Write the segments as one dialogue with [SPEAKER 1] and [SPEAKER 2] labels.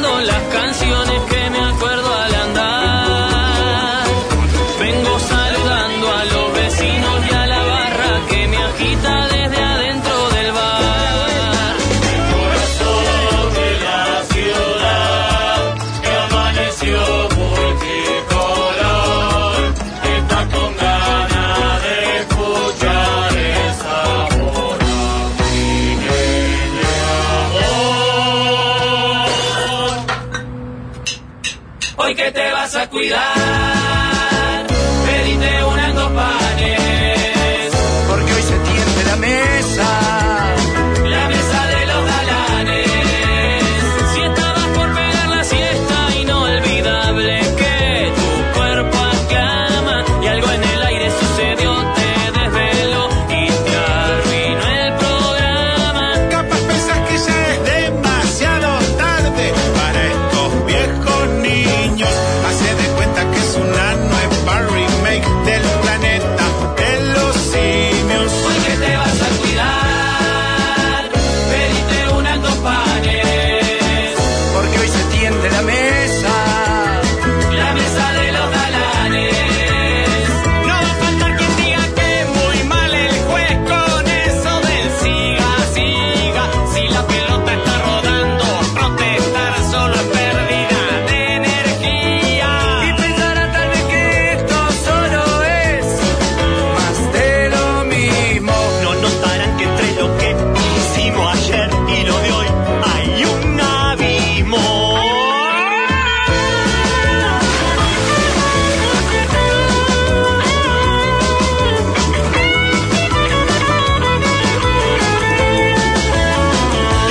[SPEAKER 1] son las canciones que me acuerdo al andar. Vengo saludando a los vecinos y a la barra que me agita desde adentro del bar.
[SPEAKER 2] Corazón de la ciudad que amaneció multicolor, está con ganas de escuchar el sabor a amor.
[SPEAKER 1] Hoy que te vas a cuidar, pedite unas dos panes,
[SPEAKER 3] Porque hoy se tiende la mesa.
[SPEAKER 1] la mesa de los galanes. Si estabas por pegar la siesta, inolvidable que tu cuerpo aclama y algo en el aire sucedió, te desveló y te arruinó el programa.
[SPEAKER 4] Capaz pensás que ya es demasiado tarde para estos viejos niños. Hace de cuenta que es una nueva remake del planeta de los simios.
[SPEAKER 1] Hoy que te vas a cuidar, pedite unas dos panes,
[SPEAKER 3] Porque hoy se tiende la mesa.
[SPEAKER 1] La mesa de los galanes. No va a faltar quien diga que muy mal el juez con eso del siga, siga. Si la pelota está rodando, protestar solo es pérdida de
[SPEAKER 3] Y
[SPEAKER 1] energía.
[SPEAKER 3] pensará tal vez que esto solo es más de lo mismo.
[SPEAKER 5] No notarán que entre lo que hicimos ayer y lo de hoy hay un abismo.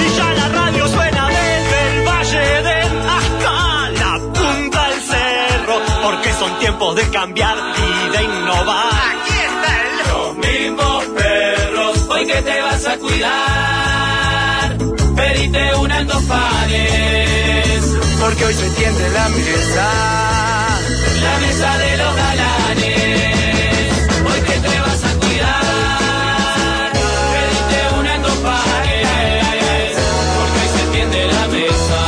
[SPEAKER 5] Y ya la radio suena desde el Valle del hasta la punta del cerro, porque son tiempos de cambiar y de innovar.
[SPEAKER 2] Los mismos perros
[SPEAKER 1] Hoy que te vas a cuidar, pedite unas dos panes.
[SPEAKER 3] Porque hoy se tiende la mesa.
[SPEAKER 1] La mesa de los galanes, hoy que te vas a cuidar, pediste una en dos pares, porque hoy se tiende la mesa.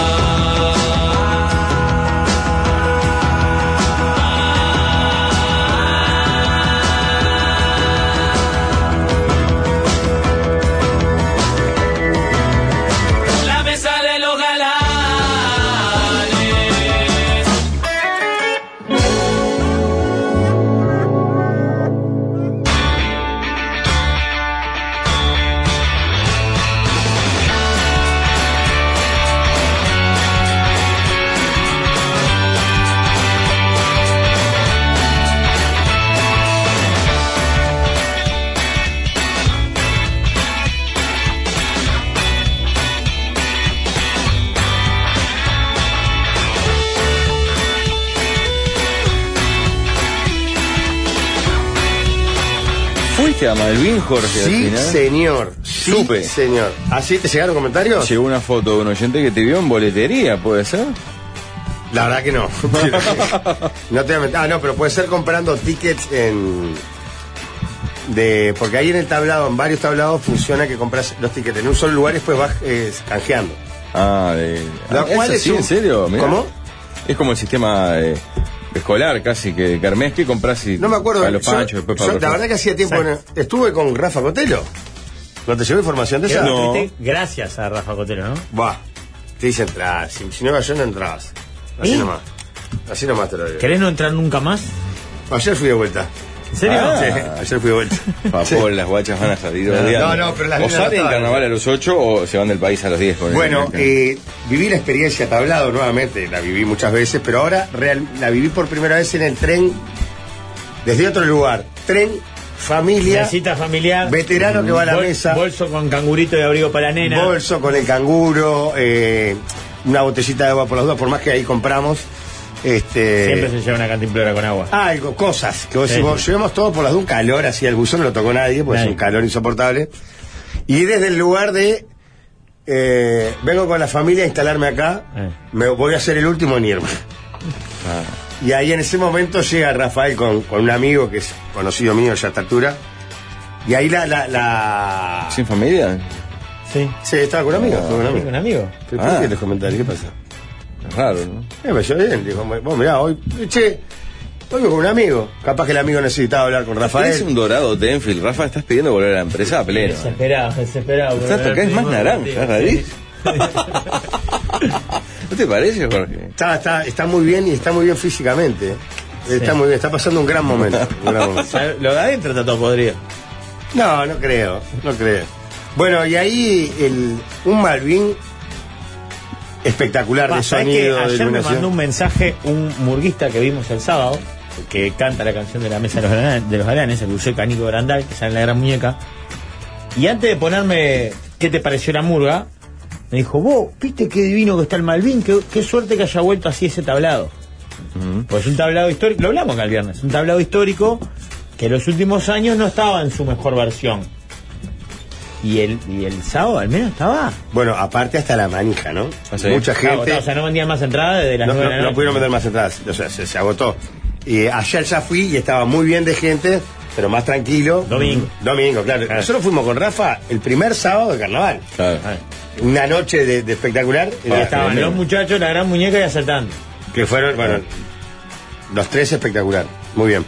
[SPEAKER 1] La mesa de los galanes.
[SPEAKER 6] ¿Fuiste a Malvin, Jorge? al
[SPEAKER 7] Sí,
[SPEAKER 6] final?
[SPEAKER 7] señor. Sí,
[SPEAKER 6] Supe.
[SPEAKER 7] señor. ¿Así te llegaron comentarios?
[SPEAKER 6] Llegó una foto de un oyente que te vio en boletería, ¿puede ser?
[SPEAKER 7] La verdad que no. no te voy a mentir. Ah, no, pero puede ser comprando tickets en. De, porque ahí en el tablado, en varios tablados, funciona que compras los tickets en un solo lugar y después vas eh, canjeando.
[SPEAKER 6] Ah, de...
[SPEAKER 7] La
[SPEAKER 6] Ah,
[SPEAKER 7] cual
[SPEAKER 6] ¿es
[SPEAKER 7] es
[SPEAKER 6] así,
[SPEAKER 7] un-
[SPEAKER 6] en serio? Mirá.
[SPEAKER 7] ¿Cómo?
[SPEAKER 6] Es como el sistema eh, escolar casi que Carmes que compras y
[SPEAKER 7] No me acuerdo.
[SPEAKER 6] para los
[SPEAKER 7] yo-
[SPEAKER 6] panchos, después
[SPEAKER 7] yo-
[SPEAKER 6] para
[SPEAKER 7] la
[SPEAKER 6] los-
[SPEAKER 7] verdad que hacía tiempo. que no- estuve con Rafa Cotelo. ah, ¿No te llevo información de esa?
[SPEAKER 6] No.
[SPEAKER 5] Gracias a Rafa Cotero, ¿no?
[SPEAKER 7] Va. Te dice entrar. Si, si no iba yo, no entrabas. Así
[SPEAKER 5] ¿Y?
[SPEAKER 7] nomás. Así nomás te lo digo.
[SPEAKER 5] ¿Querés no entrar nunca más?
[SPEAKER 7] Ayer fui de vuelta.
[SPEAKER 5] ¿En serio?
[SPEAKER 6] Ah.
[SPEAKER 7] Sí, ayer fui de vuelta.
[SPEAKER 6] Papón,
[SPEAKER 7] Sí.
[SPEAKER 6] las guachas van a salir
[SPEAKER 7] No,
[SPEAKER 6] odiando.
[SPEAKER 7] no, pero las
[SPEAKER 6] O
[SPEAKER 7] nenas
[SPEAKER 6] salen
[SPEAKER 7] no
[SPEAKER 6] en
[SPEAKER 7] saben.
[SPEAKER 6] carnaval a los 8 o se van del país a los 10. con
[SPEAKER 7] Bueno,
[SPEAKER 6] el-
[SPEAKER 7] eh, viví la experiencia tablado nuevamente, la viví muchas veces, pero ahora real- la viví por primera vez en el tren, desde otro lugar. Tren, familia,
[SPEAKER 5] Mesita familiar.
[SPEAKER 7] veterano que va a la
[SPEAKER 5] Bol-
[SPEAKER 7] mesa,
[SPEAKER 5] Bolso con cangurito de abrigo para la nena.
[SPEAKER 7] bolso con el canguro, eh, una botellita de agua por las dos, por más que ahí compramos. Este,
[SPEAKER 5] Siempre se lleva una cantimplora con agua.
[SPEAKER 7] Algo, cosas. Que vos,
[SPEAKER 5] Sí.
[SPEAKER 7] decís, vos, llevamos todo por las de un calor, así el buzón no lo tocó nadie, porque
[SPEAKER 5] Nadie.
[SPEAKER 7] es un calor insoportable. Y desde el lugar de. eh, vengo con la familia a instalarme acá,
[SPEAKER 5] Eh.
[SPEAKER 7] me voy a hacer el último en irme.
[SPEAKER 6] Ah.
[SPEAKER 7] Y ahí en ese momento llega Rafael con, con un amigo que es conocido mío ya a esta altura. Y ahí la. la, la...
[SPEAKER 6] ¿Sin familia?
[SPEAKER 5] Sí.
[SPEAKER 7] Sí, estaba con un amigo. estaba con un
[SPEAKER 5] ¿Tenés
[SPEAKER 7] amigo.
[SPEAKER 5] un amigo?
[SPEAKER 7] ¿Pero por
[SPEAKER 6] Ah.
[SPEAKER 7] qué los comentarios? ¿Qué pasa?
[SPEAKER 6] Es raro, ¿no?
[SPEAKER 7] Eh, me pareció bien, dijo, vos mirá, hoy, che, hoy vengo con un amigo. Capaz que el amigo necesitaba hablar con
[SPEAKER 6] Rafael.
[SPEAKER 7] Rafael.
[SPEAKER 6] un dorado de Enfield, Rafa, estás pidiendo volver a la empresa a pleno.
[SPEAKER 5] Ah,
[SPEAKER 8] Desesperado, desesperado.
[SPEAKER 6] Estás
[SPEAKER 8] boludo.
[SPEAKER 6] acá es más naranja, Radí. ¿No te parece, Jorge?
[SPEAKER 7] Está, está, está muy bien y está muy bien físicamente. eh. Está muy bien, está pasando un gran momento. un gran momento.
[SPEAKER 9] Ya, Lo de adentro está todo podrido.
[SPEAKER 7] No, no creo, no creo. Bueno, y ahí el, un Malvin espectacular
[SPEAKER 9] Pa,
[SPEAKER 7] de
[SPEAKER 9] ¿sabés que
[SPEAKER 7] sonido, de
[SPEAKER 9] ayer me
[SPEAKER 7] iluminación.
[SPEAKER 9] mandó un mensaje un murguista que vimos el sábado, que canta la canción de la mesa de los galanes, de los galanes el Bulleo Canico Grandal, que sale en la gran muñeca. Y antes de ponerme qué te pareció la murga, me dijo, vos, viste qué divino que está el Malvin, qué, qué suerte que haya vuelto así ese tablado. Pues un tablado histórico, lo hablamos acá el viernes, un tablado histórico que en los últimos años no estaba en su mejor versión. Y el, y el sábado al menos estaba.
[SPEAKER 7] Bueno, aparte hasta la manija, ¿no?
[SPEAKER 6] Ah, sí.
[SPEAKER 7] Mucha
[SPEAKER 9] estaba
[SPEAKER 7] gente.
[SPEAKER 9] agotado, o sea, no vendían más entradas desde las
[SPEAKER 7] no,
[SPEAKER 9] nueve
[SPEAKER 7] no-
[SPEAKER 9] de la
[SPEAKER 7] no
[SPEAKER 9] noche.
[SPEAKER 7] pudieron meter más entradas, o sea, se, se agotó. Y ayer ya fui y estaba muy bien de gente, pero más tranquilo.
[SPEAKER 9] Domingo. Ah.
[SPEAKER 7] Domingo, claro. Nosotros fuimos con Rafa el primer sábado de carnaval.
[SPEAKER 6] Claro.
[SPEAKER 7] Una noche de, de espectacular.
[SPEAKER 9] Y estaban los muchachos, la gran muñeca y acertando.
[SPEAKER 7] Que fueron, bueno, los tres espectacular. Muy bien.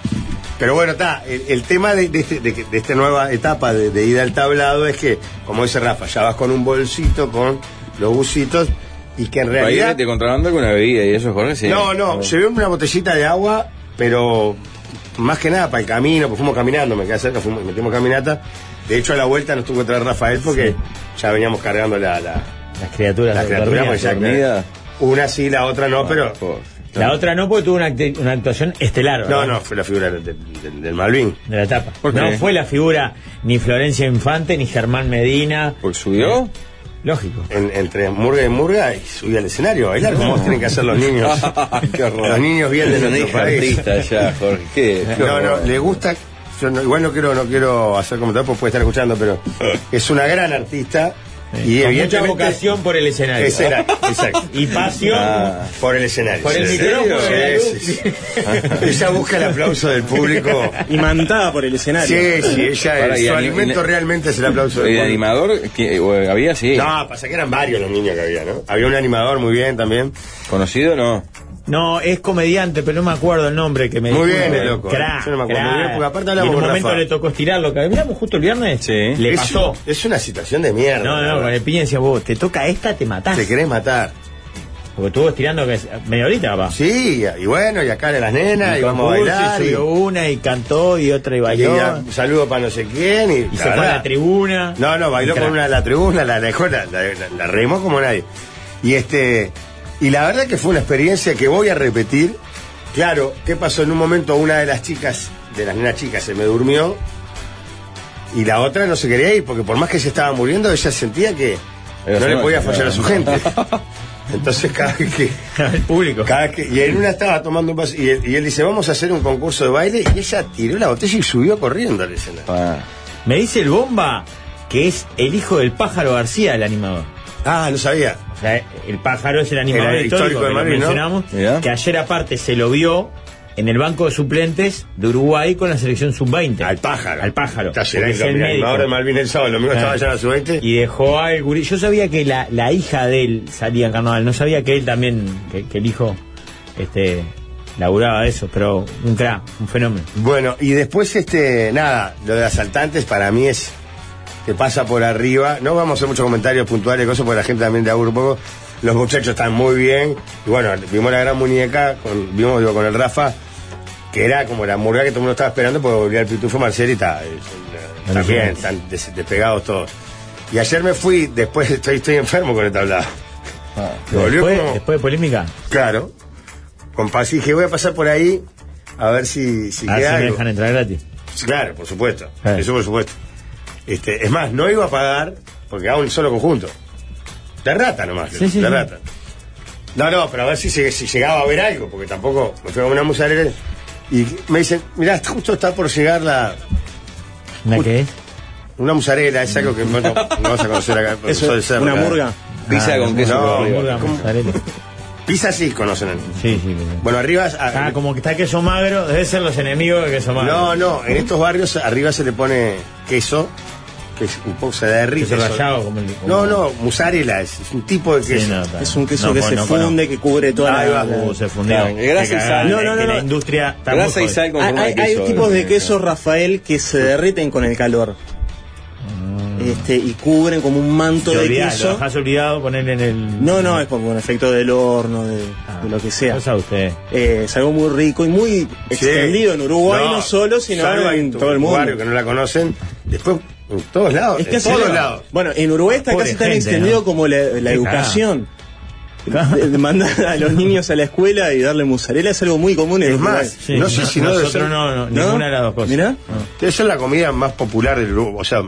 [SPEAKER 7] Pero bueno, está, el, el tema de, de este- de que- de esta nueva etapa de, de ida al tablado es que, como dice Rafa, ya vas con un bolsito, con los busitos, y que en
[SPEAKER 6] Para ir
[SPEAKER 7] realidad...
[SPEAKER 6] te contrabando con una bebida y eh, eso, Jorge, sí.
[SPEAKER 7] No, no, llevé una botellita de agua, pero más que nada para el camino, porque fuimos caminando, me quedé cerca, fuimos, metimos caminata. De hecho, a la vuelta nos tuvo que traer Rafael porque ya veníamos cargando la, la,
[SPEAKER 9] Las criaturas.
[SPEAKER 7] la
[SPEAKER 9] de
[SPEAKER 7] criatura.
[SPEAKER 9] Dormía.
[SPEAKER 7] porque pues, ya-
[SPEAKER 6] dormida. Ah,
[SPEAKER 7] Una sí, la otra no, pero...
[SPEAKER 6] Jorge.
[SPEAKER 9] La otra no, porque tuvo una, acti- una actuación estelar.
[SPEAKER 7] No,
[SPEAKER 9] ¿verdad?
[SPEAKER 7] no, fue la figura del, del- del Malvin.
[SPEAKER 9] De la etapa.
[SPEAKER 6] ¿Por qué?
[SPEAKER 9] No fue la figura ni Florencia Infante ni Germán Medina. Eh,
[SPEAKER 6] ¿Porque subió?
[SPEAKER 9] Lógico.
[SPEAKER 7] En- entre murga y murga y subí al escenario a bailar como tienen que hacer los niños.
[SPEAKER 6] Ah, Qué horror.
[SPEAKER 7] los niños bien de
[SPEAKER 6] Eso no
[SPEAKER 7] nuestro
[SPEAKER 6] es
[SPEAKER 7] país.
[SPEAKER 6] artista ya, Jorge. qué- qué
[SPEAKER 7] No, no,
[SPEAKER 6] horror.
[SPEAKER 7] le gusta. Yo no- igual no quiero, no quiero hacer comentarios porque puede estar escuchando, pero es una gran artista y
[SPEAKER 9] Con mucha
[SPEAKER 7] evidentemente
[SPEAKER 9] vocación por el escenario.
[SPEAKER 7] escena- exacto.
[SPEAKER 9] Y pasión.
[SPEAKER 6] Ah.
[SPEAKER 7] Por el escenario.
[SPEAKER 9] Por el
[SPEAKER 7] Sí,
[SPEAKER 9] micrófono, ¿eh?
[SPEAKER 7] sí,
[SPEAKER 9] la luz.
[SPEAKER 7] sí, sí. Ella busca el aplauso del público.
[SPEAKER 10] Imantada por el escenario.
[SPEAKER 7] Sí, sí, ella
[SPEAKER 6] Para, y
[SPEAKER 7] su
[SPEAKER 6] anim-
[SPEAKER 7] alimento realmente es el aplauso
[SPEAKER 6] ¿Y
[SPEAKER 7] del
[SPEAKER 6] de
[SPEAKER 7] público.
[SPEAKER 6] animador? ¿Qué- o- eh, ¿Había? Sí.
[SPEAKER 7] No, pasa que eran varios los niños que había, ¿no? Había un animador muy bien también.
[SPEAKER 6] ¿Conocido no?
[SPEAKER 9] No, es comediante, pero no me acuerdo el nombre que me
[SPEAKER 7] Muy
[SPEAKER 9] dijo.
[SPEAKER 7] bien, el loco,
[SPEAKER 9] Crack,
[SPEAKER 7] yo no me acuerdo
[SPEAKER 9] crack.
[SPEAKER 7] muy bien, porque aparte
[SPEAKER 9] y en
[SPEAKER 7] hablamos
[SPEAKER 9] un
[SPEAKER 7] con
[SPEAKER 9] momento
[SPEAKER 7] Rafa.
[SPEAKER 9] le tocó estirarlo. Que miramos justo el viernes.
[SPEAKER 6] Sí.
[SPEAKER 9] Le
[SPEAKER 7] es,
[SPEAKER 9] pasó.
[SPEAKER 7] un- es una situación de mierda.
[SPEAKER 9] No, no, con el piña decía, vos, te toca esta, te matás.
[SPEAKER 7] Te querés matar.
[SPEAKER 9] Porque estuvo estirando que- media horita, papá.
[SPEAKER 7] Sí, y bueno, y acá a las nenas, y, vamos a
[SPEAKER 9] concurso,
[SPEAKER 7] bailar.
[SPEAKER 9] Y
[SPEAKER 7] Y,
[SPEAKER 9] subió una y cantó y otra y
[SPEAKER 7] y- y
[SPEAKER 9] bailó.
[SPEAKER 7] a-
[SPEAKER 9] Y,
[SPEAKER 7] un saludo para no sé quién. Y, la
[SPEAKER 9] se fue a
[SPEAKER 7] verdad.
[SPEAKER 9] la tribuna.
[SPEAKER 7] No, no, bailó
[SPEAKER 9] Un
[SPEAKER 7] con
[SPEAKER 9] crack.
[SPEAKER 7] una de la tribuna, la dejó, la, la- la- la remó como nadie. Y este. Y la verdad que fue una experiencia que voy a repetir. Claro, ¿qué pasó? En un momento una de las chicas, de las nenas chicas, se me durmió. Y la otra no se quería ir, porque por más que se estaba muriendo, ella sentía que
[SPEAKER 6] Era
[SPEAKER 7] no
[SPEAKER 6] su
[SPEAKER 7] le
[SPEAKER 6] noche,
[SPEAKER 7] podía fallar
[SPEAKER 6] claro.
[SPEAKER 7] a su gente. Entonces cada vez que.
[SPEAKER 9] El público.
[SPEAKER 7] Cada vez que- y en una estaba tomando un vaso y él, y él dice, vamos a hacer un concurso de baile y ella tiró la botella y subió corriendo al escenario.
[SPEAKER 6] Ah.
[SPEAKER 9] Me dice el bomba que es el hijo del pájaro García, el animador.
[SPEAKER 7] Ah, no sabía.
[SPEAKER 9] O sea, el pájaro es el animador
[SPEAKER 7] Era el histórico
[SPEAKER 9] histórico,
[SPEAKER 7] de
[SPEAKER 9] que lo
[SPEAKER 7] Madrid, ¿no?
[SPEAKER 9] mencionamos.
[SPEAKER 6] Mirá.
[SPEAKER 9] Que ayer aparte se lo vio en el banco de suplentes de Uruguay con la selección sub-20.
[SPEAKER 7] Al pájaro.
[SPEAKER 9] Al pájaro.
[SPEAKER 7] Está
[SPEAKER 9] porque es el médico.
[SPEAKER 7] Ahora Malvin el sábado, el domingo
[SPEAKER 9] Claro.
[SPEAKER 7] estaba ya a su 20.
[SPEAKER 9] Y dejó al gurí. Yo sabía que la, la hija de él salía en carnaval. No sabía que él también, que, que el hijo, este, laburaba eso. Pero un crack, un fenómeno.
[SPEAKER 7] Bueno, y después, este, nada, lo de asaltantes para mí es que pasa por arriba. No vamos a hacer muchos comentarios puntuales y cosas porque la gente también te aburre un poco. Los muchachos están muy bien. Y bueno, vimos la gran muñeca, con- vimos digo, con el Rafa, que era como la murga que todo el mundo estaba esperando porque volvía el pitufo Marcel y está, eh, está bien, están des- despegados todos. Y ayer me fui, después estoy, estoy enfermo con el tablado. Me Ah, volvió
[SPEAKER 9] Después,
[SPEAKER 7] como-
[SPEAKER 9] después de polémica,
[SPEAKER 7] Claro. Con pas- dije, voy a pasar por ahí a ver si, si
[SPEAKER 9] a ver
[SPEAKER 7] queda
[SPEAKER 9] Ah, si me
[SPEAKER 7] algo.
[SPEAKER 9] dejan entrar gratis.
[SPEAKER 7] Sí, Claro, por supuesto.
[SPEAKER 9] Eh.
[SPEAKER 7] Eso por supuesto. Este, es más, no iba a pagar porque hago un solo conjunto. De rata nomás,
[SPEAKER 9] Sí, sí,
[SPEAKER 7] de
[SPEAKER 9] sí.
[SPEAKER 7] rata. No, no, pero a ver si, se- si llegaba a ver algo, porque tampoco me fui a una musarela y me dicen, mirá, justo está por llegar la,
[SPEAKER 9] ¿Una
[SPEAKER 7] Uy.
[SPEAKER 9] que es?
[SPEAKER 7] una musarela, es algo que vos no, no vas a conocer acá. porque
[SPEAKER 10] Eso
[SPEAKER 7] soy
[SPEAKER 10] es
[SPEAKER 7] cerro,
[SPEAKER 10] una
[SPEAKER 7] acá.
[SPEAKER 10] murga.
[SPEAKER 6] Pizza
[SPEAKER 9] Ah,
[SPEAKER 6] con queso
[SPEAKER 7] no,
[SPEAKER 6] por arriba.
[SPEAKER 9] Murga,
[SPEAKER 7] ¿Cómo?
[SPEAKER 9] mozzarella.
[SPEAKER 7] Pisa sí conocen.
[SPEAKER 9] Sí, sí. sí.
[SPEAKER 7] Bueno, arriba... ah,
[SPEAKER 9] Ah, como que está queso magro, debe ser los enemigos de queso magro.
[SPEAKER 7] No, no, en estos barrios arriba se le pone queso que es un poco se derrite.
[SPEAKER 9] Queso
[SPEAKER 7] eso.
[SPEAKER 9] rallado, como el- como-
[SPEAKER 7] No, no, mozzarella es, es un tipo de queso.
[SPEAKER 10] Es un queso
[SPEAKER 9] No,
[SPEAKER 10] que
[SPEAKER 9] pues,
[SPEAKER 10] se
[SPEAKER 9] no, pues, no.
[SPEAKER 10] funde, que cubre toda
[SPEAKER 7] Ahí
[SPEAKER 10] la.
[SPEAKER 7] va.
[SPEAKER 10] la-
[SPEAKER 9] Uh, se fundieron.
[SPEAKER 6] Claro, grasa
[SPEAKER 9] Te
[SPEAKER 6] y
[SPEAKER 9] cagaron,
[SPEAKER 6] sal.
[SPEAKER 9] eh,
[SPEAKER 10] No, no,
[SPEAKER 9] que
[SPEAKER 10] no,
[SPEAKER 9] la
[SPEAKER 10] no.
[SPEAKER 9] industria está muy
[SPEAKER 6] Grasa y
[SPEAKER 9] jodida.
[SPEAKER 6] sal con
[SPEAKER 10] Hay,
[SPEAKER 6] forma de
[SPEAKER 10] hay- hay
[SPEAKER 6] queso,
[SPEAKER 10] tipos
[SPEAKER 6] eh.
[SPEAKER 10] de quesos, Rafael, que se derriten con el calor.
[SPEAKER 9] Mm.
[SPEAKER 10] Este, y cubren como un manto
[SPEAKER 9] Te
[SPEAKER 10] de
[SPEAKER 9] olvidás, Lo
[SPEAKER 10] queso.
[SPEAKER 9] dejás olvidado poner en el.
[SPEAKER 10] No, no, es por un efecto del horno, de,
[SPEAKER 9] Ah,
[SPEAKER 10] de lo que sea.
[SPEAKER 9] cosa usted.
[SPEAKER 10] Eh, es algo muy rico y muy extendido en Uruguay, no, solo, sino
[SPEAKER 7] salvo
[SPEAKER 10] en
[SPEAKER 7] tu-
[SPEAKER 10] todo el mundo.
[SPEAKER 7] uruguayo que no la conocen, después en todos lados.
[SPEAKER 10] Es
[SPEAKER 7] en
[SPEAKER 10] casi
[SPEAKER 7] todos
[SPEAKER 10] la-
[SPEAKER 7] lados.
[SPEAKER 10] Bueno, en Uruguay está
[SPEAKER 9] Pobre
[SPEAKER 10] casi tan
[SPEAKER 9] gente,
[SPEAKER 10] extendido
[SPEAKER 9] ¿no?
[SPEAKER 10] como la, la
[SPEAKER 9] Sí,
[SPEAKER 10] educación. De- de Mandar a los niños a la escuela y darle mozzarella es algo muy común en
[SPEAKER 7] Es
[SPEAKER 10] Uruguay.
[SPEAKER 7] más, no sé si no debe
[SPEAKER 9] nosotros
[SPEAKER 7] ser-
[SPEAKER 9] no, no,
[SPEAKER 10] ¿No?
[SPEAKER 9] ninguna de las dos cosas.
[SPEAKER 10] Mirá.
[SPEAKER 9] No.
[SPEAKER 7] Esa es la comida más popular del Uruguay, o sea,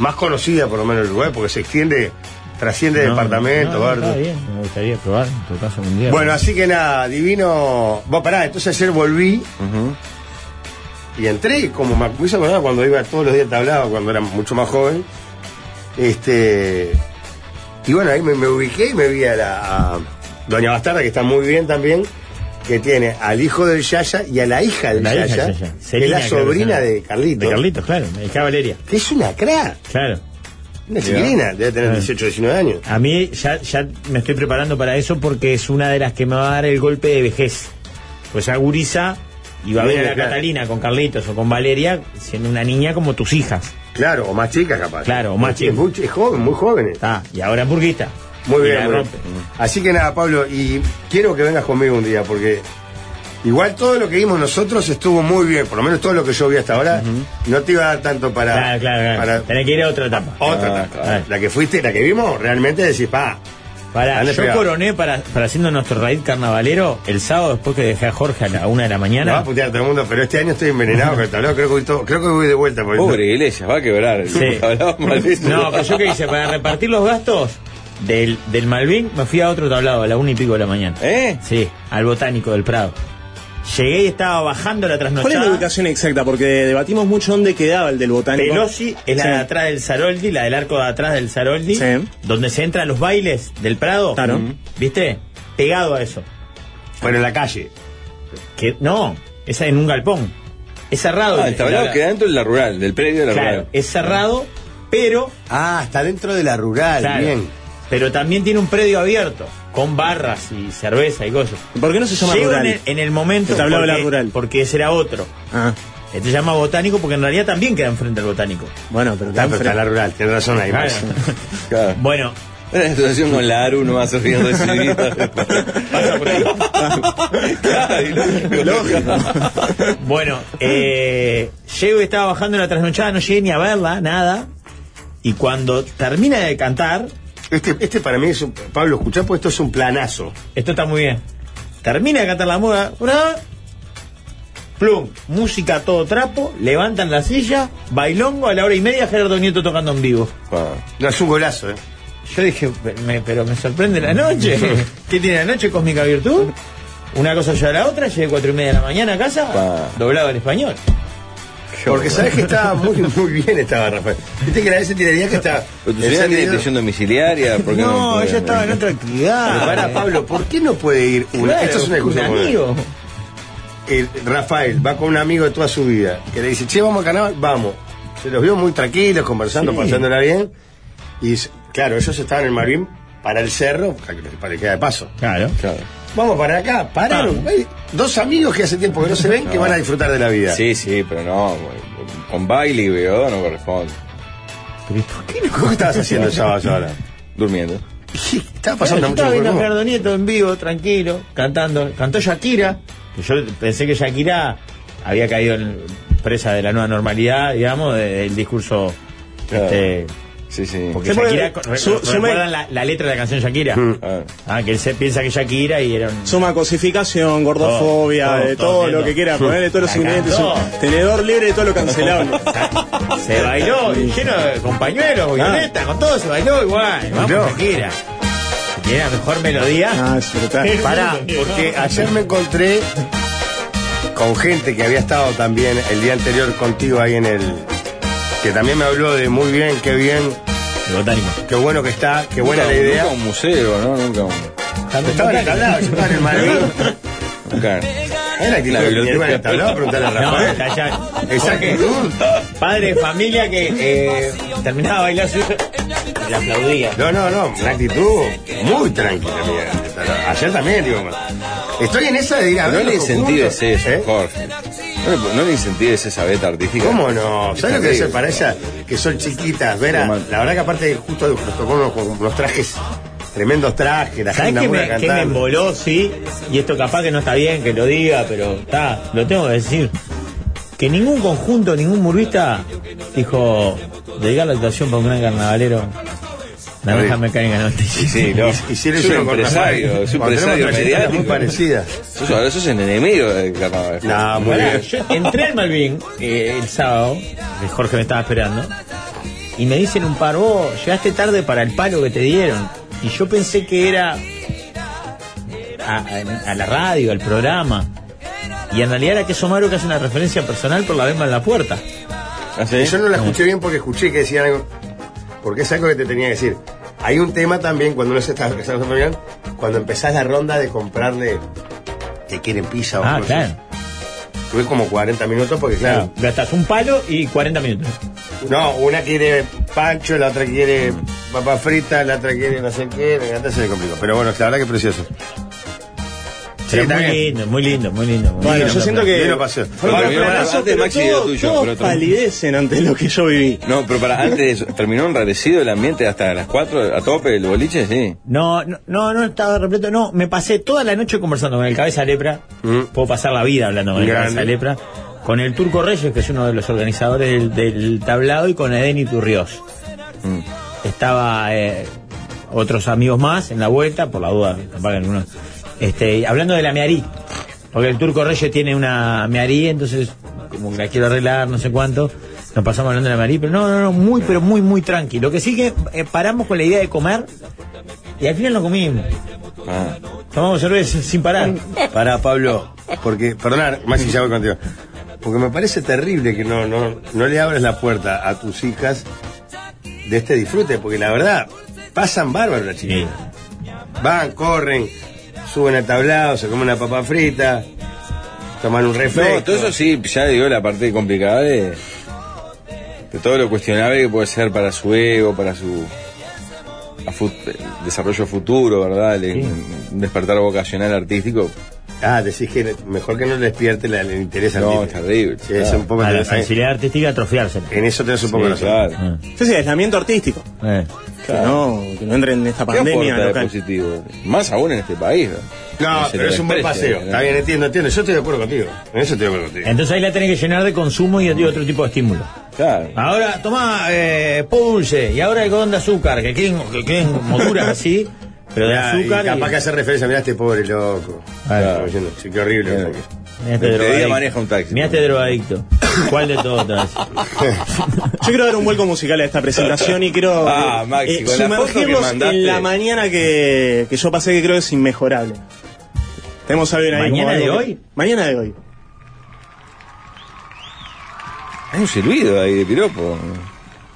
[SPEAKER 7] más conocida por lo menos del Uruguay, porque se extiende, trasciende
[SPEAKER 9] No,
[SPEAKER 7] departamentos,
[SPEAKER 9] no,
[SPEAKER 7] barrios.
[SPEAKER 9] Está bien, me gustaría probar, en tu caso un día.
[SPEAKER 7] Bueno, así que nada, divino. Vos pará, entonces ayer volví y entré, como me me hice acordar cuando iba todos los días al tablado, cuando era mucho más joven. Este. Y bueno, ahí me, me ubiqué y me vi a la a Doña Bastarda, que está muy bien también, que tiene al hijo del Yaya y a la hija del
[SPEAKER 9] La hija,
[SPEAKER 7] Yaya,
[SPEAKER 9] ya, ya.
[SPEAKER 7] que es
[SPEAKER 9] Celina,
[SPEAKER 7] la
[SPEAKER 9] creo que
[SPEAKER 7] sobrina
[SPEAKER 9] se llama.
[SPEAKER 7] de Carlito,
[SPEAKER 9] De Carlitos, claro. Está Valeria,
[SPEAKER 7] que es una crack,
[SPEAKER 9] claro.
[SPEAKER 7] una chiquilina, debe tener
[SPEAKER 9] Ah.
[SPEAKER 7] 18, 19 años.
[SPEAKER 9] A mí ya, ya me estoy preparando para eso porque es una de las que me va a dar el golpe de vejez. Pues a Gurisa y va a ver a
[SPEAKER 7] Viene,
[SPEAKER 9] la
[SPEAKER 7] claro.
[SPEAKER 9] Catalina con Carlitos o con Valeria siendo una niña como tus hijas.
[SPEAKER 7] Claro, o más chicas capaz.
[SPEAKER 9] Claro, o más
[SPEAKER 7] Es muy- Es joven, muy jóvenes.
[SPEAKER 9] Está, y ahora hamburguista.
[SPEAKER 7] Muy
[SPEAKER 9] Y
[SPEAKER 7] bien,
[SPEAKER 9] la
[SPEAKER 7] muy bien.
[SPEAKER 9] rompe.
[SPEAKER 7] Así que nada, Pablo, y quiero que vengas conmigo un día, porque igual todo lo que vimos nosotros estuvo muy bien, por lo menos todo lo que yo vi hasta ahora, no te iba a dar tanto para.
[SPEAKER 9] Claro, claro, claro.
[SPEAKER 7] para
[SPEAKER 9] Tenés que ir a otra etapa.
[SPEAKER 7] otra
[SPEAKER 6] Ah,
[SPEAKER 7] etapa.
[SPEAKER 9] claro.
[SPEAKER 7] La que fuiste, la que vimos, realmente decís, pa.
[SPEAKER 9] Pará,
[SPEAKER 7] Dale,
[SPEAKER 9] yo
[SPEAKER 7] pegá.
[SPEAKER 9] coroné para, para haciendo nuestro raid carnavalero el sábado después que dejé a Jorge a la una de la
[SPEAKER 7] Me va a
[SPEAKER 9] mañana.
[SPEAKER 7] putear todo el mundo, pero este año estoy envenenado con el tablado, creo que voy, todo- creo que voy de vuelta. Por
[SPEAKER 6] Pobre Iglesias, va a quebrar.
[SPEAKER 9] Sí.
[SPEAKER 6] Hablaba maldito.
[SPEAKER 9] No, pero yo qué hice, para repartir los gastos del, del Malvin me fui a otro tablado a la una y pico de la mañana.
[SPEAKER 6] ¿Eh?
[SPEAKER 9] Sí, al botánico del Prado. Llegué y estaba bajando la
[SPEAKER 10] ¿Cuál es
[SPEAKER 9] trasnochada.
[SPEAKER 10] la ubicación exacta? Porque debatimos mucho dónde quedaba el del botánico.
[SPEAKER 9] Pelosi es la
[SPEAKER 10] Sí.
[SPEAKER 9] de atrás del Saroldi, la del arco de atrás del Saroldi,
[SPEAKER 10] Sí.
[SPEAKER 9] donde se entra a los bailes del Prado. Mm.
[SPEAKER 10] Claro.
[SPEAKER 9] ¿Viste? Pegado a eso.
[SPEAKER 7] Bueno, en la calle.
[SPEAKER 9] Que no, esa en un galpón. Es cerrado.
[SPEAKER 6] Ah, el tablado queda dentro de la rural, del predio de la
[SPEAKER 9] Claro, eh,
[SPEAKER 6] rural.
[SPEAKER 9] es cerrado, pero
[SPEAKER 7] Ah, está dentro de la rural,
[SPEAKER 9] Claro.
[SPEAKER 7] bien.
[SPEAKER 9] Pero también tiene un predio abierto, con barras y cerveza y cosas.
[SPEAKER 10] ¿Por qué no se llama
[SPEAKER 9] Llego
[SPEAKER 10] rural?
[SPEAKER 9] En, el, en el momento.
[SPEAKER 10] El tablado de la
[SPEAKER 9] porque-
[SPEAKER 10] rural.
[SPEAKER 9] Porque ese era otro.
[SPEAKER 10] Ah,
[SPEAKER 9] Este se llama botánico porque en realidad también queda enfrente al botánico.
[SPEAKER 10] bueno, pero,
[SPEAKER 7] Está, pero está en la rural, tenés razón ahí.
[SPEAKER 9] Claro.
[SPEAKER 7] pues.
[SPEAKER 6] Claro.
[SPEAKER 9] bueno,
[SPEAKER 6] Era la situación con la ARU, no más riendo de
[SPEAKER 9] pasa por ahí. Bueno, eh, llego y estaba bajando la trasnochada, no llegué ni a verla, nada. Y cuando termina de cantar,
[SPEAKER 7] Este, este para mí es un. Pablo, escuchá, pues esto es un planazo.
[SPEAKER 9] Esto está muy bien. Termina de cantar la moda. Una. Plum. Música a todo trapo. Levantan la silla. Bailongo. A la hora y media Gerardo Nieto tocando en vivo.
[SPEAKER 7] No, es un golazo, ¿eh?
[SPEAKER 9] Yo dije, me- pero me sorprende la noche. ¿Qué tiene la noche? Cósmica Virtud. Una cosa lleva a la otra. Llegué cuatro y media de la mañana a casa.
[SPEAKER 6] Pa.
[SPEAKER 9] Doblado al español.
[SPEAKER 7] Porque sabes que estaba Ah, muy, muy bien estaba Rafael. Viste que la vez se tiraría que está.
[SPEAKER 6] Pero tu señora
[SPEAKER 7] el
[SPEAKER 6] tiene
[SPEAKER 7] servidor-
[SPEAKER 6] detención domiciliaria, ¿por qué
[SPEAKER 9] No,
[SPEAKER 6] no
[SPEAKER 9] ella estaba en otra
[SPEAKER 7] Pero
[SPEAKER 9] actividad.
[SPEAKER 7] pará, Pablo, ¿por qué no puede ir Eh. un,
[SPEAKER 9] Claro,
[SPEAKER 7] esto es una excusa
[SPEAKER 9] un
[SPEAKER 7] buena.
[SPEAKER 9] amigo.
[SPEAKER 7] El Rafael va con un amigo de toda su vida que le dice, che, vamos a carnaval, vamos. Se los vio muy tranquilos, conversando,
[SPEAKER 9] Sí.
[SPEAKER 7] pasándola bien. Y s- claro, ellos estaban en el Marín para el cerro, para que queda de paso.
[SPEAKER 9] Claro.
[SPEAKER 6] Claro.
[SPEAKER 7] Vamos para acá, pararon. Hay dos amigos que hace tiempo que no se ven que van a disfrutar de la vida.
[SPEAKER 6] Sí, sí, pero no, con baile y veo no corresponde.
[SPEAKER 7] ¿Cómo estabas haciendo el sábado ahora?
[SPEAKER 6] Durmiendo.
[SPEAKER 7] Estaba
[SPEAKER 9] Claro,
[SPEAKER 7] pasando
[SPEAKER 9] yo
[SPEAKER 7] mucho
[SPEAKER 9] estaba
[SPEAKER 7] por
[SPEAKER 9] viendo a
[SPEAKER 7] cómo.
[SPEAKER 9] Gerardo Nieto en vivo, tranquilo, cantando. Cantó Shakira, que yo pensé que Shakira había caído en- presa de la nueva normalidad, digamos, de- del discurso.
[SPEAKER 6] Claro.
[SPEAKER 9] este,
[SPEAKER 6] Sí, sí.
[SPEAKER 9] porque
[SPEAKER 10] Se puede-
[SPEAKER 9] Shakira. co- re-
[SPEAKER 10] su-
[SPEAKER 9] ¿recuerdan
[SPEAKER 10] suma-
[SPEAKER 9] la, la letra de la canción Shakira?
[SPEAKER 6] Ah,
[SPEAKER 9] Ah, que él se piensa que Shakira y era un.
[SPEAKER 10] Suma cosificación, gordofobia,
[SPEAKER 9] Todo, todo,
[SPEAKER 10] de
[SPEAKER 9] todo
[SPEAKER 10] todo, lo
[SPEAKER 9] lleno.
[SPEAKER 10] que quiera, ponerle todos los
[SPEAKER 9] La
[SPEAKER 10] ingredientes.
[SPEAKER 9] cantó.
[SPEAKER 10] un Tenedor libre de todo lo cancelable. Ah.
[SPEAKER 9] Se bailó, y lleno de compañeros, violeta, con todo se bailó igual. Vamos,
[SPEAKER 7] Miró.
[SPEAKER 9] Shakira. Tiene la mejor melodía.
[SPEAKER 10] ah, es verdad.
[SPEAKER 7] Pará, porque ayer me encontré con gente que había estado también el día anterior contigo ahí en el. que también me habló de muy bien, qué bien,
[SPEAKER 9] El botánico.
[SPEAKER 7] qué bueno que está, qué buena
[SPEAKER 6] nunca,
[SPEAKER 7] la idea.
[SPEAKER 6] Nunca un museo, ¿no? Nunca un.
[SPEAKER 7] Estaba en el tablado, yo estaba en el Madrid.
[SPEAKER 6] Nunca.
[SPEAKER 1] Llegan
[SPEAKER 7] Es la actitud
[SPEAKER 6] La
[SPEAKER 7] que tiene
[SPEAKER 6] biblioteca.
[SPEAKER 7] el tablado, preguntarle a
[SPEAKER 9] No,
[SPEAKER 7] Rafael.
[SPEAKER 9] ya, ya.
[SPEAKER 7] Esa
[SPEAKER 9] Porque
[SPEAKER 7] actitud.
[SPEAKER 9] Padre de familia que eh, terminaba de bailar su hijo y la aplaudía.
[SPEAKER 7] No, no, no, una actitud muy tranquila, mira. Ayer también, digo, estoy en esa de ir a
[SPEAKER 6] No
[SPEAKER 7] ver.
[SPEAKER 6] le
[SPEAKER 7] los
[SPEAKER 6] incentives
[SPEAKER 7] conjuntos,
[SPEAKER 6] eso,
[SPEAKER 7] ¿eh?
[SPEAKER 6] Jorge. No le, no le incentives esa beta artística.
[SPEAKER 7] ¿Cómo no? ¿Sabes lo que
[SPEAKER 6] terrible.
[SPEAKER 7] debe ser para ellas que son chiquitas? Vera,
[SPEAKER 6] Qué mal.
[SPEAKER 7] la verdad que aparte justo nos tocó unos, con unos trajes, tremendos trajes, la
[SPEAKER 9] ¿Sabes
[SPEAKER 7] gente
[SPEAKER 9] qué
[SPEAKER 7] buena
[SPEAKER 9] me, qué me
[SPEAKER 7] cantando.
[SPEAKER 9] emboló, sí? Y esto capaz que no está bien que lo diga, pero está, lo tengo que decir. Que ningún conjunto, ningún murguista dijo dedicar la actuación para un gran carnavalero. Naranja
[SPEAKER 7] Sí.
[SPEAKER 9] mecánica no
[SPEAKER 6] Sí, sí, no.
[SPEAKER 7] Hicieron
[SPEAKER 6] es un
[SPEAKER 7] una corta-
[SPEAKER 6] empresario, es un
[SPEAKER 7] Cuando tenemos
[SPEAKER 6] empresario
[SPEAKER 7] trayectorias
[SPEAKER 6] mediático.
[SPEAKER 7] muy parecidas.
[SPEAKER 6] Sos, ahora sos el enemigo del carnaval.
[SPEAKER 7] No, Ah, muy
[SPEAKER 9] Pará,
[SPEAKER 7] bien.
[SPEAKER 9] yo entré al Malvin eh, el sábado, que Jorge me estaba esperando, y me dicen un par, vos llegaste tarde para el palo que te dieron. Y yo pensé que era a, a- a la radio, al programa. Y en realidad era que Somaro que hace una referencia personal por la bemba en la puerta.
[SPEAKER 6] ¿Ah, sí?
[SPEAKER 7] Y Yo no la escuché bien porque escuché que decían algo. Porque es algo que te tenía que decir. Hay un tema también cuando uno se está se está bien, cuando empezás la ronda de comprarle que quieren pizza o
[SPEAKER 9] Ah,
[SPEAKER 7] cosas.
[SPEAKER 9] claro.
[SPEAKER 7] Tuve como 40 minutos porque, claro.
[SPEAKER 9] Gastás un palo y 40 minutos.
[SPEAKER 7] No, una quiere pancho, la otra quiere papa frita, la otra quiere no sé qué. la otra se le complicó. Pero bueno, la verdad que es precioso.
[SPEAKER 9] Pero
[SPEAKER 7] está
[SPEAKER 9] muy
[SPEAKER 7] bien.
[SPEAKER 9] lindo, muy lindo, muy lindo. muy lindo.
[SPEAKER 7] yo siento que. Bien lo pasó.
[SPEAKER 6] Pero
[SPEAKER 10] Bueno,
[SPEAKER 6] terminó
[SPEAKER 10] pero
[SPEAKER 6] para-
[SPEAKER 10] eso,
[SPEAKER 6] antes de
[SPEAKER 10] pero
[SPEAKER 6] Maxi y de
[SPEAKER 10] todos-
[SPEAKER 6] tuyo,
[SPEAKER 10] todos
[SPEAKER 6] pero otro-
[SPEAKER 10] palidecen ante lo que yo viví.
[SPEAKER 6] No, pero para antes de eso, terminó enrarecido el ambiente hasta las 4 a tope el boliche, sí.
[SPEAKER 9] No, no, no, no estaba repleto. No, me pasé toda la noche conversando con el Cabeza Lepra.
[SPEAKER 7] Mm.
[SPEAKER 9] Puedo pasar la vida hablando con el
[SPEAKER 7] Grande.
[SPEAKER 9] Cabeza Lepra. Con el Turco Reyes, que es uno de los organizadores del, del tablado, y con Edeni Turriós.
[SPEAKER 7] Mm.
[SPEAKER 9] Estaba eh, otros amigos más en la vuelta, por la duda, capaz que algunos. Este, y hablando de la mearí. Porque el Turco Reyes tiene una mearí, entonces, como que la quiero arreglar, no sé cuánto. Nos pasamos hablando de la mearí, pero no, no, no, muy, pero muy, muy tranquilo. Lo que sí que eh, paramos con la idea de comer. Y al final no comimos.
[SPEAKER 6] Ah.
[SPEAKER 9] Tomamos cerveza sin parar.
[SPEAKER 7] Para Pablo, porque, perdonar, más ya voy contigo. Porque me parece terrible que no, no, no le abres la puerta a tus hijas de este disfrute, porque la verdad, pasan bárbaro las chicas. Van, corren, suben al tablado, se comen una papa frita, toman un refresco.
[SPEAKER 6] No, todo eso sí, ya digo la parte complicada de, de todo lo cuestionable que puede ser para su ego, para su a fut- desarrollo futuro, ¿verdad? El- Un despertar vocacional artístico.
[SPEAKER 7] Ah, decís que mejor que no le despierte la, el interés
[SPEAKER 6] No,
[SPEAKER 7] artístico.
[SPEAKER 6] es terrible,
[SPEAKER 7] Sí, es
[SPEAKER 6] claro.
[SPEAKER 7] un poco
[SPEAKER 9] A la
[SPEAKER 7] tenés-
[SPEAKER 9] sensibilidad artística atrofiársela.
[SPEAKER 7] En eso tenés un poco
[SPEAKER 6] Sí,
[SPEAKER 7] razón.
[SPEAKER 6] claro.
[SPEAKER 9] Ah,
[SPEAKER 10] Yo sé, aislamiento artístico.
[SPEAKER 9] eh.
[SPEAKER 10] Que no, que no entren en esta
[SPEAKER 6] ¿Qué
[SPEAKER 10] pandemia
[SPEAKER 6] aporta de
[SPEAKER 10] local.
[SPEAKER 6] positivo? Más aún en este país.
[SPEAKER 7] No, pero es un buen paseo. Está bien, entiendo, entiendo. Yo estoy de acuerdo contigo. En eso estoy de acuerdo contigo.
[SPEAKER 9] Entonces ahí la tenés que llenar de consumo y de otro tipo de estímulo.
[SPEAKER 6] Claro.
[SPEAKER 9] Ahora, tomá eh, polvo dulce y ahora algodón de azúcar, que queden, que queden molduras así, pero
[SPEAKER 6] Ah,
[SPEAKER 9] de
[SPEAKER 7] Ya, y
[SPEAKER 9] azúcar.
[SPEAKER 7] capaz
[SPEAKER 9] y-
[SPEAKER 7] que hace referencia, mirá este pobre loco.
[SPEAKER 9] Ah,
[SPEAKER 7] Como diciendo, sí, qué horrible.
[SPEAKER 6] Bien.
[SPEAKER 7] o sea que-
[SPEAKER 9] Mirá este
[SPEAKER 6] De día
[SPEAKER 9] drogadicto.
[SPEAKER 6] maneja un taxi.
[SPEAKER 9] Mirá este drogadicto. ¿Cuál de todos traes?
[SPEAKER 10] Yo quiero dar un vuelco musical a esta presentación y quiero
[SPEAKER 6] Ah, Maxi, con la foto que
[SPEAKER 10] sumergirlos
[SPEAKER 6] mandaste.
[SPEAKER 10] en la mañana que, que yo pasé que creo es inmejorable. Tenemos a alguien ahí.
[SPEAKER 9] ¿Mañana
[SPEAKER 10] como
[SPEAKER 9] de
[SPEAKER 10] algo
[SPEAKER 9] hoy?
[SPEAKER 10] que- mañana de hoy.
[SPEAKER 6] Hay un silbido ahí de piropo.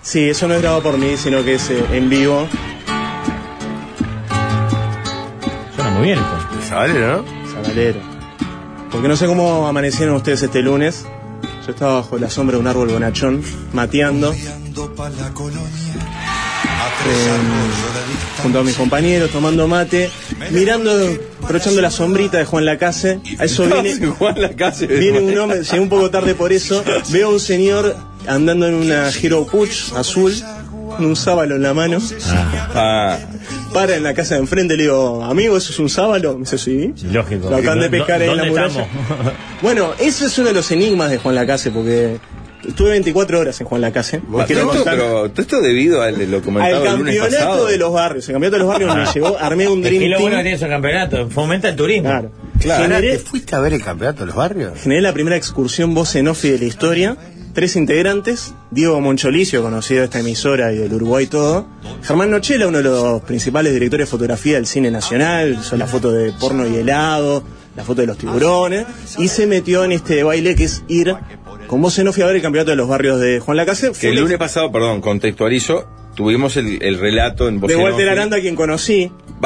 [SPEAKER 10] Sí, eso no es grabado por mí, sino que es eh, en vivo.
[SPEAKER 9] Suena muy bien esto.
[SPEAKER 7] Sabalero, ¿no?
[SPEAKER 10] Sabalero. Porque no sé cómo amanecieron ustedes este lunes. Yo estaba bajo la sombra de un árbol bonachón, mateando. Eh, junto a mis compañeros, tomando mate, mirando, brochando la sombrita de Juan Lacase. A eso viene,
[SPEAKER 6] Juan Lacase.
[SPEAKER 10] viene un hombre, llegué un poco tarde por eso. Veo a un señor andando en una Hero Puch azul, con un sábalo en la mano.
[SPEAKER 6] Ah,
[SPEAKER 10] Para en la casa de enfrente, le digo, amigo, ¿eso es un sábalo? Me dice, sí.
[SPEAKER 9] Lógico.
[SPEAKER 10] Lo acaban de
[SPEAKER 9] ¿Dó-
[SPEAKER 10] pescar ahí en la
[SPEAKER 9] dónde
[SPEAKER 10] muralla.
[SPEAKER 9] estamos?
[SPEAKER 10] Bueno, eso es uno de los enigmas de Juan Lacase, porque estuve 24 horas en Juan Lacase.
[SPEAKER 7] Vos
[SPEAKER 6] todo,
[SPEAKER 7] quiero
[SPEAKER 6] esto,
[SPEAKER 7] contar.
[SPEAKER 6] pero, todo esto debido a lo
[SPEAKER 10] Al
[SPEAKER 6] comentado el lunes
[SPEAKER 10] campeonato
[SPEAKER 6] pasado.
[SPEAKER 10] de los barrios. El campeonato de los barrios me llevó, armé un
[SPEAKER 9] Y
[SPEAKER 10] Dream
[SPEAKER 9] lo bueno que
[SPEAKER 10] Team.
[SPEAKER 9] tiene esos campeonatos, fomenta el turismo.
[SPEAKER 10] Claro.
[SPEAKER 7] Pará, ¿Te
[SPEAKER 10] Generé,
[SPEAKER 7] fuiste a ver el campeonato de los barrios?
[SPEAKER 10] generé la primera excursión voz en off y de la historia. Tres integrantes, Diego Moncholicio, conocido de esta emisora y del Uruguay y todo. Germán Nochela, uno de los principales directores de fotografía del cine nacional, hizo la foto de porno y helado, la foto de los tiburones, y se metió en este baile que es ir con voz en off y a ver el campeonato de los barrios de Juan Lacase.
[SPEAKER 6] Que el lunes pasado, perdón, contextualizo, tuvimos el, el relato en voz
[SPEAKER 10] de
[SPEAKER 6] en
[SPEAKER 10] Walter
[SPEAKER 6] off.
[SPEAKER 10] Aranda, quien conocí.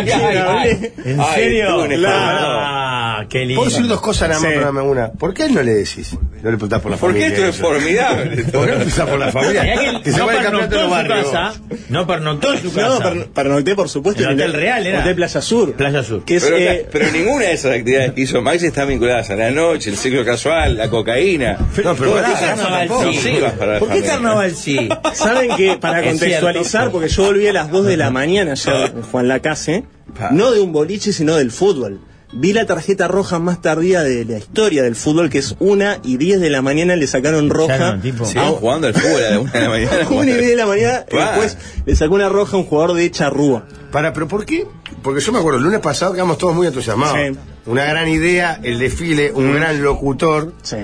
[SPEAKER 9] ¿En
[SPEAKER 6] Ay,
[SPEAKER 9] serio?
[SPEAKER 6] estuvo en
[SPEAKER 9] Ah, qué lindo.
[SPEAKER 7] Puedo decir dos cosas nada más,
[SPEAKER 10] Sí.
[SPEAKER 7] pero dame una. ¿Por qué no le decís? No le preguntás por la
[SPEAKER 6] Porque
[SPEAKER 7] familia.
[SPEAKER 6] esto es formidable.
[SPEAKER 7] ¿Por qué no preguntás por la
[SPEAKER 9] Mirá
[SPEAKER 7] familia?
[SPEAKER 9] que
[SPEAKER 7] Que se
[SPEAKER 9] no
[SPEAKER 7] vaya el campeonato
[SPEAKER 9] pernoctó
[SPEAKER 7] de los
[SPEAKER 9] en su
[SPEAKER 7] barrios.
[SPEAKER 9] casa. No pernoctó en su casa.
[SPEAKER 10] No, per- pernocté, por supuesto.
[SPEAKER 9] El
[SPEAKER 10] en
[SPEAKER 9] Hotel Real era.
[SPEAKER 10] Hotel Plaza Sur.
[SPEAKER 9] Playa Sur.
[SPEAKER 10] Que es,
[SPEAKER 6] Pero,
[SPEAKER 10] eh,
[SPEAKER 6] pero ninguna de esas actividades que hizo Max están vinculadas a la noche, el ciclo casual, la cocaína.
[SPEAKER 7] No, pero
[SPEAKER 6] Todas
[SPEAKER 7] pará,
[SPEAKER 6] esas son
[SPEAKER 7] carnaval
[SPEAKER 6] nocivas para la
[SPEAKER 9] ¿Por qué
[SPEAKER 6] familia.
[SPEAKER 9] carnaval sí?
[SPEAKER 10] Saben que para
[SPEAKER 9] Es
[SPEAKER 10] contextualizar,
[SPEAKER 9] cierto. Ah.
[SPEAKER 10] porque yo volví a las 2 de la mañana ayer en Juan Lacase,
[SPEAKER 6] Pa.
[SPEAKER 10] no de un boliche, sino del fútbol. Vi la tarjeta roja más tardía de la historia del fútbol, que es una y 10 de la mañana le sacaron roja.
[SPEAKER 9] no, tipo.
[SPEAKER 6] Siguen
[SPEAKER 10] a-
[SPEAKER 6] jugando al fútbol a la una de la mañana.
[SPEAKER 10] una y 10 de la mañana, eh,
[SPEAKER 6] Pa.
[SPEAKER 10] después le sacó una roja a un jugador de charrúa.
[SPEAKER 7] Para, pero ¿por qué? Porque yo me acuerdo, el lunes pasado quedamos todos muy entusiasmados.
[SPEAKER 10] Sí.
[SPEAKER 7] Una gran idea, el desfile, un gran locutor.
[SPEAKER 10] Sí.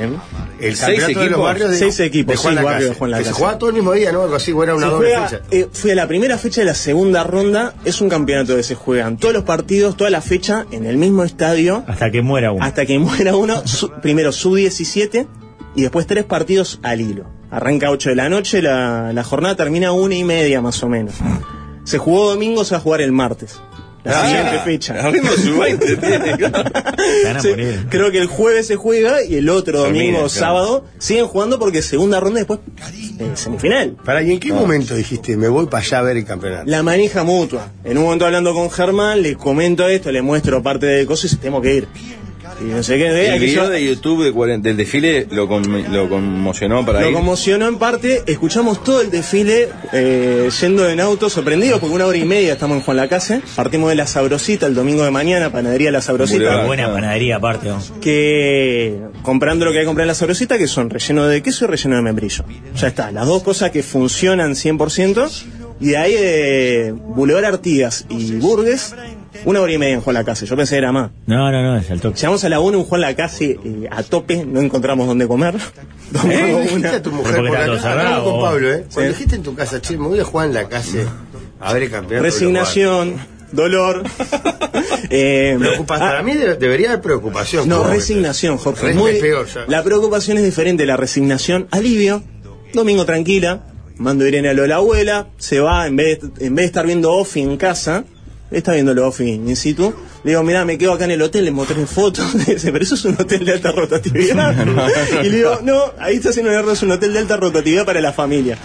[SPEAKER 7] El
[SPEAKER 6] Seis
[SPEAKER 7] campeonato de los
[SPEAKER 6] equipos.
[SPEAKER 7] barrios de,
[SPEAKER 10] Seis equipos,
[SPEAKER 7] de Juan
[SPEAKER 10] sí,
[SPEAKER 7] Lacase.
[SPEAKER 10] barrio de Juan
[SPEAKER 7] Que
[SPEAKER 10] Lacase.
[SPEAKER 7] se jugaba todo el mismo día, ¿no? Algo así, o era una
[SPEAKER 10] Se
[SPEAKER 7] doble
[SPEAKER 10] juega,
[SPEAKER 7] fecha.
[SPEAKER 10] eh, fue a la primera fecha de la segunda ronda, es un campeonato que se juegan todos los partidos, toda la fecha, en el mismo estadio.
[SPEAKER 9] Hasta que muera uno.
[SPEAKER 10] Hasta que muera uno, su- primero su 17 y después tres partidos al hilo. Arranca 8 de la noche, la, la jornada termina a una y media más o menos. Se jugó domingo, se va a jugar el martes. La
[SPEAKER 6] Ah,
[SPEAKER 10] siguiente fecha.
[SPEAKER 6] Abrimos su 20, tiene, claro.
[SPEAKER 9] Van a
[SPEAKER 10] Sí,
[SPEAKER 9] morir.
[SPEAKER 10] creo que el jueves se juega y el otro
[SPEAKER 6] Termina,
[SPEAKER 10] domingo
[SPEAKER 6] claro.
[SPEAKER 10] o sábado siguen jugando porque segunda ronda y después eh, semifinal.
[SPEAKER 7] Para, ¿y en qué momento dijiste, me voy para allá a ver el campeonato?
[SPEAKER 10] Ah. La manija mutua. En un momento hablando con Germán, le comento esto, le muestro parte de cosas y se tengo que ir. Y no sé qué, de
[SPEAKER 6] El
[SPEAKER 10] aquello-
[SPEAKER 6] video de YouTube de cuaren- del desfile lo, conme- lo conmocionó para
[SPEAKER 10] Lo
[SPEAKER 6] ir.
[SPEAKER 10] conmocionó en parte, escuchamos todo el desfile eh, yendo en auto, sorprendidos, porque una hora y media estamos en Juan Lacase, partimos de La Sabrosita el domingo de mañana, panadería La Sabrosita,
[SPEAKER 6] Boulevard.
[SPEAKER 9] Buena panadería aparte. ¿no?
[SPEAKER 10] que comprando lo que hay que comprar en La Sabrosita, que son relleno de queso y relleno de membrillo. Ya está, las dos cosas que funcionan 100%, y de ahí eh, Boulevard Artigas y Burgues, una hora y media en Juan Lacase, yo pensé que era más.
[SPEAKER 9] No, no, no, es al toque.
[SPEAKER 10] Llegamos a la 1 en Juan Lacase eh, a tope, no encontramos dónde comer.
[SPEAKER 7] ¿Eh?
[SPEAKER 10] Domingo
[SPEAKER 7] dijiste
[SPEAKER 10] una.
[SPEAKER 7] a tu mujer
[SPEAKER 9] Pero porque
[SPEAKER 7] por la
[SPEAKER 9] está todo
[SPEAKER 7] casa,
[SPEAKER 9] cerrado,
[SPEAKER 7] hablamos con
[SPEAKER 9] vos.
[SPEAKER 7] Pablo, ¿eh? Cuando
[SPEAKER 10] Sí.
[SPEAKER 7] dijiste en tu casa, che, me voy a jugar en la casa a ver el campeonato. de los
[SPEAKER 10] Resignación, dolor. eh,
[SPEAKER 7] barrios. Preocupa-
[SPEAKER 10] ah,
[SPEAKER 7] Para mí de- debería haber preocupación.
[SPEAKER 10] no,
[SPEAKER 7] Jorge.
[SPEAKER 10] resignación, Jorge.
[SPEAKER 7] Res-
[SPEAKER 10] Muy-
[SPEAKER 7] es peor ya.
[SPEAKER 10] La preocupación es diferente, la resignación, alivio, domingo tranquila, mando a Irene a lo de la abuela, se va, en vez, en vez de estar viendo Offi en casa, está viendo lo Offi in situ. Le digo, mirá, me quedo acá en el hotel, le mostré fotos. Dice, pero eso es un hotel de alta rotatividad. y le digo, no, ahí está haciendo un error, es un hotel de alta rotatividad para la familia.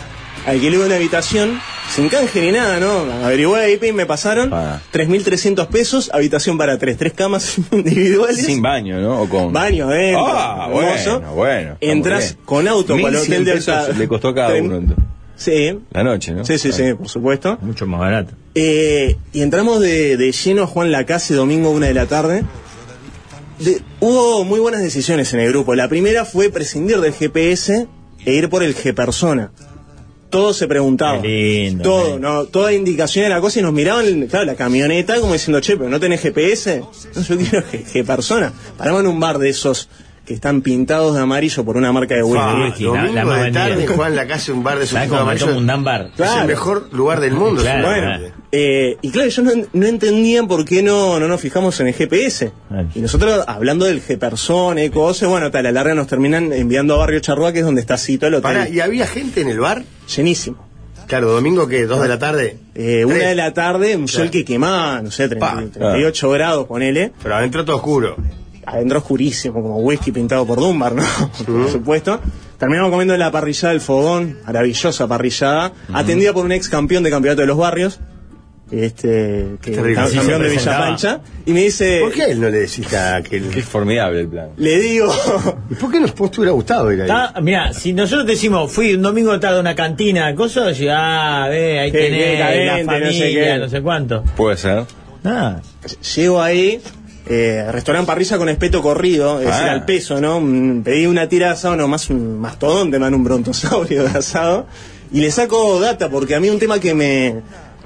[SPEAKER 10] Alquilé una habitación, sin canje ni nada, ¿no? Averigué ahí, pim, me pasaron.
[SPEAKER 6] Ah.
[SPEAKER 10] 3.300 pesos, habitación para tres, tres camas individuales.
[SPEAKER 6] Sin baño, ¿no? O con...
[SPEAKER 10] Baño adentro.
[SPEAKER 6] Ah,
[SPEAKER 10] ¿eh? hermoso.
[SPEAKER 6] bueno, bueno. está muy
[SPEAKER 10] Entras
[SPEAKER 6] bien.
[SPEAKER 10] con auto para el
[SPEAKER 6] 1100
[SPEAKER 10] hotel de alta.
[SPEAKER 6] pesos Le costó a cada
[SPEAKER 10] Tren-
[SPEAKER 6] uno entonces.
[SPEAKER 10] Sí.
[SPEAKER 6] la noche, ¿no?
[SPEAKER 10] Sí, sí, sí, por supuesto.
[SPEAKER 9] Mucho más barato.
[SPEAKER 10] Eh, y entramos de, de lleno a Juan Lacase domingo una de la tarde. De- hubo muy buenas decisiones en el grupo. La primera fue prescindir del GPS e ir por el G-Persona. Todos se preguntaban.
[SPEAKER 9] Qué lindo,
[SPEAKER 10] todo,
[SPEAKER 9] eh.
[SPEAKER 10] no, toda indicación era cosa y nos miraban, claro, la camioneta como diciendo, che, pero no tenés GPS. No, yo quiero G- G-Persona. Paramos en un bar de esos que están pintados de amarillo por una marca de
[SPEAKER 7] Ah,
[SPEAKER 10] whisky.
[SPEAKER 9] Whisky, Eh, la-
[SPEAKER 7] domingo
[SPEAKER 9] la más
[SPEAKER 7] de tarde,
[SPEAKER 9] vendida.
[SPEAKER 7] Juan en la casa un bar de su
[SPEAKER 9] ¿Sabes cómo me tomo un dambar?
[SPEAKER 7] Es
[SPEAKER 10] Claro.
[SPEAKER 7] el mejor lugar del mundo.
[SPEAKER 9] Claro,
[SPEAKER 7] seguramente.
[SPEAKER 9] claro.
[SPEAKER 10] Eh, y claro, ellos no, no entendían por qué no, no nos fijamos en el GPS.
[SPEAKER 9] Ay.
[SPEAKER 10] Y nosotros, hablando del G-Person, Eco 12, bueno, tal, a la larga nos terminan enviando a Barrio Charrúa, que es donde está Cito el hotel.
[SPEAKER 7] Pará, ¿y había gente en el bar?
[SPEAKER 10] Llenísimo.
[SPEAKER 7] Claro, domingo que dos de la tarde.
[SPEAKER 10] Eh, una
[SPEAKER 7] Tres.
[SPEAKER 10] de la tarde, un sol que quemaba, Ah, no sé, 30,
[SPEAKER 7] Pa,
[SPEAKER 10] 38 grados, ponele.
[SPEAKER 7] Pero adentro todo oscuro.
[SPEAKER 10] Adentro oscurísimo, como whisky pintado por Dunbar, ¿no? Por supuesto. Terminamos comiendo en la parrillada del fogón, maravillosa parrillada, atendida por un ex campeón de campeonato de los barrios, este, que
[SPEAKER 7] Terrible.
[SPEAKER 10] cam-
[SPEAKER 7] Así se
[SPEAKER 10] campeón de Villa
[SPEAKER 9] presentaba.
[SPEAKER 10] Pancha, y me dice.
[SPEAKER 7] ¿Por qué a él no le decís a aquel?
[SPEAKER 6] Es formidable el plan.
[SPEAKER 10] Le digo,
[SPEAKER 7] ¿Y por qué nos vos te hubiera gustado ir ahí?
[SPEAKER 9] Está- Mira, si nosotros decimos, fui un domingo tarde a una cantina, cosas, y ah, ve, ahí
[SPEAKER 10] Qué
[SPEAKER 9] tenés, la
[SPEAKER 10] decadente, no sé
[SPEAKER 9] familia,
[SPEAKER 10] qué.
[SPEAKER 9] no sé cuánto.
[SPEAKER 6] Puede ser.
[SPEAKER 9] Ah,
[SPEAKER 10] llego ahí, eh, restaurante parrilla con espeto corrido, es
[SPEAKER 6] Ah.
[SPEAKER 10] decir, al peso, ¿no? Mm, Pedí una tira de asado, no, más un mastodonte, man, un brontosaurio de asado. Y le saco data, porque a mí un tema que me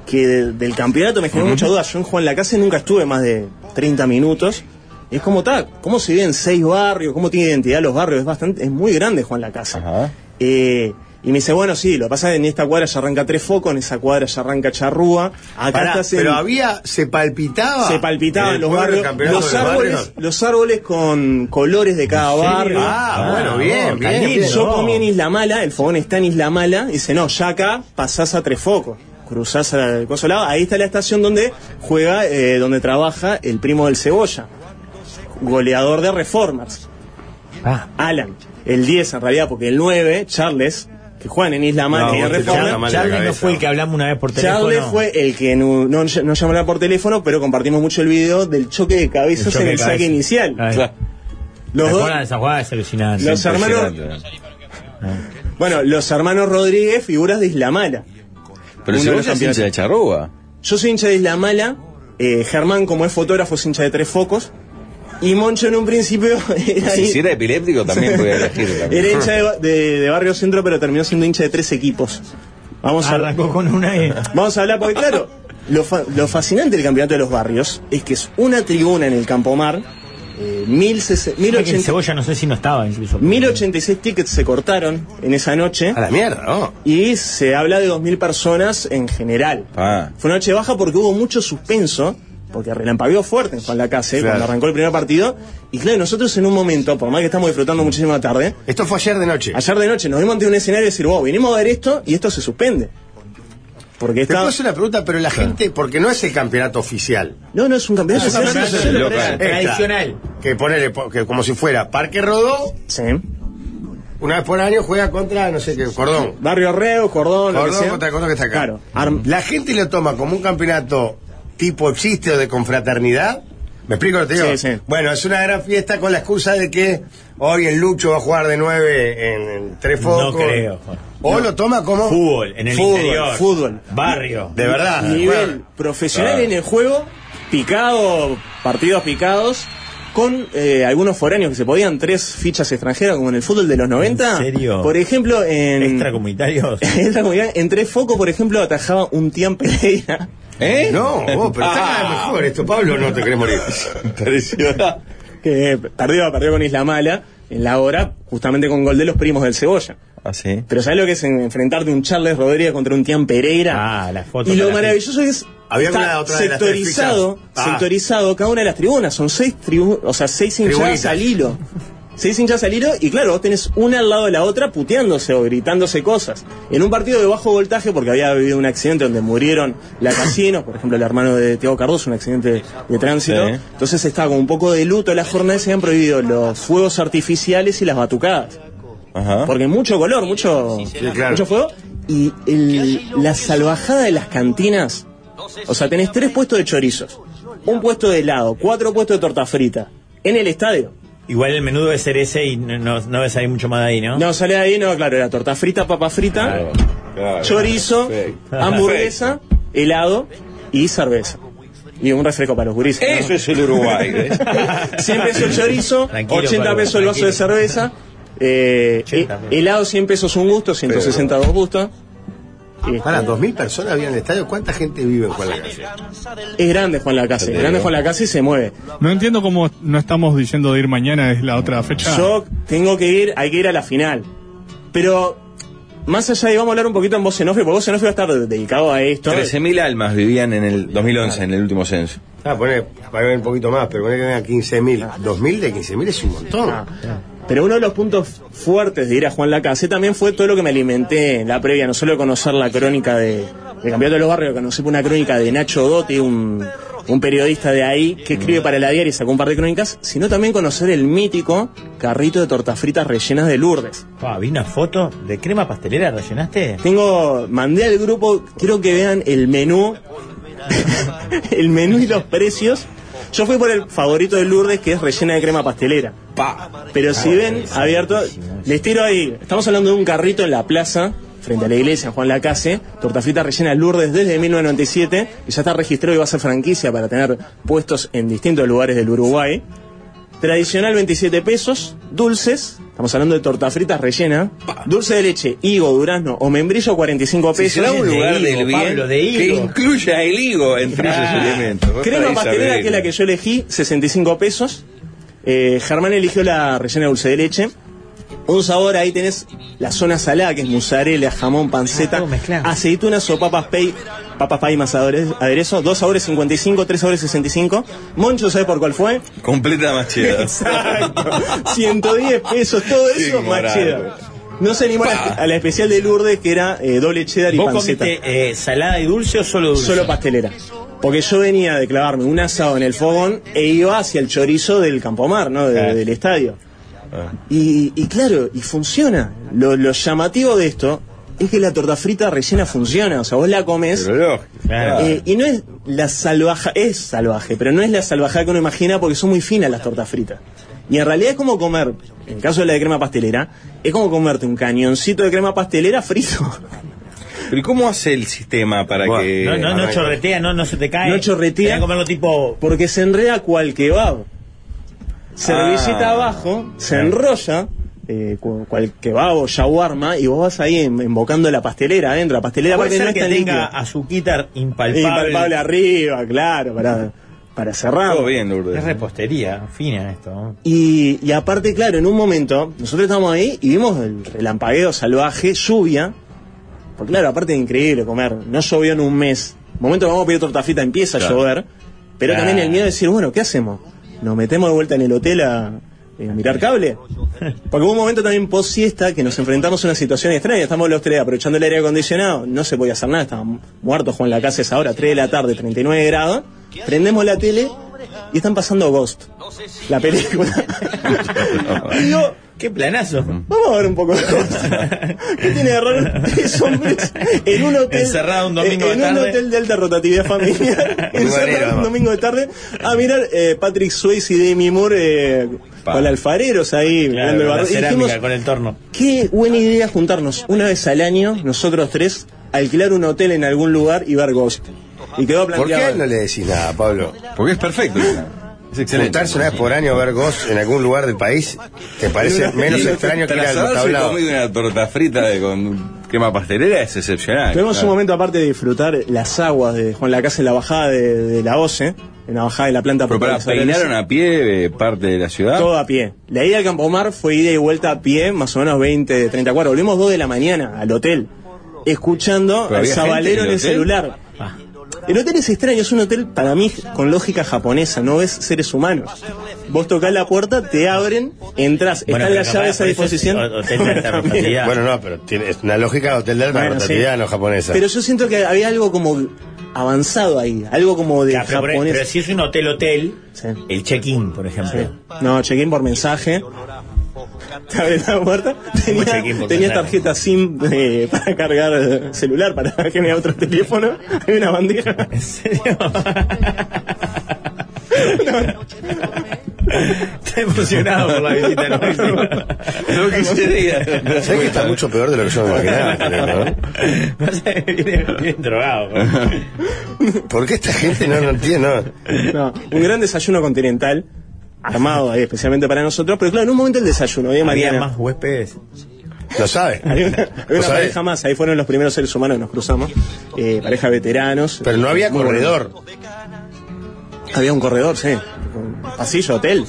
[SPEAKER 10] que de- del campeonato me generó mucha duda. Yo en Juan Lacase nunca estuve más de 30 minutos. Es como tal, cómo se viven seis barrios, cómo tiene identidad los barrios, es bastante, es muy grande Juan Lacase.
[SPEAKER 6] Ajá.
[SPEAKER 10] Eh, y me dice, bueno, sí, lo que pasa es que en esta cuadra ya arranca tres focos, en esa cuadra ya arranca charrúa, acá
[SPEAKER 7] Ah, Pará,
[SPEAKER 10] estás en-
[SPEAKER 7] pero había, se palpitaba.
[SPEAKER 10] se palpitaban
[SPEAKER 7] en el
[SPEAKER 10] los
[SPEAKER 7] pueblo el
[SPEAKER 10] barrios,
[SPEAKER 7] campeonato
[SPEAKER 10] los
[SPEAKER 7] de
[SPEAKER 10] árboles,
[SPEAKER 7] barrios.
[SPEAKER 10] los árboles con colores de cada barrio.
[SPEAKER 7] Ah,
[SPEAKER 9] Ah,
[SPEAKER 7] bueno,
[SPEAKER 9] no,
[SPEAKER 7] bien,
[SPEAKER 9] está
[SPEAKER 7] bien.
[SPEAKER 9] lindo.
[SPEAKER 7] bien.
[SPEAKER 10] Yo comí en Isla Mala, el fogón está en Isla Mala, y dice, no, ya acá pasás a tres focos. cruzás al consolado, ahí está la estación donde juega, eh, donde trabaja el primo del Cebolla, goleador de Reformers.
[SPEAKER 9] Ah.
[SPEAKER 10] Alan, el 10 en realidad, porque el 9, Charles, que juegan en Isla Madre y en
[SPEAKER 7] vos te lo
[SPEAKER 10] Reformers,
[SPEAKER 7] Está mal de la
[SPEAKER 9] Charlie no
[SPEAKER 7] cabeza.
[SPEAKER 9] fue el que hablamos una vez por teléfono.
[SPEAKER 10] Charles fue el que no, no, no llamó la por teléfono, pero compartimos mucho el video del choque de cabezas
[SPEAKER 9] El choque
[SPEAKER 10] en
[SPEAKER 9] de
[SPEAKER 10] el saque
[SPEAKER 9] cabezas.
[SPEAKER 10] inicial.
[SPEAKER 9] Ahí.
[SPEAKER 6] Claro.
[SPEAKER 10] Los
[SPEAKER 9] ¿Se
[SPEAKER 10] dos-
[SPEAKER 9] acuerdan de esa jugada? Es alucinante.
[SPEAKER 10] Los hermanos,
[SPEAKER 6] Impresionante.
[SPEAKER 10] bueno, los hermanos Rodríguez, figuras de Isla Mala.
[SPEAKER 6] Pero
[SPEAKER 10] Uno
[SPEAKER 6] si
[SPEAKER 10] de
[SPEAKER 6] vos sos
[SPEAKER 10] los campeones.
[SPEAKER 6] hincha de charroba.
[SPEAKER 10] Yo soy hincha de Isla Mala, eh, Germán como es fotógrafo es hincha de Tres Focos, y Moncho en un principio era,
[SPEAKER 6] Si, si era epiléptico también podía elegir. también.
[SPEAKER 10] era hincha de, de- de Barrio Centro, pero terminó siendo hincha de tres equipos. Vamos a,
[SPEAKER 9] Arrancó con una E. y.
[SPEAKER 10] Vamos a hablar, porque claro, lo, fa- lo fascinante del campeonato de los barrios es que es una tribuna en el Campomar, eh, mil sese- mil
[SPEAKER 9] Creo que el
[SPEAKER 10] ochenta-
[SPEAKER 9] Cebolla no sé si no estaba incluso.
[SPEAKER 10] 1086 tickets se cortaron en esa noche
[SPEAKER 7] A la mierda, ¿no?
[SPEAKER 10] y se habla de 2.000 personas en general.
[SPEAKER 6] Ah.
[SPEAKER 10] Fue una noche baja porque hubo mucho suspenso, porque relampagueó fuerte en Juan Lacase
[SPEAKER 7] Claro.
[SPEAKER 10] cuando arrancó el primer partido. Y claro, nosotros en un momento, por más que estamos disfrutando muchísimo la tarde,
[SPEAKER 7] Esto fue ayer de noche.
[SPEAKER 10] ayer de noche nos vimos ante un escenario y decir, wow, vinimos a ver esto y esto se suspende. Porque
[SPEAKER 7] Te
[SPEAKER 10] está...
[SPEAKER 7] puedo hacer una pregunta, pero la gente, porque no es el campeonato oficial.
[SPEAKER 10] No, no, es un campeonato.
[SPEAKER 7] Es un
[SPEAKER 10] oficial.
[SPEAKER 7] campeonato
[SPEAKER 10] Sí, sí, sí,
[SPEAKER 6] local.
[SPEAKER 10] sí, sí.
[SPEAKER 7] Esta,
[SPEAKER 9] Tradicional.
[SPEAKER 7] que ponele, po- que como si fuera Parque Rodó,
[SPEAKER 10] Sí.
[SPEAKER 7] una vez por año juega contra, no sé qué, Cordón.
[SPEAKER 10] Barrio Reo, Cordón, lo que
[SPEAKER 7] Cordón
[SPEAKER 10] sea.
[SPEAKER 7] contra Cordón que está acá.
[SPEAKER 10] Claro. Arm-
[SPEAKER 7] La gente lo toma como un campeonato tipo chiste o de confraternidad. ¿Me explico lo que te digo?
[SPEAKER 10] Sí, sí.
[SPEAKER 7] Bueno, es una gran fiesta con la excusa de que hoy el Lucho va a jugar de nueve en, en tres focos.
[SPEAKER 9] creo.
[SPEAKER 7] O lo toma como
[SPEAKER 9] Fútbol, en el
[SPEAKER 10] Fútbol,
[SPEAKER 9] interior.
[SPEAKER 10] fútbol.
[SPEAKER 9] Barrio.
[SPEAKER 7] De verdad.
[SPEAKER 10] Nivel
[SPEAKER 7] Bueno,
[SPEAKER 10] profesional en el juego, picado, partidos picados, con eh, algunos foráneos que se podían, tres fichas extranjeras, como en el fútbol de los 90.
[SPEAKER 9] serio?
[SPEAKER 10] Por ejemplo, en.
[SPEAKER 9] Extracomunitarios.
[SPEAKER 10] Extra comunidad, en tres focos, por ejemplo, atajaba un Tian Pereira.
[SPEAKER 6] ¿Eh?
[SPEAKER 7] No, vos, pero está cada vez
[SPEAKER 9] Ah.
[SPEAKER 7] mejor esto, Pablo, no te querés morir.
[SPEAKER 6] Impresionante.
[SPEAKER 10] Que perdió, perdió con Isla Mala en la hora, justamente con gol de los primos del Cebolla.
[SPEAKER 6] Ah, sí.
[SPEAKER 10] Pero ¿sabes lo que es en- enfrentarte un Charles Rodríguez contra un Tian Pereira?
[SPEAKER 9] Ah, la foto
[SPEAKER 10] Y lo
[SPEAKER 9] para la
[SPEAKER 10] maravilloso es.
[SPEAKER 7] Había
[SPEAKER 10] está
[SPEAKER 7] una- otra de las tres
[SPEAKER 10] sectorizado,
[SPEAKER 7] fichas. Ah.
[SPEAKER 10] sectorizado cada una de las tribunas. Son seis tribu- o sea, seis hinchadas
[SPEAKER 7] Tribunitas.
[SPEAKER 10] al hilo. Seis hinchadas al hilo, y claro, vos tenés una al lado de la otra puteándose o gritándose cosas. En un partido de bajo voltaje, porque había habido un accidente donde murieron la casino, por ejemplo, el hermano de Tiago Cardoso, un accidente de tránsito.
[SPEAKER 6] Sí.
[SPEAKER 10] Entonces estaba con un poco de luto la jornada y se han prohibido los fuegos artificiales y las batucadas.
[SPEAKER 6] Ajá.
[SPEAKER 10] Porque mucho color, mucho,
[SPEAKER 7] claro.
[SPEAKER 10] mucho fuego. Y el- la salvajada de las cantinas. O sea, tenés tres puestos de chorizos, un puesto de helado, cuatro puestos de torta frita. En el estadio.
[SPEAKER 9] Igual el menú debe ser ese y no, no, no debe salir mucho más de ahí, ¿no?
[SPEAKER 10] No, sale de ahí, no, claro, era torta frita, papa frita,
[SPEAKER 6] Claro.
[SPEAKER 10] chorizo,
[SPEAKER 6] Perfecto.
[SPEAKER 10] hamburguesa, helado y cerveza. Y un refresco para los gurises. ¿no?
[SPEAKER 6] Eso es el Uruguay. ¿ves?
[SPEAKER 10] 100 pesos el chorizo,
[SPEAKER 9] Tranquilo,
[SPEAKER 10] 80
[SPEAKER 9] Pablo,
[SPEAKER 10] pesos el vaso
[SPEAKER 9] tranquilo.
[SPEAKER 10] de cerveza, eh,
[SPEAKER 9] 80
[SPEAKER 10] eh, helado 100 pesos un gusto, 160 dos gustos. Y
[SPEAKER 7] Para 2.000 personas había en el estadio, ¿cuánta gente vive en Juan Lacase?
[SPEAKER 10] es grande Juan Lacase, es grande Juan Lacase y se mueve.
[SPEAKER 8] No entiendo cómo no estamos diciendo de ir mañana, es la otra fecha.
[SPEAKER 10] Yo tengo que ir, hay que ir a la final. Pero más allá de vamos a hablar un poquito en voz en off, porque voz en off va a estar dedicado a esto.
[SPEAKER 6] 13.000 almas vivían en el 2011, en el último censo.
[SPEAKER 7] Ah, poner, para ver un poquito más, pero poner que tenga 15.000. 2.000 de 15.000 es un montón.
[SPEAKER 10] Ah. Pero uno de los puntos fuertes de ir a Juan Lacase también fue todo lo que me alimenté en la previa, no solo de conocer la crónica de, del Campeonato de los Barrios, conocí una crónica de Nacho Dotti, un, un periodista de ahí que escribe para la diaria y sacó un par de crónicas, sino también conocer el mítico carrito de tortas fritas rellenas de Lourdes.
[SPEAKER 9] Pa, vi una foto de crema pastelera, ¿rellenaste?
[SPEAKER 10] Tengo, mandé al grupo, quiero que vean el menú, el menú y los precios. Yo fui por el favorito de Lourdes, que es rellena de crema pastelera. Pero si ven abierto, les tiro ahí. Estamos hablando de un carrito en la plaza, frente a la iglesia, en Juan Lacase, torta frita rellena de Lourdes desde 1997, y ya está registrado y va a ser franquicia para tener puestos en distintos lugares del Uruguay. Tradicional 27 pesos, dulces, estamos hablando de torta frita rellena, dulce de leche, higo, durazno o membrillo 45
[SPEAKER 6] Si
[SPEAKER 10] pesos.
[SPEAKER 6] será un
[SPEAKER 9] de
[SPEAKER 6] lugar
[SPEAKER 9] higo,
[SPEAKER 6] del bien
[SPEAKER 9] Pablo, de
[SPEAKER 6] que
[SPEAKER 9] higo.
[SPEAKER 6] incluya el higo entre esos elementos. Vos
[SPEAKER 10] Crema
[SPEAKER 6] podés
[SPEAKER 10] pastelera,
[SPEAKER 6] saber.
[SPEAKER 10] que es la que yo elegí, 65 pesos. Eh, Germán eligió la rellena de dulce de leche. Un sabor, ahí tenés la zona salada, que es mozzarella, jamón, panceta,
[SPEAKER 9] Ah, todo mezclado.
[SPEAKER 10] aceitunas o papas pay, papas pay más adore- aderezo. Dos sabores 55, tres sabores 65. Moncho, ¿sabe por cuál fue?
[SPEAKER 6] Completa más cheddar.
[SPEAKER 10] Exacto. 110 pesos, todo
[SPEAKER 6] Qué
[SPEAKER 10] eso,
[SPEAKER 6] inmoral.
[SPEAKER 10] machero. No se animó a la, a la especial de Lourdes que era eh, doble cheddar y
[SPEAKER 9] ¿Vos
[SPEAKER 10] panceta.
[SPEAKER 9] comiste eh, salada y dulce o solo dulce?
[SPEAKER 10] Solo pastelera. Porque yo venía de clavarme un asado en el fogón e iba hacia el chorizo del Campomar, ¿no? De-
[SPEAKER 9] Claro. Ah.
[SPEAKER 10] Del estadio. Y, y claro, y funciona. Lo, lo llamativo de esto es que la torta frita rellena funciona. O sea, vos la comes.
[SPEAKER 6] Pero lógico.
[SPEAKER 9] Claro.
[SPEAKER 10] eh, y no es la salvaja, es salvaje, pero no es la salvajada que uno imagina porque son muy finas las tortas fritas. Y en realidad es como comer, en el caso de la de crema pastelera, es como comerte un cañoncito de crema pastelera frito.
[SPEAKER 6] Pero ¿y cómo hace el sistema para
[SPEAKER 7] Bueno,
[SPEAKER 6] que.?
[SPEAKER 9] No, no, no chorretea, no, no se te cae.
[SPEAKER 10] No chorretea.
[SPEAKER 9] Tenés que comerlo tipo.
[SPEAKER 10] Porque se enreda cual kebab. Servisita
[SPEAKER 6] Ah.
[SPEAKER 10] abajo, se enrolla, eh, cu- cual kebab o shawarma, y vos vas ahí en- embocando la pastelera adentro. La pastelera
[SPEAKER 9] Puede
[SPEAKER 10] aparte no
[SPEAKER 9] ser
[SPEAKER 10] es
[SPEAKER 9] que
[SPEAKER 10] tan
[SPEAKER 9] tenga
[SPEAKER 10] líquida.
[SPEAKER 9] azuquita impalpable.
[SPEAKER 10] Impalpable arriba, claro, para, para cerrar.
[SPEAKER 6] Todo bien, Lourdes.
[SPEAKER 9] Es repostería fina esto. ¿no?
[SPEAKER 10] Y, y aparte, claro, en un momento, nosotros estábamos ahí y vimos el relampagueo salvaje, lluvia. Porque claro, aparte es increíble comer, no llovió en un mes. Momento que vamos a pedir torta frita, empieza
[SPEAKER 6] Claro.
[SPEAKER 10] a llover. Pero
[SPEAKER 9] Claro.
[SPEAKER 10] también el miedo de decir, bueno, ¿qué hacemos? ¿Nos metemos de vuelta en el hotel a, eh, a mirar cable? Porque hubo un momento también post siesta que nos enfrentamos a una situación extraña. Estamos los tres aprovechando el aire acondicionado, no se podía hacer nada, estábamos muertos, Juan la casa es ahora, 3 de la tarde, 39 grados. Prendemos la tele y están pasando Ghost, la película. y digo,
[SPEAKER 9] Qué planazo.
[SPEAKER 10] Vamos a ver un poco de cosas. ¿Qué tiene de raro tres hombres en un hotel?
[SPEAKER 9] Encerrado un domingo
[SPEAKER 10] en,
[SPEAKER 9] de
[SPEAKER 10] un
[SPEAKER 9] tarde.
[SPEAKER 10] hotel de alta rotatividad familiar.
[SPEAKER 7] Un lugarero,
[SPEAKER 10] encerrado un
[SPEAKER 7] además.
[SPEAKER 10] domingo de tarde. A mirar eh, Patrick Swayze y Demi Moore eh,
[SPEAKER 6] Pa.
[SPEAKER 10] con alfareros ahí.
[SPEAKER 9] Claro,
[SPEAKER 10] mirando el
[SPEAKER 9] con la
[SPEAKER 10] barro. Y
[SPEAKER 9] cerámica,
[SPEAKER 10] dijimos,
[SPEAKER 9] con el torno.
[SPEAKER 10] Qué buena idea juntarnos una vez al año, nosotros tres, alquilar un hotel en algún lugar y ver Ghost. Y quedó
[SPEAKER 7] ¿Por
[SPEAKER 10] planteado.
[SPEAKER 7] qué no le decís nada, Pablo? ¿Eh?
[SPEAKER 6] Porque es perfecto. Es excelente.
[SPEAKER 7] Juntarse una vez por año a ver Ghost en algún lugar del país te parece menos
[SPEAKER 6] Y
[SPEAKER 7] extraño que ir
[SPEAKER 6] tras
[SPEAKER 7] al
[SPEAKER 6] haberse
[SPEAKER 7] tablado.
[SPEAKER 6] comido una torta frita de- con crema pastelera es excepcional.
[SPEAKER 10] Tuvimos
[SPEAKER 6] claro.
[SPEAKER 10] un momento aparte de disfrutar las aguas de Juan la Casa en la bajada de, de la OCE, en la bajada de la planta
[SPEAKER 6] Pero para
[SPEAKER 10] potable.
[SPEAKER 6] peinaron a pie eh, parte de la ciudad.
[SPEAKER 10] Todo a pie. La ida al Campomar fue ida y vuelta a pie, más o menos 20, 30 cuadras. Volvimos 2 de la mañana al hotel, escuchando
[SPEAKER 6] ¿Pero
[SPEAKER 10] al
[SPEAKER 6] había gente
[SPEAKER 10] sabalero
[SPEAKER 6] en el
[SPEAKER 10] en el
[SPEAKER 6] hotel?
[SPEAKER 10] celular. El hotel es extraño, es un hotel para mí con lógica japonesa, no ves seres humanos. Vos tocás la puerta, te abren, entras, están
[SPEAKER 9] pero
[SPEAKER 10] las llaves
[SPEAKER 9] capaz,
[SPEAKER 10] a
[SPEAKER 9] por eso es
[SPEAKER 10] disposición.
[SPEAKER 9] hotel de alta rotatividad.
[SPEAKER 7] Bueno, no, pero tiene, es una lógica de hotel de alta
[SPEAKER 10] Bueno,
[SPEAKER 7] rotatividad
[SPEAKER 10] sí.
[SPEAKER 7] no japonesa.
[SPEAKER 10] Pero yo siento que había algo como avanzado ahí, algo como de
[SPEAKER 9] Ya, Ah, pero, pero-
[SPEAKER 10] japonés.
[SPEAKER 9] pero si es un hotel hotel,
[SPEAKER 10] Sí.
[SPEAKER 9] el check-in, por ejemplo.
[SPEAKER 10] No, check-in por mensaje. Te abre la puerta.
[SPEAKER 9] ¿Cómo
[SPEAKER 10] Tenía,
[SPEAKER 9] check-in por
[SPEAKER 10] tenías
[SPEAKER 9] mensaje?
[SPEAKER 10] tarjeta SIM eh, para cargar eh, celular, para generar otro teléfono. Hay una bandeja.
[SPEAKER 9] ¿En serio? Está emocionado por la visita. ¿no?
[SPEAKER 6] Lo que sería.
[SPEAKER 7] ¿Sabes que está mucho peor de lo que yo me imaginaba? Julián,
[SPEAKER 9] Parece que viene, viene drogado.
[SPEAKER 7] ¿no? ¿Por qué esta gente no, no entiende? No.
[SPEAKER 10] No, un gran desayuno continental. Armado ahí, especialmente para nosotros. Pero claro, en un momento el desayuno. Bien,
[SPEAKER 9] Había
[SPEAKER 10] Mariana.
[SPEAKER 9] más huéspedes.
[SPEAKER 7] Lo sabe.
[SPEAKER 10] Hay una, hay
[SPEAKER 7] Lo
[SPEAKER 10] una
[SPEAKER 7] sabe.
[SPEAKER 10] pareja más. Ahí fueron los primeros seres humanos que nos cruzamos. Eh, pareja de veteranos.
[SPEAKER 7] Pero no había
[SPEAKER 10] Muy bueno.
[SPEAKER 7] corredor.
[SPEAKER 10] Había un corredor, sí. Un pasillo, hotel.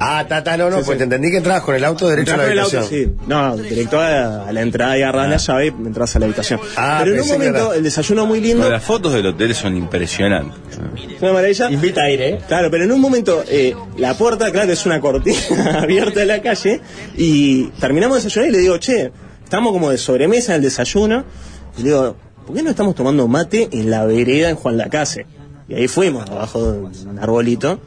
[SPEAKER 7] Ah, tata, no, no,
[SPEAKER 10] Sí,
[SPEAKER 7] pues
[SPEAKER 10] sí.
[SPEAKER 7] te entendí que entrabas con el auto derecho a la
[SPEAKER 10] Entrás con el
[SPEAKER 7] habitación.
[SPEAKER 10] auto, sí. No, directo a, a la entrada y agarrás la llave y entras a la habitación.
[SPEAKER 7] Ah,
[SPEAKER 10] Pero en un
[SPEAKER 7] pensé que
[SPEAKER 10] momento,
[SPEAKER 7] era-
[SPEAKER 10] el desayuno muy
[SPEAKER 6] Pero
[SPEAKER 10] lindo,
[SPEAKER 6] Las fotos del hotel son impresionantes.
[SPEAKER 10] es una maravilla.
[SPEAKER 9] Invita a ir, ¿eh?
[SPEAKER 10] Claro, pero en un momento, eh, la puerta, claro, es una cortina abierta de la calle y terminamos de desayunar y le digo, che, estamos como de sobremesa en el desayuno. Y le digo, ¿por qué no estamos tomando mate en la vereda en Juan Lacase? Y ahí fuimos, abajo de un arbolito.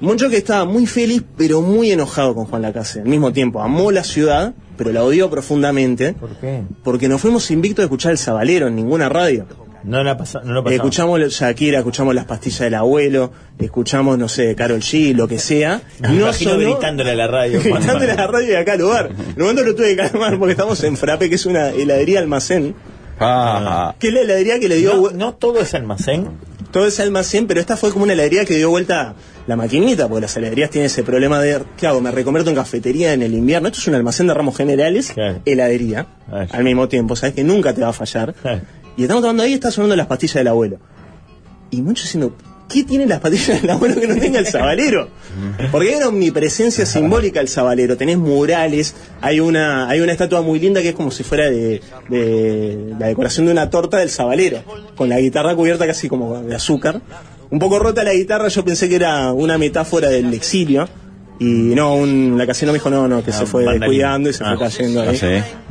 [SPEAKER 10] Moncho que estaba muy feliz, pero muy enojado con Juan Lacase. Al mismo tiempo, amó la ciudad, pero la odió profundamente.
[SPEAKER 9] ¿Por qué?
[SPEAKER 10] Porque nos fuimos invictos a escuchar el Sabalero en ninguna radio.
[SPEAKER 9] No, la pasa, no lo
[SPEAKER 10] Eh,
[SPEAKER 9] pasamos.
[SPEAKER 10] escuchamos la- Shakira, escuchamos las pastillas del abuelo, escuchamos, no sé, Carol G, lo que sea.
[SPEAKER 9] Me imagino gritándole a la radio.
[SPEAKER 10] Gritándole a la radio de acá al lugar. En un momento lo tuve que calmar porque estamos en Frape, que es una heladería almacén.
[SPEAKER 6] Ah,
[SPEAKER 10] Que es la heladería que le dio
[SPEAKER 9] No,
[SPEAKER 10] vue-
[SPEAKER 9] no todo es almacén.
[SPEAKER 10] todo ese almacén, pero esta fue como una heladería que dio vuelta la maquinita, porque las heladerías tienen ese problema de, ¿qué hago? ¿Me reconvierto en cafetería en el invierno? Esto es un almacén de ramos generales,
[SPEAKER 9] Claro.
[SPEAKER 10] heladería,
[SPEAKER 9] Ay.
[SPEAKER 10] al mismo tiempo, sabes que nunca te va a fallar.
[SPEAKER 9] Claro.
[SPEAKER 10] Y estamos tomando ahí y está sonando las pastillas del abuelo. Y mucho diciendo, ¿qué tienen las pastillas del abuelo que no tenga el sabalero? Porque hay una omnipresencia simbólica del sabalero, tenés murales, hay una, hay una estatua muy linda que es como si fuera de, de la decoración de una torta del sabalero, con la guitarra cubierta casi como de azúcar. Un poco rota la guitarra, yo pensé que era una metáfora del exilio, Y no, un, la casino me dijo, no, no, que se fue
[SPEAKER 9] vandalismo.
[SPEAKER 10] cuidando y se fue cayendo
[SPEAKER 6] ah,
[SPEAKER 10] ahí.
[SPEAKER 6] sí.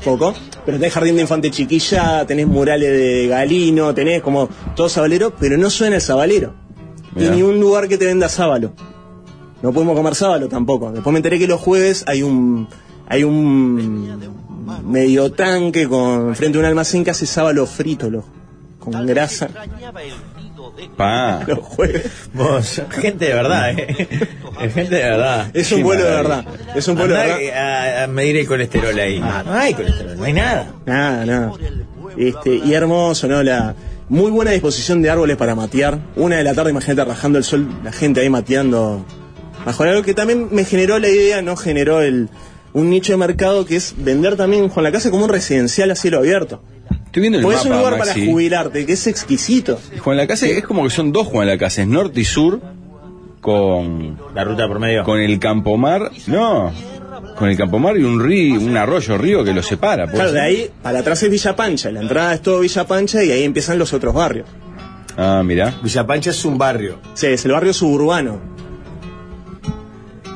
[SPEAKER 10] Poco. Pero tenés jardín de infante chiquilla, tenés murales de galino, tenés como todo sabalero, pero no suena el sabalero.
[SPEAKER 6] Mirá.
[SPEAKER 10] Y ni un lugar que te venda sábalo. No podemos comer sábalo tampoco. Después me enteré que los jueves hay un hay un medio tanque con frente a un almacén que hace sábalo frito, lo- con grasa
[SPEAKER 6] Pa.
[SPEAKER 10] los jueves.
[SPEAKER 9] Ah. Vos, gente de verdad, eh. Es gente de verdad.
[SPEAKER 10] Es un pueblo de verdad. Es un pueblo de
[SPEAKER 9] Andá
[SPEAKER 10] verdad. Ah,
[SPEAKER 9] a, a medir el colesterol ahí. Ah, No hay colesterol, no hay nada.
[SPEAKER 10] Nada, nada. Este, y hermoso, ¿no? La muy buena disposición de árboles para matear. Una de la tarde, imagínate, rajando el sol, la gente ahí mateando. Bajo algo que también me generó la idea, no generó el un nicho de mercado que es vender también Juan la Casa como un residencial a cielo abierto.
[SPEAKER 6] Estoy viendo el
[SPEAKER 10] Porque
[SPEAKER 6] mapa,
[SPEAKER 10] es un lugar
[SPEAKER 6] Maxi.
[SPEAKER 10] para jubilarte, que es exquisito.
[SPEAKER 6] Juan la Casa es como que son dos Juan la Casa, es norte y sur con
[SPEAKER 9] La ruta por medio.
[SPEAKER 6] con el Campomar, no, con el Campomar y un río, un arroyo río que los separa. pues, ¿puede
[SPEAKER 10] Claro, de
[SPEAKER 6] ser?
[SPEAKER 10] ahí para atrás es Villa Pancha, la entrada es todo Villa Pancha y ahí empiezan los otros barrios.
[SPEAKER 6] Ah, mira.
[SPEAKER 7] Villa Pancha es un barrio.
[SPEAKER 10] Sí, es el barrio suburbano.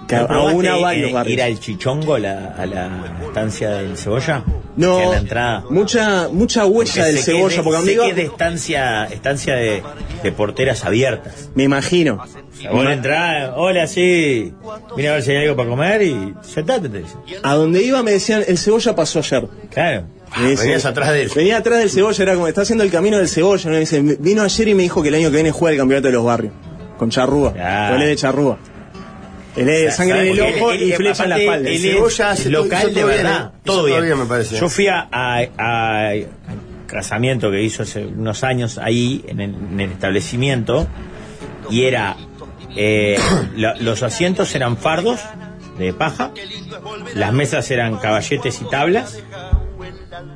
[SPEAKER 10] Que
[SPEAKER 9] ¿No probaste,
[SPEAKER 10] aúna varios
[SPEAKER 9] eh,
[SPEAKER 10] barrios.
[SPEAKER 9] Ir al Chichongo, la- a la estancia del Cebolla.
[SPEAKER 10] No,
[SPEAKER 9] Que a la entrada.
[SPEAKER 10] mucha mucha
[SPEAKER 9] Porque
[SPEAKER 10] huella del
[SPEAKER 9] sé que es
[SPEAKER 10] cebolla,
[SPEAKER 9] de-
[SPEAKER 10] porque
[SPEAKER 9] sé
[SPEAKER 10] amigo,
[SPEAKER 9] que es de estancia, estancia de, de porteras abiertas.
[SPEAKER 10] me imagino.
[SPEAKER 9] Vos entrás, hola, sí. Mira a ver si hay algo para comer y sentate, te dicen.
[SPEAKER 10] A donde iba me decían, el cebolla pasó ayer.
[SPEAKER 9] Claro.
[SPEAKER 10] Me dicen-
[SPEAKER 7] venías atrás de él.
[SPEAKER 10] Venía atrás del cebolla, era como, está haciendo el camino del cebolla. ¿no? Me dicen, vino ayer y me dijo que el año que viene juega el campeonato de los barrios. Con charrúa.
[SPEAKER 9] Ah.
[SPEAKER 10] Con él de charrúa. Él es de sangre en el
[SPEAKER 9] Porque
[SPEAKER 10] ojo
[SPEAKER 9] él-
[SPEAKER 10] y
[SPEAKER 9] él-
[SPEAKER 10] flecha en la
[SPEAKER 9] aparte,
[SPEAKER 10] espalda.
[SPEAKER 9] él
[SPEAKER 10] Sí.
[SPEAKER 9] es
[SPEAKER 7] Cebolla hace todo-
[SPEAKER 9] local
[SPEAKER 7] hizo
[SPEAKER 9] de
[SPEAKER 7] todo bien,
[SPEAKER 9] verdad.
[SPEAKER 7] ¿eh?
[SPEAKER 9] todo
[SPEAKER 7] Hizo
[SPEAKER 9] bien.
[SPEAKER 7] todo bien, me parece.
[SPEAKER 9] Yo fui a, a- a- al casamiento que hizo hace unos años ahí en el, en el establecimiento y era eh, la- los asientos eran fardos de paja, las mesas eran caballetes y tablas.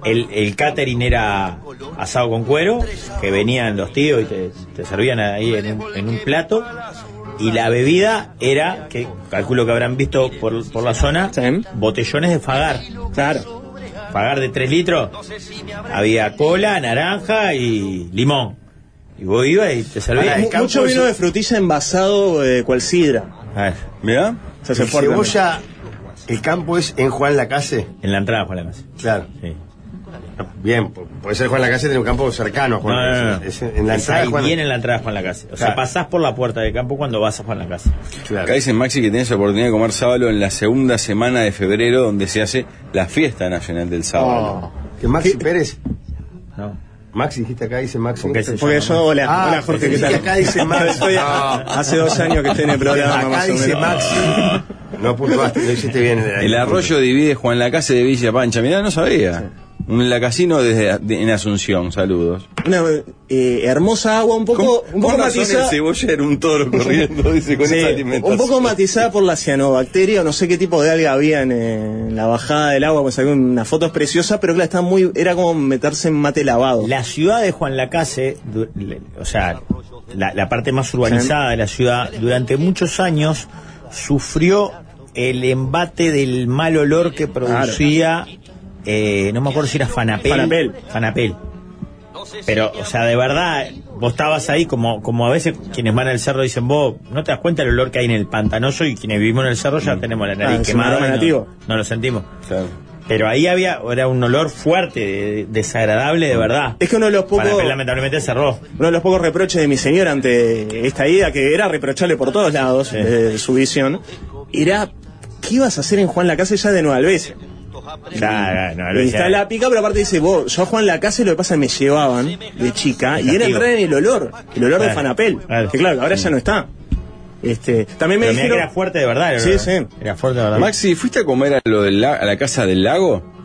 [SPEAKER 9] El, el catering era asado con cuero, que venían los tíos y te, te servían ahí en un, en un plato. Y la bebida era, que calculo que habrán visto por, por la zona,
[SPEAKER 10] Sí.
[SPEAKER 9] botellones de fagar.
[SPEAKER 10] Claro.
[SPEAKER 9] Fagar de 3 litros. Había cola, naranja y limón. Y vos ibas y te
[SPEAKER 7] Ahora,
[SPEAKER 9] servías.
[SPEAKER 7] el
[SPEAKER 10] Mu-
[SPEAKER 7] campo
[SPEAKER 10] Mucho
[SPEAKER 7] es
[SPEAKER 10] vino
[SPEAKER 7] un-
[SPEAKER 10] de frutilla envasado eh, cual sidra.
[SPEAKER 9] A ver,
[SPEAKER 6] Mira.
[SPEAKER 10] O sea, se
[SPEAKER 7] El
[SPEAKER 10] porta bien.
[SPEAKER 7] cebolla, el campo es en Juan Lacase.
[SPEAKER 9] en la entrada Juan la mesa.
[SPEAKER 7] Claro.
[SPEAKER 9] Sí.
[SPEAKER 7] Bien, pu- puede ser Juan Lacase, tiene un campo cercano a Juan
[SPEAKER 9] No, no,
[SPEAKER 7] Lacase.
[SPEAKER 9] no, no.
[SPEAKER 7] Es en la
[SPEAKER 9] Es
[SPEAKER 7] entrada de
[SPEAKER 9] ahí,
[SPEAKER 7] Juan
[SPEAKER 9] bien en la entrada Juan la casa. O sea,
[SPEAKER 7] Claro.
[SPEAKER 9] pasás por la puerta del campo cuando vas a Juan la casa.
[SPEAKER 7] Claro.
[SPEAKER 6] Acá dicen Maxi que tienes la oportunidad de comer sábalo en la segunda semana de febrero donde se hace la fiesta nacional del sábalo.
[SPEAKER 7] Oh, Que Maxi Pérez.
[SPEAKER 9] No.
[SPEAKER 7] Maxi, dijiste acá, dice Maxi.
[SPEAKER 9] Porque ese-
[SPEAKER 10] Porque yo, hola,
[SPEAKER 7] Ah,
[SPEAKER 10] hola Jorge, ¿qué
[SPEAKER 7] pensé
[SPEAKER 10] tal?
[SPEAKER 7] que acá dice Maxi.
[SPEAKER 10] Estoy- hace dos años que estoy en el programa.
[SPEAKER 7] Acá
[SPEAKER 10] más o
[SPEAKER 7] dice
[SPEAKER 10] menos.
[SPEAKER 7] Maxi. No puntuaste, lo hiciste bien.
[SPEAKER 6] El arroyo divide Juan la Casa de Villa Pancha. Mirá, no sabía. Un lacasino desde de- en Asunción, saludos.
[SPEAKER 10] Una eh, hermosa agua, un poco, un poco
[SPEAKER 6] Con razón el
[SPEAKER 10] matizada.
[SPEAKER 6] cebolla era un toro corriendo, dice, con
[SPEAKER 10] Sí,
[SPEAKER 6] esa
[SPEAKER 10] un
[SPEAKER 6] alimentación.
[SPEAKER 10] poco matizada por la cianobacteria o no sé qué tipo de alga había en, eh, en la bajada del agua, pues saqué una foto preciosa, pero claro, está muy, era como meterse en mate lavado.
[SPEAKER 9] La ciudad de Juan Lacase, du- le- o sea, la, la parte más urbanizada de la ciudad, durante muchos años sufrió el embate del mal olor que producía, eh, no me acuerdo si era Fanapel.
[SPEAKER 10] Fanapel.
[SPEAKER 9] Fanapel. Pero, o sea, de verdad, vos estabas ahí como, como a veces quienes van al cerro dicen, vos no te das cuenta el olor que hay en el pantanoso y quienes vivimos en el cerro ya tenemos la nariz
[SPEAKER 10] Ah, es un
[SPEAKER 9] quemada.
[SPEAKER 10] aroma
[SPEAKER 9] y no-
[SPEAKER 10] nativo.
[SPEAKER 9] no lo sentimos.
[SPEAKER 6] Claro.
[SPEAKER 9] Pero ahí había, era un olor fuerte, de- desagradable
[SPEAKER 10] Mm.
[SPEAKER 9] de verdad.
[SPEAKER 10] Es que uno de los pocos,
[SPEAKER 9] Para que
[SPEAKER 10] uno
[SPEAKER 9] lamentablemente cerró.
[SPEAKER 10] de los pocos reproches de mi señora ante esta idea, que era reprocharle por todos lados eh, su visión, era, ¿qué ibas a hacer en Juan la Casa ya de Nueva Albesia?
[SPEAKER 9] Claro, no, lo
[SPEAKER 10] Y
[SPEAKER 9] hice.
[SPEAKER 10] está la pica, pero aparte dice, vos, yo a Juan la casa y lo que pasa es que me llevaban de chica y era
[SPEAKER 9] castigo.
[SPEAKER 10] entrar en el olor, el olor de
[SPEAKER 9] Claro,
[SPEAKER 10] Fanapel.
[SPEAKER 9] claro.
[SPEAKER 10] Que claro, ahora ya no está. Este, también me
[SPEAKER 9] Pero mirá que
[SPEAKER 10] dijeron,
[SPEAKER 9] era fuerte de verdad. el
[SPEAKER 10] Sí,
[SPEAKER 9] olor.
[SPEAKER 10] sí.
[SPEAKER 9] Era fuerte de verdad.
[SPEAKER 6] Maxi, ¿fuiste a comer a, lo del la- a la casa del lago?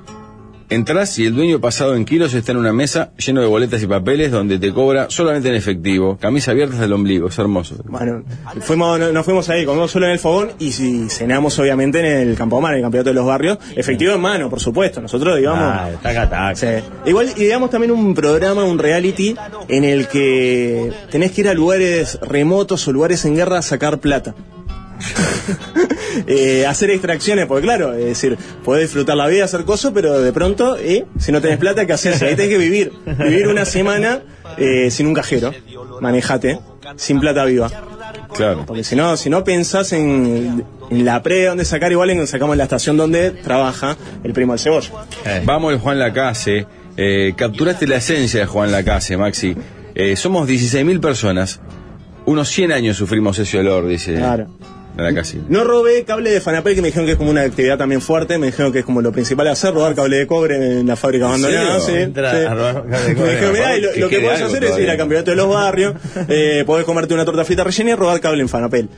[SPEAKER 6] Entrás y el dueño pasado en kilos está en una mesa lleno de boletas y papeles donde te cobra solamente en efectivo, camisa abierta hasta el ombligo, es hermoso.
[SPEAKER 10] bueno, fuimos, no- nos fuimos ahí, comimos solo en el fogón y si- cenamos obviamente en el Campomar, en el Campeonato de los Barrios, efectivo en mano, por supuesto, nosotros digamos...
[SPEAKER 9] Ah, taca, taca.
[SPEAKER 10] Sí. Eh, Igual ideamos también un programa, un reality, en el que tenés que ir a lugares remotos o lugares en guerra a sacar plata. Eh, hacer extracciones, porque claro, es decir, podés disfrutar la vida, hacer cosas, pero de pronto, eh, si no tenés plata, ¿qué haces? Ahí tenés que vivir. Vivir una semana eh, sin un cajero. Manejate, sin plata viva.
[SPEAKER 6] Claro.
[SPEAKER 10] Porque si no, si no pensás en en la pre donde sacar, igual en sacamos la estación donde trabaja el primo del cebolla.
[SPEAKER 6] Vamos el Juan Lacase. Eh, capturaste la esencia de Juan Lacase, Maxi. Eh, somos 16.000 personas. Unos 100 años sufrimos ese olor, dice
[SPEAKER 10] Claro.
[SPEAKER 6] Lacase.
[SPEAKER 10] No robé cable de Fanapel, que me dijeron que es como una actividad también fuerte. Me dijeron que es como lo principal a hacer, robar cable de cobre en la fábrica
[SPEAKER 6] serio?
[SPEAKER 10] abandonada. sí,
[SPEAKER 9] Entra
[SPEAKER 10] sí.
[SPEAKER 9] a robar cable de
[SPEAKER 10] Me
[SPEAKER 9] cobre.
[SPEAKER 10] dijeron, mirá, y lo,
[SPEAKER 6] Que
[SPEAKER 10] lo que
[SPEAKER 6] quede
[SPEAKER 10] podés
[SPEAKER 6] algo
[SPEAKER 10] hacer es ir
[SPEAKER 6] todavía.
[SPEAKER 10] al campeonato de los barrios, eh, podés comerte una torta frita rellena y robar cable en Fanapel.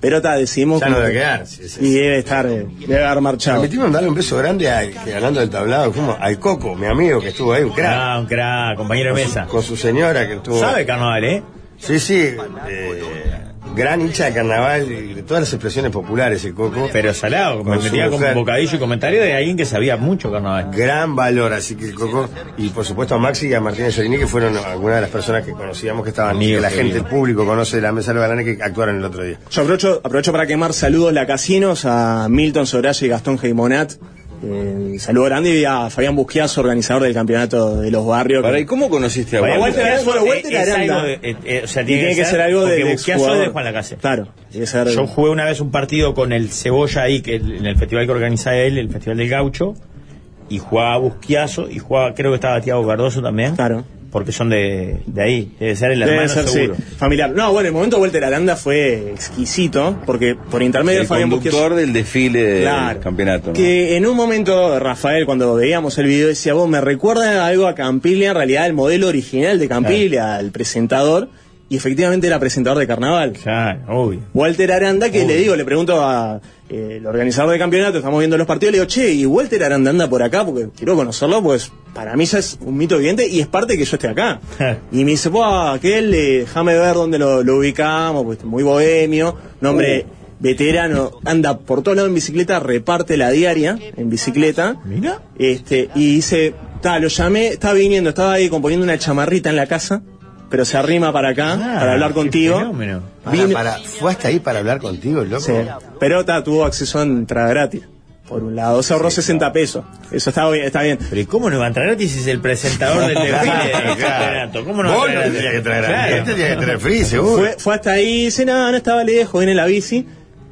[SPEAKER 10] Pero está, decidimos.
[SPEAKER 7] Ya
[SPEAKER 10] como
[SPEAKER 7] no debe
[SPEAKER 10] que-
[SPEAKER 7] quedar. sí, sí.
[SPEAKER 10] Y debe estar, eh, debe haber marchado.
[SPEAKER 7] Permitime mandarle un beso grande al, que ganando el tablado, como al Coco, mi amigo que estuvo ahí, un crack.
[SPEAKER 9] Ah, un crack, compañero de mesa.
[SPEAKER 7] Con su señora que estuvo.
[SPEAKER 9] Sabe carnaval, ¿eh?
[SPEAKER 7] Sí, sí. eh, gran hincha de carnaval y de todas las expresiones populares, el Coco.
[SPEAKER 9] Pero salado, me
[SPEAKER 7] Con su
[SPEAKER 9] metía con
[SPEAKER 7] mujer.
[SPEAKER 9] bocadillo y comentario de alguien que sabía mucho carnaval.
[SPEAKER 7] Gran valor, así que el Coco. Y por supuesto a Maxi y a Martínez Solini, que fueron algunas de las personas que conocíamos que estaban.
[SPEAKER 9] Amigos,
[SPEAKER 7] que la
[SPEAKER 9] qué
[SPEAKER 7] gente,
[SPEAKER 9] bien.
[SPEAKER 7] el público conoce de la mesa de los galanes que actuaron el otro día.
[SPEAKER 10] Yo aprovecho, aprovecho para quemar saludos la casinos a Milton Sobraya y Gastón Geimonat. Eh, saludo grande y a Fabián Busquiazo, organizador del campeonato de los barrios.
[SPEAKER 6] Pará, ¿y cómo conociste a
[SPEAKER 9] Vaya,
[SPEAKER 6] Juan?
[SPEAKER 10] Walter-
[SPEAKER 9] Walter,
[SPEAKER 10] bueno, Walter
[SPEAKER 9] eh, es
[SPEAKER 10] Aranda.
[SPEAKER 9] algo de- eh, eh, o sea,
[SPEAKER 10] Y tiene que ser algo de,
[SPEAKER 9] porque
[SPEAKER 10] de
[SPEAKER 9] Busquiazo es
[SPEAKER 10] exjugador.
[SPEAKER 9] de Juan Lacase.
[SPEAKER 10] Claro, tiene que ser.
[SPEAKER 9] Yo jugué una vez un partido con el Cebolla ahí, que el- en el festival que organizaba él, el Festival del Gaucho, y jugaba Busquiazo, y jugaba, creo que estaba Tiago Cardoso también.
[SPEAKER 10] Claro.
[SPEAKER 9] Porque son de, de ahí, debe ser el
[SPEAKER 10] Debe
[SPEAKER 9] hermano
[SPEAKER 10] ser, sí,
[SPEAKER 9] seguro.
[SPEAKER 10] familiar. No, bueno, el momento de vuelta de la Aranda fue exquisito, porque por intermedio de
[SPEAKER 6] El
[SPEAKER 10] Fabián Busquiazo.
[SPEAKER 6] conductor del desfile del
[SPEAKER 10] Claro.
[SPEAKER 6] campeonato. ¿no?
[SPEAKER 10] Que en un momento, Rafael, cuando veíamos el video, decía, vos me recuerda algo a Campilia, en realidad el modelo original de Campilia, el presentador, y efectivamente era presentador de carnaval.
[SPEAKER 9] Claro, obvio.
[SPEAKER 10] Walter Aranda, que le digo, le pregunto a eh, el organizador del campeonato, estamos viendo los partidos, le digo, che, y Walter Aranda anda por acá, porque quiero conocerlo, pues para mí ya es un mito evidente y es parte que yo esté acá. y me dice, pues aquel, eh, déjame ver dónde lo, lo ubicamos, pues muy bohemio, nombre
[SPEAKER 9] Oh.
[SPEAKER 10] veterano, anda por todos lados en bicicleta, reparte la diaria en bicicleta.
[SPEAKER 9] Ah, Mira.
[SPEAKER 10] Este, y dice, ta, lo llamé, estaba viniendo, estaba ahí componiendo una chamarrita en la casa, pero se arrima para acá,
[SPEAKER 9] Ah,
[SPEAKER 10] para hablar
[SPEAKER 9] qué
[SPEAKER 10] contigo.
[SPEAKER 9] fenómeno.
[SPEAKER 7] Para, para- fue hasta ahí para hablar contigo, loco.
[SPEAKER 10] Sí. Pero ta, tuvo acceso a entrada gratis. Por un lado, se ahorró 60 pesos. Eso está bien. Está bien.
[SPEAKER 9] Pero ¿y cómo no va a entrar gratis si es el presentador del desfile del campeonato? ¿Cómo no va a
[SPEAKER 7] Vos no
[SPEAKER 9] entrar gratis?
[SPEAKER 7] tenías que traer a
[SPEAKER 9] Claro.
[SPEAKER 7] él tenías que traer free, seguro.
[SPEAKER 10] Fue, fue hasta ahí, dice, nada, no estaba lejos, viene la bici.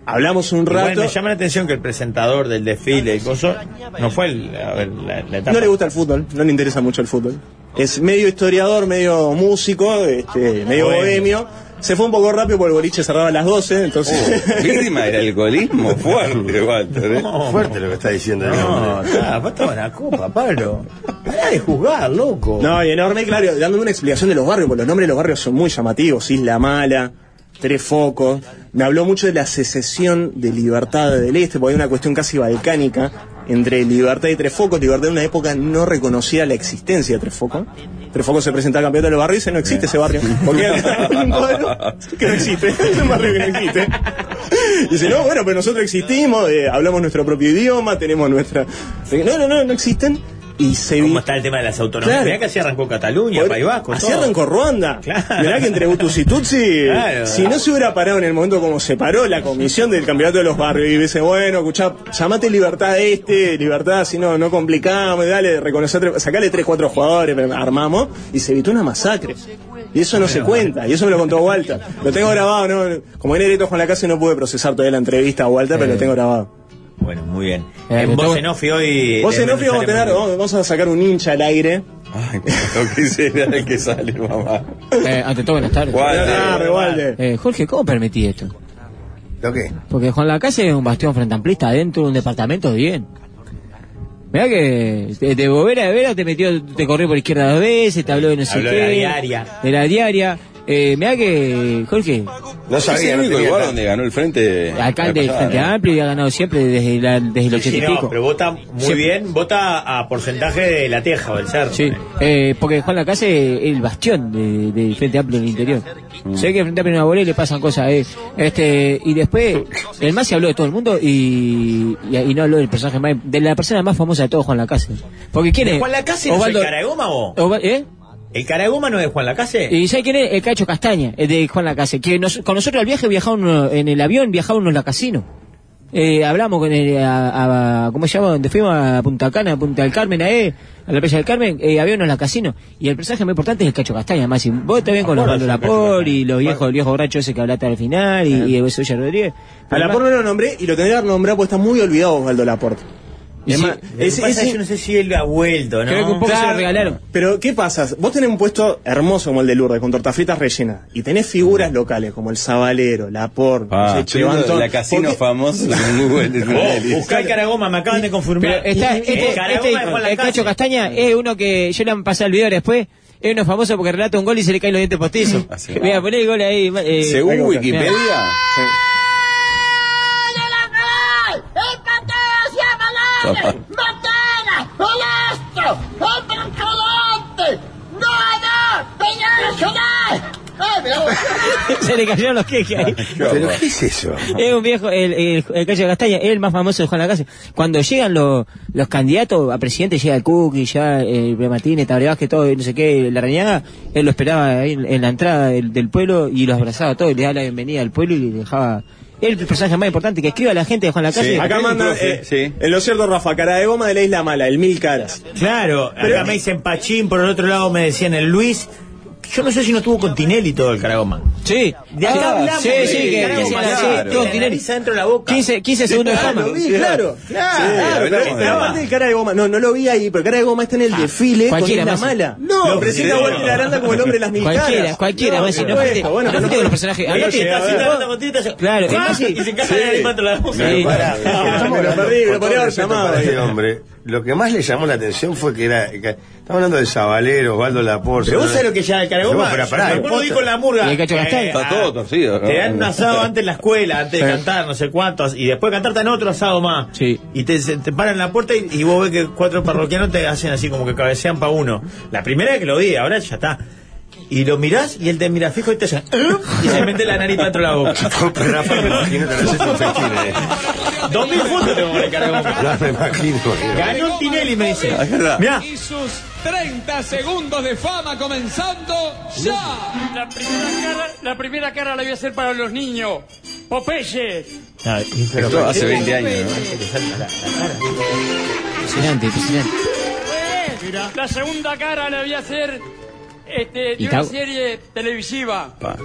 [SPEAKER 10] Hablamos un
[SPEAKER 9] Igual
[SPEAKER 10] rato.
[SPEAKER 9] me llama la atención que el presentador del desfile y coso no fue el- a ver, la, la etapa.
[SPEAKER 10] No le gusta el fútbol, no le interesa mucho el fútbol. Es medio historiador, medio músico, este, medio
[SPEAKER 9] Bohemio.
[SPEAKER 10] bohemio. Se fue un poco rápido porque el boliche cerraba a las 12,
[SPEAKER 7] Uh.
[SPEAKER 10] entonces...
[SPEAKER 6] Oh, víctima del alcoholismo fuerte, Walter. ¿eh?
[SPEAKER 7] Fuerte lo que está diciendo el
[SPEAKER 9] No,
[SPEAKER 7] hombre.
[SPEAKER 9] está, falta una copa, Pablo. Pará de juzgar, loco.
[SPEAKER 10] No, y enorme, claro, dándome una explicación de los barrios, porque los nombres de los barrios son muy llamativos, Isla Mala, Tres Focos. Me habló mucho de la secesión de Libertad del Este, porque hay una cuestión casi balcánica entre Libertad y Tres Focos. Libertad en una época no reconocía la existencia de Tres Focos. Tres Focos se presenta al campeonato de los barrios y dice, no existe ese barrio. Porque era un pueblo que no existe, es un barrio que no existe. Y dice, no, bueno, pero nosotros existimos, eh, hablamos nuestro propio idioma, tenemos nuestra... No, no, no, no existen. Y se vi-
[SPEAKER 9] ¿Cómo está el tema de las autonomías?
[SPEAKER 10] Claro.
[SPEAKER 9] Mirá que así arrancó Cataluña, País Vasco.
[SPEAKER 10] Así
[SPEAKER 9] todo.
[SPEAKER 10] arrancó Ruanda.
[SPEAKER 9] Claro.
[SPEAKER 10] Mirá que entre Hutus y Tutsi,
[SPEAKER 9] Claro.
[SPEAKER 10] si no se hubiera parado en el momento como se paró la comisión del campeonato de los barrios y dice, bueno, escuchá, llamate libertad este, libertad, si no, no complicamos, dale, reconocer, tres- sacale tres, cuatro jugadores, pero armamos, y se evitó una masacre. Y eso no se cuenta, y eso me lo contó Walter. Lo tengo grabado, ¿no? Como en directo con la casa no pude procesar todavía la entrevista a Walter, pero lo tengo grabado.
[SPEAKER 9] Bueno, muy bien.
[SPEAKER 11] Eh,
[SPEAKER 9] en
[SPEAKER 11] le
[SPEAKER 9] Voz
[SPEAKER 11] tengo-
[SPEAKER 9] en Off y hoy.
[SPEAKER 10] Vos en
[SPEAKER 9] eh,
[SPEAKER 10] off vamos a tener, vamos vamos a sacar un hincha al aire.
[SPEAKER 6] Ay, lo que será que sale, mamá.
[SPEAKER 11] Eh, ante todo, buenas tardes.
[SPEAKER 6] Walter.
[SPEAKER 10] Ah, re Walter.
[SPEAKER 11] Eh, Jorge, ¿cómo permití esto?
[SPEAKER 7] ¿Lo qué?
[SPEAKER 11] Porque Juan Lacase es un bastión frente amplista dentro de un departamento bien. Mirá que eh, de, de bobera de vera te metió, te corrió por izquierda dos veces, te habló de no sé
[SPEAKER 9] Habló
[SPEAKER 11] qué.
[SPEAKER 9] de la diaria.
[SPEAKER 11] De la diaria. Eh, mirá que, Jorge,
[SPEAKER 7] No
[SPEAKER 6] Es
[SPEAKER 7] sabía,
[SPEAKER 6] el
[SPEAKER 7] no
[SPEAKER 6] único
[SPEAKER 7] tenía
[SPEAKER 6] lugar
[SPEAKER 7] tan-
[SPEAKER 6] donde ganó el frente.
[SPEAKER 11] alcalde del
[SPEAKER 6] la
[SPEAKER 11] Frente
[SPEAKER 6] pasada, ¿eh?
[SPEAKER 11] Amplio y ha ganado siempre desde, la- desde el
[SPEAKER 9] Sí,
[SPEAKER 11] ochenta y
[SPEAKER 9] sí, no,
[SPEAKER 11] pico.
[SPEAKER 9] pero vota muy
[SPEAKER 11] Siempre.
[SPEAKER 9] bien, vota a porcentaje de la teja o del cerro.
[SPEAKER 11] Sí, eh, porque Juan Lacase es el bastión de- del Frente Amplio en el interior. Sé que Frente Amplio en una bola y le pasan cosas. eh. Este, y después, el más se habló de todo el mundo y, y, y no habló del personaje más, de la persona más famosa de todos, Juan Lacase. Porque quién es.
[SPEAKER 9] ¿Juan Lacase no es el
[SPEAKER 11] Osvaldo-
[SPEAKER 9] caragoma vos?
[SPEAKER 11] Oba- ¿Eh?
[SPEAKER 9] ¿El caragoma no es Juan Lacase?
[SPEAKER 11] ¿Y sabe quién es? El Cacho Castaña, el de Juan Lacase. Que nos- con nosotros al viaje viajaron en el avión, viajaron unos la casino. eh, hablamos con el, a, a- ¿cómo se llama? Donde fuimos a Punta Cana, a Punta del Carmen, ahí, a la playa del Carmen, eh, había unos lacasinos. Y el personaje más importante es el Cacho Castaña, más y vos te ven con los
[SPEAKER 10] Acuérdate
[SPEAKER 11] Valdo
[SPEAKER 10] del Cacho
[SPEAKER 11] Lapor
[SPEAKER 10] Castaña.
[SPEAKER 11] y los viejos, el viejo borracho ese que hablaste al final y, y el Soya Rodríguez.
[SPEAKER 10] A Laporte no lo nombré y lo tendría que haber nombrado porque está muy olvidado Osvaldo Laporte.
[SPEAKER 11] Y
[SPEAKER 10] Además,
[SPEAKER 9] Lo que pasa es que yo no sé si él ha vuelto, ¿no? Claro.
[SPEAKER 10] Pero, ¿qué pasa? Vos tenés un puesto hermoso como el de Lourdes, con tortafritas rellenas, y tenés figuras locales como el Sabalero, la Por,
[SPEAKER 6] Ah, la casino famoso. Muy bueno.
[SPEAKER 9] Buscá el caragoma, me acaban de confirmar.
[SPEAKER 11] Pero está, este,
[SPEAKER 9] el caragoma
[SPEAKER 11] este-
[SPEAKER 9] de Juan
[SPEAKER 11] el
[SPEAKER 9] Lacase.
[SPEAKER 11] Cacho Castaña es uno que yo le han pasado el video después. Es uno famoso porque relata un gol y se le caen los dientes postizos. Voy a poner el gol ahí. ma- eh,
[SPEAKER 6] Según
[SPEAKER 11] ahí,
[SPEAKER 6] Wikipedia,
[SPEAKER 11] mirá.
[SPEAKER 2] ¡Matera! ¡Palastro! ¡Apercolante! ¡No, no! ¡Peña Nacional! ¡Eh,
[SPEAKER 11] se le cayeron los quejes ahí.
[SPEAKER 7] ¿Pero qué es eso?
[SPEAKER 11] Es un viejo, el, el, el Cacho Castaña, es el más famoso de Juan Lacase. Cuando llegan los los candidatos a presidente, llega el Cookie, ya eh, el Brematine, Tabaré Vázquez, todo, y no sé qué, la Rañaga, él lo esperaba ahí en, en la entrada del, del pueblo y los abrazaba a todos, y le daba la bienvenida al pueblo y le dejaba. Es el personaje más importante que escribe a la gente de Juan Lacase.
[SPEAKER 10] Acá manda, eh, en lo cierto, Rafa, cara de goma de la Isla Mala, el Mil Caras.
[SPEAKER 9] Claro, acá me dicen Pachín, por el otro lado me decían el Luis. Yo no sé si no estuvo con Tinelli todo el caragoma.
[SPEAKER 11] Sí,
[SPEAKER 9] de acá
[SPEAKER 11] Ah,
[SPEAKER 9] hablamos.
[SPEAKER 11] sí,
[SPEAKER 9] del
[SPEAKER 11] sí, que- que
[SPEAKER 9] caragoma,
[SPEAKER 11] hacían así,
[SPEAKER 9] claro.
[SPEAKER 11] todo
[SPEAKER 9] La
[SPEAKER 11] Tinelli.
[SPEAKER 9] nariz adentro de la boca.
[SPEAKER 11] 15, 15 segundos de
[SPEAKER 10] Ah,
[SPEAKER 11] fama.
[SPEAKER 10] lo vi, claro, claro.
[SPEAKER 9] Sí,
[SPEAKER 10] claro,
[SPEAKER 9] hablamos
[SPEAKER 10] pero
[SPEAKER 9] de
[SPEAKER 10] la
[SPEAKER 9] la
[SPEAKER 10] parte del cara de goma, no, no lo vi ahí, pero cara de goma está en el desfile
[SPEAKER 11] Ah, Cualquiera,
[SPEAKER 10] con Isla
[SPEAKER 11] Messi.
[SPEAKER 10] Mala.
[SPEAKER 11] No,
[SPEAKER 10] lo presenta
[SPEAKER 11] no.
[SPEAKER 10] Walter Aranda como el hombre de las mil caras.
[SPEAKER 11] Cualquiera, cualquiera,
[SPEAKER 10] No,
[SPEAKER 11] Messi, no
[SPEAKER 10] pero
[SPEAKER 11] fuiste-
[SPEAKER 10] deja, bueno,
[SPEAKER 11] no
[SPEAKER 10] pero
[SPEAKER 11] fuiste con los personajes.
[SPEAKER 10] pero
[SPEAKER 11] Hablate,
[SPEAKER 10] llega,
[SPEAKER 11] hablate,
[SPEAKER 10] a ver.
[SPEAKER 11] hablate, Claro, el Messi-
[SPEAKER 9] Y se encaja en el pato la boca.
[SPEAKER 11] Sí.
[SPEAKER 7] Pará.
[SPEAKER 10] me lo perdí, me lo
[SPEAKER 7] Con
[SPEAKER 10] podría
[SPEAKER 7] todo
[SPEAKER 10] haber
[SPEAKER 7] respeto
[SPEAKER 10] llamado
[SPEAKER 7] para
[SPEAKER 10] ahí.
[SPEAKER 7] este hombre, lo que más le llamó la atención fue que era. que- estamos hablando de Sabalero, Osvaldo Laporte.
[SPEAKER 9] Pero vos
[SPEAKER 7] ¿no?
[SPEAKER 9] sabés lo que ya el
[SPEAKER 7] Pero
[SPEAKER 9] caragoma.
[SPEAKER 7] vos, pero pará,
[SPEAKER 9] Me acuerdo
[SPEAKER 7] posta.
[SPEAKER 9] dijo en la murga.
[SPEAKER 11] Y el Cacho Castaña.
[SPEAKER 9] eh,
[SPEAKER 6] Está todo torcido, ¿no?
[SPEAKER 9] Te dan un asado antes en la escuela, antes de cantar, no sé cuántos, y después de cantar te dan otro asado más.
[SPEAKER 11] Sí.
[SPEAKER 9] Y te, se- te paran en la puerta y, y vos ves que cuatro parroquianos te hacen así como que cabecean para uno. La primera vez que lo vi, ahora ya está. Y lo mirás y él te mira fijo y te hace "Eh", y se mete la nariz para la boca.
[SPEAKER 7] Pero Rafa, me imagino que no sé si se quiere.
[SPEAKER 9] Dos mil puntos tengo por el caragoma.
[SPEAKER 7] No, me imagino.
[SPEAKER 9] Ganó un Tinelli, me dice.
[SPEAKER 6] Es verdad.
[SPEAKER 9] Mirá,
[SPEAKER 2] Y sus 30 segundos de fama comenzando ya. La primera cara, la primera cara la voy a hacer para los niños. Popeye.
[SPEAKER 11] Ah,
[SPEAKER 6] Esto hace 20 años, ¿no?
[SPEAKER 11] Impresionante, impresionante.
[SPEAKER 2] La segunda cara la voy a hacer este,
[SPEAKER 11] Y
[SPEAKER 2] de una
[SPEAKER 11] Tau-
[SPEAKER 2] serie televisiva.
[SPEAKER 6] Pa.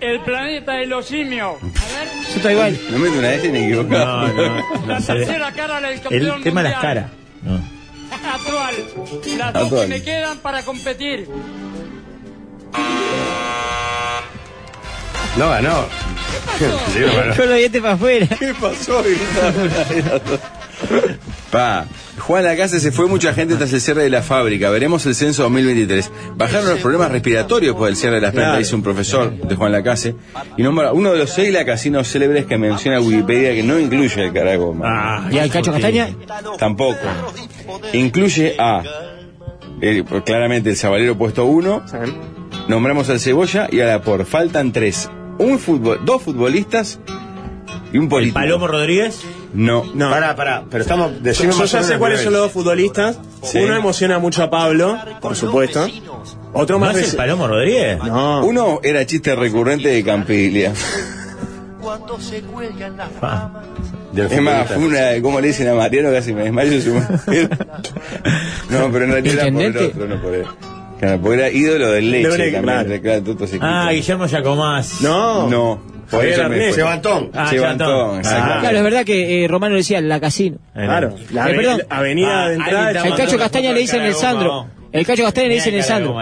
[SPEAKER 2] El planeta de los simios. A ver.
[SPEAKER 11] Yo estoy igual.
[SPEAKER 6] No meto una S ni
[SPEAKER 9] No,
[SPEAKER 6] equivocado.
[SPEAKER 9] no, no
[SPEAKER 2] La
[SPEAKER 9] se ve.
[SPEAKER 2] tercera cara la del campeón
[SPEAKER 9] El tema de las
[SPEAKER 2] mundial.
[SPEAKER 9] caras. No.
[SPEAKER 2] Actual. Las dos que
[SPEAKER 6] Actual.
[SPEAKER 2] me quedan para competir.
[SPEAKER 7] No ganó. Sí, no ganó.
[SPEAKER 11] Con los dientes para este afuera.
[SPEAKER 6] ¿Qué pasó? Pa, Juan Lacase se fue mucha gente tras el cierre de la fábrica. Veremos el censo 2023. Bajaron los problemas respiratorios por el cierre de las plantas, dice un profesor de Juan Lacase. Y nombra uno de los seis lacasinos célebres que menciona Wikipedia que no incluye el caragoma.
[SPEAKER 9] Ah,
[SPEAKER 11] ¿Y al Cacho Castaña?
[SPEAKER 6] Tampoco. Incluye a, eh, pues, claramente, el sabalero puesto uno. Nombramos al Cebolla y a la por. Faltan tres. Un futbol, dos futbolistas y un político.
[SPEAKER 9] Palomo Rodríguez.
[SPEAKER 6] No.
[SPEAKER 7] No. Pará, pará. Pero estamos.
[SPEAKER 10] Yo,
[SPEAKER 7] decime
[SPEAKER 10] yo
[SPEAKER 7] más o
[SPEAKER 10] ya
[SPEAKER 7] menos
[SPEAKER 10] sé
[SPEAKER 7] el
[SPEAKER 10] cuáles son los
[SPEAKER 7] nivel.
[SPEAKER 10] dos futbolistas.
[SPEAKER 6] Sí.
[SPEAKER 10] Uno emociona mucho a Pablo, por supuesto. Otro
[SPEAKER 9] ¿No
[SPEAKER 10] más
[SPEAKER 9] es el
[SPEAKER 10] reci-
[SPEAKER 9] Palomo Rodríguez?
[SPEAKER 10] No.
[SPEAKER 6] Uno era chiste recurrente de Campilia.
[SPEAKER 2] Cuando se cuelgan las
[SPEAKER 9] Ah.
[SPEAKER 7] de los
[SPEAKER 6] Es más,
[SPEAKER 7] futbolistas.
[SPEAKER 6] fue una, como le dicen a Mariano, casi me desmayo en su mujer. No, pero en realidad era por el
[SPEAKER 11] Intendente.
[SPEAKER 6] otro, no por él. Claro, porque era ídolo del leche
[SPEAKER 10] Leone,
[SPEAKER 6] también,
[SPEAKER 10] claro.
[SPEAKER 6] de- claro, Toto se
[SPEAKER 9] Ah,
[SPEAKER 6] quita.
[SPEAKER 9] Guillermo Yacomás.
[SPEAKER 10] No.
[SPEAKER 6] No, por
[SPEAKER 10] Javier
[SPEAKER 6] eso me
[SPEAKER 10] Arnés.
[SPEAKER 6] fue.
[SPEAKER 7] Sebantón.
[SPEAKER 9] Ah,
[SPEAKER 6] Sebantón,
[SPEAKER 9] Sebantón.
[SPEAKER 6] exactamente.
[SPEAKER 11] Claro, es verdad que eh, Romano decía la casino.
[SPEAKER 10] Ah. Claro. La
[SPEAKER 11] Eh,
[SPEAKER 10] ave-
[SPEAKER 11] perdón.
[SPEAKER 10] la avenida
[SPEAKER 9] Ah,
[SPEAKER 10] de entrada.
[SPEAKER 9] ahí está.
[SPEAKER 10] de
[SPEAKER 11] El Cacho Castaña le dicen el Sandro. El Cacho Castaña le dicen el Sandro.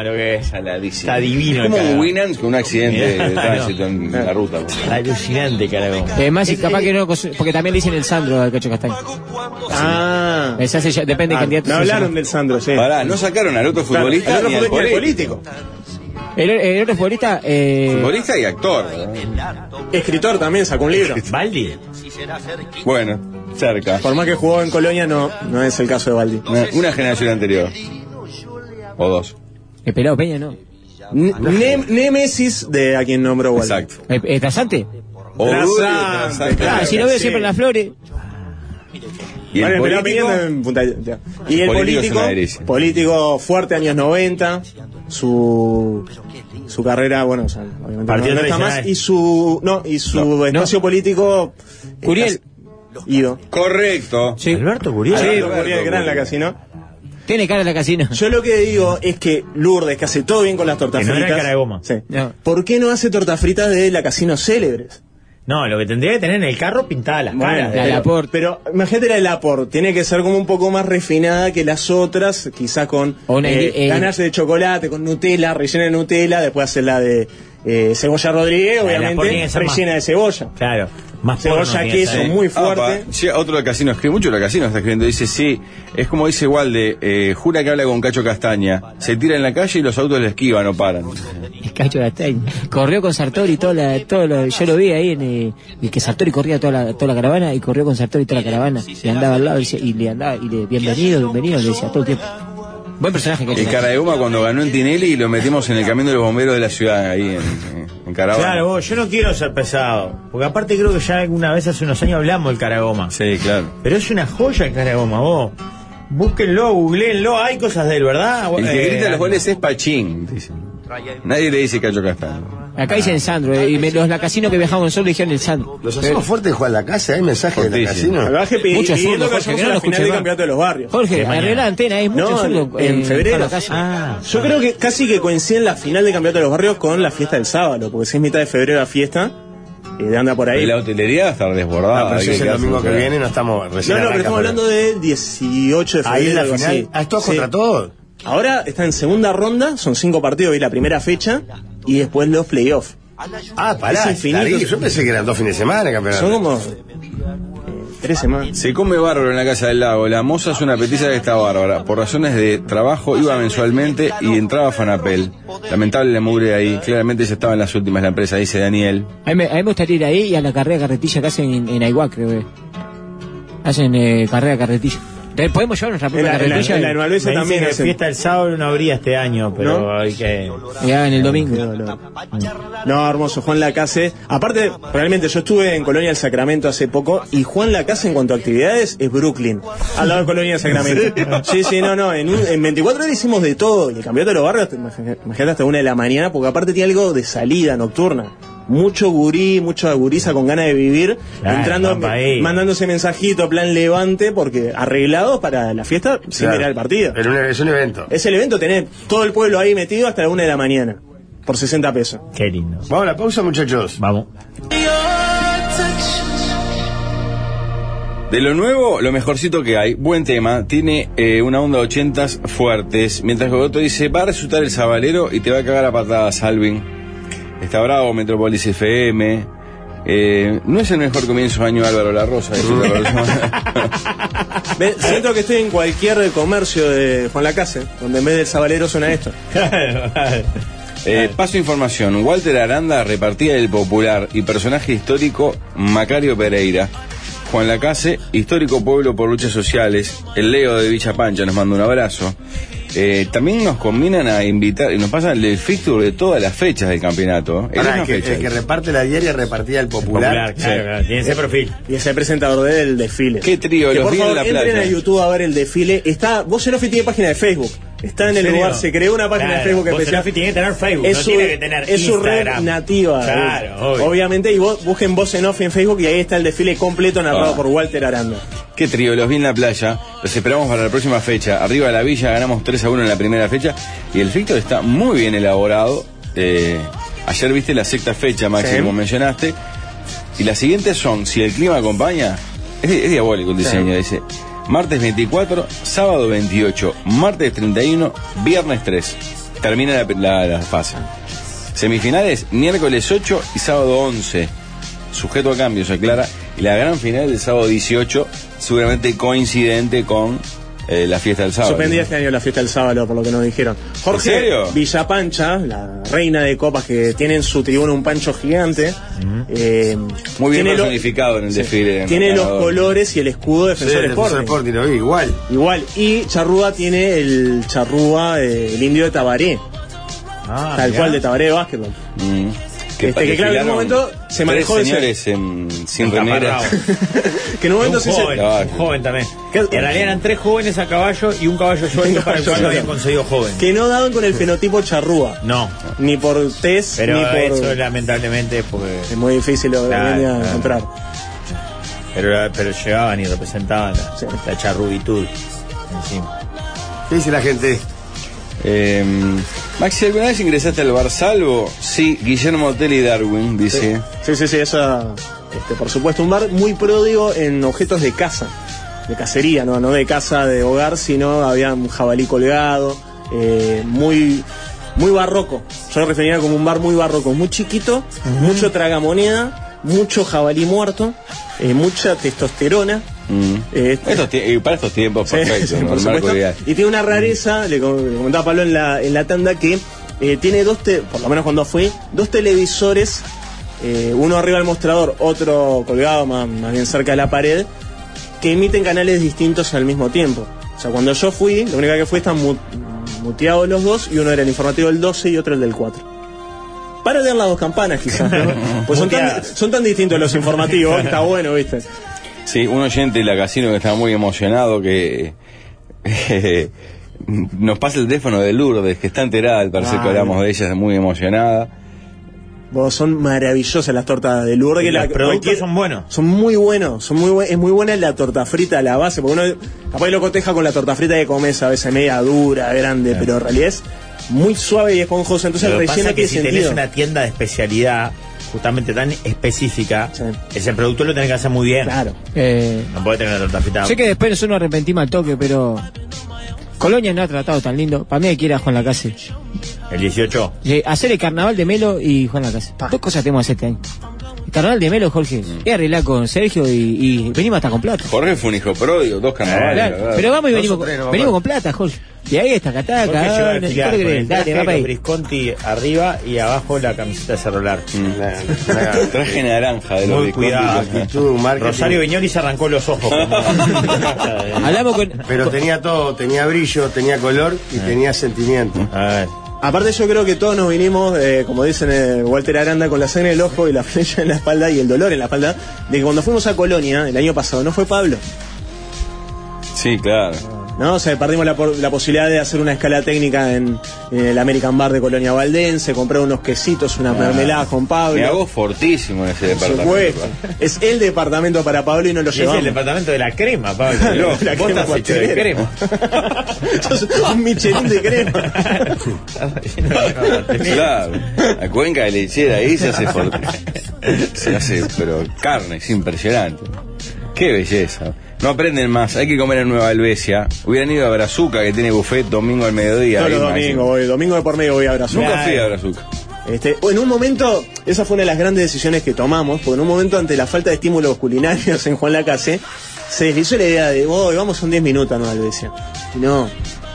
[SPEAKER 6] Saladísimo.
[SPEAKER 9] Está divino el
[SPEAKER 6] Como
[SPEAKER 9] carajo.
[SPEAKER 6] un Winans con un accidente de
[SPEAKER 9] No.
[SPEAKER 6] tránsito en la ruta. pues.
[SPEAKER 9] Alucinante, carajo.
[SPEAKER 11] Además, y capaz que no, cons- porque también le dicen el Sandro al Cacho Castaño.
[SPEAKER 10] Chile. Ah.
[SPEAKER 11] Ese hace ya- depende
[SPEAKER 10] Ah,
[SPEAKER 11] del candidato.
[SPEAKER 10] no
[SPEAKER 11] se llama.
[SPEAKER 10] hablaron del Sandro, sí.
[SPEAKER 6] Pará, no sacaron al otro
[SPEAKER 10] Claro,
[SPEAKER 6] futbolista
[SPEAKER 10] el otro
[SPEAKER 6] ni al
[SPEAKER 10] futbolista es
[SPEAKER 6] político.
[SPEAKER 10] político.
[SPEAKER 11] El, el otro futbolista, eh,
[SPEAKER 6] Futbolista y actor. ¿no?
[SPEAKER 10] Escritor también, sacó un libro.
[SPEAKER 9] ¿Baldi?
[SPEAKER 6] Bueno, cerca.
[SPEAKER 10] Por más que jugó en Colonia, no, no es el caso de Baldi.
[SPEAKER 6] Una, una generación anterior. O dos.
[SPEAKER 11] el pelado eh, Peña, ¿no?
[SPEAKER 10] Ne- ne- Némesis de a quien nombró Baldi.
[SPEAKER 6] Exacto.
[SPEAKER 11] ¿El, el Trasante?
[SPEAKER 6] O
[SPEAKER 10] Trasante,
[SPEAKER 6] Durio, Trasante.
[SPEAKER 10] claro.
[SPEAKER 11] Ah, eh, si lo veo
[SPEAKER 10] sí.
[SPEAKER 11] siempre en las flores.
[SPEAKER 6] Y el
[SPEAKER 10] Bueno, pero
[SPEAKER 6] político,
[SPEAKER 10] opinión en Punta- ya. Y
[SPEAKER 6] El
[SPEAKER 10] el
[SPEAKER 6] político es
[SPEAKER 10] político,
[SPEAKER 6] una delicia.
[SPEAKER 10] político fuerte, años 90, su su carrera, bueno, o sea, obviamente
[SPEAKER 9] Partido
[SPEAKER 10] no, no está
[SPEAKER 9] tradicional.
[SPEAKER 10] más y su no, y su espacio político eh,
[SPEAKER 11] Curiel.
[SPEAKER 10] casi- Ido.
[SPEAKER 6] Correcto.
[SPEAKER 9] Alberto
[SPEAKER 10] Curiel. Sí,
[SPEAKER 6] Alberto
[SPEAKER 10] Curiel, gran la
[SPEAKER 6] Curiel.
[SPEAKER 10] casino.
[SPEAKER 11] Tiene cara la casino.
[SPEAKER 10] Yo lo que digo es que Lourdes, que hace todo bien con las tortas
[SPEAKER 9] Que no era
[SPEAKER 10] fritas.
[SPEAKER 9] cara de goma.
[SPEAKER 10] Sí. ¿Por qué no hace tortas fritas de la casino célebres?
[SPEAKER 9] No, lo que tendría que tener en el carro pintada las
[SPEAKER 10] Bueno,
[SPEAKER 9] caras.
[SPEAKER 10] pero-
[SPEAKER 9] Pero-
[SPEAKER 10] Pero imagínate la del Aport. Tiene que ser como un poco más refinada que las otras, quizás con
[SPEAKER 11] O una
[SPEAKER 10] eh,
[SPEAKER 11] indi- eh,
[SPEAKER 10] ganache de chocolate, con Nutella, rellena de Nutella, después hacer la de eh, cebolla
[SPEAKER 11] Ah,
[SPEAKER 10] Rodríguez,
[SPEAKER 9] La de la Aport tiene
[SPEAKER 10] obviamente,
[SPEAKER 9] que ser más-
[SPEAKER 10] rellena de cebolla.
[SPEAKER 9] Claro, más
[SPEAKER 10] Cebolla,
[SPEAKER 9] porno tiene que
[SPEAKER 10] queso,
[SPEAKER 11] ¿eh?
[SPEAKER 9] ser.
[SPEAKER 10] muy
[SPEAKER 6] Ah,
[SPEAKER 10] fuerte.
[SPEAKER 6] pa. Sí, otro de casino escribe mucho de casino está escribiendo dice sí es como dice Walde eh, jura que habla con Cacho Castaña se tira en la calle y los autos le esquivan no paran
[SPEAKER 11] Es Cacho Gastein. Corrió con Sartori toda la, todo lo- yo lo vi ahí en eh, y que Sartori corría toda la, toda la caravana y corrió con Sartori toda la caravana y andaba al lado y, decía- y le andaba y le bienvenido, bienvenido, le decía todo el tiempo. Buen personaje Cacho
[SPEAKER 6] el cara de goma cuando ganó en Tinelli lo metimos en el camión de los bomberos de la ciudad ahí en, en Caravana
[SPEAKER 9] Claro, vos, yo no quiero ser pesado. Porque aparte creo que ya alguna vez hace unos años hablamos del caragoma.
[SPEAKER 6] sí claro
[SPEAKER 9] Pero es una joya el caragoma, vos. Búsquenlo, googleenlo, hay cosas de él, ¿verdad?
[SPEAKER 6] el que
[SPEAKER 9] Eh,
[SPEAKER 6] grita los goles es Pachín dicen. nadie le dice Cacho Castaña
[SPEAKER 11] Gastein. Acá dicen Sandro, eh, y me- los lacasinos que viajaban solo dijeron el Sandro.
[SPEAKER 7] Los hacemos fuerte en Juan la Casa, hay mensajes de la
[SPEAKER 6] Fortísimo.
[SPEAKER 7] casino.
[SPEAKER 10] Abajo pidi-
[SPEAKER 11] Mucho
[SPEAKER 10] pidiendo
[SPEAKER 11] zurdo, Jorge,
[SPEAKER 10] que vayamos
[SPEAKER 11] que no
[SPEAKER 10] a
[SPEAKER 11] lo
[SPEAKER 10] la
[SPEAKER 11] escuché
[SPEAKER 10] final del
[SPEAKER 11] más.
[SPEAKER 10] campeonato de los barrios.
[SPEAKER 11] Jorge,
[SPEAKER 9] mañana.
[SPEAKER 11] arregla la antena, hay mucho
[SPEAKER 10] No,
[SPEAKER 11] zurdo
[SPEAKER 10] en febrero.
[SPEAKER 11] Juan Lacase.
[SPEAKER 9] Ah,
[SPEAKER 10] Yo creo que casi que coinciden la final del campeonato de los barrios con la fiesta del sábado, porque si es mitad de febrero la fiesta, eh, de anda por ahí.
[SPEAKER 6] la hotelería va a estar
[SPEAKER 7] Ah,
[SPEAKER 6] desbordada
[SPEAKER 7] pero
[SPEAKER 6] hay
[SPEAKER 7] si
[SPEAKER 6] que
[SPEAKER 7] es el
[SPEAKER 6] quedarse
[SPEAKER 7] domingo que
[SPEAKER 6] fuera.
[SPEAKER 7] viene, no estamos
[SPEAKER 10] No,
[SPEAKER 7] recién.
[SPEAKER 10] no, pero
[SPEAKER 7] arranca,
[SPEAKER 10] estamos hablando de 18 de febrero.
[SPEAKER 7] Ahí en la
[SPEAKER 10] algo
[SPEAKER 7] final.
[SPEAKER 10] así.
[SPEAKER 7] Ah, ¿es todos
[SPEAKER 10] Sí.
[SPEAKER 7] contra todos?
[SPEAKER 10] Ahora está en segunda ronda, son cinco partidos y la primera fecha, y después los playoffs.
[SPEAKER 7] Ah, pará,
[SPEAKER 10] Es infinito.
[SPEAKER 7] Darío, Yo pensé que eran dos fines de semana,
[SPEAKER 10] Son
[SPEAKER 7] campeonato.
[SPEAKER 10] como eh, tres semanas.
[SPEAKER 6] Se come bárbaro en la casa del lago. La moza es una petiza que está bárbara. Por razones de trabajo iba mensualmente y entraba a Fanapel. Lamentable la mugre ahí. Claramente ya estaba en las últimas la empresa, dice Daniel.
[SPEAKER 11] A mí, me- a mí me gustaría ir ahí y a la carrera de carretilla que hacen en, en Aiguá, creo que. Hacen eh, carrera de carretilla. Te- Podemos llevar nuestra
[SPEAKER 10] En
[SPEAKER 11] propia
[SPEAKER 10] la- en la-
[SPEAKER 11] carretilla
[SPEAKER 10] en la de
[SPEAKER 9] me
[SPEAKER 10] Malvesa
[SPEAKER 9] dicen
[SPEAKER 10] también
[SPEAKER 9] que
[SPEAKER 10] hacen.
[SPEAKER 9] fiesta del sábado no habría este año, pero
[SPEAKER 10] ¿No?
[SPEAKER 9] hay que...
[SPEAKER 11] y hagan Ah, el domingo.
[SPEAKER 10] No, hermoso, Juan Lacase. Aparte, realmente yo estuve en Colonia del Sacramento hace poco y Juan Lacase en cuanto a actividades es Brooklyn, al lado de Colonia del Sacramento. Sí, sí, no, no, en, un- en 24 horas hicimos de todo y el campeonato de los barrios, te imag- imagínate hasta una de la mañana, porque aparte tiene algo de salida nocturna. Mucho gurí, mucha gurisa con ganas de vivir,
[SPEAKER 9] Claro,
[SPEAKER 10] entrando,
[SPEAKER 9] van pa' ahí.
[SPEAKER 10] mandándose mensajito, plan levante, porque arreglados para la fiesta sin
[SPEAKER 7] Claro.
[SPEAKER 10] mirar el partido.
[SPEAKER 7] Pero un- Es un evento.
[SPEAKER 10] Es el evento, tener todo el pueblo ahí metido hasta la una de la mañana, por 60 pesos.
[SPEAKER 9] Qué lindo.
[SPEAKER 7] Vamos a la pausa, muchachos.
[SPEAKER 9] Vamos.
[SPEAKER 6] De lo nuevo, lo mejorcito que hay. Buen tema. Tiene eh, una onda de ochentas fuertes. Mientras que otro dice, va a resultar el sabalero y te va a cagar a patadas, Alvin. Está bravo, Metropolis FM. Eh, no es el mejor comienzo de año Álvaro La Rosa. dice Álvaro La Rosa.
[SPEAKER 10] Ve- siento que estoy en cualquier comercio de Juan Lacase, donde en vez del sabalero suena esto.
[SPEAKER 6] Eh, paso información. Walter Aranda repartía el popular y personaje histórico Macario Pereira. Juan Lacase, histórico pueblo por luchas sociales. El Leo de Villa Pancha nos manda un abrazo. Eh, también nos combinan a invitar, y nos pasan el fixture de todas las fechas del campeonato. ¿eh? Elegí
[SPEAKER 7] Pará,
[SPEAKER 6] una
[SPEAKER 7] que,
[SPEAKER 6] fecha.
[SPEAKER 7] el que reparte la diaria repartía el popular.
[SPEAKER 9] Popular, claro,
[SPEAKER 6] sí.
[SPEAKER 9] claro, tiene ese perfil.
[SPEAKER 10] Y es el presentador del desfile.
[SPEAKER 6] Qué trío,
[SPEAKER 10] Que
[SPEAKER 6] los
[SPEAKER 10] por
[SPEAKER 6] vi en
[SPEAKER 10] favor,
[SPEAKER 6] La
[SPEAKER 10] entren
[SPEAKER 6] Plata.
[SPEAKER 10] a YouTube a ver el desfile. Está, Voz en Off tiene página de Facebook. Está en el
[SPEAKER 9] serio?
[SPEAKER 10] lugar, se creó una página de
[SPEAKER 9] Claro,
[SPEAKER 10] Facebook
[SPEAKER 9] Voz en
[SPEAKER 10] especial.
[SPEAKER 9] Off tiene que tener Facebook, no
[SPEAKER 10] su-
[SPEAKER 9] tiene que tener
[SPEAKER 10] es su red
[SPEAKER 9] Instagram.
[SPEAKER 10] nativa.
[SPEAKER 9] Claro,
[SPEAKER 10] eh.
[SPEAKER 9] obvio.
[SPEAKER 10] Obviamente, y vos busquen Voz en Off en Facebook y ahí está el desfile completo narrado
[SPEAKER 6] Ah.
[SPEAKER 10] por Walter Aranda.
[SPEAKER 6] Qué trío, los vi en la playa. Los esperamos para la próxima fecha. Arriba de la villa ganamos 3 a 1 en la primera fecha. Y el fixture está muy bien elaborado. Eh, ayer viste la sexta fecha, Maxi,
[SPEAKER 10] Sí.
[SPEAKER 6] como mencionaste. Y las siguientes son, si el clima acompaña, es, es diabólico el diseño, dice. Martes 24, sábado 28, martes 31, viernes 3. Termina la, la- la fase. Semifinales, miércoles 8 y sábado 11. Sujeto a cambios, aclara. Y la gran final del sábado 18, seguramente coincidente con eh, la fiesta del sábado.
[SPEAKER 10] Suspendida este año la fiesta del sábado, por lo que nos dijeron. Jorge
[SPEAKER 6] ¿En serio?
[SPEAKER 10] Villapancha, la reina de copas que tiene en su tribuna un pancho gigante. eh,
[SPEAKER 6] Muy bien
[SPEAKER 10] tiene lo-
[SPEAKER 6] personificado en el
[SPEAKER 10] sí,
[SPEAKER 6] desfile. en
[SPEAKER 10] tiene los
[SPEAKER 6] Maradona.
[SPEAKER 10] colores y el escudo de
[SPEAKER 7] Sí, el
[SPEAKER 10] Defensor
[SPEAKER 7] Defensor
[SPEAKER 10] Sporting.
[SPEAKER 7] Sporting lo vi igual.
[SPEAKER 10] Igual. Y Charrúa tiene el Charrúa, eh, el indio de Tabaré.
[SPEAKER 9] Ah,
[SPEAKER 10] tal
[SPEAKER 9] mirá.
[SPEAKER 10] cual de Tabaré Básquetbol.
[SPEAKER 6] Mm.
[SPEAKER 10] Este, que claro, en un
[SPEAKER 6] desfilaron
[SPEAKER 10] momento se manejó
[SPEAKER 6] tres
[SPEAKER 10] ese-
[SPEAKER 6] señores en, sin remera.
[SPEAKER 9] Taparrabo.
[SPEAKER 10] que en un momento
[SPEAKER 9] Un
[SPEAKER 10] se hizo-
[SPEAKER 9] joven,
[SPEAKER 6] Ah,
[SPEAKER 9] un
[SPEAKER 6] sí.
[SPEAKER 9] joven también. En realidad eran tres jóvenes a caballo y un caballo suelto para el cual lo habían conseguido joven.
[SPEAKER 10] Que no daban con el fenotipo Charrúa.
[SPEAKER 9] No,
[SPEAKER 10] Ni por test,
[SPEAKER 9] pero
[SPEAKER 10] ni por.
[SPEAKER 9] eso lamentablemente porque...
[SPEAKER 10] Es muy difícil lo
[SPEAKER 9] Claro,
[SPEAKER 10] venía a
[SPEAKER 9] claro.
[SPEAKER 10] encontrar.
[SPEAKER 9] Pero, la- pero llegaban y representaban la, la charrubitud. Encima.
[SPEAKER 7] ¿Qué dice la gente?
[SPEAKER 6] Em, Maxi, ¿alguna vez ingresaste al Bar Salvo? Sí, Guillermo Hotel y Darwin, dice.
[SPEAKER 10] Sí, sí, sí, esa. Este, por supuesto, un bar muy pródigo en objetos de caza, de cacería, no, no de casa de hogar, sino había un jabalí colgado, eh, muy, muy barroco. Yo lo refería como un bar muy barroco, muy chiquito, mucho tragamoneda, mucho jabalí muerto, eh, mucha testosterona.
[SPEAKER 6] Mm.
[SPEAKER 10] eh,
[SPEAKER 6] Estos tie- eh, para estos tiempos,
[SPEAKER 10] Sí,
[SPEAKER 6] perfecto.
[SPEAKER 10] sí,
[SPEAKER 6] ¿no?
[SPEAKER 10] por
[SPEAKER 6] El marco
[SPEAKER 10] supuesto.
[SPEAKER 6] ideal.
[SPEAKER 10] Y tiene una rareza, le com- le comentaba Pablo en la, en la tanda, que eh, tiene dos, te- por lo menos cuando fui, dos televisores, eh, uno arriba del mostrador, otro colgado más, más bien cerca de la pared, que emiten canales distintos al mismo tiempo. O sea, cuando yo fui, la única que fui están mu- muteados los dos, y uno era el informativo del 12 y otro el del 4. Para de dar las dos campanas, quizás, ¿no? Pues son tan, son tan distintos los informativos, que está bueno, ¿viste?
[SPEAKER 6] Sí, un oyente de la casino que estaba muy emocionado que eh, nos pasa el teléfono de Lourdes, que está enterada al parecer que
[SPEAKER 10] Ah.
[SPEAKER 6] hablamos de ella, es muy emocionada.
[SPEAKER 10] Vos, son maravillosas las tortas de Lourdes.
[SPEAKER 6] Y
[SPEAKER 10] que la-
[SPEAKER 6] los productos
[SPEAKER 10] cualquier-
[SPEAKER 6] son
[SPEAKER 9] buenos.
[SPEAKER 10] Son muy buenos. Son muy buen- es muy buena la torta frita, la base. Porque uno capaz lo coteja con la torta frita que comes a veces media dura, grande, pero en realidad es muy suave y esponjosa. Entonces
[SPEAKER 9] Lo que
[SPEAKER 10] el
[SPEAKER 9] pasa
[SPEAKER 10] relleno
[SPEAKER 9] es que
[SPEAKER 10] tiene
[SPEAKER 9] si tenés
[SPEAKER 10] sentido.
[SPEAKER 9] una tienda de especialidad justamente tan específica, ese producto lo tenés que hacer muy bien. Claro.
[SPEAKER 11] Eh,
[SPEAKER 9] No podés tener la torta fritada.
[SPEAKER 11] Sé que después nosotros nos arrepentimos al toque, pero. Colonia no ha tratado tan lindo. Para mí hay que ir a Juan Lacase.
[SPEAKER 9] El 18.
[SPEAKER 11] Eh, Hacer el carnaval de Melo y Juan Lacase. Dos cosas tenemos que hacer este año. El carnaval de Melo, Jorge. Y arreglar con Sergio y, y venimos hasta con plata.
[SPEAKER 6] Jorge fue un hijo pródigo, dos carnavales.
[SPEAKER 11] Claro,
[SPEAKER 6] ¿verdad?
[SPEAKER 11] pero vamos y
[SPEAKER 6] Dos
[SPEAKER 11] venimos,
[SPEAKER 6] o tres, no me
[SPEAKER 11] venimos
[SPEAKER 6] acuerdo.
[SPEAKER 11] con plata, Jorge. Y ahí está, cataca.
[SPEAKER 9] Jorge lleva
[SPEAKER 11] ah,
[SPEAKER 9] el
[SPEAKER 11] no sé
[SPEAKER 9] filar
[SPEAKER 11] cuál
[SPEAKER 9] con
[SPEAKER 11] querés.
[SPEAKER 9] el
[SPEAKER 11] Dale,
[SPEAKER 9] traje
[SPEAKER 11] va para
[SPEAKER 9] con
[SPEAKER 11] ahí.
[SPEAKER 9] Brisconti arriba y abajo la camiseta de cerrolar.
[SPEAKER 6] Mm, Traje naranja de los
[SPEAKER 9] Muy
[SPEAKER 6] Visconti.
[SPEAKER 9] cuidado.
[SPEAKER 6] Actitud, marketing.
[SPEAKER 9] Rosario Viñoli se arrancó los ojos.
[SPEAKER 11] Hablamos con. Ah.
[SPEAKER 7] Pero tenía todo, tenía brillo, tenía color y tenía sentimiento.
[SPEAKER 10] Aparte yo creo que todos nos vinimos, eh, como dicen eh, Walter Aranda, con la sangre en el ojo y la flecha en la espalda y el dolor en la espalda, de que cuando fuimos a Colonia el año pasado, no fue Pablo.
[SPEAKER 6] Sí, claro.
[SPEAKER 10] ¿no? O sea, perdimos la, por- la posibilidad de hacer una escala técnica en, en el American Bar de Colonia Valdense, comprar unos quesitos,
[SPEAKER 6] Ah.
[SPEAKER 10] una mermelada con Pablo.
[SPEAKER 6] Me hago fortísimo en ese
[SPEAKER 10] Por
[SPEAKER 6] departamento.
[SPEAKER 10] supuesto. Es el departamento para Pablo y no lo
[SPEAKER 9] Y es
[SPEAKER 10] llevamos.
[SPEAKER 9] el departamento de la crema, Pablo.
[SPEAKER 10] No,
[SPEAKER 9] vos
[SPEAKER 10] la crema
[SPEAKER 9] estás hecho de
[SPEAKER 10] pastelera.
[SPEAKER 9] crema.
[SPEAKER 10] Un Michelin de crema.
[SPEAKER 6] Claro, la cuenca de lechera ahí se hace fuerte. Se hace, pero carne, es impresionante. Qué belleza. No aprenden más, hay que comer en Nueva Helvecia. Hubieran ido a Brazuca, que tiene buffet domingo al mediodía. ahí,
[SPEAKER 10] Todos los
[SPEAKER 6] imagínate.
[SPEAKER 10] domingos voy, domingo de por medio voy a abrazar.
[SPEAKER 6] Nunca fui a Brazuca.
[SPEAKER 10] Este, en un momento, esa fue una de las grandes decisiones que tomamos, porque en un momento ante la falta de estímulos culinarios en Juan Lacase, se deslizó la idea de, oh, vamos son 10 minutos, ¿no? Alvesia. Y No,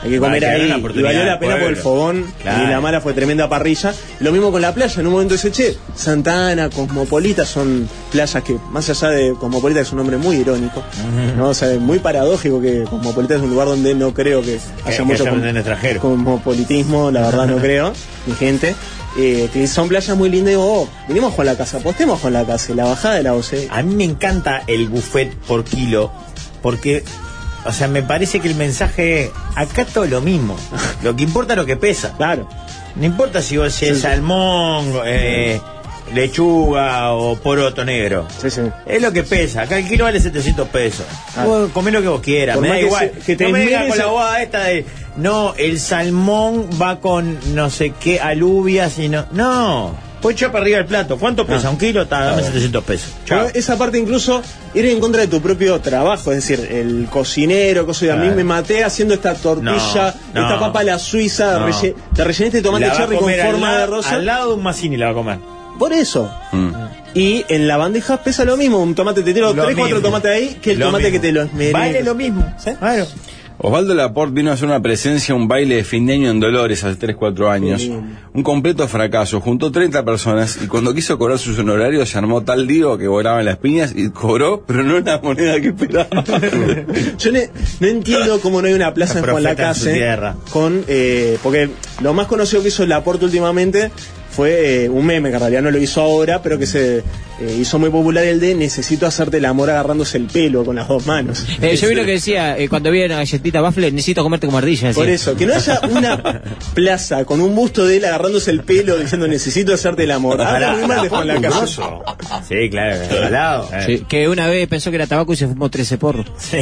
[SPEAKER 10] hay que
[SPEAKER 9] Vale,
[SPEAKER 10] comer
[SPEAKER 9] que
[SPEAKER 10] ahí.
[SPEAKER 9] era una
[SPEAKER 10] Y
[SPEAKER 9] oportunidad
[SPEAKER 10] valió
[SPEAKER 9] del
[SPEAKER 10] la pena por el
[SPEAKER 9] pueblo.
[SPEAKER 10] fogón,
[SPEAKER 9] Claro.
[SPEAKER 10] y la mala fue tremenda parrilla. Lo mismo con la playa, en un momento dice, che, Santa Ana, Cosmopolita, son playas que, más allá de Cosmopolita, que es un nombre muy irónico, ¿no? O sea, es muy paradójico que Cosmopolita es un lugar donde no creo que
[SPEAKER 9] Que- que
[SPEAKER 10] haya mucho
[SPEAKER 9] haya
[SPEAKER 10] com-
[SPEAKER 9] en el extranjero.
[SPEAKER 10] cosmopolitismo, la verdad no creo, mi gente. Eh, que son playas muy lindas y digo, oh, vinimos con la casa, postemos con la casa, y la bajada de la OCE.
[SPEAKER 9] A mí me encanta el buffet por kilo, porque, o sea, me parece que el mensaje es, acá todo lo mismo. Lo que importa es lo que pesa.
[SPEAKER 10] Claro.
[SPEAKER 9] No importa si vos es salmón, eh, lechuga o poroto negro.
[SPEAKER 10] Sí, sí.
[SPEAKER 9] Es lo que pesa. Acá el kilo vale 700 pesos. Vos comés lo que vos quieras,
[SPEAKER 10] Por
[SPEAKER 9] me
[SPEAKER 10] más
[SPEAKER 9] da
[SPEAKER 10] que
[SPEAKER 9] igual.
[SPEAKER 10] se- que te
[SPEAKER 9] no me vengas
[SPEAKER 10] esmeres
[SPEAKER 9] con la
[SPEAKER 10] en-
[SPEAKER 9] bobada esta de, no, el salmón va con no sé qué alubias y no... No, pues echar para arriba el plato.
[SPEAKER 10] Ah.
[SPEAKER 9] ¿Cuánto pesa? ¿Un kilo? Ta, dame 700 pesos. Chao.
[SPEAKER 10] Pero Esa parte incluso ir en contra de tu propio trabajo, es decir, el cocinero, cosa de a mí
[SPEAKER 9] Claro.
[SPEAKER 10] me maté haciendo esta tortilla,
[SPEAKER 9] No, no.
[SPEAKER 10] esta papa a la suiza,
[SPEAKER 9] No.
[SPEAKER 10] relle- te rellenaste de tomate
[SPEAKER 9] La va a
[SPEAKER 10] cherry con
[SPEAKER 9] comer al
[SPEAKER 10] forma de
[SPEAKER 9] lado-
[SPEAKER 10] rosa.
[SPEAKER 9] Al lado de un macini la va a comer.
[SPEAKER 10] Por eso. Y en la bandeja pesa lo mismo, un tomate te tiro
[SPEAKER 9] Lo
[SPEAKER 10] 3, 4
[SPEAKER 9] mismo.
[SPEAKER 10] tomates ahí, que el
[SPEAKER 9] Lo
[SPEAKER 10] tomate
[SPEAKER 9] mismo.
[SPEAKER 10] que te lo esmeré.
[SPEAKER 9] Vale lo mismo. Claro.
[SPEAKER 6] Osvaldo Laporte vino a hacer una presencia, un baile de fin de año en Dolores hace 3, 4 años. Un completo fracaso. Juntó 30 personas y cuando quiso cobrar sus honorarios se armó tal lío que volaban las piñas y cobró, pero no la moneda que esperaba.
[SPEAKER 10] Yo ne- no entiendo cómo no hay una plaza
[SPEAKER 9] El
[SPEAKER 10] en Juan
[SPEAKER 9] profeta en su
[SPEAKER 10] Lacase
[SPEAKER 9] tierra.
[SPEAKER 10] con eh, porque lo más conocido que hizo Laporte últimamente fue eh, un meme que en realidad no lo hizo ahora, pero que se eh, hizo muy popular el de necesito hacerte el amor agarrándose el pelo con las dos manos.
[SPEAKER 11] Eh, yo vi lo que decía, eh, cuando vi una galletita Baffle, necesito comerte como ardilla.
[SPEAKER 10] Por eso, que no haya una plaza con un busto de él agarrándose el pelo diciendo necesito hacerte el amor. Ahora muy mal de Juan Lacasa.
[SPEAKER 9] Sí, claro.
[SPEAKER 7] Regalado.
[SPEAKER 11] Sí, que una vez pensó que era tabaco y se fumó 13 porros.
[SPEAKER 9] Sí.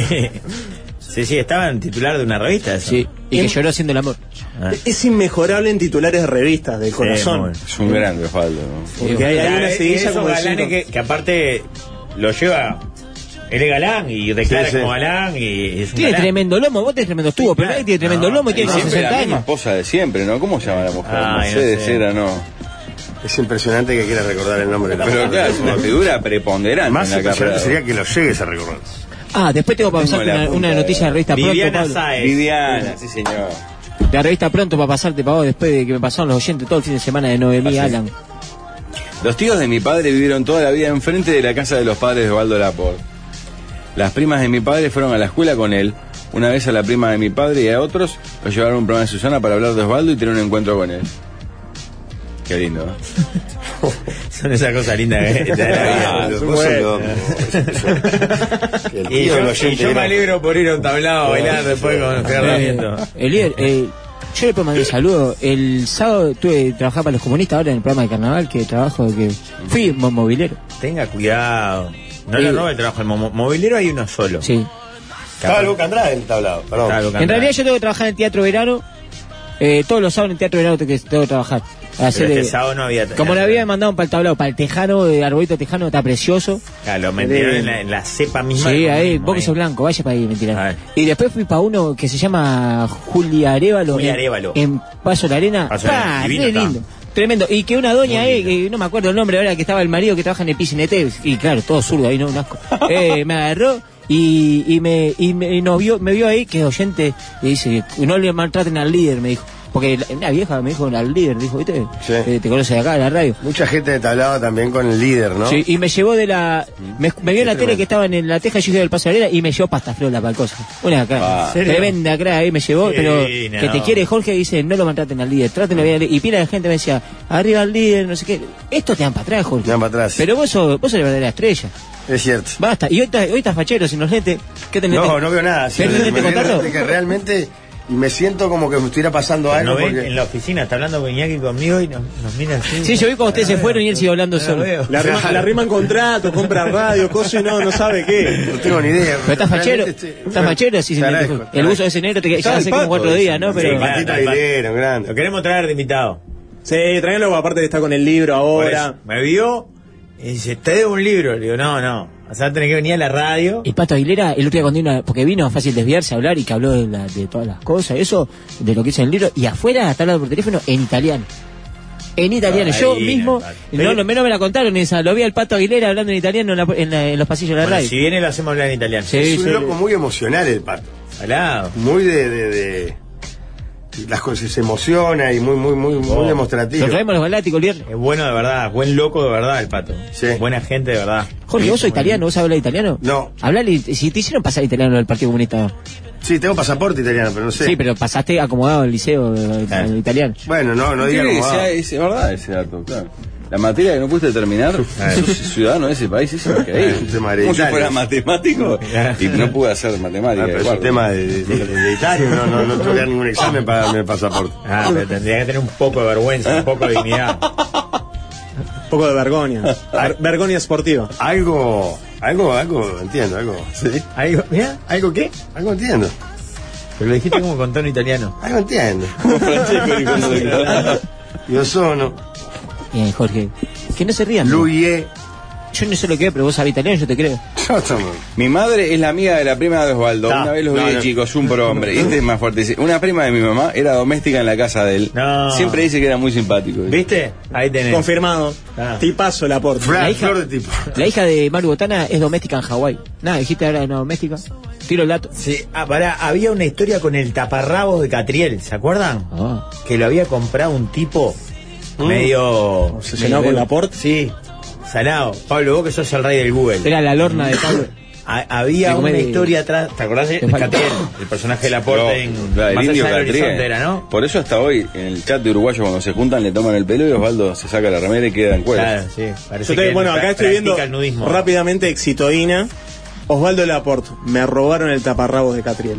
[SPEAKER 9] Sí, sí, estaban titular de una revista. eso. Ah.
[SPEAKER 11] Sí, y que lloró haciendo el amor.
[SPEAKER 10] Es inmejorable en titulares de revistas del corazón.
[SPEAKER 6] Es un grande, Osvaldo. ¿no?
[SPEAKER 10] Porque hay, hay una
[SPEAKER 9] Eh,
[SPEAKER 10] seguilla
[SPEAKER 9] esos
[SPEAKER 10] como
[SPEAKER 9] galanes
[SPEAKER 10] diciendo,
[SPEAKER 9] que, que aparte lo lleva. Él es galán y declara
[SPEAKER 6] Sí, sí.
[SPEAKER 9] como galán y es un
[SPEAKER 11] Tiene
[SPEAKER 9] galán.
[SPEAKER 11] tremendo lomo, vos tenés tremendo estuvo, pero nadie tiene tremendo lomo y
[SPEAKER 6] Y
[SPEAKER 11] tiene como
[SPEAKER 6] siempre
[SPEAKER 11] 60
[SPEAKER 6] la misma
[SPEAKER 11] años.
[SPEAKER 6] esposa de siempre, ¿no? ¿Cómo se llama la mujer?
[SPEAKER 9] Ay, no
[SPEAKER 6] no sé, de
[SPEAKER 9] sé.
[SPEAKER 6] cera, no.
[SPEAKER 7] Es impresionante que quiera recordar el nombre de la
[SPEAKER 6] Pero
[SPEAKER 7] mujer.
[SPEAKER 6] claro, es una figura preponderante en
[SPEAKER 7] Más
[SPEAKER 6] la carrera.
[SPEAKER 7] impresionante sería que lo llegues a recordar.
[SPEAKER 11] Ah, después tengo para
[SPEAKER 6] Tengo
[SPEAKER 11] pasarte
[SPEAKER 6] la
[SPEAKER 11] una,
[SPEAKER 6] punta
[SPEAKER 11] una
[SPEAKER 6] de la-
[SPEAKER 11] noticia de revista pronto,
[SPEAKER 9] Viviana
[SPEAKER 11] Pablo.
[SPEAKER 9] Saez.
[SPEAKER 6] Viviana, sí señor.
[SPEAKER 11] La revista pronto para pasarte para vos después de que me pasaron los oyentes todo el fin de semana de Noemí Alan.
[SPEAKER 6] Los tíos de mi padre vivieron toda la vida enfrente de la casa de los padres de Osvaldo Laporte. Las primas de mi padre fueron a la escuela con él. Una vez a la prima de mi padre y a otros lo llevaron a un programa de Susana para hablar de Osvaldo y tener un encuentro con él. Qué lindo, ¿no?
[SPEAKER 9] Son esas cosas lindas que te da la vida.
[SPEAKER 7] Ah,
[SPEAKER 9] Son
[SPEAKER 7] vos sos
[SPEAKER 9] buenas.
[SPEAKER 7] loco. Que el
[SPEAKER 9] Y
[SPEAKER 7] tío del
[SPEAKER 9] yo, y
[SPEAKER 7] oyente
[SPEAKER 9] yo me
[SPEAKER 7] era-
[SPEAKER 9] alegro por ir a un tablado a bailar después con Gerardo Sarmiento.
[SPEAKER 11] Eh, el líder, eh, yo le puedo mandar un saludo. El sábado tuve que trabajar para los comunistas ahora en el programa de carnaval que trabajo, que fui mo- movilero.
[SPEAKER 9] Tenga cuidado. No le
[SPEAKER 11] Sí.
[SPEAKER 9] roba el trabajo. El mo- movilero hay uno solo.
[SPEAKER 11] Sí.
[SPEAKER 7] Estaba el Boca Andrade en el tablado, perdón.
[SPEAKER 9] Claro,
[SPEAKER 11] En
[SPEAKER 9] cantante.
[SPEAKER 11] realidad yo tengo que trabajar en el Teatro Verano. eh, todos los sábados en el Teatro Verano tengo que, tengo que trabajar.
[SPEAKER 9] Pero
[SPEAKER 11] Hacer,
[SPEAKER 9] este
[SPEAKER 11] eh,
[SPEAKER 9] sábado no había.
[SPEAKER 11] como le había mandado para el tablado, para el tejano, el arbolito tejano, está precioso.
[SPEAKER 9] Claro, lo metieron en la, en la cepa misma.
[SPEAKER 11] Sí,
[SPEAKER 9] Como
[SPEAKER 11] ahí,
[SPEAKER 9] mismo,
[SPEAKER 11] vos que
[SPEAKER 9] ahí.
[SPEAKER 11] sos blanco, vaya para ahí, mentira.
[SPEAKER 9] Ahí.
[SPEAKER 11] Y después fui para uno que se llama Julia Arevalo.
[SPEAKER 9] Julia
[SPEAKER 11] en-
[SPEAKER 9] Arévalo.
[SPEAKER 11] En Paso de la Arena.
[SPEAKER 9] Paso de la Arena,
[SPEAKER 11] ¡Pah!
[SPEAKER 9] divino
[SPEAKER 11] ¡Qué
[SPEAKER 9] está.
[SPEAKER 11] lindo! Tremendo. Y que una doña, eh, que no me acuerdo el nombre ahora, que estaba el marido que trabaja en el PCNT, y claro, todo zurdo ahí, ¿no? Un asco. Eh, me agarró y, y me, y me, y nos vio, me vio ahí, que es oyente, y dice, no le maltraten al líder, me dijo. Porque la- una vieja me dijo al líder, dijo, ¿viste?
[SPEAKER 7] Sí.
[SPEAKER 11] Eh, te conoce de acá, de la radio.
[SPEAKER 7] Mucha gente en el tablado también con el líder, ¿no? Mm.
[SPEAKER 11] Sí, y me llevó de la. Me, me vio en la tele que estaban en la teja, yo iba del paso de la arena y me llevó pasta flola para el coso. Una cara.
[SPEAKER 6] Ah.
[SPEAKER 11] Tremenda cara ahí me llevó,
[SPEAKER 9] Sí,
[SPEAKER 11] pero
[SPEAKER 9] no.
[SPEAKER 11] que te quiere Jorge dice, no lo maltraten al líder, trátenlo bien al líder. Y pila de gente me decía, arriba al líder, no sé qué. Esto te dan para atrás, Jorge.
[SPEAKER 7] Te dan para atrás.
[SPEAKER 11] Pero vos sos, vos sos la verdadera estrella.
[SPEAKER 7] Es cierto.
[SPEAKER 11] Basta. Y hoy estás, hoy estás fachero sin los lentes. ¿Qué tenés?
[SPEAKER 7] No, no veo nada.
[SPEAKER 11] ¿Tenés
[SPEAKER 7] sino que
[SPEAKER 11] lentes
[SPEAKER 7] me-
[SPEAKER 11] con tarro?
[SPEAKER 7] de que realmente me siento como que me estuviera pasando
[SPEAKER 9] ¿No
[SPEAKER 7] algo.
[SPEAKER 9] ven?
[SPEAKER 7] porque-
[SPEAKER 9] En la oficina está hablando con Iñaki conmigo y nos, nos mira así. Ah,
[SPEAKER 11] Sí, yo vi cuando ustedes se fueron y él siguió hablando
[SPEAKER 9] No lo
[SPEAKER 11] solo.
[SPEAKER 9] veo.
[SPEAKER 10] La rima, la rima en contrato, compra radio, cosas y no, no sabe qué.
[SPEAKER 7] No tengo ni idea.
[SPEAKER 11] Pero estás fachero,
[SPEAKER 7] Realmente este, estoy-
[SPEAKER 11] estás fachero, sí,
[SPEAKER 7] Te
[SPEAKER 11] sin lentes,
[SPEAKER 7] agradezco,
[SPEAKER 11] Jorge.
[SPEAKER 7] te
[SPEAKER 11] El uso
[SPEAKER 7] agradezco.
[SPEAKER 11] de ese negro te
[SPEAKER 6] Está
[SPEAKER 11] ya
[SPEAKER 6] el
[SPEAKER 11] hace como
[SPEAKER 6] pato,
[SPEAKER 11] cuatro días,
[SPEAKER 6] dicen.
[SPEAKER 11] ¿no?
[SPEAKER 6] Sí,
[SPEAKER 11] Pero.
[SPEAKER 9] claro.
[SPEAKER 7] Patito de hilero,
[SPEAKER 9] Lo
[SPEAKER 7] grande.
[SPEAKER 9] queremos traer de invitado.
[SPEAKER 10] Sí, tráigalo, aparte está con el libro
[SPEAKER 9] Por
[SPEAKER 10] ahora.
[SPEAKER 9] eso, Me vio y dice, te debo un libro. Le digo, no, no. O sea, tenés que venir a la radio.
[SPEAKER 11] El Pato Aguilera, el otro día cuando vino, porque vino fácil desviarse a hablar y que habló de, la- de todas las cosas, eso, de lo que hizo en el libro, y afuera está hablando por teléfono en italiano. En italiano, yo
[SPEAKER 9] Ahí,
[SPEAKER 11] mismo,
[SPEAKER 9] no,
[SPEAKER 11] no, lo- no me la contaron esa, lo vi al Pato Aguilera hablando en italiano en, la- en la- en los pasillos de la
[SPEAKER 9] Bueno,
[SPEAKER 11] radio.
[SPEAKER 9] si viene lo hacemos hablar en italiano.
[SPEAKER 11] Sí,
[SPEAKER 7] Es
[SPEAKER 11] sí.
[SPEAKER 7] un loco muy emocional el pato.
[SPEAKER 9] Al lado.
[SPEAKER 7] Muy de. de- de- Las cosas se emociona y muy, muy, muy, muy
[SPEAKER 9] Oh.
[SPEAKER 7] demostrativo.
[SPEAKER 11] Nos traemos los galácticos el viernes.
[SPEAKER 9] Es bueno de verdad, buen loco de verdad el pato.
[SPEAKER 7] Sí.
[SPEAKER 9] Buena gente de verdad.
[SPEAKER 11] Jorge, vos sos italiano, vos hablas italiano?
[SPEAKER 7] No.
[SPEAKER 11] Hablale, si te hicieron pasar italiano del Partido Comunista.
[SPEAKER 7] Sí, tengo pasaporte italiano, pero no sé.
[SPEAKER 11] Sí, pero pasaste acomodado el liceo eh,
[SPEAKER 9] Ah.
[SPEAKER 11] en italiano.
[SPEAKER 7] Bueno, no, no diga
[SPEAKER 6] Tiene que
[SPEAKER 7] como va.
[SPEAKER 6] sea- Es verdad ese dato, claro. La materia que no pudiste terminar, sos ciudadano de ese país, eso es
[SPEAKER 7] Es un tema
[SPEAKER 6] increíble. Como si
[SPEAKER 7] hereditario.
[SPEAKER 6] fuera matemático y no pude hacer matemática.
[SPEAKER 7] Ah, pero es
[SPEAKER 6] guarda.
[SPEAKER 7] un tema de, de- de- de Italia, no, no, no tengo que dar ningún examen para darme el pasaporte.
[SPEAKER 9] Ah, pero tendría que tener un poco de vergüenza, un poco de dignidad.
[SPEAKER 10] Un poco de vergoña.
[SPEAKER 7] Ah.
[SPEAKER 10] Ver- vergoña esportiva.
[SPEAKER 7] Algo, algo, algo, entiendo, algo.
[SPEAKER 9] ¿Algo, mira, ¿algo qué?
[SPEAKER 7] Algo entiendo,
[SPEAKER 9] Pero lo dijiste como con tono italiano.
[SPEAKER 7] algo entiendo.
[SPEAKER 6] Francesco, hijo de-
[SPEAKER 7] Yo sono
[SPEAKER 11] Bien, Eh, Jorge. Que no se rían.
[SPEAKER 7] Luie.
[SPEAKER 11] Yo no sé lo que es, pero vos sabés italiano, yo te creo.
[SPEAKER 7] Yo estamos.
[SPEAKER 6] Mi madre es la amiga de la prima de Osvaldo.
[SPEAKER 7] Ta,
[SPEAKER 6] Una vez los
[SPEAKER 7] Ah, no,
[SPEAKER 6] vi de
[SPEAKER 7] no.
[SPEAKER 6] chicos, un pro hombre. Y este es más fuerte. Dice, Una prima de mi mamá era doméstica en la casa de él.
[SPEAKER 9] No.
[SPEAKER 6] Siempre dice que era muy simpático. dice.
[SPEAKER 9] ¿Viste? Ahí tenés.
[SPEAKER 10] Confirmado.
[SPEAKER 9] Ah.
[SPEAKER 10] Tipazo la porta.
[SPEAKER 7] Fran,
[SPEAKER 11] La hija-
[SPEAKER 7] flor de tipo.
[SPEAKER 11] La hija de Maru Botana es doméstica en Hawái. Nada, dijiste ahora de una doméstica. Tiro el dato.
[SPEAKER 9] Sí, ah, pará, había una historia con el taparrabos de Catriel, ¿se acuerdan?
[SPEAKER 11] Ah.
[SPEAKER 9] Que lo había comprado un tipo medio.
[SPEAKER 10] ¿Obsesionado con Laporte?
[SPEAKER 9] Sí, salado. Pablo, vos que sos el rey del Google.
[SPEAKER 11] Era la lorna de Pablo.
[SPEAKER 9] ha- había
[SPEAKER 6] Sí,
[SPEAKER 9] una
[SPEAKER 6] comedia.
[SPEAKER 9] historia atrás. ¿Te acordás de Catriel? El personaje de Laporte
[SPEAKER 6] No,
[SPEAKER 9] en
[SPEAKER 6] claro, el
[SPEAKER 9] Más
[SPEAKER 6] indio
[SPEAKER 9] allá del
[SPEAKER 6] Catriel.
[SPEAKER 9] horizonte era, ¿no?
[SPEAKER 6] Por eso hasta hoy, en el chat de uruguayo, cuando se juntan, le toman el pelo y Osvaldo se saca la remera y queda en cuero.
[SPEAKER 9] Claro, sí.
[SPEAKER 10] Yo te- bueno, acá estoy viendo rápidamente Exitoína. Osvaldo Laporte, me robaron el taparrabos de Catriel.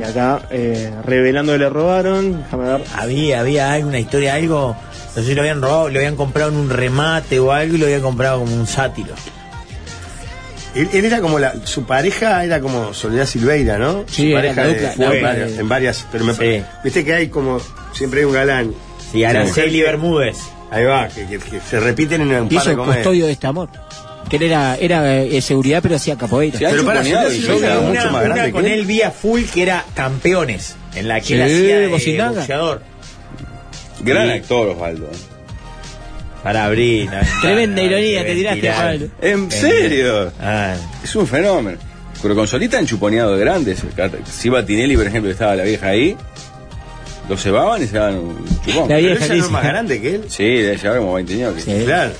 [SPEAKER 10] y acá, eh, revelando que le robaron, déjame ver.
[SPEAKER 9] Había, había alguna historia, algo. No sé si lo habían robado, lo habían comprado en un remate o algo y lo habían comprado como un sátiro.
[SPEAKER 7] Él, él era como la, su pareja era como Soledad Silveira, ¿no?
[SPEAKER 9] Sí,
[SPEAKER 7] su
[SPEAKER 9] era
[SPEAKER 7] pareja
[SPEAKER 9] la
[SPEAKER 7] de-
[SPEAKER 9] dupla,
[SPEAKER 7] fue
[SPEAKER 9] la
[SPEAKER 7] en,
[SPEAKER 9] dupla
[SPEAKER 7] varias,
[SPEAKER 9] de-
[SPEAKER 7] en varias, pero me viste que hay como siempre hay un galán.
[SPEAKER 9] Sí, Araceli Bermúdez.
[SPEAKER 7] Ahí va, que, que- que se repiten en un par
[SPEAKER 11] Hizo
[SPEAKER 7] de
[SPEAKER 11] el
[SPEAKER 7] comedias.
[SPEAKER 11] custodio de este amor. Que él era, era eh, seguridad, pero hacía capoeira.
[SPEAKER 7] Sí, Pero para Soledad Silveira era mucho más grande
[SPEAKER 9] con
[SPEAKER 7] que él.
[SPEAKER 9] él vía full que era campeones en la que él
[SPEAKER 11] Sí,
[SPEAKER 9] hacía de
[SPEAKER 11] Bocinaga.
[SPEAKER 9] boxeador.
[SPEAKER 6] Gran actor, Osvaldo. ¿eh?
[SPEAKER 9] Para abrir.
[SPEAKER 11] Tremenda ironía te tiraste, Osvaldo.
[SPEAKER 6] ¿En serio?
[SPEAKER 9] Ah.
[SPEAKER 6] Es un fenómeno. Pero con Solita enchuponeado de grandes. Si iba Tinelli, por ejemplo, estaba la vieja ahí, lo cebaban y se daban un chupón.
[SPEAKER 7] Pero ella no es más grande que él.
[SPEAKER 6] Sí, debe llevar como 20 años.
[SPEAKER 7] Claro.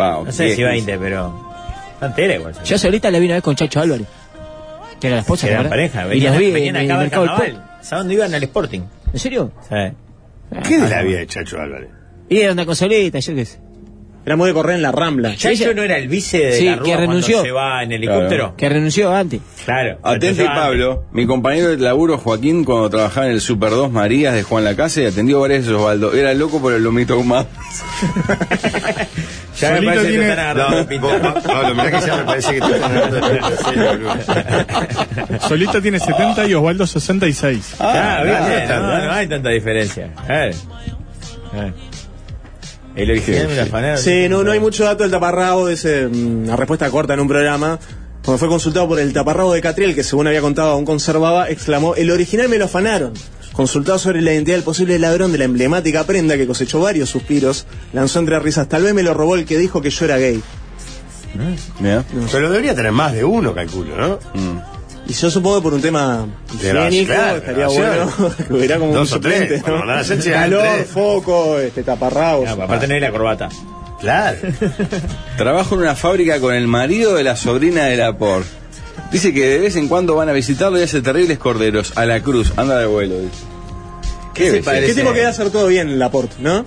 [SPEAKER 6] Va,
[SPEAKER 9] No sé
[SPEAKER 6] 10,
[SPEAKER 9] si 20, pero. Pantera igual.
[SPEAKER 11] Yo solita la vi una vez con Chacho Álvarez. Que era la esposa,
[SPEAKER 9] Eran
[SPEAKER 11] ¿verdad?
[SPEAKER 9] pareja,
[SPEAKER 11] Y
[SPEAKER 9] venían,
[SPEAKER 11] las vi
[SPEAKER 9] venían
[SPEAKER 11] en el
[SPEAKER 9] acá al
[SPEAKER 11] mercado del
[SPEAKER 9] carnaval. ¿Sabes dónde iban? Al Sporting. Ah.
[SPEAKER 11] Pueblo. ¿En serio?
[SPEAKER 7] ¿Qué de la vida de Chacho Álvarez?
[SPEAKER 11] Y era una consolita, yo qué sé.
[SPEAKER 10] Era muy de correr en la Rambla.
[SPEAKER 9] Chacho no era el vice de
[SPEAKER 11] Sí,
[SPEAKER 9] la Rúa
[SPEAKER 11] que renunció.
[SPEAKER 9] cuando se va en helicóptero.
[SPEAKER 11] Que renunció antes.
[SPEAKER 9] Claro.
[SPEAKER 6] Atenti
[SPEAKER 9] Entonces,
[SPEAKER 6] Pablo, mi compañero de laburo Joaquín cuando trabajaba en el Super 2 Marías de Juan Lacase atendió varias veces Osvaldo. Era loco por el lomito ahumado.
[SPEAKER 9] Ya me
[SPEAKER 6] Solito
[SPEAKER 9] parece que te
[SPEAKER 6] tiene-
[SPEAKER 9] están agarrando
[SPEAKER 6] No,
[SPEAKER 9] la pinta.
[SPEAKER 7] Pablo, mirá que ya me parece que te están hablando de
[SPEAKER 9] Ah,
[SPEAKER 7] en serio, boludo.
[SPEAKER 8] Solita tiene 70 y Osvaldo 66.
[SPEAKER 9] Ah,
[SPEAKER 8] Ah,
[SPEAKER 9] viste,
[SPEAKER 8] no,
[SPEAKER 9] no,
[SPEAKER 8] está bien.
[SPEAKER 9] no hay tanta diferencia. A ver. A ver. El original de la fanera.
[SPEAKER 10] Sí, no, no hay mucho dato del taparrabo de ese, mm, la respuesta corta en un programa. Cuando fue consultado por el taparrabo de Catriel, que según había contado aún conservaba, exclamó, el original me lo afanaron. Consultado sobre la identidad del posible ladrón de la emblemática prenda que cosechó varios suspiros, lanzó entre risas, tal vez me lo robó el que dijo que yo era gay.
[SPEAKER 7] Pero debería tener más de uno, calculo, ¿no?
[SPEAKER 6] Mm.
[SPEAKER 10] Y yo supongo que por un tema
[SPEAKER 7] De la-
[SPEAKER 10] higiénico,
[SPEAKER 7] claro,
[SPEAKER 10] estaría
[SPEAKER 7] grabación.
[SPEAKER 10] bueno que hubiera como
[SPEAKER 7] Dos
[SPEAKER 10] un
[SPEAKER 7] o tres,
[SPEAKER 10] suplente,
[SPEAKER 7] cuando mandan a hacer, llegan
[SPEAKER 10] Calor,
[SPEAKER 7] tres. Ah,
[SPEAKER 10] foco, este taparrabos.
[SPEAKER 9] Aparte no hay la corbata.
[SPEAKER 7] Claro.
[SPEAKER 6] Trabajo en una fábrica con el marido de la sobrina de la por. Dice que de vez en cuando van a visitarlo y hace terribles corderos. A la cruz, anda de vuelo. dice.
[SPEAKER 10] ¿Qué,
[SPEAKER 6] belleza.
[SPEAKER 10] tipo que debe hacer todo bien Laporte, no?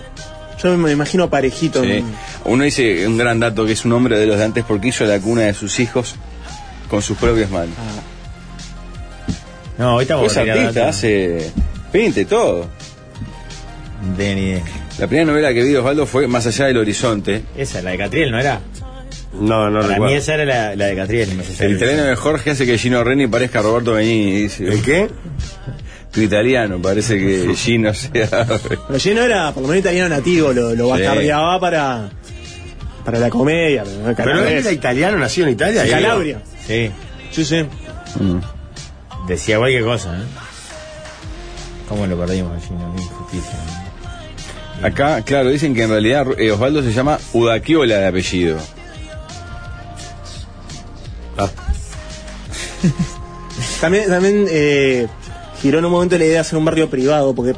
[SPEAKER 10] Yo me imagino parejito.
[SPEAKER 6] Sí.
[SPEAKER 10] ¿no?
[SPEAKER 6] Uno dice un gran dato que es un hombre de los de antes porque hizo la cuna de sus hijos con sus propias manos.
[SPEAKER 9] Ah, No, hoy estamos
[SPEAKER 6] Es artista, hace pinta y todo.
[SPEAKER 9] De ni idea.
[SPEAKER 6] La primera novela que vi de Osvaldo fue Más allá del horizonte.
[SPEAKER 9] Esa, la de Catriel, ¿no era?
[SPEAKER 7] No, no
[SPEAKER 9] Para
[SPEAKER 6] recuerdo.
[SPEAKER 9] mí esa era la, la de Catriel. no sé si
[SPEAKER 6] El
[SPEAKER 9] era
[SPEAKER 6] italiano de Jorge hace que Gino Reni parezca Roberto Benigni. dice.
[SPEAKER 7] ¿El qué?
[SPEAKER 6] Tu italiano, parece que Gino sea.
[SPEAKER 10] Pero Gino era, por lo menos, italiano nativo, lo, lo bastardeaba para, para la comedia. Pero,
[SPEAKER 7] Pero él era italiano, nacido en Italia.
[SPEAKER 10] De
[SPEAKER 7] y-
[SPEAKER 10] Calabria.
[SPEAKER 9] Sí.
[SPEAKER 10] Sí, sí.
[SPEAKER 9] Decía cualquier cosa, ¿eh? ¿Cómo lo perdimos allí? No, Qué injusticia. ¿no?
[SPEAKER 6] Acá, claro, dicen que en realidad eh, Osvaldo se llama Udaquiola de apellido. Ah.
[SPEAKER 10] También, también eh, giró en un momento la idea de hacer un barrio privado, porque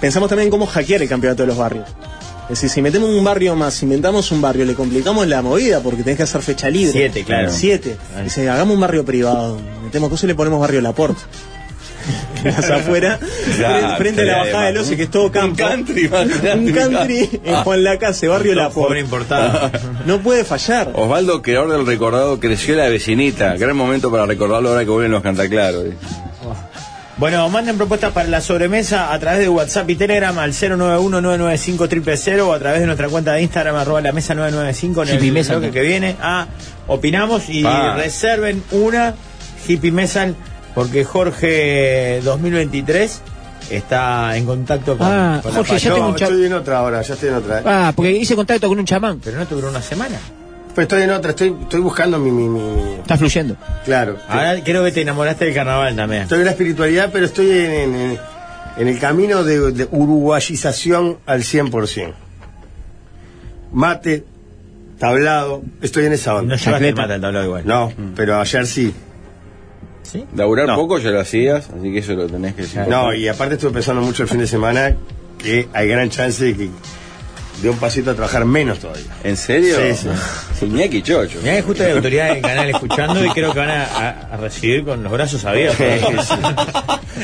[SPEAKER 10] pensamos también en cómo hackear el campeonato de los barrios. Es decir, si metemos un barrio más, si inventamos un barrio, le complicamos la movida porque tenés que hacer fecha libre.
[SPEAKER 9] Siete, claro.
[SPEAKER 10] Siete. Dice, hagamos un barrio privado, metemos cosas y le ponemos barrio Laporte. Las afuera,
[SPEAKER 6] Claro,
[SPEAKER 12] Ah,
[SPEAKER 10] frente, frente a la
[SPEAKER 6] claro,
[SPEAKER 10] bajada del
[SPEAKER 6] además,
[SPEAKER 10] ocio, que es todo campo.
[SPEAKER 6] country, imagínate,
[SPEAKER 10] Un
[SPEAKER 6] mirá.
[SPEAKER 10] country en Juan Lacase, barrio
[SPEAKER 9] Pobre
[SPEAKER 10] Laporte.
[SPEAKER 9] importado.
[SPEAKER 10] No puede fallar.
[SPEAKER 6] Osvaldo, creador del recordado, creció la vecinita. Gran momento para recordarlo ahora que vuelven los cantaclaros. eh.
[SPEAKER 9] Bueno, manden propuestas para la sobremesa a través de WhatsApp y Telegram al 091-995-000 o a través de nuestra cuenta de Instagram arroba la mesa 995 en
[SPEAKER 11] Hippie
[SPEAKER 9] el
[SPEAKER 11] Mesal.
[SPEAKER 9] bloque que viene. Ah, opinamos y
[SPEAKER 6] Pa.
[SPEAKER 9] reserven una hippie mesal porque Jorge 2023 está en contacto con,
[SPEAKER 11] Ah,
[SPEAKER 9] con la
[SPEAKER 11] Jorge,
[SPEAKER 9] paz.
[SPEAKER 11] ya
[SPEAKER 7] No,
[SPEAKER 11] tengo un chap-
[SPEAKER 7] estoy en otra ahora, ya estoy en otra. ¿eh?
[SPEAKER 11] Ah, porque hice contacto con un chamán.
[SPEAKER 9] Pero no te duró una semana.
[SPEAKER 7] Pero Pues estoy en otra, estoy, estoy buscando mi, mi, mi-
[SPEAKER 11] Está fluyendo.
[SPEAKER 7] Claro.
[SPEAKER 9] Ahora Ah, creo que te enamoraste del carnaval también.
[SPEAKER 7] Estoy en la espiritualidad, pero estoy en, en- en- en el camino de, de uruguayización al 100%. Mate, tablado, estoy en esa
[SPEAKER 9] No
[SPEAKER 7] onda.
[SPEAKER 9] llevaste el mata al tablado igual. Mm.
[SPEAKER 7] No, pero ayer sí.
[SPEAKER 6] Laburar
[SPEAKER 7] No.
[SPEAKER 6] poco ya lo hacías, así que eso lo tenés que decir.
[SPEAKER 7] No, y aparte estuve pensando mucho el fin de semana que hay gran chance de que dio un pasito a trabajar menos todavía.
[SPEAKER 6] ¿En serio?
[SPEAKER 7] Sí, sí.
[SPEAKER 6] Sí, Iñaki Chocho.
[SPEAKER 9] Mirá que justo hay autoridades del canal escuchando y creo que van a, a- a recibir con los brazos abiertos.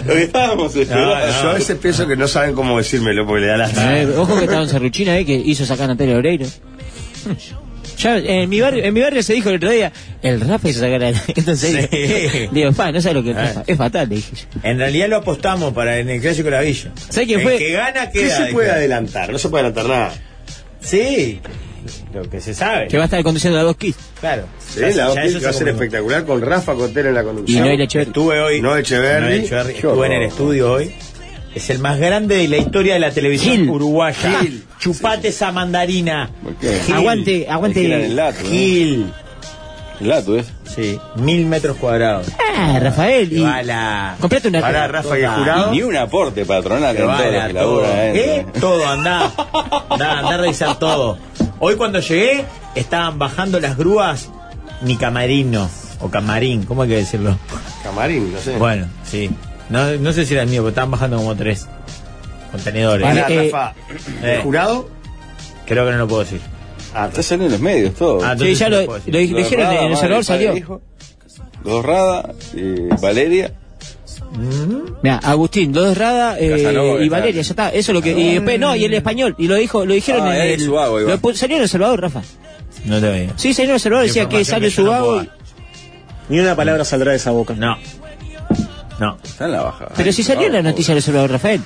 [SPEAKER 6] Lo que estábamos
[SPEAKER 9] esperando.
[SPEAKER 7] Yo a veces pienso que no saben cómo decírmelo porque le da lástima.
[SPEAKER 11] Eh, ojo que estaba en Cerruchina ahí que hizo sacar a Natalia Oreiro. Hmm. Ya, en mi barrio, en mi barrio se dijo el otro día, el Rafa hizo sacar a Entonces,
[SPEAKER 9] Sí. Ah.
[SPEAKER 11] digo, pa, no sabes lo que es el Rafa. Es fatal, le dije.
[SPEAKER 9] En realidad lo apostamos para en el clásico de la villa.
[SPEAKER 11] ¿Sabes quién
[SPEAKER 9] El
[SPEAKER 11] fue?
[SPEAKER 9] que gana
[SPEAKER 7] ¿Qué
[SPEAKER 9] queda.
[SPEAKER 7] se puede adelantar? No se puede adelantar nada.
[SPEAKER 9] Sí, lo que se sabe.
[SPEAKER 11] Que va a estar conduciendo la dos kids.
[SPEAKER 9] Claro.
[SPEAKER 7] Sí,
[SPEAKER 9] Ya-
[SPEAKER 7] la
[SPEAKER 9] ya
[SPEAKER 7] OPI va
[SPEAKER 9] eso
[SPEAKER 7] a
[SPEAKER 9] se
[SPEAKER 7] ser
[SPEAKER 9] confirmó.
[SPEAKER 7] espectacular con Rafa Cotero en la
[SPEAKER 11] Y
[SPEAKER 7] conducción.
[SPEAKER 11] Noel Echeverri.
[SPEAKER 9] Estuve hoy.
[SPEAKER 7] No Echeverri.
[SPEAKER 9] No, Echeverri.
[SPEAKER 7] Qué
[SPEAKER 9] Estuve en el
[SPEAKER 7] horror.
[SPEAKER 9] estudio hoy. Es el más grande de la historia de la televisión
[SPEAKER 11] Gil.
[SPEAKER 9] uruguaya.
[SPEAKER 7] Gil.
[SPEAKER 9] Chupate esa mandarina.
[SPEAKER 6] ¿Por qué?
[SPEAKER 9] Gil.
[SPEAKER 11] Aguante,
[SPEAKER 6] Giran el
[SPEAKER 11] aguante.
[SPEAKER 6] lato, ¿no?
[SPEAKER 9] Gil.
[SPEAKER 6] El lato, ¿eh?
[SPEAKER 9] Sí, mil metros cuadrados.
[SPEAKER 11] Ah, Rafael. Y...
[SPEAKER 9] Bala.
[SPEAKER 11] Comprate una.
[SPEAKER 7] Pará, Rafa y el jurado.
[SPEAKER 6] Y ni un aporte patronal en todo lo que labura,
[SPEAKER 9] ¿Eh?
[SPEAKER 6] ¿eh?
[SPEAKER 9] Todo, andá. Andá, andá a revisar todo. Hoy cuando llegué, estaban bajando las grúas, mi camarino, o camarín, ¿cómo hay que decirlo?
[SPEAKER 7] Camarín, no sé.
[SPEAKER 9] Bueno, sí. No, no sé si era el mío, pero estaban bajando como tres contenedores.
[SPEAKER 7] Pará,
[SPEAKER 11] Eh,
[SPEAKER 7] Rafa.
[SPEAKER 9] eh.
[SPEAKER 7] ¿El jurado?
[SPEAKER 9] Creo que no lo puedo decir.
[SPEAKER 7] Ah,
[SPEAKER 6] Está saliendo en los medios todo.
[SPEAKER 9] Ah,
[SPEAKER 11] Sí, ya lo, lo,
[SPEAKER 9] entonces-
[SPEAKER 11] lo dijeron
[SPEAKER 6] Rada,
[SPEAKER 11] en El
[SPEAKER 6] madre,
[SPEAKER 11] Salvador,
[SPEAKER 6] padre,
[SPEAKER 11] salió.
[SPEAKER 6] hijo. Los Rada, eh, Valeria.
[SPEAKER 11] Mira, Mm. Agustín, Dos Rada eh,
[SPEAKER 6] Casanova,
[SPEAKER 11] y
[SPEAKER 6] claro.
[SPEAKER 11] Valeria, ya está. Eso es lo que. Y después, no, y el español. Y lo dijo, lo dijeron
[SPEAKER 6] Ah,
[SPEAKER 11] en
[SPEAKER 6] era
[SPEAKER 11] el.
[SPEAKER 6] el Subago, ahí va.
[SPEAKER 11] lo pu- salió en El Salvador, Rafa.
[SPEAKER 9] No te veo.
[SPEAKER 11] Sí, salió en El Salvador, decía que
[SPEAKER 9] Información
[SPEAKER 11] sale
[SPEAKER 9] que yo
[SPEAKER 11] su
[SPEAKER 9] no
[SPEAKER 11] vago.
[SPEAKER 9] puedo
[SPEAKER 11] y-
[SPEAKER 10] Ni una palabra saldrá de esa boca.
[SPEAKER 9] No. No.
[SPEAKER 6] Está en la baja.
[SPEAKER 11] Pero si salió en la noticia del Salvador, Rafael.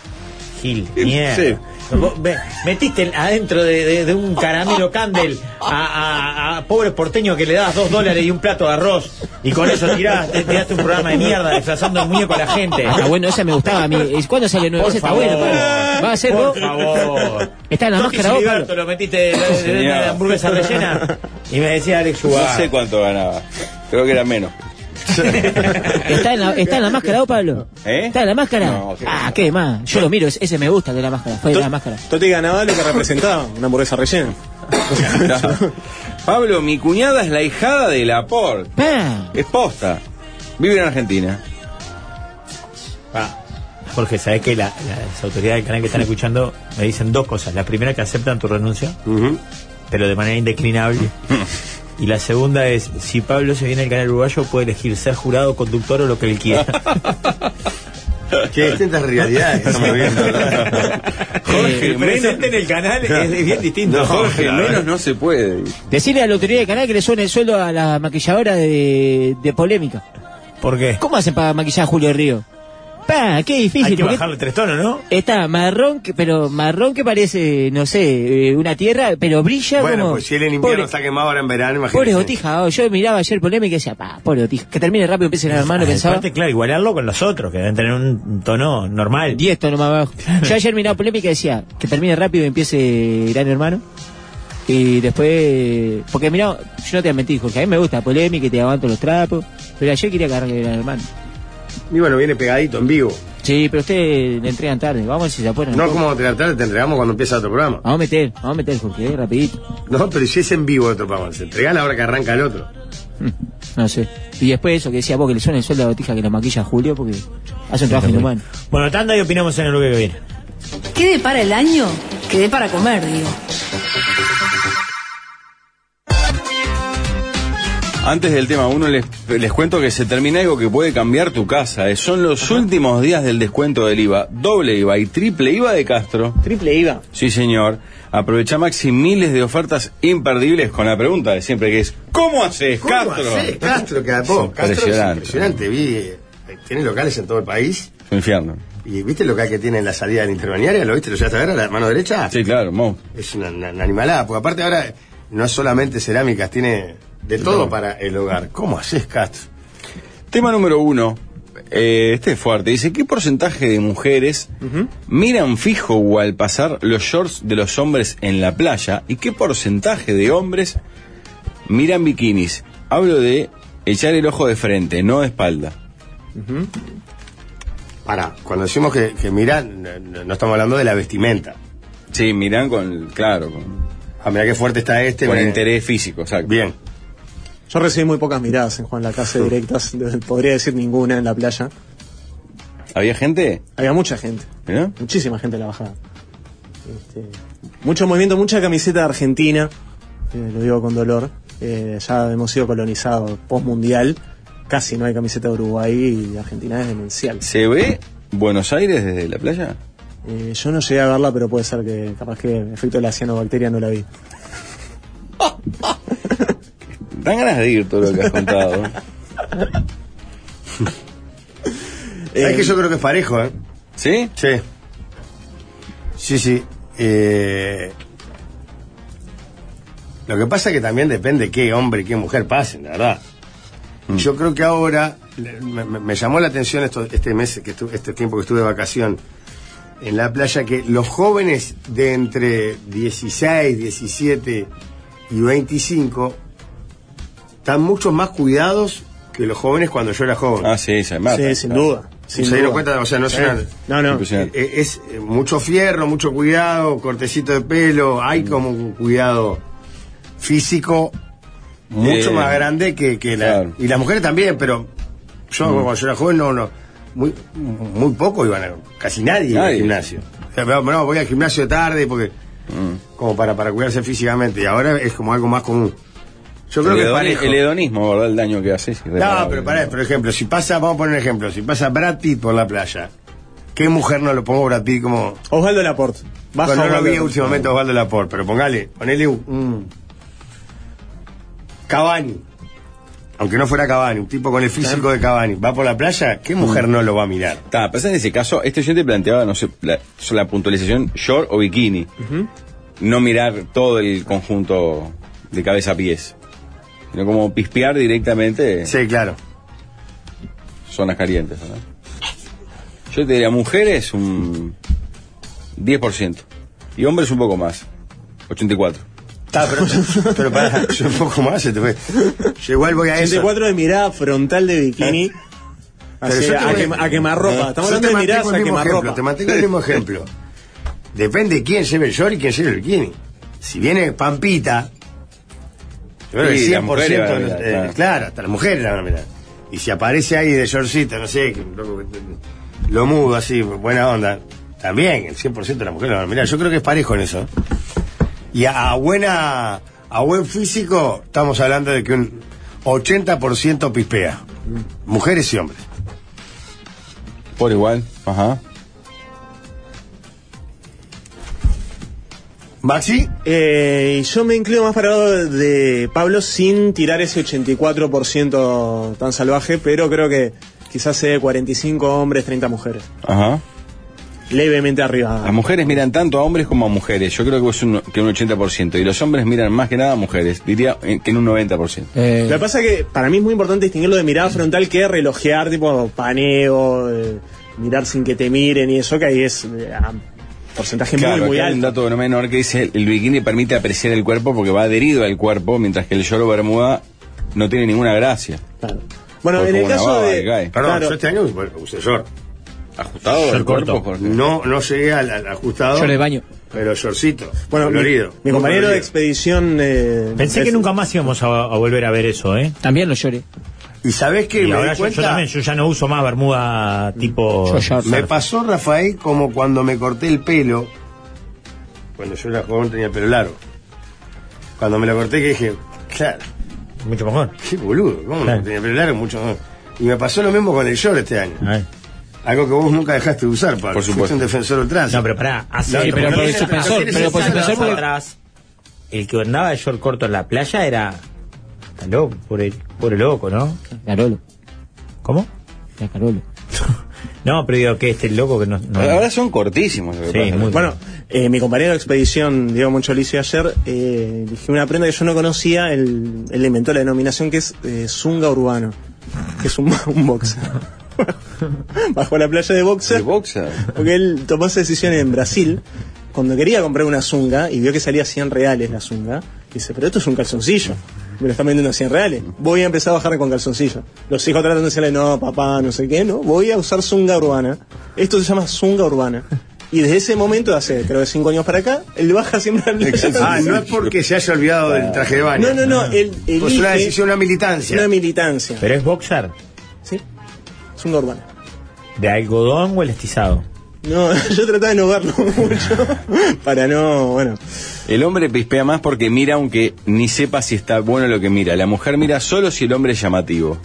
[SPEAKER 9] Gil, mierda.
[SPEAKER 6] Sí.
[SPEAKER 9] Vos ve- Metiste en- adentro de, de- de un caramelo candel a, a- a pobres porteños que le das dos dólares y un plato de arroz y con eso tirás, te, tiraste un programa de mierda disfrazando el muñeco a la gente.
[SPEAKER 11] Ah, está bueno, esa me gustaba a mí. ¿Y ¿Cuándo sale nueva?
[SPEAKER 9] Por
[SPEAKER 11] Esa está
[SPEAKER 9] favor.
[SPEAKER 11] buena, Pablo. Va a ser
[SPEAKER 9] Por
[SPEAKER 11] vos.
[SPEAKER 9] favor.
[SPEAKER 11] Está en la
[SPEAKER 9] Toki
[SPEAKER 11] máscara vos,
[SPEAKER 9] Siliberto
[SPEAKER 11] Pablo.
[SPEAKER 9] lo metiste de, de- de- de
[SPEAKER 6] Señor.
[SPEAKER 9] una hamburguesa rellena y me decía Alex Ubar.
[SPEAKER 6] No sé cuánto ganaba. Creo que era menos.
[SPEAKER 11] Está en la, está en la máscara vos, Pablo.
[SPEAKER 6] ¿Eh?
[SPEAKER 11] ¿Está en la máscara?
[SPEAKER 6] No, sí.
[SPEAKER 11] ah, qué más. Yo lo miro, ese- ese me gusta el de la máscara. Fue de la máscara.
[SPEAKER 10] Toti ganaba lo que representaba, una hamburguesa rellena.
[SPEAKER 6] Claro. Pablo, mi cuñada es la hijada de Laporte.
[SPEAKER 11] Pa.
[SPEAKER 6] Es posta. Vive en Argentina.
[SPEAKER 9] Ah, Jorge, ¿sabes que la- las autoridades del canal que están escuchando me dicen dos cosas? La primera, que aceptan tu renuncia, pero de manera indeclinable. Y la segunda es, si Pablo se viene al canal uruguayo, puede elegir ser jurado, conductor o lo que él quiera.
[SPEAKER 7] Qué distintas realidades estamos viendo. ¿verdad?
[SPEAKER 10] Eh,
[SPEAKER 6] Jorge,
[SPEAKER 9] el presente en el canal es, es bien distinto.
[SPEAKER 7] No,
[SPEAKER 6] Jorge, menos no se puede.
[SPEAKER 11] Decirle a la autoridad del canal que le suene el sueldo a la maquilladora de, de polémica.
[SPEAKER 9] ¿Por qué?
[SPEAKER 11] ¿Cómo hacen para maquillar a Julio Río? Pa, qué difícil.
[SPEAKER 9] Hay que
[SPEAKER 11] porque
[SPEAKER 9] bajarle tres tonos, ¿no?
[SPEAKER 11] Está marrón, que- pero marrón que parece, no sé, eh, una tierra, pero brilla
[SPEAKER 7] Bueno,
[SPEAKER 11] como.
[SPEAKER 7] pues si él en invierno
[SPEAKER 11] Pobre-
[SPEAKER 7] está quemado ahora en verano, imagínate.
[SPEAKER 11] Pobre Botija, oh, yo miraba ayer polémica y decía, pa, pobre Botija, que termine rápido, empiecen a hermano, pensaba.
[SPEAKER 9] Aparte, claro, igualarlo con los otros, que deben tener un tono normal.
[SPEAKER 11] 10 tonos más abajo. Yo ayer miraba polémica y decía, que termine rápido y empiece Gran Hermano. Y después, porque mirá, yo no te mentí, Jorge, a mí me gusta polémica y te aguanto los trapos, pero ayer quería que arranque Gran Hermano.
[SPEAKER 7] Y bueno, viene pegadito en vivo.
[SPEAKER 11] Sí, pero ustedes le entregan tarde, vamos a ver si se apuran.
[SPEAKER 7] No como te la tarde, te entregamos cuando empieza otro programa.
[SPEAKER 11] Vamos a meter, vamos a meter, Jorge, eh, rapidito.
[SPEAKER 7] No, pero si es en vivo otro programa, se entrega a la hora que arranca el otro.
[SPEAKER 11] No sé. Y después eso que decía vos, que le suena el sueldo a la botija que lo maquilla a Julio, porque hace un trabajo inhumano.
[SPEAKER 9] Bueno, tanda y opinamos en el bloque que viene.
[SPEAKER 13] ¿Qué depara el año? Que dé para comer, digo.
[SPEAKER 6] Antes del tema uno les, les cuento que se termina algo que puede cambiar tu casa. Eh, Son los últimos días del descuento del IVA. Doble IVA y triple IVA de Castro.
[SPEAKER 10] Triple IVA.
[SPEAKER 6] Sí, señor. Aprovecha Maxi miles de ofertas imperdibles con la pregunta de siempre que es ¿Cómo haces,
[SPEAKER 7] ¿Cómo
[SPEAKER 6] Castro?
[SPEAKER 7] hacés, Castro, que vos, Castro es
[SPEAKER 6] Impresionante.
[SPEAKER 7] impresionante. Vi, eh, tiene locales en todo el país.
[SPEAKER 6] Su infierno.
[SPEAKER 7] ¿Y viste el local que tiene en la salida de la intermediaria? ¿Lo viste? ¿Lo llegaste a ver a la mano derecha?
[SPEAKER 6] Sí, claro, mo.
[SPEAKER 7] Es una, una- una animalada, porque aparte ahora no solamente cerámicas, tiene de todo para el hogar. ¿Cómo haces, Castro?
[SPEAKER 6] Tema número uno. Eh, este es fuerte. Dice, ¿qué porcentaje de mujeres miran fijo o al pasar los shorts de los hombres en la playa? ¿Y qué porcentaje de hombres miran bikinis? Hablo de echar el ojo de frente, no de espalda.
[SPEAKER 7] Para, cuando decimos que, que mirá, no, no- no estamos hablando de la vestimenta.
[SPEAKER 6] Sí, miran con, claro, con,
[SPEAKER 7] Ah, mirá qué fuerte está este.
[SPEAKER 6] con
[SPEAKER 7] me-
[SPEAKER 6] interés físico, exacto.
[SPEAKER 7] Bien.
[SPEAKER 10] Yo recibí muy pocas miradas en Juan Lacase directas, de- podría decir ninguna en la playa.
[SPEAKER 6] ¿Había gente?
[SPEAKER 10] Había mucha gente,
[SPEAKER 6] ¿Eh?
[SPEAKER 10] muchísima gente en la bajada. Este, mucho movimiento, mucha camiseta argentina, eh, lo digo con dolor. eh, ya hemos sido colonizados postmundial. Casi no hay camiseta de Uruguay y Argentina es demencial.
[SPEAKER 6] ¿Se ve Buenos Aires desde la playa?
[SPEAKER 10] Eh, yo no llegué a verla, pero puede ser que capaz que efecto de la cianobacteria no la vi.
[SPEAKER 6] Dan ganas de ir todo lo que has contado.
[SPEAKER 7] Es que yo creo que es parejo, ¿eh?
[SPEAKER 6] ¿Sí?
[SPEAKER 7] Sí. Sí, sí. Eh, Lo que pasa es que también depende qué hombre y qué mujer pasen, la verdad. Yo creo que ahora le- me, me- me llamó la atención esto- este mes, que estu- este tiempo que estuve de vacación en la playa, que los jóvenes de entre 16, 17 y 25 están mucho más cuidados que los jóvenes cuando yo era joven.
[SPEAKER 6] Ah, sí, se mata.
[SPEAKER 7] Sí, sin duda,
[SPEAKER 6] ¿Se
[SPEAKER 7] sin duda.
[SPEAKER 6] dieron cuenta? O sea, no es
[SPEAKER 7] Sí.
[SPEAKER 6] una-
[SPEAKER 7] No, no.
[SPEAKER 6] Impresionante.
[SPEAKER 7] Eh, Es, eh, mucho fierro, mucho cuidado, cortecito de pelo, hay
[SPEAKER 6] Mm.
[SPEAKER 7] como un cuidado físico mucho
[SPEAKER 6] Eh,
[SPEAKER 7] más grande que, que la...
[SPEAKER 6] claro.
[SPEAKER 7] Y las mujeres también, pero yo
[SPEAKER 6] Mm.
[SPEAKER 7] cuando yo era joven no, no, muy, muy poco iban, a, casi nadie, iba al
[SPEAKER 6] Nadie.
[SPEAKER 7] gimnasio. O sea, no, no, voy al gimnasio tarde porque
[SPEAKER 6] Mm.
[SPEAKER 7] como para, para cuidarse físicamente y ahora es como algo más común. Yo creo
[SPEAKER 6] el,
[SPEAKER 7] que es
[SPEAKER 6] hedoni-
[SPEAKER 7] parejo.
[SPEAKER 6] el hedonismo, ¿verdad? El daño que hace. es
[SPEAKER 7] No,
[SPEAKER 6] irreparable.
[SPEAKER 7] pero pará, por ejemplo, si pasa, vamos a poner un ejemplo, si pasa Brad Pitt por la playa, ¿qué mujer no lo pongo Brad Pitt como...
[SPEAKER 10] Osvaldo Laporte. Baja
[SPEAKER 7] Bueno, no lo
[SPEAKER 10] Osvaldo
[SPEAKER 7] vi
[SPEAKER 10] Laporte. Mm.
[SPEAKER 7] últimamente a Osvaldo Laporte, pero pongale, ponele un... un Cavani, aunque no fuera Cavani, un tipo con el físico de Cavani, va por la playa,
[SPEAKER 10] Mm.
[SPEAKER 7] ¿qué mujer no lo va a mirar?
[SPEAKER 6] Está, pasa en ese caso, este oyente planteaba, no sé, la, la puntualización short o bikini. No mirar todo el conjunto de cabeza a pies. Sino como pispear directamente.
[SPEAKER 7] Sí, claro.
[SPEAKER 6] Zonas calientes, ¿verdad? Yo te diría, mujeres un 10%. Y hombres un poco más. 84.
[SPEAKER 7] Está, pero, pero pará, yo un poco más, se te fue. Yo igual voy a eso.
[SPEAKER 10] 84 de mirada frontal de bikini.
[SPEAKER 7] Pero
[SPEAKER 10] Hacia-
[SPEAKER 7] yo te
[SPEAKER 10] a,
[SPEAKER 7] voy- Eh.
[SPEAKER 10] quema- a quemarropa. Estamos
[SPEAKER 7] Yo te
[SPEAKER 10] hablando de
[SPEAKER 7] mantengo
[SPEAKER 10] miradas
[SPEAKER 7] el
[SPEAKER 10] a
[SPEAKER 7] mismo ejemplo,
[SPEAKER 10] quemarropa.
[SPEAKER 7] Te mantengo el mismo ejemplo. Depende quién lleve el short y quién lleve el bikini. Si viene Pampita, yo creo que
[SPEAKER 6] Sí, las
[SPEAKER 7] 100%,
[SPEAKER 6] mujeres van a mirar,
[SPEAKER 7] eh,
[SPEAKER 6] claro.
[SPEAKER 7] claro. hasta las mujeres la van a mirar. Y si aparece ahí de shortcito, no sé, que un loco que- lo mudo así, buena onda, también el 100% de las mujeres la van a mirar. Yo creo que es parejo en eso. Y a, a buena a buen físico estamos hablando de que un 80% pispea. Mujeres y hombres.
[SPEAKER 6] Mm. Por igual. Ajá.
[SPEAKER 7] ¿Maxi?
[SPEAKER 10] Eh, yo me inclino más para el lado de Pablo sin tirar ese 84% tan salvaje, pero creo que quizás sea 45 hombres, 30 mujeres.
[SPEAKER 6] Ajá.
[SPEAKER 10] Levemente arriba.
[SPEAKER 6] Las mujeres miran tanto a hombres como a mujeres. Yo creo que es un, que un 80%. Y los hombres miran más que nada a mujeres. Diría eh, que en un 90%.
[SPEAKER 10] Lo que pasa es que para mí es muy importante distinguirlo de mirada frontal que relojear, tipo paneo, eh, mirar sin que te miren y eso, que ahí es eh, a porcentaje
[SPEAKER 6] Claro,
[SPEAKER 10] muy, muy
[SPEAKER 6] acá hay un
[SPEAKER 10] alto.
[SPEAKER 6] dato no menor que dice el bikini permite apreciar el cuerpo porque va adherido al cuerpo, mientras que el lloro bermuda no tiene ninguna gracia.
[SPEAKER 10] Bueno,
[SPEAKER 6] Porque
[SPEAKER 10] en el
[SPEAKER 6] como una
[SPEAKER 10] caso
[SPEAKER 6] baba
[SPEAKER 10] de.
[SPEAKER 6] que cae.
[SPEAKER 7] Perdón, yo este año bueno, usé short.
[SPEAKER 6] ¿Ajustado
[SPEAKER 7] Short
[SPEAKER 6] del cuerpo?
[SPEAKER 7] corto. No, no llegué al, al ajustado.
[SPEAKER 10] Short de
[SPEAKER 7] baño. Pero shortcito.
[SPEAKER 10] Bueno, mi,
[SPEAKER 7] colorido.
[SPEAKER 10] mi compañero de
[SPEAKER 7] Colorido.
[SPEAKER 10] expedición. eh,
[SPEAKER 9] Pensé que
[SPEAKER 10] es-
[SPEAKER 9] nunca más íbamos a, a volver a ver eso, ¿eh?
[SPEAKER 11] También lo lloré.
[SPEAKER 7] ¿Y sabés qué?
[SPEAKER 9] Y
[SPEAKER 7] Me di
[SPEAKER 9] ahora yo, yo
[SPEAKER 7] cuenta-
[SPEAKER 9] también, yo ya no uso más bermuda tipo.
[SPEAKER 7] Me pasó, Rafael, como cuando me corté el pelo. Cuando yo era joven tenía el pelo largo. Cuando me lo corté, que dije, claro.
[SPEAKER 9] Mucho mejor.
[SPEAKER 7] Qué boludo, ¿cómo no?
[SPEAKER 9] Claro.
[SPEAKER 7] Tenía el pelo largo, mucho mejor. Y me pasó lo mismo con el short este año. Algo que vos nunca dejaste de usar, Pablo.
[SPEAKER 9] Por supuesto.
[SPEAKER 7] Fuiste un defensor del tránsito.
[SPEAKER 9] No, pero pará, hace- Ah, Sí, pero por el suspensor, pero por el suspensor porque- atrás. El que andaba de short corto en la playa era. Está loco, pobre, pobre loco, ¿no?
[SPEAKER 11] Carolo.
[SPEAKER 9] ¿Cómo?
[SPEAKER 11] La Carolo.
[SPEAKER 9] no, pero digo que este loco que no. no-
[SPEAKER 6] Ahora son cortísimos.
[SPEAKER 9] Sí, pasa. muy
[SPEAKER 10] bueno, eh, mi compañero de expedición, Diego Moncholicio, ayer eh, eligió una prenda que yo no conocía. Él, él inventó la denominación que es eh, Zunga Urbano, que es un, un boxer. Bajo la playa de boxer.
[SPEAKER 6] boxer?
[SPEAKER 10] Porque él tomó esa decisión en Brasil. Cuando quería comprar una zunga y vio que salía 100 reales la zunga, dice, pero esto es un calzoncillo. Me lo están vendiendo a 100 reales. Voy a empezar a bajar con calzoncillo. Los hijos tratan de decirle, no, papá, no sé qué, no. Voy a usar zunga urbana. Esto se llama zunga urbana. Y desde ese momento, hace creo que 5 años para acá, él baja siempre al
[SPEAKER 7] Ah, no es porque se haya olvidado del traje de baño.
[SPEAKER 10] No, no, no. Él,
[SPEAKER 7] Pues
[SPEAKER 10] elige
[SPEAKER 7] una decisión, una militancia.
[SPEAKER 10] Una militancia.
[SPEAKER 9] ¿Pero es boxer?
[SPEAKER 10] Sí. Zunga urbana.
[SPEAKER 9] ¿De algodón o elastizado?
[SPEAKER 10] No, yo trataba de no verlo mucho. Para no, bueno.
[SPEAKER 6] El hombre pispea más porque mira aunque ni sepa si está bueno lo que mira. La mujer mira solo si el hombre es llamativo.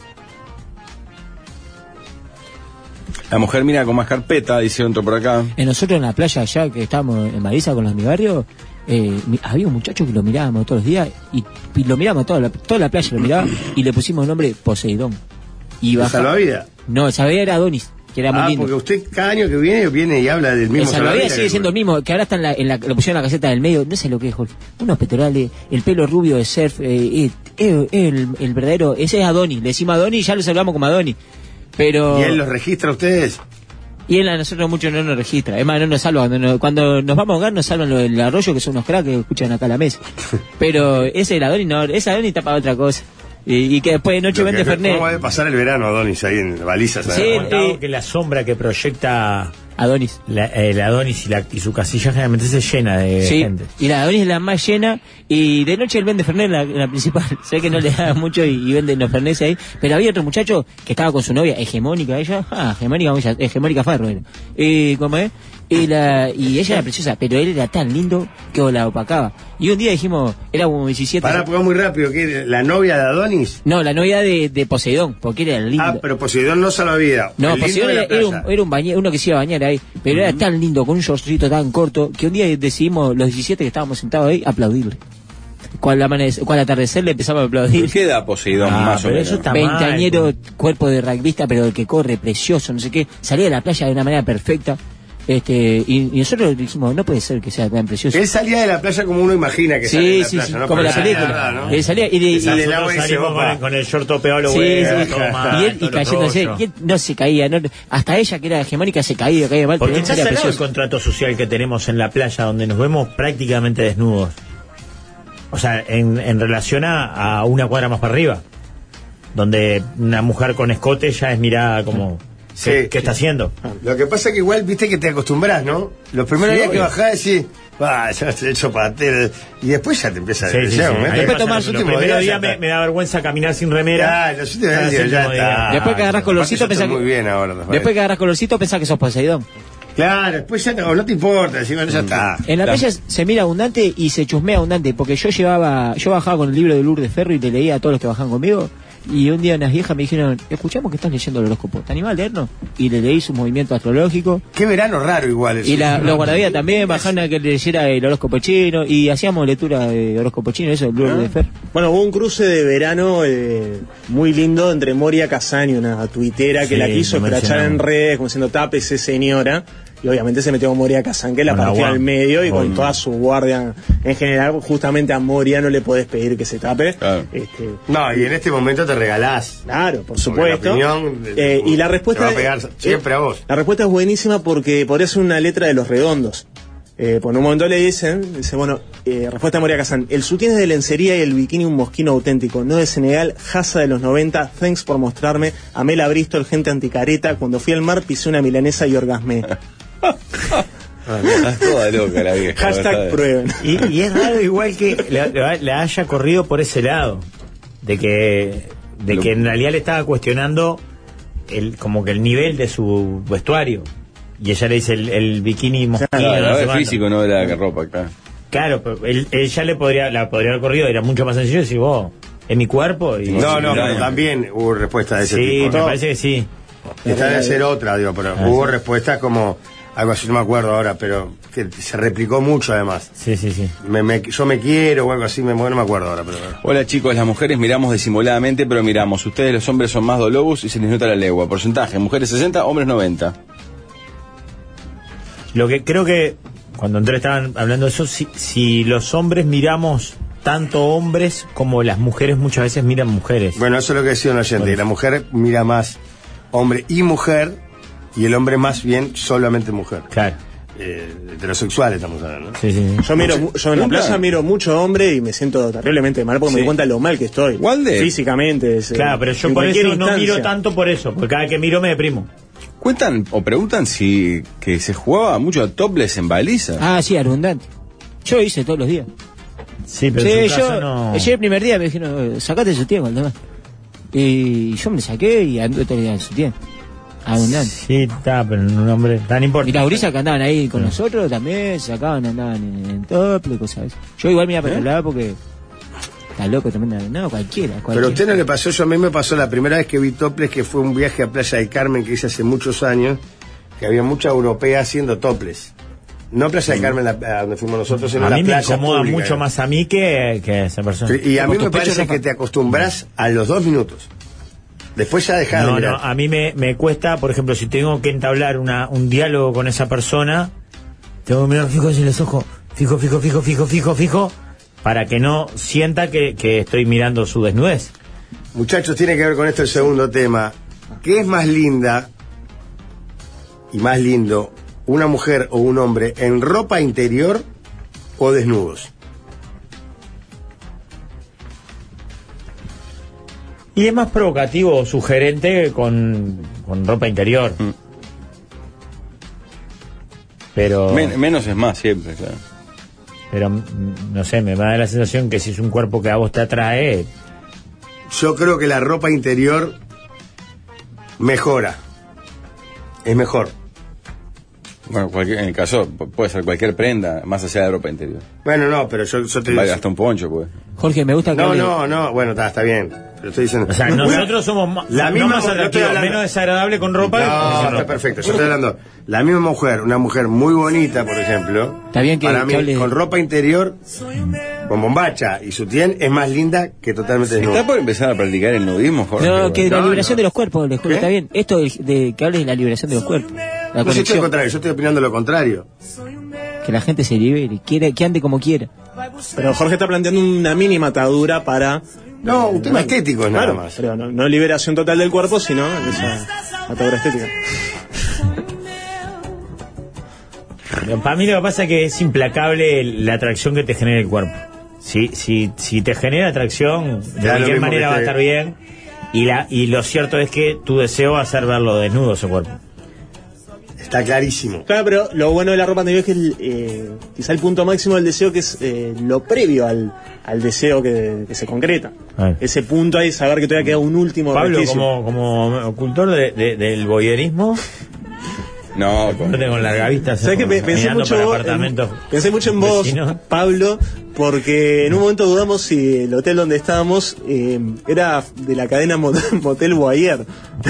[SPEAKER 6] La mujer mira con más carpeta, dice otro por acá.
[SPEAKER 11] En Eh, nosotros en la playa allá que estábamos en Marisa con los de mi barrio, eh, mi- había un muchacho que lo mirábamos todos los días y, y lo mirábamos toda la, toda la playa, lo miraba y le pusimos el nombre Poseidón. Y baja-
[SPEAKER 7] salvavidas?
[SPEAKER 11] No, el salvavidas era Adonis, que era muy
[SPEAKER 7] Ah,
[SPEAKER 11] lindo.
[SPEAKER 7] porque usted cada año que viene viene y habla del mismo
[SPEAKER 11] el salvavidas
[SPEAKER 7] salvavidas.
[SPEAKER 11] sigue siendo el mismo, que ahora está en la, en la, lo pusieron en la caseta del medio, no sé lo que es, Jorge. Unos petorales, el pelo rubio de surf, eh, eh, eh, el, el verdadero, ese es Adonis, le decimos Adonis y ya lo saludamos como Adonis. Pero...
[SPEAKER 7] ¿Y él los registra a ustedes?
[SPEAKER 11] Y él a nosotros mucho no nos registra. Es más, no nos salva. Cuando nos, cuando nos vamos a ahogar, nos salvan los del arroyo, que son unos cracks que escuchan acá a la mesa. Pero ese el Adonis no, ese Adonis está para otra cosa. Y, y que después de noche
[SPEAKER 7] Lo que-
[SPEAKER 11] vende Fernet.
[SPEAKER 7] ¿Cómo va a pasar el verano, Adonis, ahí en balizas?
[SPEAKER 9] Sí, eh, que la sombra que proyecta
[SPEAKER 11] Adonis,
[SPEAKER 9] el Adonis y, la- y su casilla generalmente se llena de
[SPEAKER 11] Sí,
[SPEAKER 9] Eh, gente.
[SPEAKER 11] y la Adonis es la más llena. Y de noche él vende Fernet, la, la principal. sé que no le da mucho y, y vende los Fernets ahí. Pero había otro muchacho que estaba con su novia, hegemónica ella. Ah, hegemónica, vamos a- hegemónica Farro era. Eh, ¿Cómo es? Y, la, y ella era preciosa, pero él era tan lindo que la opacaba. Y un día dijimos, era como 17.
[SPEAKER 7] Para, porque va muy rápido. ¿qué? ¿La novia de Adonis?
[SPEAKER 11] eh, No, la novia de, de Poseidón, porque era lindo.
[SPEAKER 7] Ah, pero Poseidón no salvavidas.
[SPEAKER 11] No,
[SPEAKER 7] El lindo
[SPEAKER 11] Poseidón
[SPEAKER 7] de la
[SPEAKER 11] era, era
[SPEAKER 7] playa.
[SPEAKER 11] un, era un bañe- uno que se iba a bañar ahí, pero era tan lindo, con un shortcito tan corto, que un día decidimos, los 17 que estábamos sentados ahí, aplaudirle. Cuando amanece- cuando atardecer le empezamos a aplaudir.
[SPEAKER 6] ¿Qué da Poseidón
[SPEAKER 11] Ah,
[SPEAKER 6] más o
[SPEAKER 11] pero
[SPEAKER 6] menos?
[SPEAKER 11] eso está pues. Veinteañero, cuerpo de rugbyista, pero el que corre, precioso, no sé qué. Salía de la playa de una manera perfecta. Este, y, y nosotros dijimos, no puede ser que sea tan precioso.
[SPEAKER 7] Él salía de la playa como uno imagina que
[SPEAKER 11] Sí,
[SPEAKER 7] sale de la
[SPEAKER 11] sí,
[SPEAKER 7] playa,
[SPEAKER 11] sí,
[SPEAKER 7] ¿no?
[SPEAKER 11] como
[SPEAKER 7] Pero
[SPEAKER 11] la
[SPEAKER 7] no es
[SPEAKER 11] película.
[SPEAKER 7] nada, ¿no?
[SPEAKER 11] Él salía y de-
[SPEAKER 7] Sale
[SPEAKER 11] y-
[SPEAKER 7] del agua
[SPEAKER 11] nosotros
[SPEAKER 7] y dice,
[SPEAKER 9] salimos
[SPEAKER 7] "Opa".
[SPEAKER 9] con el- con el short topeado, lo
[SPEAKER 11] Sí,
[SPEAKER 9] voy a-
[SPEAKER 11] sí,
[SPEAKER 9] todo mal,
[SPEAKER 11] y él y
[SPEAKER 9] todo
[SPEAKER 11] cayéndose,
[SPEAKER 9] rollo.
[SPEAKER 11] ¿quién no se caía, no- hasta ella que era hegemónica se caía, caía mal,
[SPEAKER 9] Porque
[SPEAKER 11] pero
[SPEAKER 9] está
[SPEAKER 11] era
[SPEAKER 9] cerrado el
[SPEAKER 11] precioso.
[SPEAKER 9] contrato social que tenemos en la playa, donde nos vemos prácticamente desnudos. O sea, en, en relación a, a una cuadra más para arriba, donde una mujer con escote ya es mirada como, ¿qué, qué está haciendo?
[SPEAKER 7] Lo que pasa es que igual, viste que te acostumbras, ¿no? Los primeros
[SPEAKER 9] Sí,
[SPEAKER 7] días que
[SPEAKER 9] obvio.
[SPEAKER 7] bajás decís, va, ya te he hecho pastel. Y después ya te empieza a
[SPEAKER 9] Sí, sí, sí.
[SPEAKER 7] llega un
[SPEAKER 9] A mí
[SPEAKER 7] momento-
[SPEAKER 9] me
[SPEAKER 7] Después
[SPEAKER 9] pasa,
[SPEAKER 7] tomás
[SPEAKER 9] los
[SPEAKER 7] últimos
[SPEAKER 9] primeros
[SPEAKER 7] días, ya
[SPEAKER 9] días me,
[SPEAKER 7] está.
[SPEAKER 9] me da vergüenza caminar sin remera.
[SPEAKER 7] Ya, los últimos días,
[SPEAKER 9] Hasta el
[SPEAKER 7] ya
[SPEAKER 9] último
[SPEAKER 7] está.
[SPEAKER 9] día.
[SPEAKER 11] Después que agarras colorcito,
[SPEAKER 7] Aparte yo
[SPEAKER 11] pensás
[SPEAKER 7] estoy
[SPEAKER 11] que.
[SPEAKER 7] muy bien ahora, Rafael.
[SPEAKER 11] Después que agarras colorcito, pensás que sos Poseidón.
[SPEAKER 7] Claro, después ya no, no te importa, decís, bueno, ya está.
[SPEAKER 11] En la
[SPEAKER 7] Claro.
[SPEAKER 11] playa se mira abundante y se chusmea abundante, porque yo llevaba, yo bajaba con el libro de Lourdes Ferro y le leía a todos los que bajaban conmigo. Y un día unas viejas me dijeron, escuchamos que estás leyendo el horóscopo, ¿te animás a leernos? Y le leí su movimiento astrológico.
[SPEAKER 7] Qué verano raro igual. eso.
[SPEAKER 11] Y la, los guardavías también bajaban a que leyera el horóscopo chino y hacíamos lectura de horóscopo chino, eso, Lourdes Ferro.
[SPEAKER 10] Ah. Bueno, hubo un cruce de verano eh, muy lindo entre Moria Casani, una tuitera que
[SPEAKER 11] Sí,
[SPEAKER 10] la quiso
[SPEAKER 11] lo
[SPEAKER 10] escrachar en
[SPEAKER 11] mencionamos.
[SPEAKER 10] redes, como diciendo tápese señora. Y obviamente se metió con Moria Kazan, que la
[SPEAKER 9] Con la
[SPEAKER 10] partió
[SPEAKER 9] guan-
[SPEAKER 10] al medio y con
[SPEAKER 9] obvio.
[SPEAKER 10] toda su guardia en general. Justamente a Moria no le podés pedir que se tape. Este,
[SPEAKER 7] No, y en este momento te regalás.
[SPEAKER 10] Claro, por
[SPEAKER 7] Porque
[SPEAKER 10] supuesto.
[SPEAKER 7] la opinión,
[SPEAKER 10] Eh,
[SPEAKER 7] eh,
[SPEAKER 10] y la
[SPEAKER 7] te
[SPEAKER 10] respuesta
[SPEAKER 7] va a
[SPEAKER 10] de-
[SPEAKER 7] pegar siempre a vos.
[SPEAKER 10] La respuesta es buenísima porque podría ser una letra de los redondos. Eh, por un momento le dicen, dice, bueno, eh, respuesta a Moria Kazan, el sutién es de lencería y el bikini un mosquino auténtico, no de Senegal, jaza de los 90, thanks por mostrarme, amé la Bristol, gente anticareta, cuando fui al mar pisé una milanesa y orgasmé.
[SPEAKER 6] Ah, Estás toda loca la vieja.
[SPEAKER 10] Hashtag
[SPEAKER 6] ¿verdad?
[SPEAKER 10] prueben.
[SPEAKER 9] Y, y es raro igual que la, la- la haya corrido por ese lado, de que, de que en realidad le estaba cuestionando el, como que el nivel de su vestuario. Y ella le dice el, el bikini mosquito.
[SPEAKER 6] Claro,
[SPEAKER 9] no sé
[SPEAKER 6] es
[SPEAKER 9] cuánto.
[SPEAKER 6] físico, no de la que ropa acá.
[SPEAKER 9] Claro, pero él, ella le podría, la podría haber corrido, era mucho más sencillo decir, vos, es mi cuerpo. Y,
[SPEAKER 7] No, no,
[SPEAKER 9] y-
[SPEAKER 7] pero también hubo respuestas de ese
[SPEAKER 9] Sí,
[SPEAKER 7] tipo.
[SPEAKER 9] me
[SPEAKER 7] ¿no?
[SPEAKER 9] parece que sí.
[SPEAKER 7] Esta debe ser otra, digo, pero
[SPEAKER 9] Ah,
[SPEAKER 7] hubo
[SPEAKER 9] sí.
[SPEAKER 7] respuestas como algo así, no me acuerdo ahora, pero que se replicó mucho además.
[SPEAKER 9] Sí, sí, sí.
[SPEAKER 7] Me- me- yo me quiero o algo así, me, no me acuerdo ahora, pero.
[SPEAKER 6] Hola chicos, las mujeres miramos disimuladamente, pero miramos. Ustedes los hombres son más dolobos y se les nota la legua. Porcentaje, mujeres 60, hombres 90.
[SPEAKER 9] Lo que creo que cuando entré estaban hablando de eso, si, si los hombres miramos tanto hombres como las mujeres muchas veces miran mujeres.
[SPEAKER 7] Bueno, eso es lo que decía un oyente, que la mujer mira más hombre y mujer, y el hombre más bien solamente mujer.
[SPEAKER 9] Claro.
[SPEAKER 7] eh, heterosexual estamos hablando. ¿no?
[SPEAKER 9] Sí, sí,
[SPEAKER 10] Yo miro, yo en la playa miro mucho hombre y me siento terriblemente mal porque me
[SPEAKER 7] Sí.
[SPEAKER 10] doy cuenta lo mal que estoy.
[SPEAKER 6] Walde.
[SPEAKER 10] Físicamente. es, eh,
[SPEAKER 9] Claro, pero yo
[SPEAKER 10] en
[SPEAKER 9] por eso
[SPEAKER 10] cualquier
[SPEAKER 9] no miro
[SPEAKER 10] instancia.
[SPEAKER 9] tanto por eso, porque cada vez que miro me deprimo.
[SPEAKER 6] Cuentan o preguntan si que se jugaba mucho a topless en baliza.
[SPEAKER 11] Ah, sí, abundante. Yo lo hice todos los días.
[SPEAKER 9] Sí,
[SPEAKER 11] Sí, yo, yo el primer día me dijeron, "Eh, sacate su tiempo, Valdemar. Y yo me saqué y anduve todo el día en su tiempo. Abundante.
[SPEAKER 9] Sí, está, pero un nombre tan importante.
[SPEAKER 11] Y las gurisas que andaban ahí con nosotros también, sacaban, andaban en, en pues, tople, cosas así. Yo igual me iba para
[SPEAKER 7] ¿Eh?
[SPEAKER 11] hablar porque. Está loco también. No, cualquiera.
[SPEAKER 7] Pero a
[SPEAKER 11] cualquiera.
[SPEAKER 7] usted no le pasó, yo a mí me pasó la primera vez que vi toples, que fue un viaje a Playa del Carmen que hice hace muchos años, que había mucha europea haciendo toples. No Playa del Carmen, la- a donde fuimos nosotros, sino
[SPEAKER 9] Mm. a
[SPEAKER 7] la
[SPEAKER 9] mí me
[SPEAKER 7] playa
[SPEAKER 9] incomoda
[SPEAKER 7] pública.
[SPEAKER 9] mucho más a mí que, que a esa persona.
[SPEAKER 7] Y a mí me parece que te acostumbras a los dos minutos. Después ya dejás de
[SPEAKER 9] No,
[SPEAKER 7] mirar.
[SPEAKER 9] no, a mí me, me cuesta, por ejemplo, si tengo que entablar una, un diálogo con esa persona, tengo que mirar fijos en los ojos, fijo, fijo, fijo, fijo, fijo, fijo, para que no sienta que, que estoy mirando su desnudez.
[SPEAKER 7] Muchachos, tiene que ver con esto el segundo tema. ¿Qué es más linda y más lindo una mujer o un hombre en ropa interior o desnudos?
[SPEAKER 9] Y es más provocativo o sugerente con, con ropa interior.
[SPEAKER 7] Mm.
[SPEAKER 9] Pero,
[SPEAKER 6] Men- menos es más siempre, claro.
[SPEAKER 9] pero mm, no sé, me da la sensación que si es un cuerpo que a vos te atrae,
[SPEAKER 7] Yo creo que la ropa interior mejora. Es mejor.
[SPEAKER 6] Bueno, cualquier- en el caso, pu- puede ser cualquier prenda, más allá de ropa interior.
[SPEAKER 7] Bueno, no, pero yo, yo te
[SPEAKER 6] Vale, hasta un poncho, pues.
[SPEAKER 11] Jorge, me gusta que.
[SPEAKER 7] No,
[SPEAKER 11] hable-
[SPEAKER 7] no, no. Bueno, está, está bien. Pero estoy diciendo.
[SPEAKER 9] O sea,
[SPEAKER 7] Una-
[SPEAKER 9] nosotros somos ma-
[SPEAKER 7] la
[SPEAKER 9] no
[SPEAKER 7] misma
[SPEAKER 9] más
[SPEAKER 7] mujer, no estoy
[SPEAKER 9] atractivos,
[SPEAKER 7] hablando-
[SPEAKER 9] menos desagradable con ropa. que sin
[SPEAKER 7] No, está
[SPEAKER 9] ropa.
[SPEAKER 7] perfecto. Yo estoy hablando. La misma mujer, una mujer muy bonita, por ejemplo.
[SPEAKER 11] Está bien que-
[SPEAKER 7] Para mí,
[SPEAKER 11] que hable-
[SPEAKER 7] con ropa interior, con bombacha y sutién, es más linda que totalmente desnuda.
[SPEAKER 6] ¿Está por empezar a practicar el nudismo, Jorge?
[SPEAKER 11] No, que la
[SPEAKER 7] No,
[SPEAKER 11] liberación de los cuerpos, le juro, está bien. Esto de, de que hables de la liberación de los cuerpos. La
[SPEAKER 7] No, yo estoy al
[SPEAKER 11] conexión.
[SPEAKER 7] contrario, yo estoy opinando lo contrario.
[SPEAKER 11] Que la gente se libere, quiera, que ande como quiera.
[SPEAKER 10] Pero Jorge está planteando una mini matadura para. eh,
[SPEAKER 7] No, un tema estético es nada
[SPEAKER 10] Claro,
[SPEAKER 7] más.
[SPEAKER 10] pero no, no liberación total del cuerpo, sino esa matadura estética.
[SPEAKER 9] Pero Para mí lo que pasa es que es implacable la atracción que te genera el cuerpo. Si, si, si te genera atracción,
[SPEAKER 7] Ya, lo
[SPEAKER 9] de cualquier
[SPEAKER 7] mismo que
[SPEAKER 9] manera va a
[SPEAKER 7] te-
[SPEAKER 9] estar bien. Y, la, y lo cierto es que tu deseo va a ser verlo desnudo ese cuerpo.
[SPEAKER 7] Está clarísimo.
[SPEAKER 10] Claro, pero lo bueno de la ropa interior es que el, eh, quizá el punto máximo del deseo que es eh, lo previo al, al deseo que, que se concreta.
[SPEAKER 9] Ay.
[SPEAKER 10] Ese punto ahí, saber que todavía queda un último
[SPEAKER 9] Pablo,
[SPEAKER 10] resquicio.
[SPEAKER 9] como, como ocultor de- de- del boyerismo,
[SPEAKER 6] No, con-
[SPEAKER 9] no tengo larga vista.
[SPEAKER 10] ¿Sabés que pe- pensé
[SPEAKER 9] mirando
[SPEAKER 10] mucho,
[SPEAKER 9] para
[SPEAKER 10] vos,
[SPEAKER 9] apartamentos.
[SPEAKER 10] en- pensé mucho en vos,
[SPEAKER 9] vecinos.
[SPEAKER 10] Pablo, porque en un momento dudamos si el hotel donde estábamos eh, era de la cadena Mot- Motel Boyer.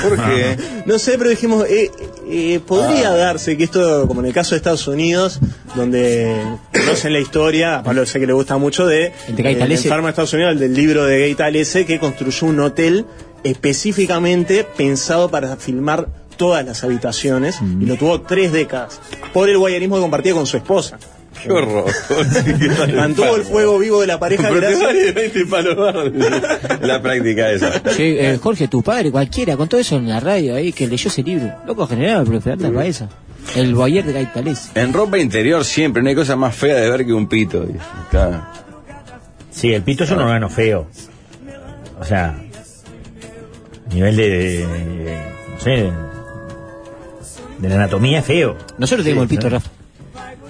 [SPEAKER 6] ¿Por qué?
[SPEAKER 10] No sé, pero dijimos, eh, eh, podría
[SPEAKER 11] Ah.
[SPEAKER 10] darse que esto, como en el caso de Estados Unidos, donde conocen la historia, a Pablo sé que le gusta mucho, de
[SPEAKER 11] El de Gay
[SPEAKER 10] eh,
[SPEAKER 11] Talese.
[SPEAKER 10] enfermo de Estados Unidos, el del libro de Gay Talese, que construyó un hotel específicamente pensado para filmar todas las habitaciones
[SPEAKER 11] Mm.
[SPEAKER 10] y lo tuvo tres décadas por el guayanismo que compartía con su esposa.
[SPEAKER 6] qué horror.
[SPEAKER 10] Mantuvo el fuego vivo de la pareja
[SPEAKER 6] Pero te
[SPEAKER 10] gracias-
[SPEAKER 6] vale
[SPEAKER 7] Este
[SPEAKER 6] 20 palos verdes. La práctica esa.
[SPEAKER 11] Sí, eh, Jorge, tu padre, cualquiera, con todo eso en la radio ahí, que leyó ese libro. Loco generado, pero Fernanda Paesa. El Boyer de Gaitales.
[SPEAKER 6] En ropa interior siempre, no hay cosa más fea de ver que un pito. dice. Claro. Ah.
[SPEAKER 9] Sí, el pito es un órgano feo. O sea, nivel de, de- de- no sé, de la anatomía es feo.
[SPEAKER 11] Nosotros te dimos el pito, Rafa.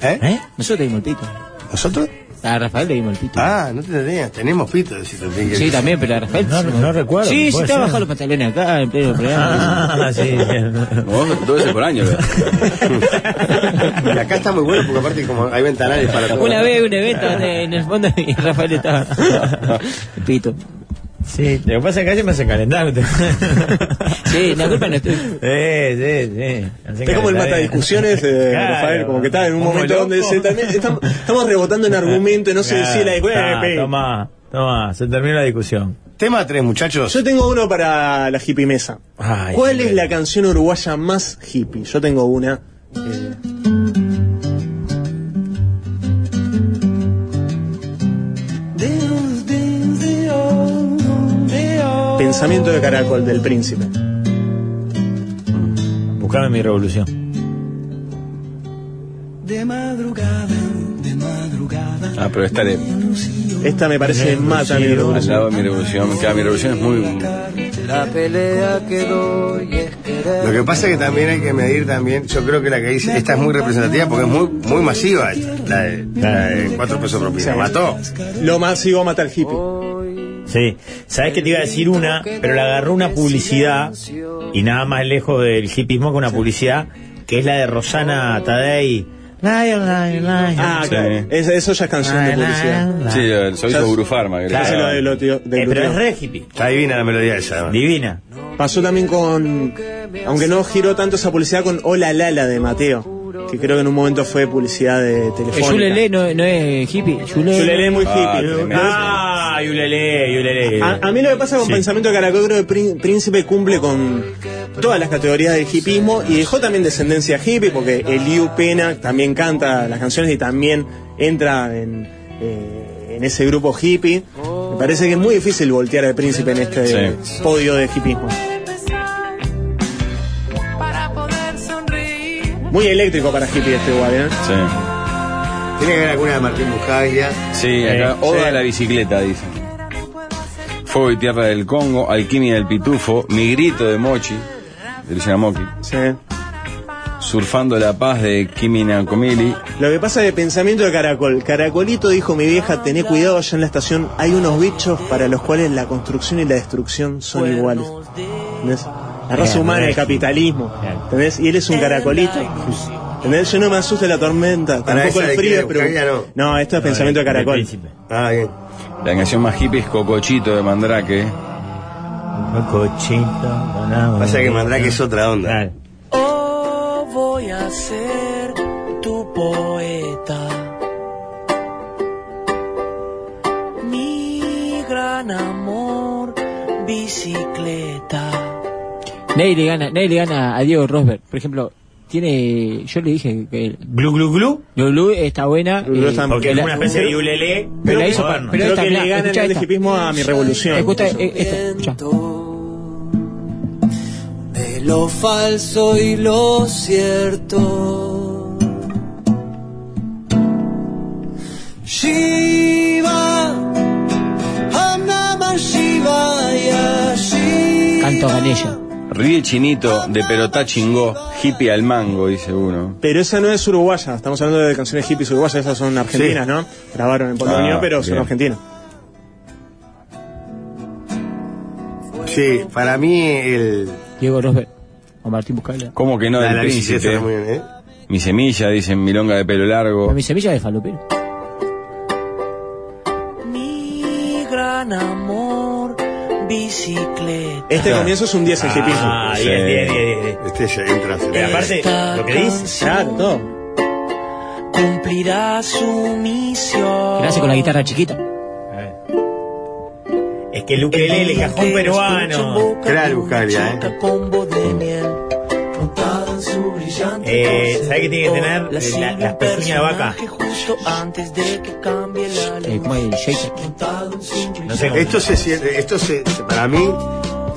[SPEAKER 7] ¿Eh?
[SPEAKER 9] ¿Eh?
[SPEAKER 11] Nosotros te dimos el pito.
[SPEAKER 7] ¿Nosotros?
[SPEAKER 11] A Rafael le dimos el pito.
[SPEAKER 7] Ah, no te tenías. Tenemos pito, decís, también que-
[SPEAKER 11] Sí, también, pero a Rafael.
[SPEAKER 9] No, no recuerdo,
[SPEAKER 11] Sí, sí,
[SPEAKER 9] puede
[SPEAKER 11] te ha
[SPEAKER 9] ser.
[SPEAKER 11] bajado los pantalones acá, en pleno programa.
[SPEAKER 9] Ah, sí.
[SPEAKER 6] Como vos, Dos veces por año.
[SPEAKER 7] Y acá está muy bueno porque aparte como hay ventanales para todo.
[SPEAKER 11] Una vez un evento de- en el fondo y Rafael estaba. El Pito.
[SPEAKER 9] Sí, lo que pasa es que ayer me hacen calendar. ustedes.
[SPEAKER 11] Eh, Sí, la culpa no es tuya.
[SPEAKER 9] Sí, sí, sí. Me hacen
[SPEAKER 10] Es como el
[SPEAKER 9] calendar.
[SPEAKER 10] mata discusiones, eh,
[SPEAKER 9] Claro.
[SPEAKER 10] Rafael, como que está en un
[SPEAKER 9] Como
[SPEAKER 10] momento donde
[SPEAKER 9] loco.
[SPEAKER 10] se, también estamos, estamos rebotando en este argumento, no se
[SPEAKER 9] Claro,
[SPEAKER 10] decía la
[SPEAKER 9] está,
[SPEAKER 10] discusión.
[SPEAKER 9] Toma, toma, se terminó la discusión.
[SPEAKER 7] Tema 3, muchachos.
[SPEAKER 10] Yo tengo uno para la hippie mesa.
[SPEAKER 9] Ay,
[SPEAKER 10] ¿Cuál
[SPEAKER 9] qué
[SPEAKER 10] es la canción uruguaya más hippie? Yo tengo una. eh, Pensamiento de caracol del príncipe.
[SPEAKER 9] Buscame mi revolución.
[SPEAKER 6] Ah, pero esta le
[SPEAKER 10] Esta me parece mata mi
[SPEAKER 6] al
[SPEAKER 10] revolución.
[SPEAKER 6] lado de mi revolución. Claro, mi revolución es muy.
[SPEAKER 7] Lo que pasa es que también hay que medir también, yo creo que la que dice, esta es muy representativa porque es muy, muy masiva, esta, la de, la de cuatro pesos propina. Mató.
[SPEAKER 10] Lo masivo mata al hippie.
[SPEAKER 9] Sí. Sabes que te iba a decir una, pero la agarró una publicidad y nada más lejos del hipismo que una publicidad que es la de Rosana Tadei.
[SPEAKER 10] Ah, claro. Es- eso ya es canción de publicidad.
[SPEAKER 6] Sí, el
[SPEAKER 10] Ya
[SPEAKER 6] sonido
[SPEAKER 10] es-
[SPEAKER 6] Gurufarma. que
[SPEAKER 10] Claro.
[SPEAKER 6] era-
[SPEAKER 10] Es lo de lo tío- del
[SPEAKER 9] Eh, pero
[SPEAKER 10] gluteo.
[SPEAKER 9] es re hippie.
[SPEAKER 7] Está divina la melodía esa.
[SPEAKER 9] Divina.
[SPEAKER 10] Pasó también con, aunque no giró tanto esa publicidad, con Hola Lala de Mateo, que creo que en un momento fue publicidad de
[SPEAKER 11] El
[SPEAKER 10] telefónica.
[SPEAKER 11] Yulele no, no es hippie. Yulele,
[SPEAKER 10] Yulele es muy hippie.
[SPEAKER 9] Ah, Yulele, Yulele.
[SPEAKER 10] A, a mí lo que pasa con Pensamiento de Caracol, creo que Prín- Príncipe cumple con todas las categorías del hipismo y dejó también descendencia hippie porque Eliu Pena también canta las canciones y también entra en, eh, en ese grupo hippie. Me parece que es muy difícil voltear al príncipe en este
[SPEAKER 6] Sí.
[SPEAKER 10] podio de hipismo.
[SPEAKER 7] Ah.
[SPEAKER 10] Muy eléctrico para hippie este igual, ¿eh?
[SPEAKER 6] Sí.
[SPEAKER 7] Tiene que haber alguna de Martín Buscaglia.
[SPEAKER 6] Sí, acá.
[SPEAKER 7] Sí.
[SPEAKER 6] Oda a la bicicleta, dice. Fuego y tierra del Congo, alquimia del pitufo, mi grito de Mochi, de Luciana Mochi.
[SPEAKER 10] Sí.
[SPEAKER 6] Surfando la paz de Kimi Nakomili.
[SPEAKER 10] Lo que pasa de pensamiento de caracol. Caracolito dijo mi vieja, tené cuidado allá en la estación, hay unos bichos para los cuales la construcción y la destrucción son iguales. ¿Entendés? La raza
[SPEAKER 9] Bien,
[SPEAKER 10] humana, el
[SPEAKER 9] bien.
[SPEAKER 10] capitalismo. ¿Entendés? Y él es un caracolito. ¿Entendés? Yo no me asusta la tormenta,
[SPEAKER 7] Para
[SPEAKER 10] tampoco
[SPEAKER 7] esa
[SPEAKER 10] el
[SPEAKER 7] de
[SPEAKER 10] frío,
[SPEAKER 7] que
[SPEAKER 10] pero...
[SPEAKER 7] Buscaglia no.
[SPEAKER 10] No, esto es pensamiento de caracol.
[SPEAKER 7] Ah, bien.
[SPEAKER 6] La canción más hippie es Cocochito de Mandrake.
[SPEAKER 9] Cocochito.
[SPEAKER 7] Pasa que Mandrake es otra onda.
[SPEAKER 9] Claro.
[SPEAKER 1] Oh, voy a ser tu poeta. Mi gran amor, bicicleta.
[SPEAKER 11] Nadie le gana, nadie le gana a Diego Rosberg. Por ejemplo, tiene. Yo le dije que.
[SPEAKER 9] Glu glu glu.
[SPEAKER 11] Glu glu está buena.
[SPEAKER 10] Glu Glu está-
[SPEAKER 9] Porque
[SPEAKER 11] que
[SPEAKER 9] es
[SPEAKER 11] la-
[SPEAKER 9] una especie de Yulele.
[SPEAKER 11] Pero la
[SPEAKER 9] moderno.
[SPEAKER 11] hizo para- pero
[SPEAKER 10] Creo
[SPEAKER 11] esta,
[SPEAKER 10] que
[SPEAKER 11] mirá,
[SPEAKER 10] le gana
[SPEAKER 11] escuchá
[SPEAKER 10] el
[SPEAKER 11] esta.
[SPEAKER 10] hipismo a mi revolución.
[SPEAKER 11] Escucha, eh, esta, escucha.
[SPEAKER 1] de lo falso y lo cierto. Shiva, Om Namah Shivaya, Shiva.
[SPEAKER 11] Canto Ganella.
[SPEAKER 6] Ríe Chinito de Perotá Chingó, hippie al mango, dice uno.
[SPEAKER 10] Pero esa no es uruguaya, estamos hablando de canciones hippies uruguayas, esas son argentinas,
[SPEAKER 7] Sí.
[SPEAKER 10] ¿no? Grabaron en Polonia,
[SPEAKER 6] Ah,
[SPEAKER 10] pero son
[SPEAKER 6] bien.
[SPEAKER 10] argentinas.
[SPEAKER 7] Sí, para mí el.
[SPEAKER 11] Diego Rosberg. O Martín Buscaglia.
[SPEAKER 6] ¿Cómo que no
[SPEAKER 7] la-
[SPEAKER 6] del
[SPEAKER 7] la bici
[SPEAKER 6] príncipe?
[SPEAKER 7] suena muy bien, ¿eh?
[SPEAKER 6] Mi semilla, dicen Milonga de pelo
[SPEAKER 11] A
[SPEAKER 6] largo.
[SPEAKER 11] mi semilla de falopero.
[SPEAKER 1] Mi gran amor, bicicleta.
[SPEAKER 10] Este
[SPEAKER 6] Claro.
[SPEAKER 10] comienzo es un 10 en hipismo.
[SPEAKER 9] Ah,
[SPEAKER 6] Sí.
[SPEAKER 9] bien, bien, bien, bien.
[SPEAKER 7] Este ya entra.
[SPEAKER 9] Y aparte, lo que dice.
[SPEAKER 10] Claro, todo.
[SPEAKER 1] Cumplirá su misión.
[SPEAKER 11] Gracias con la guitarra chiquita.
[SPEAKER 9] Es que el ukelele, el cajón peruano.
[SPEAKER 7] Gran Buscaglia, ¿eh?
[SPEAKER 1] Combo de miel, frontado en su brillante.
[SPEAKER 9] Eh, ¿Sabes que tiene que tener
[SPEAKER 1] La
[SPEAKER 9] eh, la-
[SPEAKER 1] sigue
[SPEAKER 9] las
[SPEAKER 1] un
[SPEAKER 9] pezuñas de vaca?
[SPEAKER 1] personaje justo antes de que cambie la
[SPEAKER 11] Eh,
[SPEAKER 1] ley.
[SPEAKER 11] como el shaker.
[SPEAKER 1] Montado en su
[SPEAKER 9] No sé cómo.
[SPEAKER 7] Esto se siente- esto se, se- para mí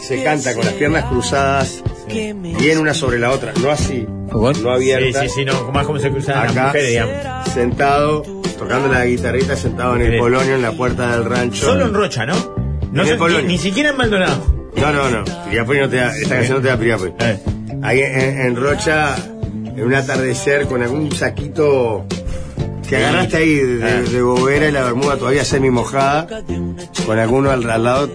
[SPEAKER 7] se canta con las piernas cruzadas,
[SPEAKER 1] que me
[SPEAKER 7] bien una sobre la otra, no así,
[SPEAKER 11] ¿Fogón?
[SPEAKER 7] no
[SPEAKER 9] Sí,
[SPEAKER 7] abierta,
[SPEAKER 9] sí, sí, no, más como se cruzaban las
[SPEAKER 7] acá,
[SPEAKER 9] mujeres, digamos.
[SPEAKER 7] sentado, tocando la guitarrita, sentado en el
[SPEAKER 9] Sí.
[SPEAKER 7] polonio en la puerta del rancho.
[SPEAKER 9] Solo en Rocha, ¿no? No
[SPEAKER 7] En
[SPEAKER 9] sé,
[SPEAKER 7] el Polonio.
[SPEAKER 9] ni, ni siquiera en Maldonado.
[SPEAKER 7] No, no, no, Piriápolis no te da, esta canción no te da Piriápolis.
[SPEAKER 9] Eh.
[SPEAKER 7] Ahí en, en Rocha, en un atardecer con algún saquito que agarraste ahí de,
[SPEAKER 9] Eh.
[SPEAKER 7] de- de bobera y la bermuda todavía semi mojada, con alguno al, al lado,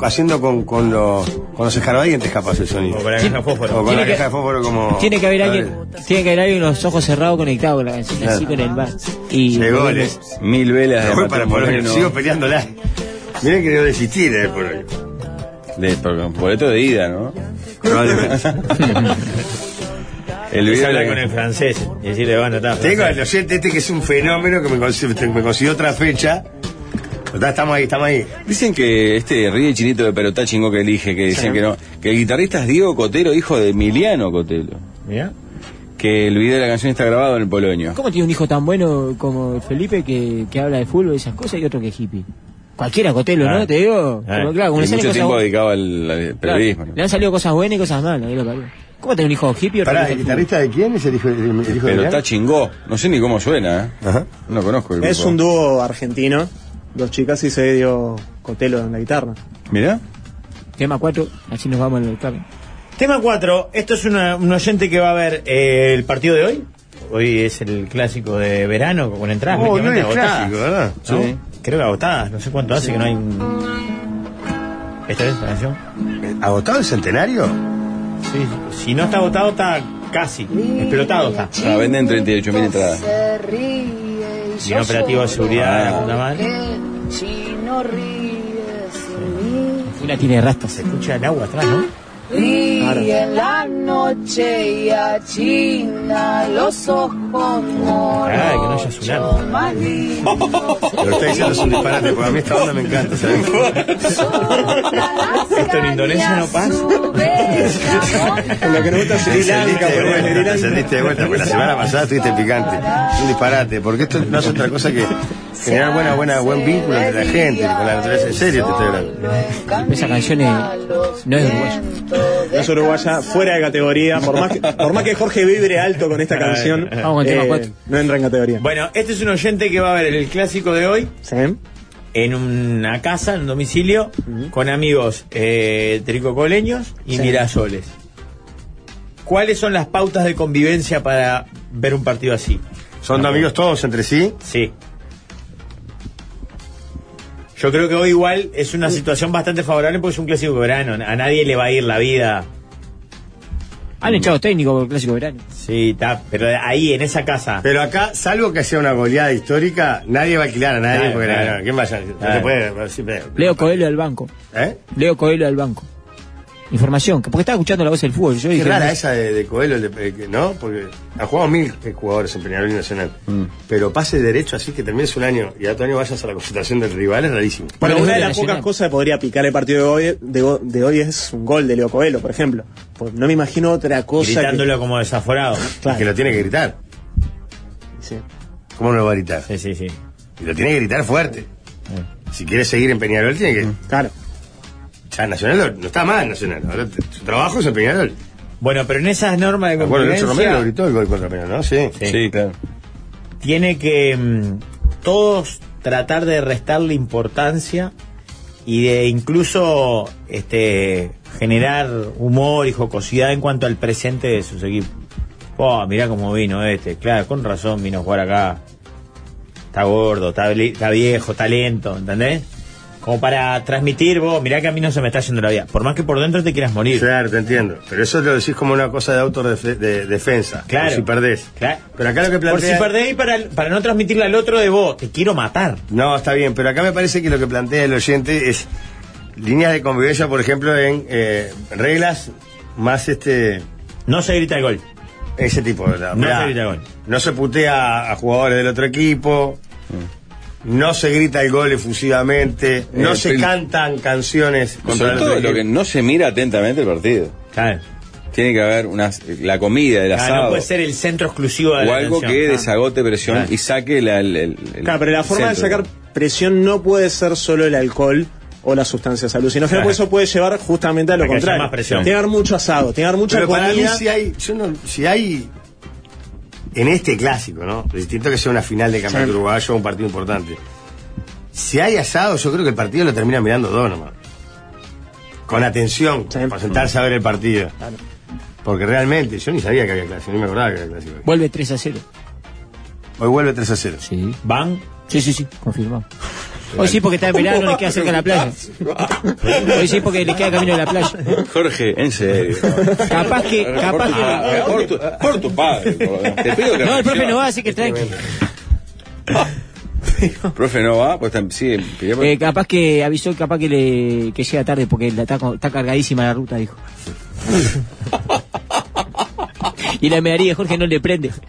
[SPEAKER 7] haciendo con, con, los, con los escarbadientes capaz el sonido.
[SPEAKER 9] O con la caja de
[SPEAKER 7] O con
[SPEAKER 9] fósforo.
[SPEAKER 11] Tiene
[SPEAKER 7] la
[SPEAKER 11] que-
[SPEAKER 7] caja de fósforo
[SPEAKER 9] Oh,
[SPEAKER 7] como.
[SPEAKER 11] Tiene que haber
[SPEAKER 7] a ver,
[SPEAKER 11] alguien, tiene que haber alguien con los ojos cerrados conectado con la canción, así
[SPEAKER 7] Claro.
[SPEAKER 11] con el bar. Y
[SPEAKER 7] Llegó, le-
[SPEAKER 6] Mil velas de
[SPEAKER 7] Voy para
[SPEAKER 6] Mateo
[SPEAKER 7] Polonia,
[SPEAKER 6] Moreno.
[SPEAKER 7] sigo peleándola. Miren que debo desistir eh, de Polonia.
[SPEAKER 6] De, por- boleto de ida, ¿no?
[SPEAKER 7] Probablemente.
[SPEAKER 6] El
[SPEAKER 9] Es
[SPEAKER 6] video de la-
[SPEAKER 9] hablar con el eh. francés y decirle, bueno, está.
[SPEAKER 7] Tengo el oyente este que es un fenómeno que me consiguió, me consiguió otra fecha. Está- Estamos ahí, estamos ahí.
[SPEAKER 6] Dicen que este ríe chinito de Perotá Chingó que elige, que decían que no, que el guitarrista es Diego Cotelo, hijo de Emiliano Cotelo.
[SPEAKER 9] Mirá.
[SPEAKER 6] Que el video de la canción está grabado en el Polonio.
[SPEAKER 11] ¿Cómo tiene un hijo tan bueno como Felipe que, que habla de fútbol y esas cosas y otro que es hippie? Cualquiera Cotelo,
[SPEAKER 9] Claro.
[SPEAKER 7] Ah.
[SPEAKER 11] ¿no? Te digo.
[SPEAKER 9] Claro.
[SPEAKER 11] Como, claro, como
[SPEAKER 6] Y
[SPEAKER 11] le salen
[SPEAKER 6] mucho
[SPEAKER 11] cosas
[SPEAKER 6] tiempo
[SPEAKER 11] bu-
[SPEAKER 6] dedicado al, al
[SPEAKER 11] claro,
[SPEAKER 6] periodismo. ¿no?
[SPEAKER 11] Le han salido cosas buenas y cosas malas. ahí lo parió. ¿Cómo tener un hijo hippie y otro
[SPEAKER 7] Pará,
[SPEAKER 11] que
[SPEAKER 7] ¿el
[SPEAKER 11] es fútbol?
[SPEAKER 7] guitarrista de quién es el hijo, el, el hijo de
[SPEAKER 6] Perotá
[SPEAKER 7] Leandro?
[SPEAKER 6] Chingó. No sé ni cómo suena, ¿eh?
[SPEAKER 7] Ajá.
[SPEAKER 6] No conozco el grupo.
[SPEAKER 10] Es un dúo argentino, dos chicas y se dio Cotelo en la guitarra.
[SPEAKER 6] Mirá.
[SPEAKER 11] Tema 4, así nos vamos al carro.
[SPEAKER 9] Tema 4. Esto es una- un oyente que va a ver eh, el partido de hoy. Hoy es el clásico de verano con entradas.
[SPEAKER 7] Oh, no
[SPEAKER 9] prácticamente
[SPEAKER 7] es
[SPEAKER 9] agotadas.
[SPEAKER 7] clásico, ¿verdad?
[SPEAKER 9] ¿No? Creo que agotadas. No sé cuánto hace que no hay un- ¿Esta es la canción?
[SPEAKER 7] Eh, ¿Agotado el centenario?
[SPEAKER 9] Sí, si no está agotado, está casi. Explotado está.
[SPEAKER 6] Ah, venden 38.000 entradas. Ah.
[SPEAKER 14] Se ríe y
[SPEAKER 9] Y un
[SPEAKER 14] yo
[SPEAKER 9] operativo de
[SPEAKER 14] lloro.
[SPEAKER 9] seguridad de la puta madre.
[SPEAKER 14] Si no ríes sin mí,
[SPEAKER 9] Una tiene rastas. Se escucha el agua atrás, ¿no?
[SPEAKER 14] ríe en la noche y achina los ojos
[SPEAKER 9] Ay, que no haya
[SPEAKER 14] moros.
[SPEAKER 9] tsunami.
[SPEAKER 14] Más
[SPEAKER 7] Pero usted diciendo es un disparate, porque a mí esta onda me encanta, ¿saben?
[SPEAKER 9] Esto en Indonesia no pasa.
[SPEAKER 7] Lo que nos gusta es
[SPEAKER 9] Sri Lanka,
[SPEAKER 7] de vuelta,
[SPEAKER 9] boludo, Sri Lanka.
[SPEAKER 7] te saliste de vuelta, porque la semana pasada estuviste picante. Es un disparate, porque esto no hace otra cosa que generar buena, buena, buen vínculo entre la gente, con la naturaleza. En serio te estoy hablando.
[SPEAKER 11] Esa canción es- no es uruguaya.
[SPEAKER 10] No es uruguaya, fuera de categoría. Por más que, por más que Jorge vibre alto con esta canción, eh,
[SPEAKER 9] Vamos con el tema cuatro.
[SPEAKER 10] no entra en categoría.
[SPEAKER 9] Bueno, este es un oyente que va a ver el clásico de hoy en una casa, en un domicilio, con amigos eh, tricocoleños y
[SPEAKER 10] Sí.
[SPEAKER 9] mirasoles. ¿Cuáles son las pautas de convivencia para ver un partido así?
[SPEAKER 7] ¿Son amigos todos entre sí?
[SPEAKER 9] Sí. Yo creo que hoy igual es
[SPEAKER 7] Mm.
[SPEAKER 9] una situación bastante favorable porque es un clásico de verano. A nadie le va a ir la vida.
[SPEAKER 11] Han echado técnico por el clásico de verano.
[SPEAKER 9] Sí, está, pero ahí, en esa casa.
[SPEAKER 7] Pero acá, salvo que sea una goleada histórica, nadie va a alquilar a nadie,
[SPEAKER 9] Claro,
[SPEAKER 7] porque
[SPEAKER 9] claro.
[SPEAKER 7] no, ¿quién vaya? a- No se
[SPEAKER 9] Claro.
[SPEAKER 7] puede, pero siempre-
[SPEAKER 11] Leo Coelho del banco.
[SPEAKER 7] ¿Eh?
[SPEAKER 11] Leo Coelho del banco. Información, que porque estaba escuchando la voz del fútbol. Yo
[SPEAKER 7] Qué
[SPEAKER 11] dije,
[SPEAKER 7] rara esa de, de Coelho, el de- eh, que- ¿no? Porque han jugado mil eh, jugadores en Peñarol y Nacional. Pero pase derecho así que termines un año y a otro año vayas a la concentración del rival es rarísimo.
[SPEAKER 10] Bueno, una de las pocas cosas que podría picar el partido de hoy, de, go- de hoy es un gol de Leo Coelho, por ejemplo. Porque no me imagino otra cosa.
[SPEAKER 9] Gritándolo como desaforado.
[SPEAKER 7] Que lo tiene que gritar. ¿Cómo no lo va a gritar?
[SPEAKER 9] Sí, sí, sí.
[SPEAKER 7] Y lo tiene que gritar fuerte. Si quiere seguir en Peñarol, tiene que.
[SPEAKER 10] Claro.
[SPEAKER 7] Ya, Nacional no- no está mal, Nacional. Ahora t- su trabajo es en Peñarol.
[SPEAKER 9] Bueno, pero en esas normas de
[SPEAKER 7] Bueno, Nacho
[SPEAKER 9] convivencia
[SPEAKER 7] Romero lo gritó el gol contra Peñarol, ¿no? Sí.
[SPEAKER 6] claro.
[SPEAKER 9] tiene que mm, todos tratar de restarle importancia y de incluso este generar humor y jocosidad en cuanto al presente de sus equipos. Oh, mirá cómo vino este, claro, con razón vino a jugar acá. Está gordo, está, bli- está viejo, está lento, ¿entendés? Como para transmitir, vos, mirá que a mí no se me está yendo la vida. Por más que por dentro te quieras morir.
[SPEAKER 7] Claro, te entiendo. Pero eso lo decís como una cosa de autodefensa.
[SPEAKER 9] Claro.
[SPEAKER 7] Por si perdés.
[SPEAKER 9] Claro.
[SPEAKER 7] Pero acá lo que
[SPEAKER 9] Por si
[SPEAKER 7] plantea-
[SPEAKER 9] perdés y para, para no transmitirle al otro de vos, te quiero matar.
[SPEAKER 7] No, está bien, pero acá me parece que lo que plantea el oyente es líneas de convivencia, por ejemplo, en eh, reglas más este.
[SPEAKER 9] No se grita el gol.
[SPEAKER 7] Ese tipo, ¿verdad?
[SPEAKER 9] No
[SPEAKER 7] Mirá,
[SPEAKER 9] se grita el gol.
[SPEAKER 7] No se putea a jugadores del otro equipo.
[SPEAKER 9] Mm.
[SPEAKER 7] No se grita el gol efusivamente. No
[SPEAKER 6] Eh,
[SPEAKER 7] se
[SPEAKER 6] prin-
[SPEAKER 7] cantan canciones contra
[SPEAKER 6] Sobre
[SPEAKER 7] el otro
[SPEAKER 6] todo lo que
[SPEAKER 7] equipo.
[SPEAKER 6] no se mira atentamente el partido. Tiene que haber unas, la comida, el
[SPEAKER 9] Ah, no
[SPEAKER 6] asado.
[SPEAKER 9] puede ser el centro exclusivo de
[SPEAKER 6] o
[SPEAKER 9] la
[SPEAKER 6] algo
[SPEAKER 9] atención.
[SPEAKER 6] que
[SPEAKER 9] Ah.
[SPEAKER 6] desagote presión
[SPEAKER 9] Claro.
[SPEAKER 6] y saque la, el, el- el
[SPEAKER 10] Claro, pero la forma
[SPEAKER 6] centro.
[SPEAKER 10] de sacar presión no puede ser solo el alcohol o las sustancias alucinógenas,
[SPEAKER 7] Claro.
[SPEAKER 10] porque eso puede llevar justamente a lo
[SPEAKER 7] A que haya
[SPEAKER 10] contrario.
[SPEAKER 7] más presión.
[SPEAKER 10] Tiene que haber mucho asado, tiene que haber mucha
[SPEAKER 7] Pero para mí
[SPEAKER 10] comida.
[SPEAKER 7] si hay, yo no- si hay en este clásico, ¿no? Distinto que sea una final de campeonato
[SPEAKER 10] Sí.
[SPEAKER 7] uruguayo o un partido importante. Si hay asado, yo creo que el partido lo termina mirando dos nomás. Con atención, para sentarse a ver el partido. Porque realmente, yo ni sabía que había clásico, ni me acordaba que había clásico.
[SPEAKER 11] Vuelve 3 a 0.
[SPEAKER 7] Hoy vuelve 3 a 0.
[SPEAKER 11] Sí.
[SPEAKER 9] ¿Van?
[SPEAKER 11] Sí, sí, sí, confirmado. Hoy sí porque está en verano, le queda cerca de la playa. Hoy sí porque le queda camino a la playa.
[SPEAKER 6] Jorge, en serio.
[SPEAKER 11] Capaz que,
[SPEAKER 6] por,
[SPEAKER 11] capaz
[SPEAKER 6] tu,
[SPEAKER 11] que.
[SPEAKER 6] padre, por, tu, por tu padre. por- Te pido que
[SPEAKER 11] No, el profe
[SPEAKER 6] reflexiones.
[SPEAKER 11] no va, así que tranqui.
[SPEAKER 6] Profe no va, pues tam- sí, pidió-
[SPEAKER 11] Eh, capaz que avisó, capaz que le que llega tarde porque la está, co- está cargadísima la ruta, dijo. y la medalla de Jorge no le prende.
[SPEAKER 7] Es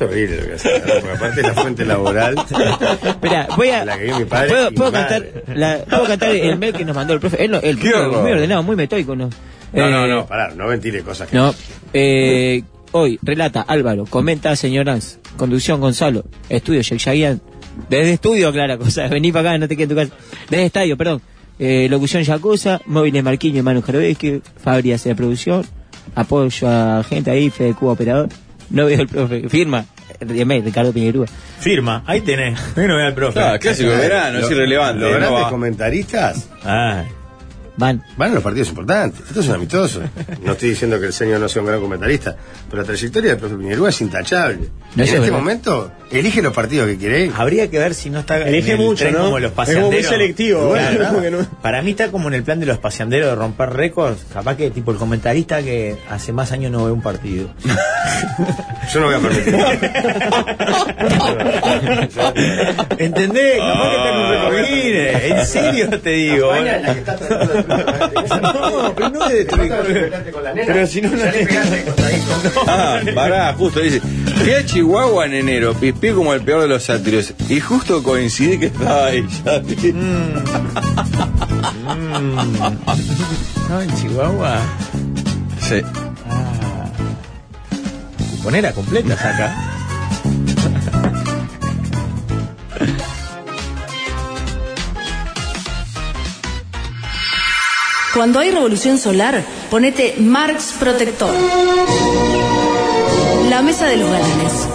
[SPEAKER 7] horrible lo que hace. ¿no? Porque aparte es la fuente laboral.
[SPEAKER 11] Eh. Espera, voy a.
[SPEAKER 7] La que dio mi padre
[SPEAKER 11] ¿Puedo,
[SPEAKER 7] y
[SPEAKER 11] puedo
[SPEAKER 7] mi madre.
[SPEAKER 11] cantar, la- ¿Puedo cantar el mail que nos mandó el profe? Él, no- él
[SPEAKER 7] Qué
[SPEAKER 11] muy
[SPEAKER 7] horror.
[SPEAKER 11] ordenado, muy metódico, ¿no?
[SPEAKER 7] No, no,
[SPEAKER 11] Eh,
[SPEAKER 7] no, pará, no ventile cosas que.
[SPEAKER 11] No. Eh, hoy relata Álvaro, comenta señor Lanz, conducción Gonzalo, estudio Shakyagian, desde estudio aclara cosas, vení para acá, no te quedes en tu casa, desde estadio, perdón, eh, locución Yacusa, móviles Marquinhos y Manu Jarovesky, fábricas de producción, apoyo a gente ahí, Fede Cuba operador, no veo el profe, firma, eh, email, Ricardo Piñerúa.
[SPEAKER 9] Firma, ahí tenés. Ahí no vea el profe.
[SPEAKER 6] Claro, clásico de verano,
[SPEAKER 7] Lo-
[SPEAKER 6] es irrelevante.
[SPEAKER 7] Los
[SPEAKER 6] no
[SPEAKER 7] grandes
[SPEAKER 6] va.
[SPEAKER 7] comentaristas
[SPEAKER 9] Ah,
[SPEAKER 11] Van.
[SPEAKER 7] Van a los partidos importantes. Esto es un amistoso. No estoy diciendo que el señor no sea un gran comentarista, pero la trayectoria del profe Piñerúa es intachable.
[SPEAKER 9] No,
[SPEAKER 7] en
[SPEAKER 9] eso
[SPEAKER 7] este
[SPEAKER 9] es verdad.
[SPEAKER 7] momento, elige los partidos que quiere ir.
[SPEAKER 9] Habría que ver si no está.
[SPEAKER 7] Elige
[SPEAKER 9] en el
[SPEAKER 7] mucho,
[SPEAKER 9] tren
[SPEAKER 7] ¿no?
[SPEAKER 9] Como
[SPEAKER 7] Es
[SPEAKER 9] los
[SPEAKER 7] como
[SPEAKER 9] paseanderos.
[SPEAKER 7] muy selectivo,
[SPEAKER 9] Claro,
[SPEAKER 7] bueno,
[SPEAKER 9] ¿no?
[SPEAKER 7] porque
[SPEAKER 9] Para mí está como en el plan de los paseanderos de romper récords. Capaz que tipo el comentarista que hace más años no ve un partido.
[SPEAKER 7] Yo no voy a permitir.
[SPEAKER 9] ¿Entendés? Capaz que está en un récord Guinness. En serio te digo. No, pero no es de
[SPEAKER 7] Pero si no, no
[SPEAKER 6] Ah, pará, justo dice. Fui a Chihuahua en enero, pispié como el peor de los sátiros. Y justo coincidí que estaba ahí, Yati.
[SPEAKER 9] No, en Chihuahua. Ah.
[SPEAKER 6] Sí.
[SPEAKER 9] Ponela completa, saca.
[SPEAKER 13] Cuando hay revolución solar, ponete Marx Protector. La mesa de los galanes.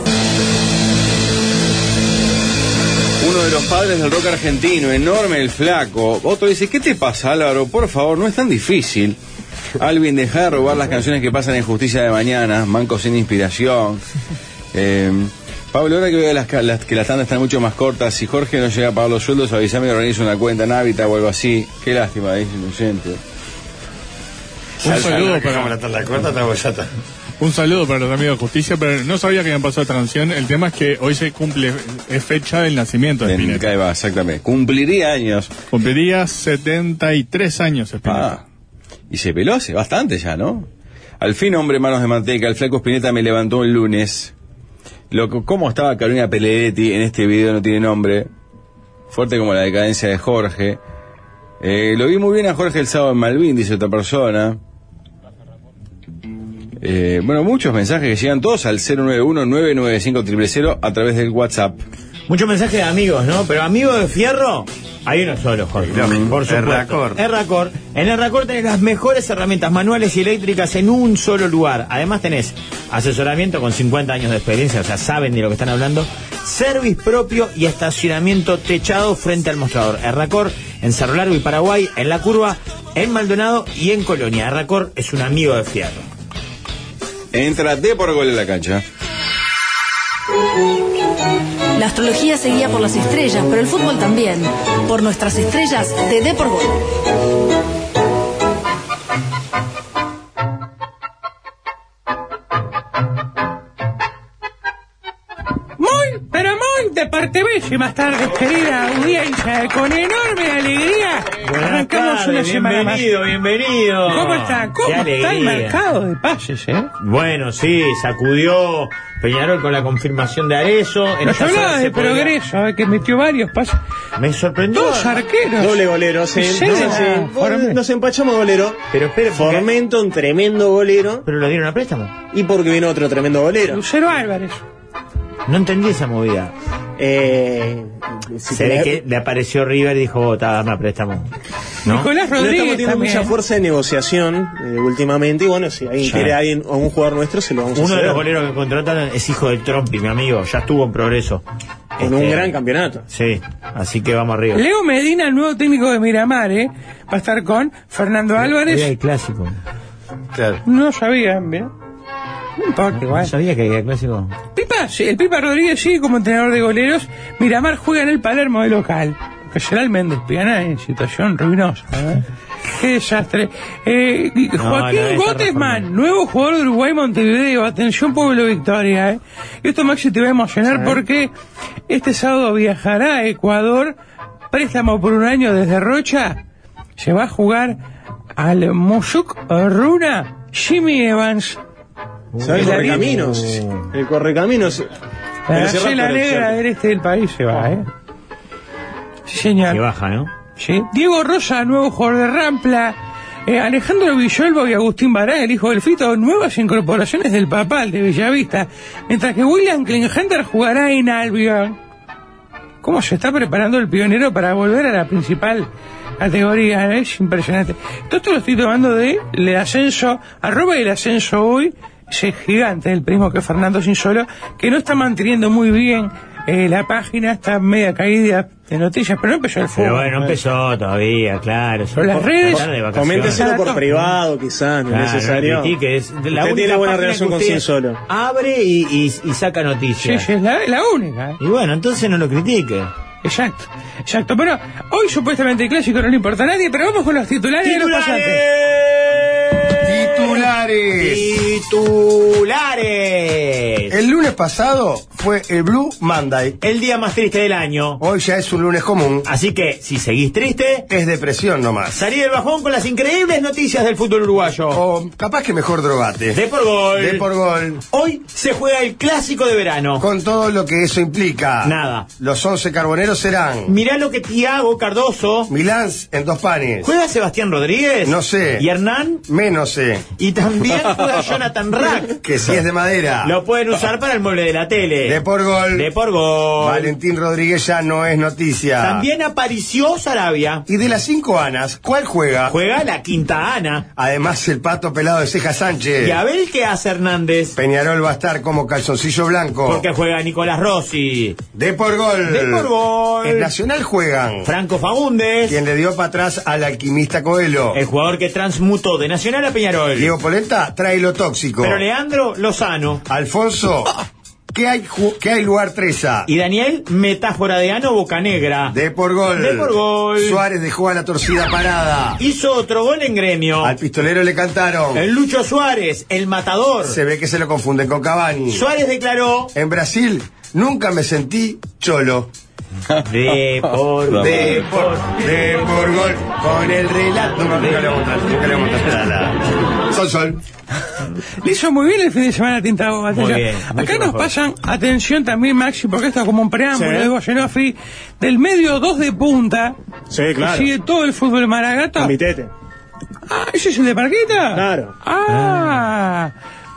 [SPEAKER 6] Uno de los padres del rock argentino, enorme el flaco. Otro dice, ¿qué te pasa Álvaro? Por favor, no es tan difícil. Alvin, deja de robar las canciones que pasan en Justicia de Mañana, Manco sin inspiración. Eh, Pablo, ahora que veo las, ca- las- que las tandas están mucho más cortas, si Jorge no llega a pagar los sueldos, avísame y organizo una cuenta en Hábitat o algo así. Qué lástima, dice un oyente.
[SPEAKER 8] Un saludo para-
[SPEAKER 7] Vamos a la corta, estamos ya está.
[SPEAKER 8] Un saludo para los amigos de Justicia, pero no sabía que habían pasado esta canción. El tema es que hoy se cumple, es fecha del nacimiento de
[SPEAKER 6] En-
[SPEAKER 8] Spinetta.
[SPEAKER 6] ahí va, exactamente. Cumpliría años.
[SPEAKER 8] Cumpliría 73 años Spinetta.
[SPEAKER 6] Ah, y se peló hace bastante ya, ¿no? Al fin, hombre, manos de manteca, el flaco Spinetta me levantó el lunes. Lo, que- ¿Cómo estaba Carolina Pelletti en este video? No tiene nombre. Fuerte como la decadencia de Jorge. Eh, lo vi muy bien a Jorge el sábado en Malvin, dice otra persona. Eh, bueno, muchos mensajes que llegan todos al 091-995-000 a través del WhatsApp.
[SPEAKER 9] Muchos mensajes de amigos, ¿no? Pero amigos de fierro, hay uno solo, Jorge.
[SPEAKER 7] Lógico.
[SPEAKER 9] Por supuesto.
[SPEAKER 7] Erracor.
[SPEAKER 9] Erracor. En Erracor tenés las mejores herramientas manuales y eléctricas en un solo lugar. Además tenés asesoramiento con 50 años de experiencia, o sea, saben de lo que están hablando. Service propio y estacionamiento techado frente al mostrador. Erracor en Cerro Largo y Paraguay, en La Curva, en Maldonado y en Colonia. Erracor es un amigo de fierro.
[SPEAKER 6] Entra de por gol en la cancha.
[SPEAKER 13] La astrología se guía por las estrellas, pero el fútbol también. Por nuestras estrellas de D por Gol.
[SPEAKER 15] Muy, pero muy de parte bella y más tarde, querida audiencia, con enorme alegría.
[SPEAKER 9] Buenas
[SPEAKER 15] arrancamos
[SPEAKER 9] tardes,
[SPEAKER 15] una semana más.
[SPEAKER 9] bienvenido, bienvenido.
[SPEAKER 15] ¿Cómo están?
[SPEAKER 9] Qué
[SPEAKER 15] ¿Cómo está el
[SPEAKER 9] alegría.
[SPEAKER 15] mercado de pases, eh?
[SPEAKER 9] Bueno, sí, sacudió Peñarol con la confirmación de Arezo.
[SPEAKER 15] Nos hablaba de progreso, eh, que metió varios pases.
[SPEAKER 9] Me sorprendió.
[SPEAKER 15] Dos arqueros.
[SPEAKER 10] Doble golero, sí.
[SPEAKER 15] Sí,
[SPEAKER 10] Entonces,
[SPEAKER 15] ah,
[SPEAKER 10] sí,
[SPEAKER 15] Formento.
[SPEAKER 10] Nos empachamos golero.
[SPEAKER 9] Pero, pero
[SPEAKER 10] Formento, un tremendo golero.
[SPEAKER 9] Pero lo dieron a préstamo.
[SPEAKER 10] Y porque vino otro tremendo golero.
[SPEAKER 15] Lucero Álvarez.
[SPEAKER 9] No entendí esa movida.
[SPEAKER 10] Eh, si
[SPEAKER 9] Se ve
[SPEAKER 10] te-
[SPEAKER 9] que le apareció River y dijo, oh, te darme a préstamo.
[SPEAKER 10] No
[SPEAKER 9] ¿No?
[SPEAKER 15] Rodríguez
[SPEAKER 10] estamos teniendo
[SPEAKER 15] también.
[SPEAKER 10] mucha fuerza de negociación eh, últimamente. Y bueno, si alguien
[SPEAKER 9] Sí.
[SPEAKER 10] quiere a alguien o un jugador nuestro, se lo vamos a
[SPEAKER 9] Uno de
[SPEAKER 10] hacer.
[SPEAKER 9] los goleros que contrataron es hijo de Trompi, mi amigo. Ya estuvo en progreso. Este,
[SPEAKER 10] Con un gran campeonato.
[SPEAKER 9] Sí, así que vamos arriba.
[SPEAKER 15] Leo Medina, el nuevo técnico de Miramar, eh. Va a estar con Fernando Álvarez.
[SPEAKER 9] Era el clásico.
[SPEAKER 7] Claro.
[SPEAKER 15] No ¿eh? sabía, mira. No importa,
[SPEAKER 9] No
[SPEAKER 15] igual.
[SPEAKER 9] sabía que era el clásico.
[SPEAKER 15] Pipa, sí, el Pipa Rodríguez sigue como entrenador de goleros. Miramar juega en el Palermo de local. Lo Que será el Méndez Piana en situación ruinosa. ¿eh? Qué desastre. Eh, y
[SPEAKER 9] No,
[SPEAKER 15] Joaquín
[SPEAKER 9] no, esa
[SPEAKER 15] Gottesman, nuevo jugador de Uruguay Montevideo. Atención, pueblo Victoria. ¿eh? Esto, Maxi, te va a emocionar porque este sábado viajará a Ecuador. Préstamo por un año desde Rocha. Se va a jugar al Musuk Runa Jimmy Evans. El
[SPEAKER 10] ¿Sabes?
[SPEAKER 15] ariete.
[SPEAKER 10] El correcaminos. El correcaminos.
[SPEAKER 15] La
[SPEAKER 10] Pero Oh. se va
[SPEAKER 15] gacela
[SPEAKER 10] por el
[SPEAKER 15] negra
[SPEAKER 10] centro.
[SPEAKER 15] del este del país se va, ¿eh? Sí, señor.
[SPEAKER 9] Que baja, ¿no?
[SPEAKER 15] Sí. Diego Rosa, nuevo jugador de Rampla. Eh, Alejandro Villolvo y Agustín Bará, el hijo del Fito, nuevas incorporaciones del papal de Bellavista. Mientras que William Klinghander jugará en Albion. ¿Cómo se está preparando el pionero para volver a la principal categoría? eh? Es impresionante. Todo esto lo estoy tomando de el ascenso, arroba el ascenso hoy, ese gigante, el primo que es Fernando Sinsolo, que no está manteniendo muy bien eh, la página está media caída de noticias, pero no empezó el fútbol.
[SPEAKER 9] Pero bueno, no empezó todavía, claro.
[SPEAKER 15] eh. Pero las redes-
[SPEAKER 10] Coménteselo por privado, quizás, no
[SPEAKER 9] Claro,
[SPEAKER 10] es necesario.
[SPEAKER 9] no critiques.
[SPEAKER 10] Usted
[SPEAKER 9] única
[SPEAKER 10] tiene buena
[SPEAKER 9] página
[SPEAKER 10] relación
[SPEAKER 9] que
[SPEAKER 10] con
[SPEAKER 9] usted
[SPEAKER 10] sí solo.
[SPEAKER 9] Abre y, y- y saca noticias.
[SPEAKER 15] Sí, sí, es la, la única. eh.
[SPEAKER 9] Y bueno, entonces no lo critique.
[SPEAKER 15] Exacto, exacto. Pero hoy supuestamente el clásico no le importa a nadie, pero vamos con los titulares,
[SPEAKER 7] Titulares.
[SPEAKER 9] Titulares.
[SPEAKER 7] El lunes pasado fue el Blue Monday.
[SPEAKER 9] El día más triste del año.
[SPEAKER 7] Hoy ya es un lunes común.
[SPEAKER 9] Así que, si seguís triste,
[SPEAKER 7] es depresión nomás.
[SPEAKER 9] Salí del bajón con las increíbles noticias del fútbol uruguayo.
[SPEAKER 7] O capaz que mejor drogate.
[SPEAKER 9] De por gol.
[SPEAKER 7] De por gol.
[SPEAKER 9] Hoy se juega el clásico de verano.
[SPEAKER 7] Con todo lo que eso implica.
[SPEAKER 9] Nada.
[SPEAKER 7] Los 11 carboneros serán
[SPEAKER 9] Mirá lo que Tiago Cardoso.
[SPEAKER 7] Milán en dos panes.
[SPEAKER 9] Juega Sebastián Rodríguez.
[SPEAKER 7] No sé.
[SPEAKER 9] Y Hernán.
[SPEAKER 7] Menos sé.
[SPEAKER 9] Y también juega Jonathan Rack.
[SPEAKER 7] Que si es de madera.
[SPEAKER 9] Lo pueden usar para el mueble de la tele.
[SPEAKER 7] De por gol.
[SPEAKER 9] De por gol.
[SPEAKER 7] Valentín Rodríguez ya no es noticia.
[SPEAKER 9] También apareció Sarabia.
[SPEAKER 7] Y de las cinco anas, ¿cuál juega?
[SPEAKER 9] Juega la quinta Ana.
[SPEAKER 7] Además, el pato pelado de Ceja Sánchez.
[SPEAKER 9] Y a ver qué hace Hernández.
[SPEAKER 7] Peñarol va a estar como calzoncillo blanco.
[SPEAKER 9] Porque juega Nicolás Rossi.
[SPEAKER 7] De por gol.
[SPEAKER 9] De por gol.
[SPEAKER 7] En Nacional juegan.
[SPEAKER 9] Franco Fagundes.
[SPEAKER 7] Quien le dio para atrás al alquimista Coelho.
[SPEAKER 9] El jugador que transmutó de Nacional a Peñarol.
[SPEAKER 7] Diego Polenta trae lo tóxico.
[SPEAKER 9] Pero Leandro Lozano.
[SPEAKER 7] Alfonso, ¿qué hay, ju- qué hay lugar treza?
[SPEAKER 9] Y Daniel Metáfora de Ano Bocanegra.
[SPEAKER 7] De por gol.
[SPEAKER 9] De por gol.
[SPEAKER 7] Suárez dejó a la torcida parada.
[SPEAKER 9] Hizo otro gol en gremio.
[SPEAKER 7] Al pistolero le cantaron.
[SPEAKER 9] El Lucho Suárez, el matador.
[SPEAKER 7] Se ve que se lo confunden con Cavani.
[SPEAKER 9] Suárez declaró.
[SPEAKER 7] En Brasil nunca me sentí cholo.
[SPEAKER 9] De por
[SPEAKER 7] De por, de por gol, con el relato. No, nunca le voy a mostrar, nunca le voy a mostrar nada. Sol, sol.
[SPEAKER 15] Le hizo muy bien el fin de semana a Tintabo.
[SPEAKER 9] Muy bien, mucho
[SPEAKER 15] Acá nos
[SPEAKER 9] mejor.
[SPEAKER 15] pasan, atención también, Maxi, porque esto es como un preámbulo
[SPEAKER 10] Sí.
[SPEAKER 15] de Goyenofi, del medio dos de punta.
[SPEAKER 10] Sí, claro.
[SPEAKER 15] Que sigue todo el fútbol maragato.
[SPEAKER 10] Comitete.
[SPEAKER 15] Ah, ¿ese es el de Parquita?
[SPEAKER 10] Claro.
[SPEAKER 15] Ah,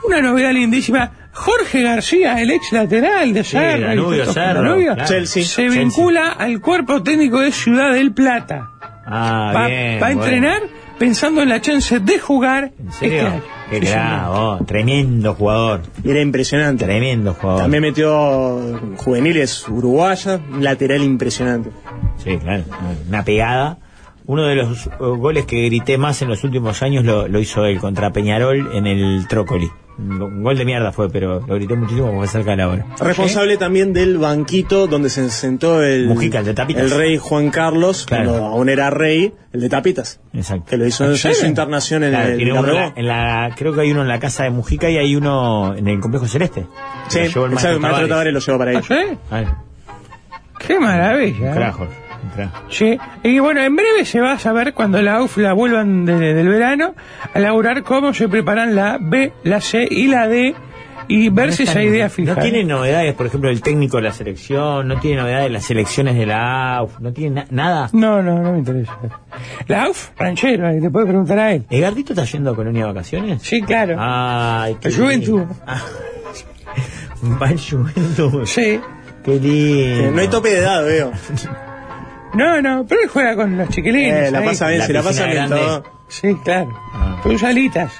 [SPEAKER 15] una novedad lindísima. Jorge García, el ex lateral de Cerro,
[SPEAKER 9] Danubio,
[SPEAKER 15] y Tito
[SPEAKER 9] Cerro,
[SPEAKER 15] Danubio,
[SPEAKER 9] claro.
[SPEAKER 10] Chelsea.
[SPEAKER 15] se vincula al cuerpo técnico de Ciudad del Plata.
[SPEAKER 9] Ah,
[SPEAKER 15] va,
[SPEAKER 9] bien.
[SPEAKER 15] va a
[SPEAKER 9] bueno.
[SPEAKER 15] entrenar pensando en la chance de jugar
[SPEAKER 9] ¿En
[SPEAKER 15] este
[SPEAKER 9] serio?
[SPEAKER 15] año.
[SPEAKER 9] Qué
[SPEAKER 15] Sí,
[SPEAKER 9] gran,
[SPEAKER 15] señor.
[SPEAKER 9] oh, tremendo jugador.
[SPEAKER 10] Era impresionante.
[SPEAKER 9] Tremendo jugador.
[SPEAKER 10] También metió juveniles uruguayas, un lateral impresionante.
[SPEAKER 9] Sí, claro. Una pegada. Uno de los eh, goles que grité más en los últimos años lo, lo hizo él contra Peñarol en el Trócoli. Un go- un gol de mierda fue, pero lo grité muchísimo porque fue cerca de la hora.
[SPEAKER 10] Responsable también del banquito donde se sentó el,
[SPEAKER 9] Mujica, el de Tapitas.
[SPEAKER 10] el rey Juan Carlos,
[SPEAKER 9] Claro.
[SPEAKER 10] cuando aún era rey, el de Tapitas,
[SPEAKER 9] Exacto. Ah,
[SPEAKER 10] que lo hizo en su internación en
[SPEAKER 9] Claro,
[SPEAKER 10] el
[SPEAKER 9] tiene
[SPEAKER 10] la
[SPEAKER 9] uno en la-
[SPEAKER 10] regó.
[SPEAKER 9] en la- creo que hay uno en la casa de Mujica y hay uno en el complejo celeste.
[SPEAKER 10] Sí,
[SPEAKER 9] Lo llevó el
[SPEAKER 10] exacto, el maestro Tavares lo llevó para
[SPEAKER 15] ¿Ah,
[SPEAKER 10] ahí.
[SPEAKER 15] sí?
[SPEAKER 9] Claro,
[SPEAKER 15] Qué maravilla. ¿eh?
[SPEAKER 9] un carajo, un carajo.
[SPEAKER 15] Sí, y bueno, en breve se va a saber cuando la UFLA vuelvan de- de- del verano a laburar cómo se preparan la B, la C y la D y ver si esa idea fija.
[SPEAKER 9] No tiene novedades, por ejemplo, el técnico de la selección, no tiene novedades las selecciones de la AUF, no tiene na- nada.
[SPEAKER 15] No, no, no me interesa. La UF, ranchero, ahí te puedes preguntar a él.
[SPEAKER 9] ¿Egardito está yendo a Colonia de Vacaciones?
[SPEAKER 15] Sí, claro.
[SPEAKER 9] Ay, qué
[SPEAKER 15] A Juventud.
[SPEAKER 9] lindo. Ah, Va el Juventud.
[SPEAKER 15] Sí.
[SPEAKER 9] Qué lindo.
[SPEAKER 10] No hay tope de edad, veo.
[SPEAKER 15] No, no, pero él juega con los chiquilines.
[SPEAKER 10] Eh, la
[SPEAKER 15] ahí.
[SPEAKER 10] pasa bien,
[SPEAKER 9] La
[SPEAKER 10] se la pasa
[SPEAKER 9] piscina
[SPEAKER 10] bien
[SPEAKER 9] grande.
[SPEAKER 10] todo.
[SPEAKER 15] Sí, claro.
[SPEAKER 9] Ah.
[SPEAKER 15] Pero usa alitas.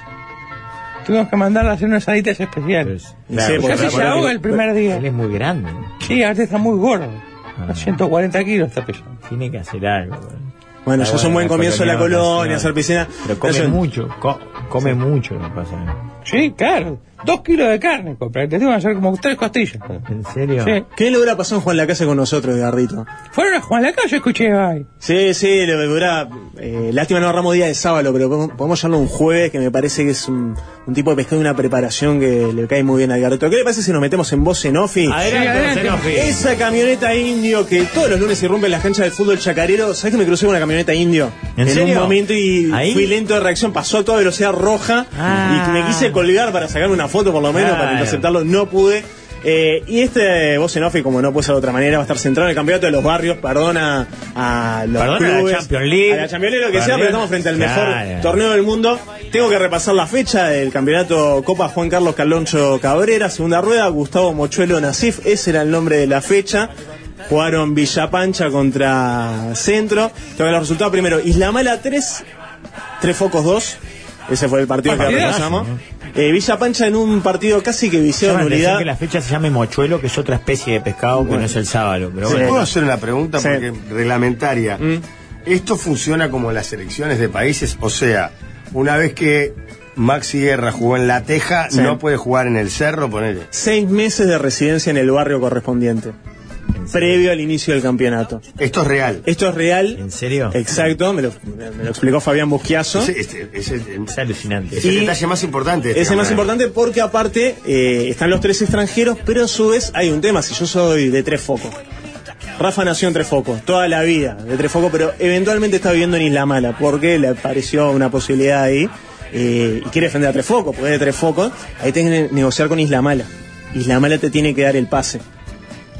[SPEAKER 15] Tuvimos que mandarle a hacer unas alitas especiales.
[SPEAKER 9] Pues,
[SPEAKER 10] Y
[SPEAKER 9] claro,
[SPEAKER 10] sí, porque-
[SPEAKER 15] Casi se
[SPEAKER 10] porque-
[SPEAKER 15] ahoga el primer día.
[SPEAKER 9] Él es muy grande.
[SPEAKER 15] Sí, ahora está muy gordo.
[SPEAKER 9] Ah.
[SPEAKER 15] A 140 kilos está pesando.
[SPEAKER 9] Tiene que hacer algo. Bueno,
[SPEAKER 10] Bueno, ya es un buen comienzo la colonia, hacer piscina.
[SPEAKER 9] Pero come
[SPEAKER 10] Eso-
[SPEAKER 9] mucho, co- come mucho, no pasa
[SPEAKER 15] Sí, claro. Dos kilos de carne comprar. Te van a hacer como tres costillas.
[SPEAKER 9] ¿En serio?
[SPEAKER 15] Sí.
[SPEAKER 10] ¿Qué le hubiera pasado en Juan la Casa con nosotros, Edardito?
[SPEAKER 15] Fueron a Juan la calle, escuché, ay.
[SPEAKER 10] Sí, sí, lo que hubiera. eh, lástima no agarramos día de sábado, pero podemos, podemos llamarlo un jueves, que me parece que es un, un tipo de pescado y una preparación que le cae muy bien al garoto. ¿Qué le parece si nos metemos en voz en offi?
[SPEAKER 9] Adelante,
[SPEAKER 15] Sí, adelante.
[SPEAKER 9] Zenofi.
[SPEAKER 10] Esa camioneta indio que todos los lunes irrumpe en las canchas del fútbol chacarero. ¿Sabes que me crucé con una camioneta indio?
[SPEAKER 9] ¿En serio?
[SPEAKER 10] un momento y
[SPEAKER 9] ¿Ahí?
[SPEAKER 10] fui lento de reacción. Pasó a toda velocidad roja
[SPEAKER 9] Ah.
[SPEAKER 10] y me quise colgar para sacar una foto por lo menos,
[SPEAKER 9] Claro.
[SPEAKER 10] para interceptarlo. No pude. Eh, y este voz en off, y como no puede ser de otra manera, va a estar centrado en el campeonato de los barrios. Perdona a los
[SPEAKER 9] Perdona a la
[SPEAKER 10] clubes,
[SPEAKER 9] Champions League.
[SPEAKER 10] a la Champions League, lo que sea,
[SPEAKER 9] Perdona.
[SPEAKER 10] pero estamos frente al mejor
[SPEAKER 9] Claro.
[SPEAKER 10] torneo del mundo. Tengo que repasar la fecha del campeonato Copa Juan Carlos Caloncho Cabrera, segunda rueda, Gustavo Mochuelo Nasif, ese era el nombre de la fecha. Jugaron Villapancha contra Centro. Tengo que ver los resultados primero. Isla Mala 3, Tres Focos 2, Ese fue el partido que
[SPEAKER 9] Partidazo.
[SPEAKER 10] arrancamos. Eh, Villa Pancha en un partido casi que viciado
[SPEAKER 9] Llama la
[SPEAKER 10] en
[SPEAKER 9] atención
[SPEAKER 10] nulidad.
[SPEAKER 9] que la fecha se llame mochuelo, que es otra especie de pescado que
[SPEAKER 7] Bueno.
[SPEAKER 9] no es el sábalo. Pero
[SPEAKER 7] ¿Se
[SPEAKER 9] bueno.
[SPEAKER 7] puedo hacer una pregunta
[SPEAKER 9] Sí.
[SPEAKER 7] porque reglamentaria? ¿Esto funciona como las elecciones de países? O sea, una vez que Maxi Guerra jugó en La Teja,
[SPEAKER 10] Sí.
[SPEAKER 7] no puede jugar en el Cerro, ponele.
[SPEAKER 10] Seis meses de residencia en el barrio correspondiente. Previo al inicio del campeonato.
[SPEAKER 7] Esto es real.
[SPEAKER 10] Esto es real.
[SPEAKER 9] ¿En serio?
[SPEAKER 10] Exacto, me lo, me lo explicó Fabián Busquiazo.
[SPEAKER 7] Ese- ese- ese- Este, es
[SPEAKER 9] alucinante.
[SPEAKER 7] Es el detalle más importante. de este
[SPEAKER 10] Es el más
[SPEAKER 7] campeonato.
[SPEAKER 10] importante porque aparte eh, están los tres extranjeros, pero a su vez hay un tema, si yo soy de tres focos. Rafa nació en Tres Focos, toda la vida de Tres Focos, pero eventualmente está viviendo en Isla Mala porque le apareció una posibilidad ahí eh, y quiere defender a Tres Focos, porque es de Tres Focos, ahí tiene que negociar con Isla Mala. Isla Mala te tiene que dar el pase.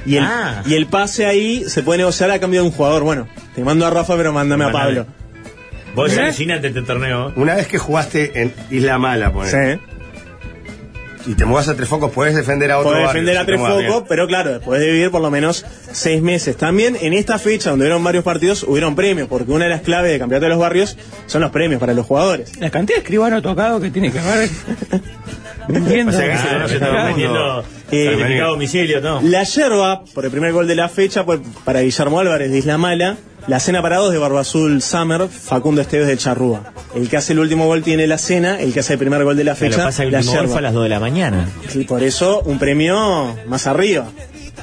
[SPEAKER 10] Y el,
[SPEAKER 9] Ah.
[SPEAKER 10] y el pase ahí se puede negociar a cambio de un jugador. Bueno, te mando a Rafa, pero mándame a
[SPEAKER 9] Mándame.
[SPEAKER 10] Pablo.
[SPEAKER 9] Vos
[SPEAKER 10] ¿Eh?
[SPEAKER 9] alucinante este torneo.
[SPEAKER 7] Una vez que jugaste en Isla Mala, ponele. Y te mudas a Tres Focos, puedes defender a otro
[SPEAKER 10] Podés
[SPEAKER 7] barrio,
[SPEAKER 10] defender
[SPEAKER 7] si
[SPEAKER 10] a
[SPEAKER 7] te
[SPEAKER 10] tres
[SPEAKER 7] mudás, bien.
[SPEAKER 10] focos, pero claro, después de vivir por lo menos seis meses. También en esta fecha donde hubieron varios partidos, hubieron premios, porque una de las claves del campeonato de los barrios son los premios para los jugadores.
[SPEAKER 15] La cantidad de escribano tocado que tiene que haber. No entiendo.
[SPEAKER 10] O sea, que se
[SPEAKER 9] Ah,
[SPEAKER 10] conoce
[SPEAKER 9] está
[SPEAKER 10] todo el
[SPEAKER 9] metiendo
[SPEAKER 10] mundo. Eh,
[SPEAKER 9] certificado de domicilio, ¿no?
[SPEAKER 10] La yerba, por el primer gol de la fecha, fue para Guillermo Álvarez de Isla Mala. La cena para dos de Barbazul Summer, Facundo Esteves de Charrúa. El que hace el último gol tiene la cena, el que hace el primer gol de la
[SPEAKER 9] Pero
[SPEAKER 10] fecha,
[SPEAKER 9] lo pasa que el
[SPEAKER 10] la
[SPEAKER 9] último gol fue a
[SPEAKER 10] yerba.
[SPEAKER 9] las 2 de la mañana.
[SPEAKER 10] Y por eso un premio más arriba.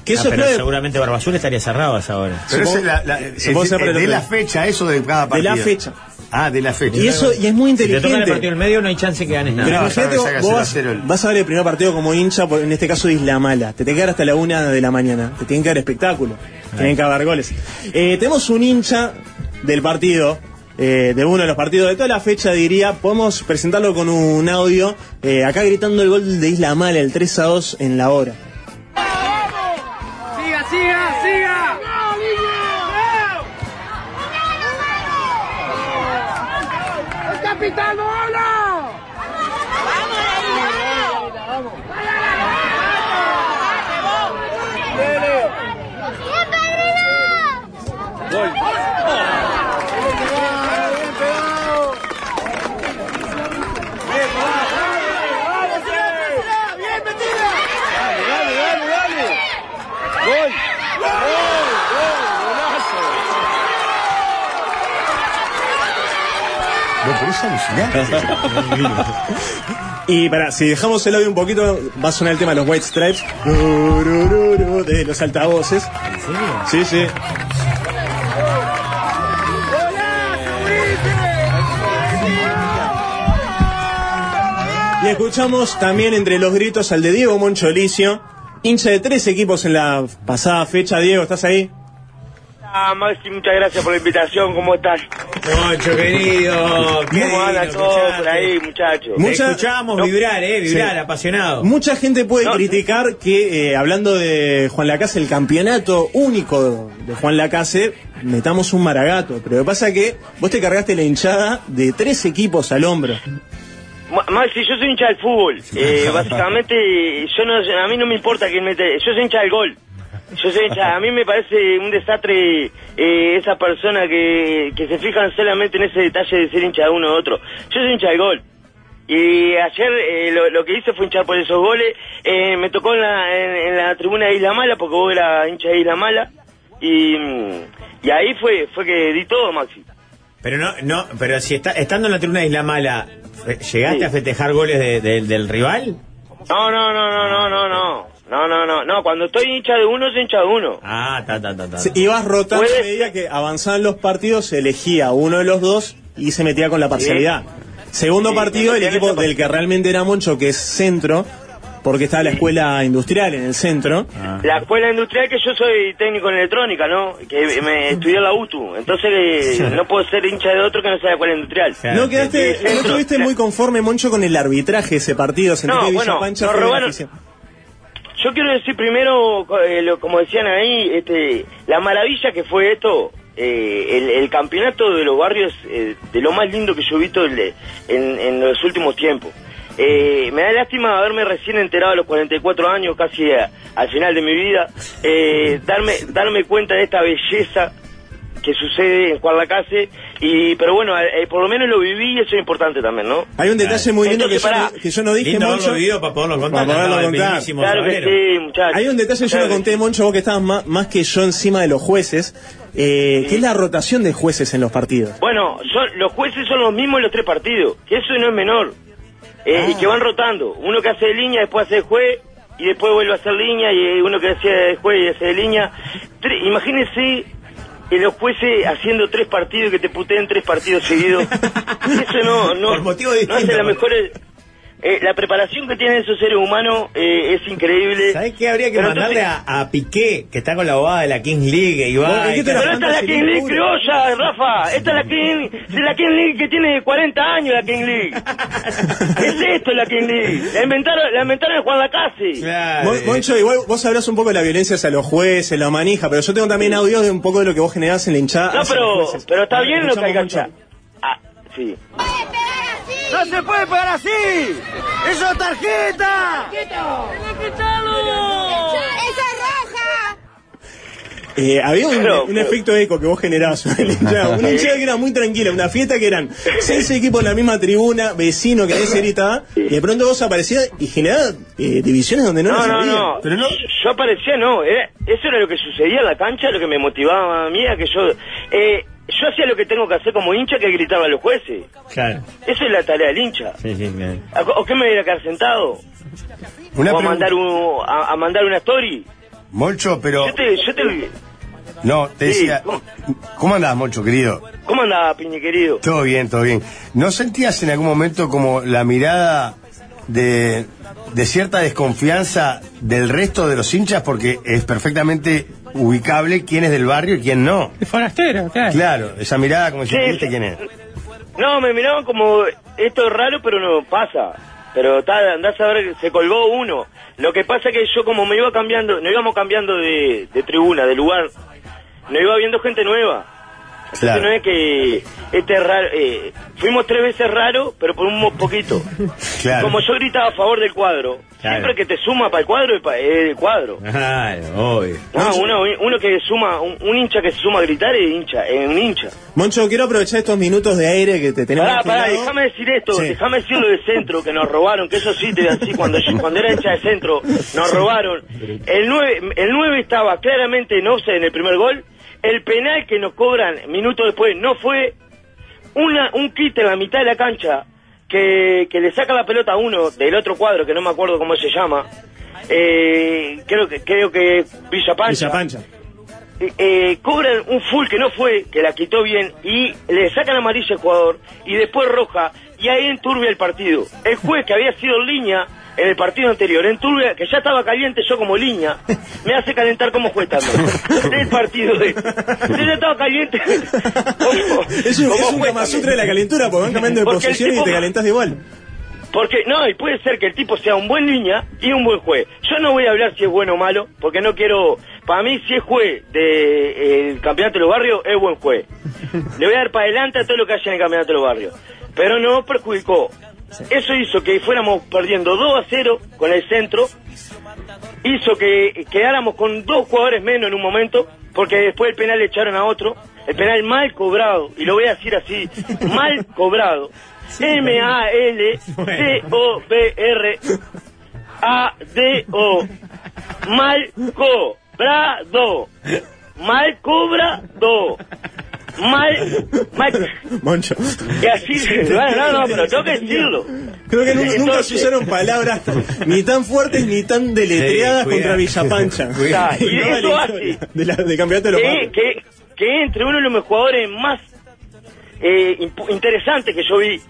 [SPEAKER 10] Que
[SPEAKER 9] Ah,
[SPEAKER 10] eso es
[SPEAKER 9] pero
[SPEAKER 10] lo de-
[SPEAKER 9] seguramente Barbazul estaría cerrado a esa hora.
[SPEAKER 7] Pero ese es la- la-
[SPEAKER 10] Supongo
[SPEAKER 7] es-
[SPEAKER 10] sea para
[SPEAKER 7] es
[SPEAKER 10] el
[SPEAKER 7] de
[SPEAKER 10] otro
[SPEAKER 7] la
[SPEAKER 10] día.
[SPEAKER 7] fecha, eso de cada
[SPEAKER 10] De
[SPEAKER 7] partido.
[SPEAKER 10] la fecha.
[SPEAKER 7] Ah, de la fecha.
[SPEAKER 10] Y eso y es muy
[SPEAKER 9] Si te toca el
[SPEAKER 10] inteligente.
[SPEAKER 9] partido en el medio, no hay chance que ganes nada.
[SPEAKER 10] Pero imagínate, vos vas, vas a ver el primer partido como hincha, por- en este caso de Isla Mala. Te tiene que dar hasta la una de la mañana. Te tienen que dar espectáculo. Tienen que haber goles. Eh, tenemos un hincha del partido, eh, de uno de los partidos de toda la fecha, diría. Podemos presentarlo con un audio. eh, acá gritando el gol de Isla Mala, el 3 a 2 en la hora.
[SPEAKER 3] Siga, siga, siga. ¡El capitán Bono! ¡Bien metida! ¡Dale, dale, dale, dale! ¡Gol! ¡Gol! ¡Gol! ¡Golazo!
[SPEAKER 7] No, pero es alucinante.
[SPEAKER 10] Y para, si dejamos el audio un poquito, va a sonar el tema de los White Stripes. Rurururu, De los altavoces. Sí, sí. Y escuchamos también entre los gritos al de Diego Moncholicio, hincha de tres equipos en la pasada fecha. Diego, ¿estás ahí?
[SPEAKER 16] Ah, Maxi, muchas gracias por la invitación. ¿Cómo estás?
[SPEAKER 9] Moncho, querido.
[SPEAKER 16] ¿Cómo andan todos por ahí, muchachos?
[SPEAKER 10] Mucha-
[SPEAKER 9] Escuchamos
[SPEAKER 10] No.
[SPEAKER 9] vibrar, eh, vibrar,
[SPEAKER 10] Sí.
[SPEAKER 9] apasionado.
[SPEAKER 10] Mucha gente puede criticar que, eh, hablando de Juan Lacase, el campeonato único de Juan Lacase, metamos un maragato. Pero lo que pasa es que vos te cargaste la hinchada de tres equipos al hombro.
[SPEAKER 16] Ma- Maxi, yo soy hincha del fútbol. Eh, básicamente, yo no, a mí no me importa quién mete. Yo soy hincha del gol. Yo soy hincha. A mí me parece un desastre eh, esa persona que, que se fijan solamente en ese detalle de ser hincha de uno u otro. Yo soy hincha del gol. Y ayer eh, lo, lo que hice fue hinchar por esos goles. Eh, me tocó en la, en, en la tribuna de Isla Mala, porque vos eras hincha de Isla Mala. Y, mm, y ahí fue, fue que di todo, Maxi.
[SPEAKER 9] Pero no, no, pero si está, estando en la tribuna de Isla Mala, fe- ¿llegaste a festejar goles de- de- del rival?
[SPEAKER 16] No, no, no, no, no, no, no. No, no, no, no. Cuando estoy hincha de uno, soy hincha de uno.
[SPEAKER 9] Ah, ta, ta, ta, ta.
[SPEAKER 10] Se- Ibas rotando a medida que avanzaban los partidos, se elegía uno de los dos y se metía con la parcialidad. Segundo
[SPEAKER 9] Sí,
[SPEAKER 10] partido, el
[SPEAKER 9] en
[SPEAKER 10] equipo
[SPEAKER 9] esa
[SPEAKER 10] del que realmente era Moncho, que es centro, porque estaba la escuela industrial en el centro.
[SPEAKER 16] La escuela industrial que yo soy técnico en electrónica, ¿no? Que me estudié en la UTU. Entonces eh, no puedo ser hincha de otro que no sea la escuela industrial.
[SPEAKER 10] No quedaste,
[SPEAKER 16] Sí,
[SPEAKER 10] no
[SPEAKER 16] centro.
[SPEAKER 10] estuviste muy conforme, Moncho, con el arbitraje de ese partido. Sentí
[SPEAKER 16] No,
[SPEAKER 10] que
[SPEAKER 16] bueno,
[SPEAKER 10] Villapancha
[SPEAKER 16] nos
[SPEAKER 10] fue
[SPEAKER 16] robaron-
[SPEAKER 10] beneficiado.
[SPEAKER 16] Yo quiero decir primero, co- eh, lo- como decían ahí, este, la maravilla que fue esto, eh, el, el campeonato de los barrios, eh, de lo más lindo que yo he visto el de- en, en los últimos tiempos. Eh, me da lástima haberme recién enterado a los 44 años, casi a- al final de mi vida, eh, darme, darme cuenta de esta belleza que sucede en Juan Lacase, y pero bueno, eh, por lo menos lo viví y eso es importante también, ¿no?
[SPEAKER 10] Hay un detalle muy lindo que
[SPEAKER 16] Entonces,
[SPEAKER 10] yo,
[SPEAKER 16] pará.
[SPEAKER 10] no- que yo no dije,
[SPEAKER 9] Lindo
[SPEAKER 10] Moncho.
[SPEAKER 9] haberlo vivido para poderlo contar,
[SPEAKER 10] Para poderlo
[SPEAKER 9] andaba de
[SPEAKER 10] contar.
[SPEAKER 9] pedidísimo Claro que sabanero. sí, muchachos.
[SPEAKER 10] Hay un detalle, yo
[SPEAKER 9] Claro
[SPEAKER 10] lo conté, Moncho, vos que estabas más, más que yo encima de los jueces, eh, que es la rotación de jueces en los partidos.
[SPEAKER 16] Bueno, son, los jueces son los mismos en los tres partidos, que eso no es menor. Eh, Y que
[SPEAKER 9] Ah.
[SPEAKER 16] van rotando. Uno que hace de línea, después hace de juez, y después vuelve a hacer línea, y uno que hace de juez y hace de línea. Tre- imagínense eh, los jueces haciendo tres partidos, que te puteen tres partidos seguidos. eso no, no, no hace la mejor... eh, la preparación que tienen esos seres humanos eh, es increíble.
[SPEAKER 9] ¿Sabes qué habría que mandarle a, a Piqué, que está con la bobada de la Kings League y va? y
[SPEAKER 16] pero
[SPEAKER 9] que-
[SPEAKER 16] esta es la King League criolla, Rafa. Esta es la King, es la King League que tiene 40 años, la King League. ¿Qué es esto, la King League? La inventaron, la inventaron en Juan Lacase.
[SPEAKER 10] Mon- Moncho, igual vos hablás un poco de la violencia hacia los jueces, la manija, pero yo tengo también audios de un poco de lo que vos generás en la hinchada.
[SPEAKER 16] No,
[SPEAKER 10] hacia los
[SPEAKER 16] pero,
[SPEAKER 10] jueces.
[SPEAKER 16] pero está bien lo que hay que
[SPEAKER 10] Escuchamos,
[SPEAKER 16] hacer.
[SPEAKER 10] Moncho.
[SPEAKER 16] Ah, sí.
[SPEAKER 3] ¡No se puede pegar así! ¡Eso es tarjeta!
[SPEAKER 17] ¡Esa es roja!
[SPEAKER 10] Eh, había un,
[SPEAKER 17] Claro,
[SPEAKER 10] un
[SPEAKER 17] pero-
[SPEAKER 10] efecto eco que vos generabas una hinchada, una hinchada que era muy tranquila, una fiesta que eran seis equipos en la misma tribuna, vecino que nadie se gritaba, y de pronto vos aparecías y generabas eh, divisiones donde no
[SPEAKER 16] No,
[SPEAKER 10] las
[SPEAKER 16] no,
[SPEAKER 10] había.
[SPEAKER 16] no. Yo aparecía, no. Era, eso era lo que sucedía en la cancha, lo que me motivaba a mí, era que yo... Eh, yo hacía lo que tengo que hacer como hincha, que gritaba a los jueces.
[SPEAKER 9] Claro.
[SPEAKER 16] Esa es la tarea del hincha.
[SPEAKER 9] Sí, sí, bien.
[SPEAKER 16] ¿O qué me voy a quedar sentado?
[SPEAKER 7] Una
[SPEAKER 16] ¿O a
[SPEAKER 7] pregunta.
[SPEAKER 16] mandar, un- a, a mandar una story?
[SPEAKER 7] Molcho, pero.
[SPEAKER 16] Yo te, yo te-
[SPEAKER 7] No, te
[SPEAKER 16] Sí,
[SPEAKER 7] decía.
[SPEAKER 16] ¿cómo?
[SPEAKER 7] ¿Cómo andás, Molcho, querido?
[SPEAKER 16] ¿Cómo andaba, piñe querido?
[SPEAKER 7] Todo bien, todo bien. ¿No sentías en algún momento como la mirada de, de cierta desconfianza del resto de los hinchas? Porque es perfectamente ubicable quién es del barrio y quién no.
[SPEAKER 15] El forastero, claro.
[SPEAKER 7] Claro, esa mirada como si
[SPEAKER 16] Sí.
[SPEAKER 7] ¿viste quién es?
[SPEAKER 16] No, me miraban como, esto es raro, pero no pasa. Pero tal, andás a ver, se colgó uno. Lo que pasa que yo como me iba cambiando, nos íbamos cambiando de, de tribuna, de lugar, nos iba viendo gente nueva. Entonces
[SPEAKER 3] Claro.
[SPEAKER 16] no es que este es raro, eh, fuimos tres veces raro, pero por un mo- poquito.
[SPEAKER 3] Claro.
[SPEAKER 16] Como yo gritaba a favor del cuadro,
[SPEAKER 9] Claro.
[SPEAKER 16] siempre que te suma para el cuadro, es pa- es el cuadro.
[SPEAKER 9] Claro, obvio.
[SPEAKER 16] No, uno, uno que suma, un, un hincha que se suma a gritar es hincha, es un hincha.
[SPEAKER 10] Moncho, quiero aprovechar estos minutos de aire que te tenemos.
[SPEAKER 16] Pará, pará,
[SPEAKER 10] agendado.
[SPEAKER 16] déjame decir esto, déjame decir lo de centro que nos robaron, que eso sí te voy a decir, cuando, yo- cuando era hincha de centro, nos robaron. El 9, el 9 estaba claramente en offside en el primer gol, el penal que nos cobran minutos después no fue, una, un kit en la mitad de la cancha que, que le saca la pelota a uno del otro cuadro, que no me acuerdo cómo se llama, eh, creo que creo que es Villa Pancha. Eh, eh, cobran un full que no fue, que la quitó bien, y le sacan amarilla al jugador, y después roja, y ahí enturbia el partido. El juez que había sido línea en el partido anterior, enturbia, que ya estaba caliente yo como línea, me hace calentar como juez también. Del partido de... Yo ya estaba caliente.
[SPEAKER 10] Es un, es un Kama Sutra de la calentura, porque van cambiando de
[SPEAKER 16] Porque el
[SPEAKER 10] posición y
[SPEAKER 16] tipo-
[SPEAKER 10] te calentás de igual.
[SPEAKER 16] Porque, no, y puede ser que el tipo sea un buen línea y un buen juez. Yo no voy a hablar si es bueno o malo, porque no quiero... Para mí, si es juez del Campeonato de los Barrios, es buen juez. Le voy a dar para adelante a todo lo que haya en el Campeonato de los Barrios. Pero no perjudicó. Eso hizo que fuéramos perdiendo 2 a 0 con el centro. Hizo que quedáramos con dos jugadores menos en un momento, porque después el penal le echaron a otro. El penal mal cobrado, y lo voy a decir así, mal cobrado. M-A-L-C-O-B-R A-D-O. Mal cobrado. Mal cobrado. Mal... mal
[SPEAKER 10] Moncho.
[SPEAKER 16] y así... No, no, no, pero tengo que decirlo.
[SPEAKER 10] Creo que nu- nunca se
[SPEAKER 16] Entonces-
[SPEAKER 10] usaron palabras tan- ni tan fuertes ni tan deletreadas
[SPEAKER 16] Sí, cuidado.
[SPEAKER 10] contra Villapancha.
[SPEAKER 16] Cuidado. Y
[SPEAKER 10] No,
[SPEAKER 16] eso
[SPEAKER 10] la
[SPEAKER 16] hace-
[SPEAKER 10] historia de la- de campeonato de los
[SPEAKER 16] que,
[SPEAKER 10] barrios.
[SPEAKER 16] que, que entre uno de los jugadores más eh, impu- interesantes que yo vi,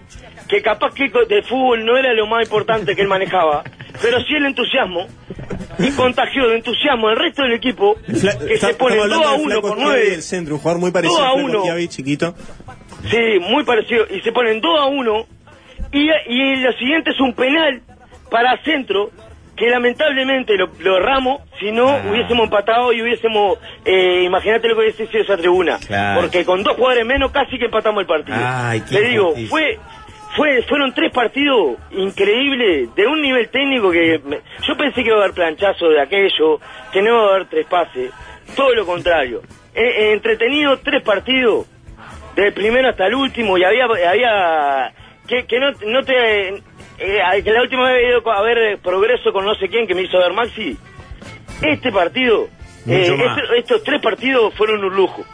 [SPEAKER 16] que capaz que co- de fútbol no era lo más importante que él manejaba, pero sí el entusiasmo, y contagió de entusiasmo al resto del equipo,
[SPEAKER 10] Fla-
[SPEAKER 16] que
[SPEAKER 10] está-
[SPEAKER 16] se pone
[SPEAKER 10] estamos
[SPEAKER 16] 2
[SPEAKER 10] hablando
[SPEAKER 16] a
[SPEAKER 10] de
[SPEAKER 16] 1
[SPEAKER 10] Flaco
[SPEAKER 16] por
[SPEAKER 10] Esquiavi
[SPEAKER 16] 9,
[SPEAKER 10] del centro, un jugador muy parecido
[SPEAKER 16] Dos a
[SPEAKER 10] a Flaco
[SPEAKER 16] uno.
[SPEAKER 10] Esquiavi, chiquito.
[SPEAKER 16] sí, muy parecido, y se ponen 2 a 1, y, y lo siguiente es un penal para centro, que lamentablemente lo, lo erramos, si no
[SPEAKER 9] Ah.
[SPEAKER 16] hubiésemos empatado y hubiésemos, eh, imagínate lo que hubiese sido esa tribuna,
[SPEAKER 9] Claro.
[SPEAKER 16] porque con dos jugadores menos casi que empatamos el partido.
[SPEAKER 9] Ay, qué
[SPEAKER 16] Le digo,
[SPEAKER 9] injusticia.
[SPEAKER 16] fue, fue, fueron tres partidos increíbles, de un nivel técnico que me- yo pensé que iba a haber planchazo de aquello, que no iba a haber tres pases, todo lo contrario. eh, entretenido tres partidos, del primero hasta el último, y había... había que, que no, no te... eh, que la última vez había ido a ver eh, Progreso con no sé quién que me hizo ver Maxi. Este partido, eh,
[SPEAKER 7] Mucho más.
[SPEAKER 16] este- estos tres partidos fueron un lujo.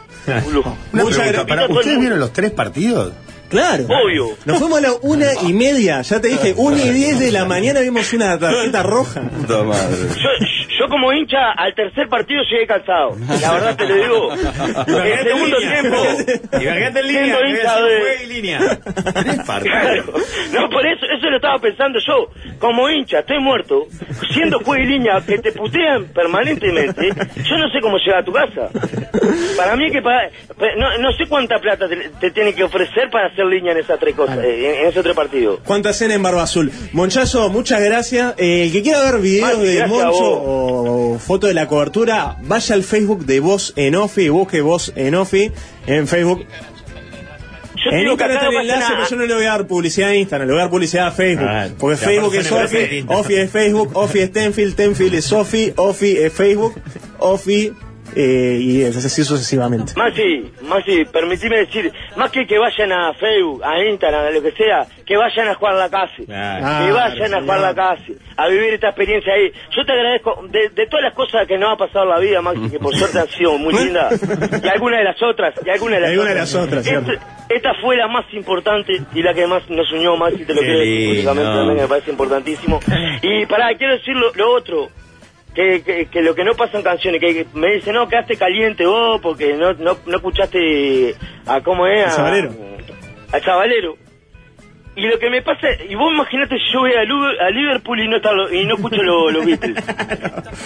[SPEAKER 16] Un lujo.
[SPEAKER 7] Una
[SPEAKER 16] Muchas
[SPEAKER 7] pregunta,
[SPEAKER 16] gracias.
[SPEAKER 7] pará, ¿Ustedes vieron los tres partidos?
[SPEAKER 10] Claro.
[SPEAKER 16] Obvio.
[SPEAKER 10] Nos fuimos a la una y media, ya te dije, una y diez de la mañana vimos una tarjeta roja.
[SPEAKER 6] Puta madre.
[SPEAKER 16] Yo, yo como hincha al tercer partido llegué cansado. La verdad te lo digo. El
[SPEAKER 3] Imagínate
[SPEAKER 16] segundo
[SPEAKER 3] en línea.
[SPEAKER 16] tiempo.
[SPEAKER 3] Imagínate en línea,
[SPEAKER 16] siendo
[SPEAKER 3] que
[SPEAKER 16] hincha
[SPEAKER 3] decís,
[SPEAKER 16] de-
[SPEAKER 3] "Juegue en línea".
[SPEAKER 16] Claro. No, por eso, eso lo estaba pensando yo. Como hincha, estoy muerto, siendo juez y línea, que te putean permanentemente, yo no sé cómo llegar a tu casa. Para mí que para, pa- no, no sé cuánta plata te, te tiene que ofrecer para hacer línea en esas tres cosas, eh, en, en esos tres partidos.
[SPEAKER 10] ¿Cuánta cena en Barba Azul? Monchazo, muchas gracias. Eh, el que quiera ver videos
[SPEAKER 16] Maxi,
[SPEAKER 10] de
[SPEAKER 16] gracias a
[SPEAKER 10] Moncho
[SPEAKER 16] vos.
[SPEAKER 10] o foto de la cobertura, vaya al Facebook de Voz en Ofi y busque Voz en Ofi en Facebook.
[SPEAKER 16] Yo te
[SPEAKER 10] en
[SPEAKER 16] digo que
[SPEAKER 10] Instagram
[SPEAKER 16] acá
[SPEAKER 10] está el
[SPEAKER 16] no pasa
[SPEAKER 10] enlace,
[SPEAKER 16] nada.
[SPEAKER 10] pero yo no le voy a dar publicidad a Instagram, le voy a dar publicidad a Facebook.
[SPEAKER 9] Ah,
[SPEAKER 10] porque
[SPEAKER 9] la
[SPEAKER 10] Facebook es
[SPEAKER 9] persona que
[SPEAKER 10] Ofi,
[SPEAKER 9] presenta.
[SPEAKER 10] Ofi es Facebook, Ofi es Tenfield, Tenfield es Ofi, Ofi es Facebook, Ofi eh, y es así sucesivamente.
[SPEAKER 16] Maxi, Maxi, permitime decir, más que que vayan a Facebook, a Instagram, a lo que sea, que vayan a jugar la casa. que
[SPEAKER 10] Ah,
[SPEAKER 3] Claro,
[SPEAKER 16] vayan a jugar la casa, a vivir esta experiencia ahí. Yo te agradezco, de, de todas las cosas que nos ha pasado en la vida, Maxi, que por suerte han sido muy lindas, y algunas de las otras, y algunas de las
[SPEAKER 10] Alguna de
[SPEAKER 16] otras.
[SPEAKER 10] las otras,
[SPEAKER 16] Esta- esta fue la más importante y la que más nos unió, Maxi, te lo
[SPEAKER 3] Qué
[SPEAKER 16] quiero
[SPEAKER 3] lindo.
[SPEAKER 16] decir públicamente también, que me parece importantísimo. Y pará, quiero decir lo- lo otro, que, que, que lo que no pasa en canciones, que, que me dicen, no, quedaste caliente vos porque no, no, no escuchaste a cómo es,
[SPEAKER 10] El
[SPEAKER 16] a,
[SPEAKER 10] sabalero.
[SPEAKER 16] al sabalero. Y lo que me pasa, y vos imaginate si yo voy a, Lu- a Liverpool y no, está lo- y no escucho lo- los Beatles.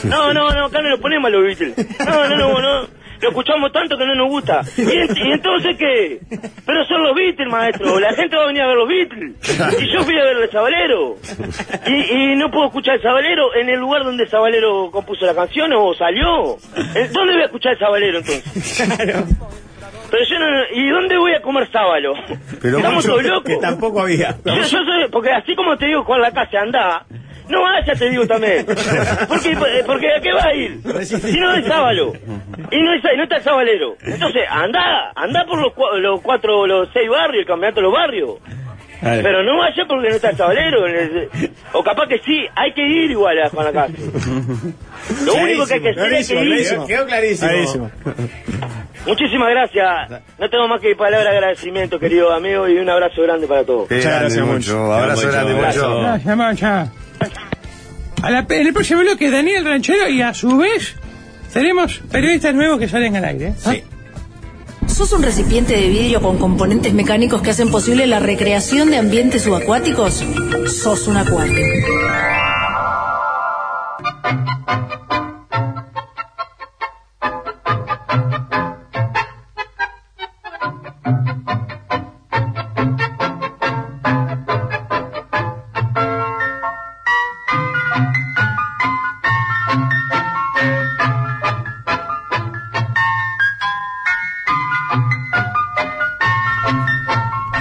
[SPEAKER 16] No, no, no, acá no lo ponemos a los Beatles. No, no, no, no. Lo escuchamos tanto que no nos gusta. ¿Y, ent- y entonces qué? Pero son los Beatles, maestro. La gente va a venir a ver los Beatles. Y yo fui a ver el Sabalero. Y, y no puedo escuchar el Sabalero en el lugar donde Sabalero compuso la canción o salió. ¿Eh, ¿Dónde voy a escuchar el Sabalero entonces? Pero yo no, ¿Y dónde voy a comer sábalo?
[SPEAKER 7] Pero
[SPEAKER 16] Estamos
[SPEAKER 7] mucho-
[SPEAKER 16] todos locos.
[SPEAKER 7] que tampoco había.
[SPEAKER 16] Yo, yo soy- porque así como te digo, Juan la casa anda. No vaya, te digo también. Porque, eh, porque ¿a qué va a ir? Si no es sábalo. Y no, es, no está el sabalero. Entonces, anda, anda por los, cua- los cuatro, los seis barrios, el campeonato de los barrios.
[SPEAKER 3] Claro.
[SPEAKER 16] Pero no vaya porque no está el sabalero. O capaz que sí, hay que ir igual a Juan la casa. Lo único que hay que hacer es que ir.
[SPEAKER 9] Quedó clarísimo.
[SPEAKER 16] Muchísimas gracias. No tengo más que palabras de agradecimiento, querido amigo, y un abrazo grande para todos.
[SPEAKER 7] Qué grande, Moncho. Abrazo grande, Moncho.
[SPEAKER 15] Gracias, Mancha. A la, en el próximo bloque, Daniel Ranchero y a su vez tenemos periodistas nuevos que salen al aire. ¿eh? Ah. Sí.
[SPEAKER 13] ¿Sos un recipiente de vidrio con componentes mecánicos que hacen posible la recreación de ambientes subacuáticos? Sos un acuario.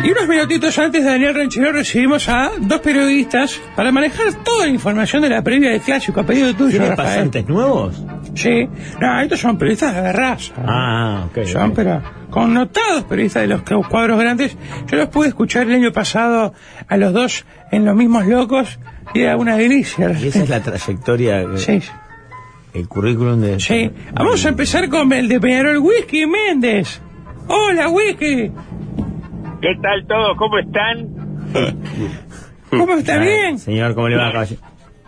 [SPEAKER 15] Y unos minutitos antes de Daniel Ranchero recibimos a dos periodistas para manejar toda la información de la previa del clásico a pedido tuyo.
[SPEAKER 9] ¿Tiene
[SPEAKER 15] Rafael.
[SPEAKER 9] pasantes nuevos?
[SPEAKER 15] Sí. No, estos son periodistas de raza.
[SPEAKER 9] Ah, ok.
[SPEAKER 15] Son, pero connotados periodistas de los cu- cuadros grandes. Yo los pude escuchar el año pasado a los dos en Los Mismos Locos y era una delicia.
[SPEAKER 9] Y esa es la trayectoria. que-
[SPEAKER 15] Sí.
[SPEAKER 9] El currículum de.
[SPEAKER 15] Sí. Vamos a empezar con el de Peñarol Whisky Méndez. Hola, Whisky.
[SPEAKER 12] ¿Qué tal todos? ¿Cómo están?
[SPEAKER 15] ¿Cómo está bien?
[SPEAKER 9] Mm. Señor, ¿cómo le va, caballero?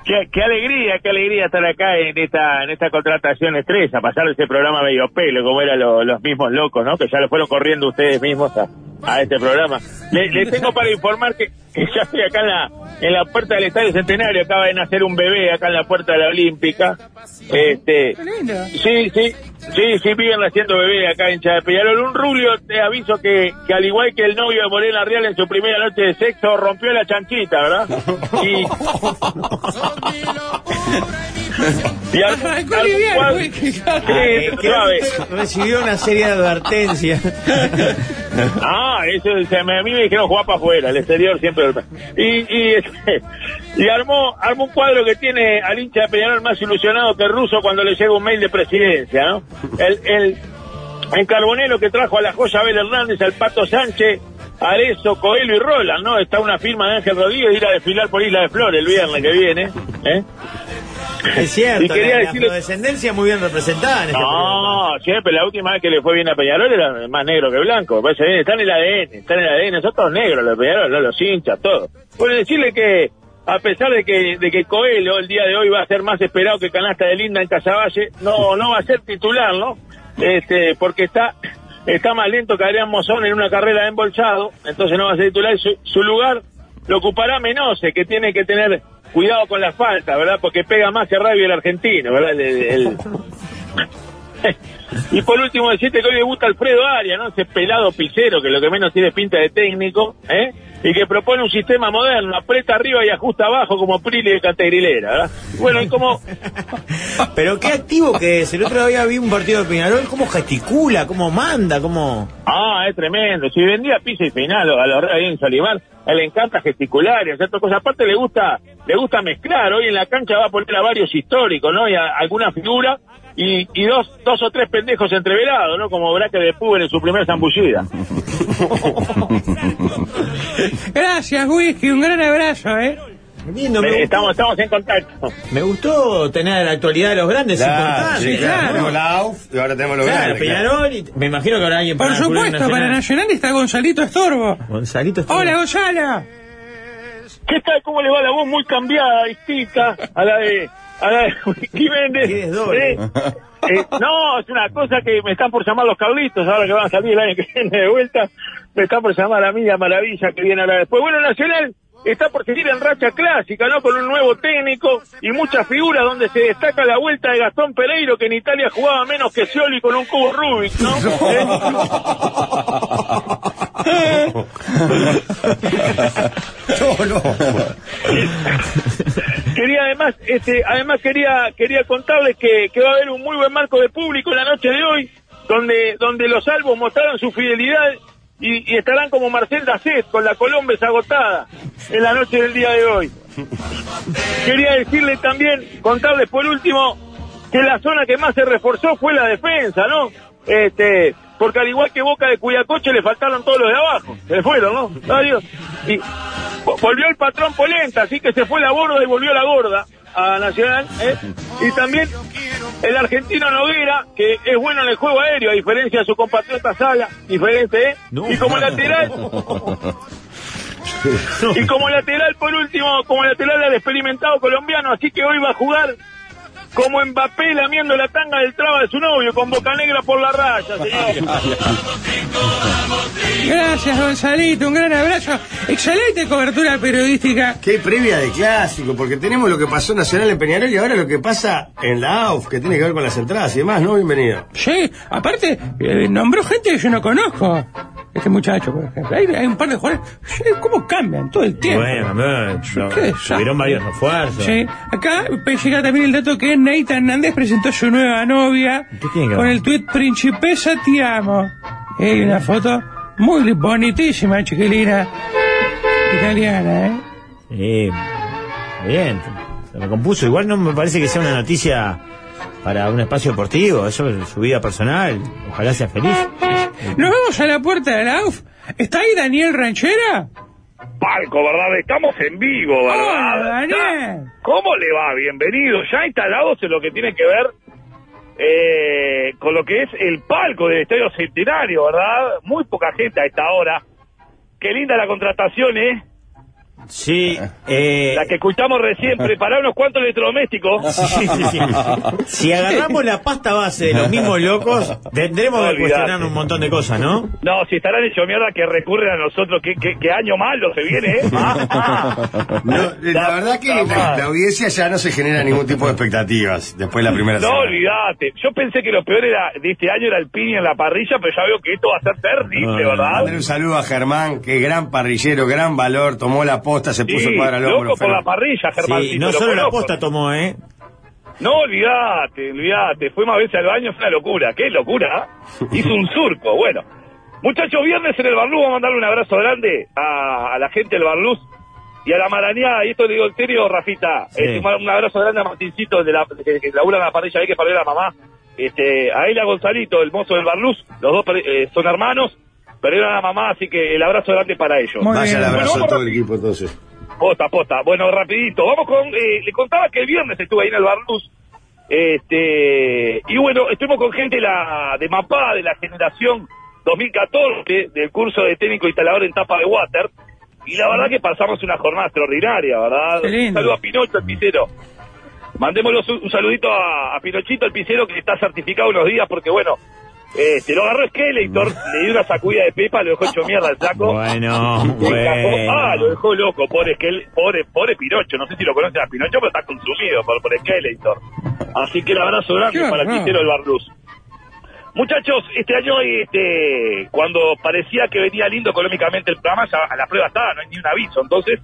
[SPEAKER 12] Qué, qué alegría, qué alegría estar acá en esta en esta contratación estrella, pasar ese programa medio pelo, como eran lo- los mismos locos, ¿no? Que ya lo fueron corriendo ustedes mismos a, a este programa. Le, le tengo para informar que, que ya estoy acá en la, en la puerta del Estadio Centenario, acaba de nacer un bebé acá en la puerta de la Olímpica. Este, Sí, sí, sí, sí, viven naciendo bebé acá en Hincha de Peñarol. Un rubio, te aviso que, que al igual que el novio de Morena Real en su primera noche de sexo, rompió la chanchita, ¿verdad? Y... y al- al- cual- Sí, suave.
[SPEAKER 9] recibió una serie de advertencias.
[SPEAKER 12] Ah, eso se me- a mí me dijeron jugar para afuera, el exterior siempre. Y, y, este, y armó, armó un cuadro que tiene al hincha de Peñarol más ilusionado que el ruso cuando le llega un mail de presidencia, ¿no? El, el, En Carbonero que trajo a la joya Abel Hernández, al Pato Sánchez, Arezzo, Coelho y Roland, ¿no? Está una firma de Ángel Rodríguez ir a desfilar por Isla de Flores el viernes que viene. ¿eh?
[SPEAKER 9] Es cierto,
[SPEAKER 12] Y quería
[SPEAKER 9] la, la
[SPEAKER 12] decirle-
[SPEAKER 9] afrodescendencia muy bien representada en este
[SPEAKER 12] No, siempre la última vez que le fue bien a Peñarol era más negro que blanco. Me Parece bien, está en el ADN, está en el ADN, son todos negros los de Peñarol, ¿no? los hinchas, todos. Bueno, decirle que a pesar de que, de que Coelho el día de hoy va a ser más esperado que Canasta de Linda en Casaballe, no, no va a ser titular, ¿no? Este, porque está, está más lento que Adrián Mozón en una carrera de embolsado, entonces no va a ser titular. Su, su lugar lo ocupará Menose, que tiene que tener cuidado con las faltas, ¿verdad? Porque pega más que rabio el argentino, ¿verdad? El- el- el, y por último, decirte que hoy debuta Alfredo Arias, ¿no? Ese pelado picero que lo que menos tiene pinta de técnico, ¿eh? Y que propone un sistema moderno, aprieta arriba y ajusta abajo como Prilli de Cantegrilera, ¿verdad? Bueno, y como...
[SPEAKER 9] programa. Pero qué activo que es. El otro día vi un partido de Peñarol, cómo gesticula, cómo manda, cómo...
[SPEAKER 12] Ah, es tremendo. Si vendía pizza y final a los reyes en Solimar, a él le encanta gesticular y hacer todas cosas. Aparte le gusta, le gusta mezclar. Hoy en la cancha va a poner a varios históricos, ¿no? Y a alguna figura y, y dos, dos o tres pendejos entrevelados, ¿no? Como Braque de Puber en su primera zambullida.
[SPEAKER 15] Gracias, Whisky, un gran abrazo, ¿eh?
[SPEAKER 12] Eh, estamos, estamos en contacto.
[SPEAKER 9] Me gustó tener la actualidad de los grandes
[SPEAKER 7] Claro,
[SPEAKER 9] importantes.
[SPEAKER 7] sí, claro. Tenemos la AUF y ahora tenemos los
[SPEAKER 9] Claro,
[SPEAKER 7] grandes,
[SPEAKER 9] Peñarol y- Me imagino que habrá alguien
[SPEAKER 15] Por
[SPEAKER 9] para la
[SPEAKER 15] supuesto,
[SPEAKER 9] Curva Nacional.
[SPEAKER 15] para Nacional está Gonzalito Estorbo.
[SPEAKER 9] Gonzalito está-
[SPEAKER 15] Hola, Gonzala.
[SPEAKER 12] ¿Qué tal? ¿Cómo le va la voz muy cambiada, distinta a la de, a la de Wiki Méndez?
[SPEAKER 9] doble.
[SPEAKER 12] Eh, eh, no, es una cosa que me están por llamar los Carlitos, ahora que van a salir el año que viene de vuelta, me están por llamar a mí la maravilla que viene ahora después. Bueno, Nacional está por seguir en racha clásica, ¿no? Con un nuevo técnico y muchas figuras donde se destaca la vuelta de Gastón Pereiro, que en Italia jugaba menos que Scioli con un cubo Rubik, ¿no? Eh,
[SPEAKER 7] No, no.
[SPEAKER 12] quería además este además quería quería contarles que, que va a haber un muy buen marco de público en la noche de hoy donde donde los salvos mostraron su fidelidad y, y estarán como Marcel Dacet con la Colombia agotada en la noche del día de hoy quería decirle también contarles por último que la zona que más se reforzó fue la defensa no este porque al igual que Boca de Cuyacoche le faltaron todos los de abajo se le fueron no adiós y Vo- Volvió el patrón Polenta, así que se fue la borda y volvió la gorda a Nacional. ¿eh? Y también el argentino Noguera, que es bueno en el juego aéreo, a diferencia de su compatriota Sala, diferente, ¿eh? Y como lateral, y como lateral, por último, como lateral al experimentado colombiano, así que hoy va a jugar como Mbappé lamiendo la tanga del traba de su novio, con boca negra por la raya, señor.
[SPEAKER 15] Gracias, Gonzalito, un gran abrazo. Excelente cobertura periodística.
[SPEAKER 7] Qué previa de clásico, porque tenemos lo que pasó Nacional en Peñarol y ahora lo que pasa en la AUF, que tiene que ver con las entradas y demás, ¿no? Bienvenido.
[SPEAKER 15] Sí, aparte, eh, nombró gente que yo no conozco. Este muchacho, por ejemplo. Hay, hay un par de jugadores. Sí, ¿Cómo cambian todo el tiempo?
[SPEAKER 9] Bueno, no,
[SPEAKER 15] Qué
[SPEAKER 9] no,
[SPEAKER 15] desastre.
[SPEAKER 9] tuvieron varios refuerzos.
[SPEAKER 15] Sí, acá llega también el dato que Neita Hernández presentó su nueva novia
[SPEAKER 9] tiene que
[SPEAKER 15] con
[SPEAKER 9] ver?
[SPEAKER 15] el tuit Principesa te amo. Y Hay una foto muy bonitísima, chiquilina italiana, ¿eh?
[SPEAKER 9] Sí, bien, se recompuso. Igual no me parece que sea una noticia para un espacio deportivo, eso es su vida personal. Ojalá sea feliz.
[SPEAKER 15] Nos vamos a la puerta de la AUF. ¿Está ahí Daniel Ranchera?
[SPEAKER 18] Palco, ¿verdad? Estamos en vivo, ¿verdad?
[SPEAKER 15] Hola, Daniel.
[SPEAKER 18] ¿Cómo le va? Bienvenido. Ya instalados en lo que tiene que ver eh, con lo que es el palco del Estadio Centenario, ¿verdad? Muy poca gente a esta hora. Qué linda la contratación, ¿eh?
[SPEAKER 9] Sí, eh,
[SPEAKER 18] La que escuchamos recién. Preparar unos cuantos electrodomésticos.
[SPEAKER 9] Sí, sí, sí. Si agarramos la pasta base de los mismos locos, tendremos que
[SPEAKER 18] Olvidate.
[SPEAKER 9] cuestionar un montón de cosas, ¿no?
[SPEAKER 18] No, si estarán hecho mierda que recurren a nosotros. Qué, qué- qué año malo se viene, ¿eh?
[SPEAKER 7] No, eh, la verdad que la, la audiencia ya no se genera ningún tipo de expectativas después de la primera
[SPEAKER 18] No,
[SPEAKER 7] semana.
[SPEAKER 18] olvídate. Yo pensé que lo peor era de este año era el piña en la parrilla, pero ya veo que esto va a ser terrible, ¿verdad?
[SPEAKER 7] Mandar un saludo a Germán, que gran parrillero, gran valor, tomó la posta, se puso
[SPEAKER 18] Sí,
[SPEAKER 7] cuadra al
[SPEAKER 18] loco
[SPEAKER 7] hombro.
[SPEAKER 18] por la parrilla, Germán.
[SPEAKER 9] Sí, no solo la posta tomó, ¿eh?
[SPEAKER 18] No, olvídate, olvídate. Fue más veces al baño, fue una locura. ¡Qué locura! ¿eh? Hizo un surco. Bueno, muchachos, viernes en el Barluz, vamos a mandarle un abrazo grande a, a la gente del Barluz. Y a la Marañá, y esto le digo en serio, Rafita,
[SPEAKER 9] Sí.
[SPEAKER 18] este, un un abrazo grande a Martincito, de la, que, que labura en la parrilla ahí que perdió la mamá. Este, a él y a Gonzalito, el mozo del Barluz, los dos per- eh, son hermanos, perdieron a la mamá, así que el abrazo grande para ellos.
[SPEAKER 7] Vaya el abrazo
[SPEAKER 18] Bueno,
[SPEAKER 7] a todo el equipo entonces.
[SPEAKER 18] Posta, posta. Bueno, rapidito. Vamos con... eh, le contaba que el viernes estuve ahí en el Barluz. Este, y bueno, estuvimos con gente de la, de Mapá, de la generación 2014, del curso de técnico instalador en tapa de water. Y la verdad que pasamos una jornada extraordinaria, ¿verdad? Un saludo a Pinocho, el pisero. Mandémoslos un, un saludito a, a Pinochito, el pisero, que está certificado unos días, porque bueno, este, lo agarró Skeletor, le dio una sacudida de pepa, lo dejó hecho mierda el saco.
[SPEAKER 9] Bueno,
[SPEAKER 18] Le encajó.
[SPEAKER 9] bueno.
[SPEAKER 18] Ah, lo dejó loco, pobre, Skel- pobre, pobre Pinocho. No sé si lo conocen a Pinocho, pero está consumido por, por Skeletor. Así que el abrazo grande
[SPEAKER 12] Qué
[SPEAKER 18] para el
[SPEAKER 12] bárbaro.
[SPEAKER 18] tintero del Barluz. Muchachos, este año, este, cuando parecía que venía lindo económicamente el programa, ya a la prueba estaba, no hay ni un aviso. Entonces,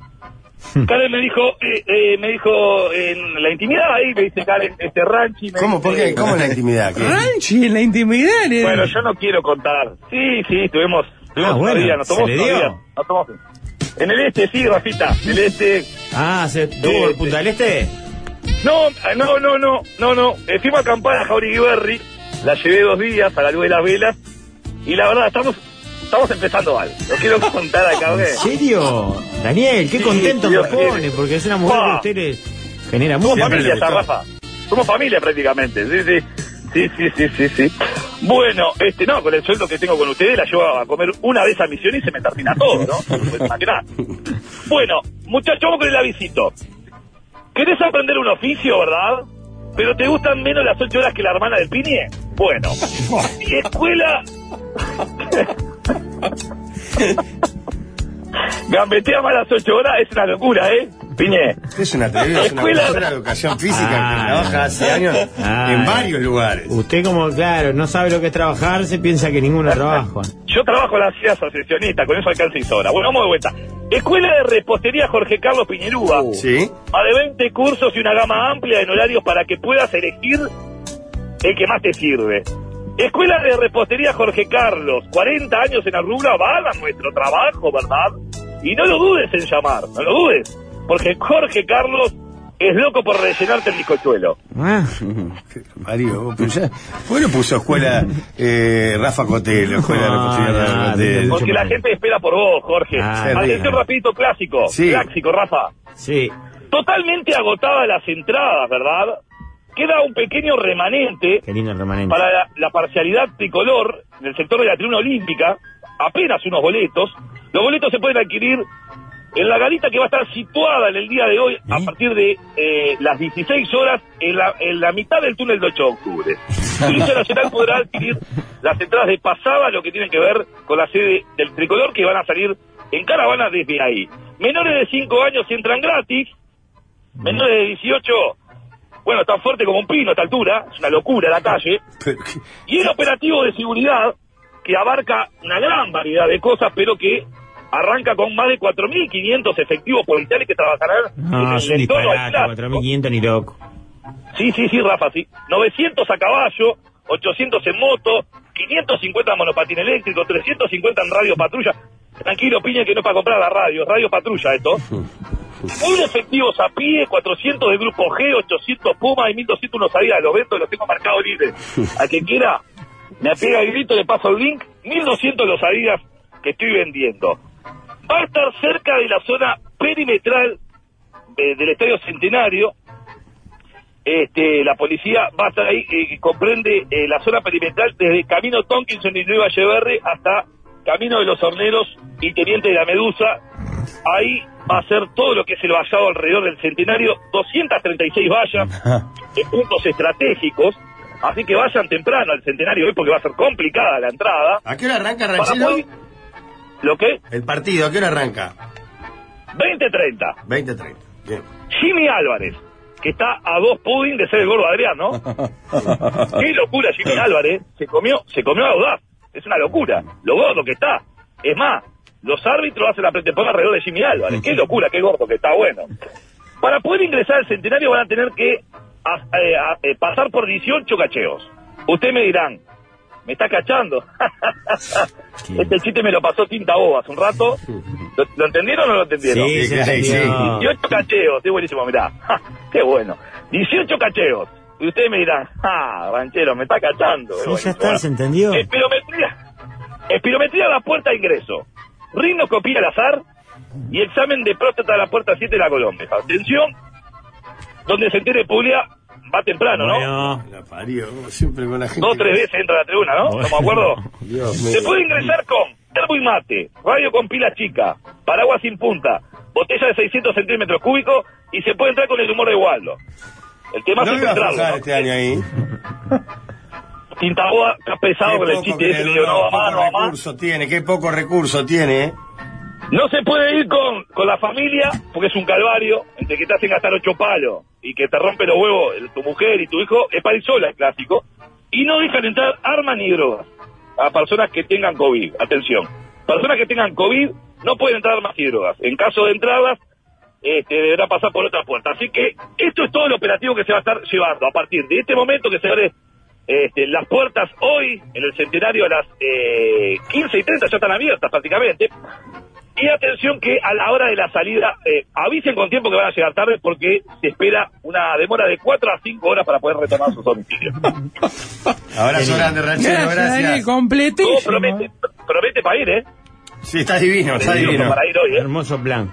[SPEAKER 9] Hmm.
[SPEAKER 18] Karen me dijo, eh, eh, me dijo en la intimidad ahí, me dice Karen, este Ranchi. Me
[SPEAKER 7] ¿Cómo? ¿Por qué? ¿Cómo en la intimidad? ¿Qué?
[SPEAKER 15] Ranchi en la intimidad. le-
[SPEAKER 18] Bueno, yo no quiero contar. Sí, sí, tuvimos, tuvimos
[SPEAKER 9] Ah,
[SPEAKER 18] unos
[SPEAKER 9] bueno,
[SPEAKER 18] días, nos
[SPEAKER 9] se
[SPEAKER 18] tomamos
[SPEAKER 9] le
[SPEAKER 18] unos
[SPEAKER 9] dio.
[SPEAKER 18] días, nos tomamos- En el este, sí, Rafita, en el este.
[SPEAKER 9] Ah, ¿se tuvo el Punta del Este?
[SPEAKER 18] No, ah, no, no, no, no, no. Eh, Fuimos a acampar a Jauregui Berry, la llevé dos días a la luz de las velas, y la verdad, estamos estamos empezando mal. Lo quiero contar acá, ¿eh?
[SPEAKER 9] ¿En
[SPEAKER 18] ¿ves?
[SPEAKER 9] serio? Daniel, qué
[SPEAKER 18] Sí,
[SPEAKER 9] contento me
[SPEAKER 18] Dios quiere.
[SPEAKER 9] pone, porque es una mujer
[SPEAKER 18] Pa.
[SPEAKER 9] que ustedes genera
[SPEAKER 18] Somos
[SPEAKER 9] mucho.
[SPEAKER 18] familia, esa Rafa. Somos familia prácticamente, sí, sí. Sí, sí, sí, sí, sí. Bueno, este, no, con el sueldo que tengo con ustedes la llevo a comer una vez a misión y se me termina todo, ¿no? Pues, imaginá. bueno, muchachos, vamos con el avisito. ¿Querés aprender un oficio, verdad? ¿Pero te gustan menos las ocho horas que la hermana del Pini? Bueno, mi escuela... Gambetea más las ocho horas es una locura, ¿eh? Piñe.
[SPEAKER 7] Es una atrevido, es una
[SPEAKER 18] Escuela-
[SPEAKER 7] profesora de educación física
[SPEAKER 9] Ah,
[SPEAKER 7] que trabaja hace años en varios lugares.
[SPEAKER 9] Usted como, claro, no sabe lo que es trabajar, se piensa que ninguno trabaja.
[SPEAKER 18] Yo trabajo en las ideas asociacionistas, con eso alcanza seis horas. Bueno, vamos de vuelta. Escuela de Repostería Jorge Carlos Piñerúa.
[SPEAKER 7] Sí.
[SPEAKER 18] Más de 20 cursos y una gama amplia en horarios para que puedas elegir el que más te sirve. Escuela de Repostería Jorge Carlos. 40 años en Arrugla valen nuestro trabajo, ¿verdad? Y no lo dudes en llamar, no lo dudes. Porque Jorge Carlos es loco por rellenarte el bizcochuelo.
[SPEAKER 7] Ah, Mario, vos pensás- ¿por qué no puso escuela eh, Rafa Cotelo, escuela de reposición de Rafa Cotelo?
[SPEAKER 18] Porque la gente espera por vos, Jorge.
[SPEAKER 7] Ah,
[SPEAKER 18] Atención,
[SPEAKER 7] terrible.
[SPEAKER 18] rapidito, clásico.
[SPEAKER 7] Sí.
[SPEAKER 18] Clásico, Rafa.
[SPEAKER 9] Sí.
[SPEAKER 18] Totalmente agotadas las entradas, ¿verdad? Queda un pequeño remanente
[SPEAKER 9] Qué lindo el remanente.
[SPEAKER 18] para la, la parcialidad tricolor en el sector de la tribuna olímpica. Apenas unos boletos. Los boletos se pueden adquirir en la garita que va a estar situada en el día de hoy a partir de eh, las 16 horas en la, en la mitad del túnel del 8 de octubre. Policía Nacional podrá adquirir las entradas de pasada, lo que tienen que ver con la sede del tricolor, que van a salir en caravana desde ahí. Menores de 5 años entran gratis, menores de 18, bueno, tan fuerte como un pino a esta altura, es una locura la calle. Y el operativo de seguridad, que abarca una gran variedad de cosas, pero que arranca con más de 4.500 efectivos policiales que trabajarán
[SPEAKER 9] No, Ah, es
[SPEAKER 18] en
[SPEAKER 9] un
[SPEAKER 18] el entorno
[SPEAKER 9] disparate,
[SPEAKER 18] al clásico.
[SPEAKER 9] 4.500 ni loco.
[SPEAKER 18] Sí, sí, sí, Rafa, sí. 900 a caballo, 800 en moto, 550 en monopatín eléctrico, 350 en radio patrulla. Tranquilo, piña, que no es para comprar la radio, es radio patrulla esto. Mil efectivos a pie, 400 del grupo G, 800 Puma y 1200 unos salida. Los vendo, los tengo marcados libres. A quien quiera, me pega el grito, le paso el link. 1200 los Adidas que estoy vendiendo. Va a estar cerca de la zona perimetral eh, del Estadio Centenario. Este, la policía va a estar ahí, eh, que comprende eh, la zona perimetral desde Camino Tonkinson y Nueva Valleverre hasta Camino de los Horneros y Teniente de la Medusa. Ahí va a ser todo lo que es el vallado alrededor del centenario, 236 vallas de puntos estratégicos. Así que vayan temprano al centenario hoy porque va a ser complicada la entrada.
[SPEAKER 7] ¿A qué hora arranca,
[SPEAKER 18] Para
[SPEAKER 7] Ranchero?
[SPEAKER 18] poder- ¿Lo qué?
[SPEAKER 7] El partido, ¿a qué hora arranca?
[SPEAKER 18] 20.30.
[SPEAKER 7] 20-30. Bien.
[SPEAKER 18] Jimmy Álvarez, que está a dos pudding de ser el gordo Adrián, ¿no? Qué locura Jimmy Álvarez, eh. se comió, se comió a Audaz, es una locura, lo gordo que está. Es más, los árbitros hacen la pretemporada alrededor de Jimmy Álvarez, qué locura, qué gordo que está, bueno. Para poder ingresar al centenario van a tener que a- eh, a- eh, pasar por 18 cacheos. Ustedes me dirán, me está cachando. este chiste me lo pasó Tinta Boba hace un rato. ¿Lo, lo entendieron o no lo entendieron?
[SPEAKER 3] Sí, sí, sí, sí.
[SPEAKER 18] 18 cacheos, es buenísimo, mirá. Qué bueno. 18 cacheos. Y ustedes me dirán, ah, ranchero, me está cachando. ¿eh?
[SPEAKER 9] Sí, ya está, se entendió.
[SPEAKER 18] Espirometría. Espirometría a la puerta de ingreso. Rinoscopía al azar. Y examen de próstata a la puerta 7 de la Colombia. Atención. Donde se entere Puglia, va temprano, ¿no?
[SPEAKER 7] La parió, como siempre con la gente.
[SPEAKER 18] Dos o tres veces entra a la tribuna, ¿no? ¿No me acuerdo?
[SPEAKER 7] Dios
[SPEAKER 18] Se
[SPEAKER 7] mío.
[SPEAKER 18] puede ingresar con termo y mate, radio con pila chica, paraguas sin punta, botella de 600 centímetros cúbicos y se puede entrar con el humor de Waldo. El tema
[SPEAKER 7] No
[SPEAKER 18] es
[SPEAKER 7] me vas a
[SPEAKER 18] encontrarlo.
[SPEAKER 7] pasar
[SPEAKER 18] ¿no?
[SPEAKER 7] este año ahí.
[SPEAKER 18] Tintaboa está pesado con el chiste ese, digo, no va más, no ah, va
[SPEAKER 7] Qué
[SPEAKER 18] más.
[SPEAKER 7] recurso tiene, qué poco recurso tiene, ¿eh?
[SPEAKER 18] No se puede ir con, con la familia porque es un calvario, entre que te hacen gastar ocho palos y que te rompe los huevos el- tu mujer y tu hijo, es para ir sola el clásico. Y no dejan entrar armas ni drogas a personas que tengan COVID. Atención, personas que tengan COVID no pueden entrar armas ni drogas. En caso de entradas, este, deberá pasar por otra puerta. Así que esto es todo el operativo que se va a estar llevando a partir de este momento que se abre este, las puertas hoy, en el centenario a las eh, 15 y 30 ya están abiertas prácticamente. Y atención que a la hora de la salida, eh, avisen con tiempo que van a llegar tarde porque se espera una demora de 4 a 5 horas para poder retomar sus domicilios.
[SPEAKER 7] Abrazo grande, ranchero, gracias.
[SPEAKER 18] completé. promete, promete para ir, ¿eh?
[SPEAKER 7] Sí, está divino, está
[SPEAKER 18] Divino
[SPEAKER 7] divino.
[SPEAKER 18] para ir hoy,
[SPEAKER 12] ¿eh?
[SPEAKER 9] Hermoso plan.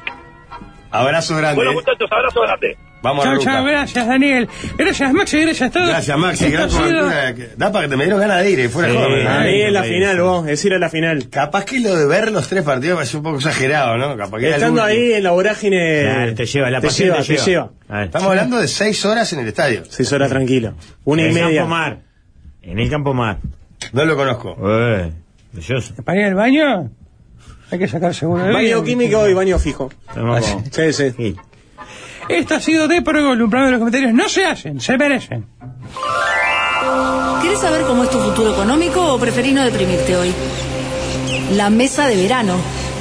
[SPEAKER 7] Abrazo grande. eh.
[SPEAKER 18] Bueno, muchachos, abrazo grande.
[SPEAKER 7] Vamos a
[SPEAKER 15] Chao,
[SPEAKER 7] Ruca.
[SPEAKER 15] chao, gracias Daniel. Gracias Maxi, gracias a todos.
[SPEAKER 7] Gracias, Maxi,
[SPEAKER 15] Esto
[SPEAKER 7] gran
[SPEAKER 15] ha sido-
[SPEAKER 7] cobertura. Da para que te me dieron ganas de ir, eh, fuera de
[SPEAKER 10] Sí,
[SPEAKER 7] joda, me da
[SPEAKER 10] ahí
[SPEAKER 7] ganas de
[SPEAKER 10] es la
[SPEAKER 7] ir.
[SPEAKER 10] final, vos, es ir a la final.
[SPEAKER 7] Capaz que lo de ver los tres partidos parece un poco exagerado, ¿no? Capaz que era el
[SPEAKER 10] Estando
[SPEAKER 7] último.
[SPEAKER 10] ahí en la vorágine.
[SPEAKER 7] Claro, te lleva, la
[SPEAKER 10] te
[SPEAKER 7] pasión
[SPEAKER 10] lleva,
[SPEAKER 7] te
[SPEAKER 10] te
[SPEAKER 7] lleva.
[SPEAKER 10] lleva.
[SPEAKER 9] Ah,
[SPEAKER 7] Estamos hablando de seis horas en el estadio.
[SPEAKER 10] Seis horas tranquilo. Una y
[SPEAKER 9] En el
[SPEAKER 10] media.
[SPEAKER 9] Campo Mar. En el Campo Mar.
[SPEAKER 7] No lo conozco.
[SPEAKER 9] Eh, precioso.
[SPEAKER 15] ¿Para ir al baño? Hay que sacar seguro de vida.
[SPEAKER 10] Baño químico y baño fijo. Sí, sí.
[SPEAKER 15] Esto ha sido de por gol, un programa de los comentarios no se hacen, se merecen.
[SPEAKER 13] ¿Querés saber cómo es tu futuro económico o preferís no deprimirte hoy? La mesa de verano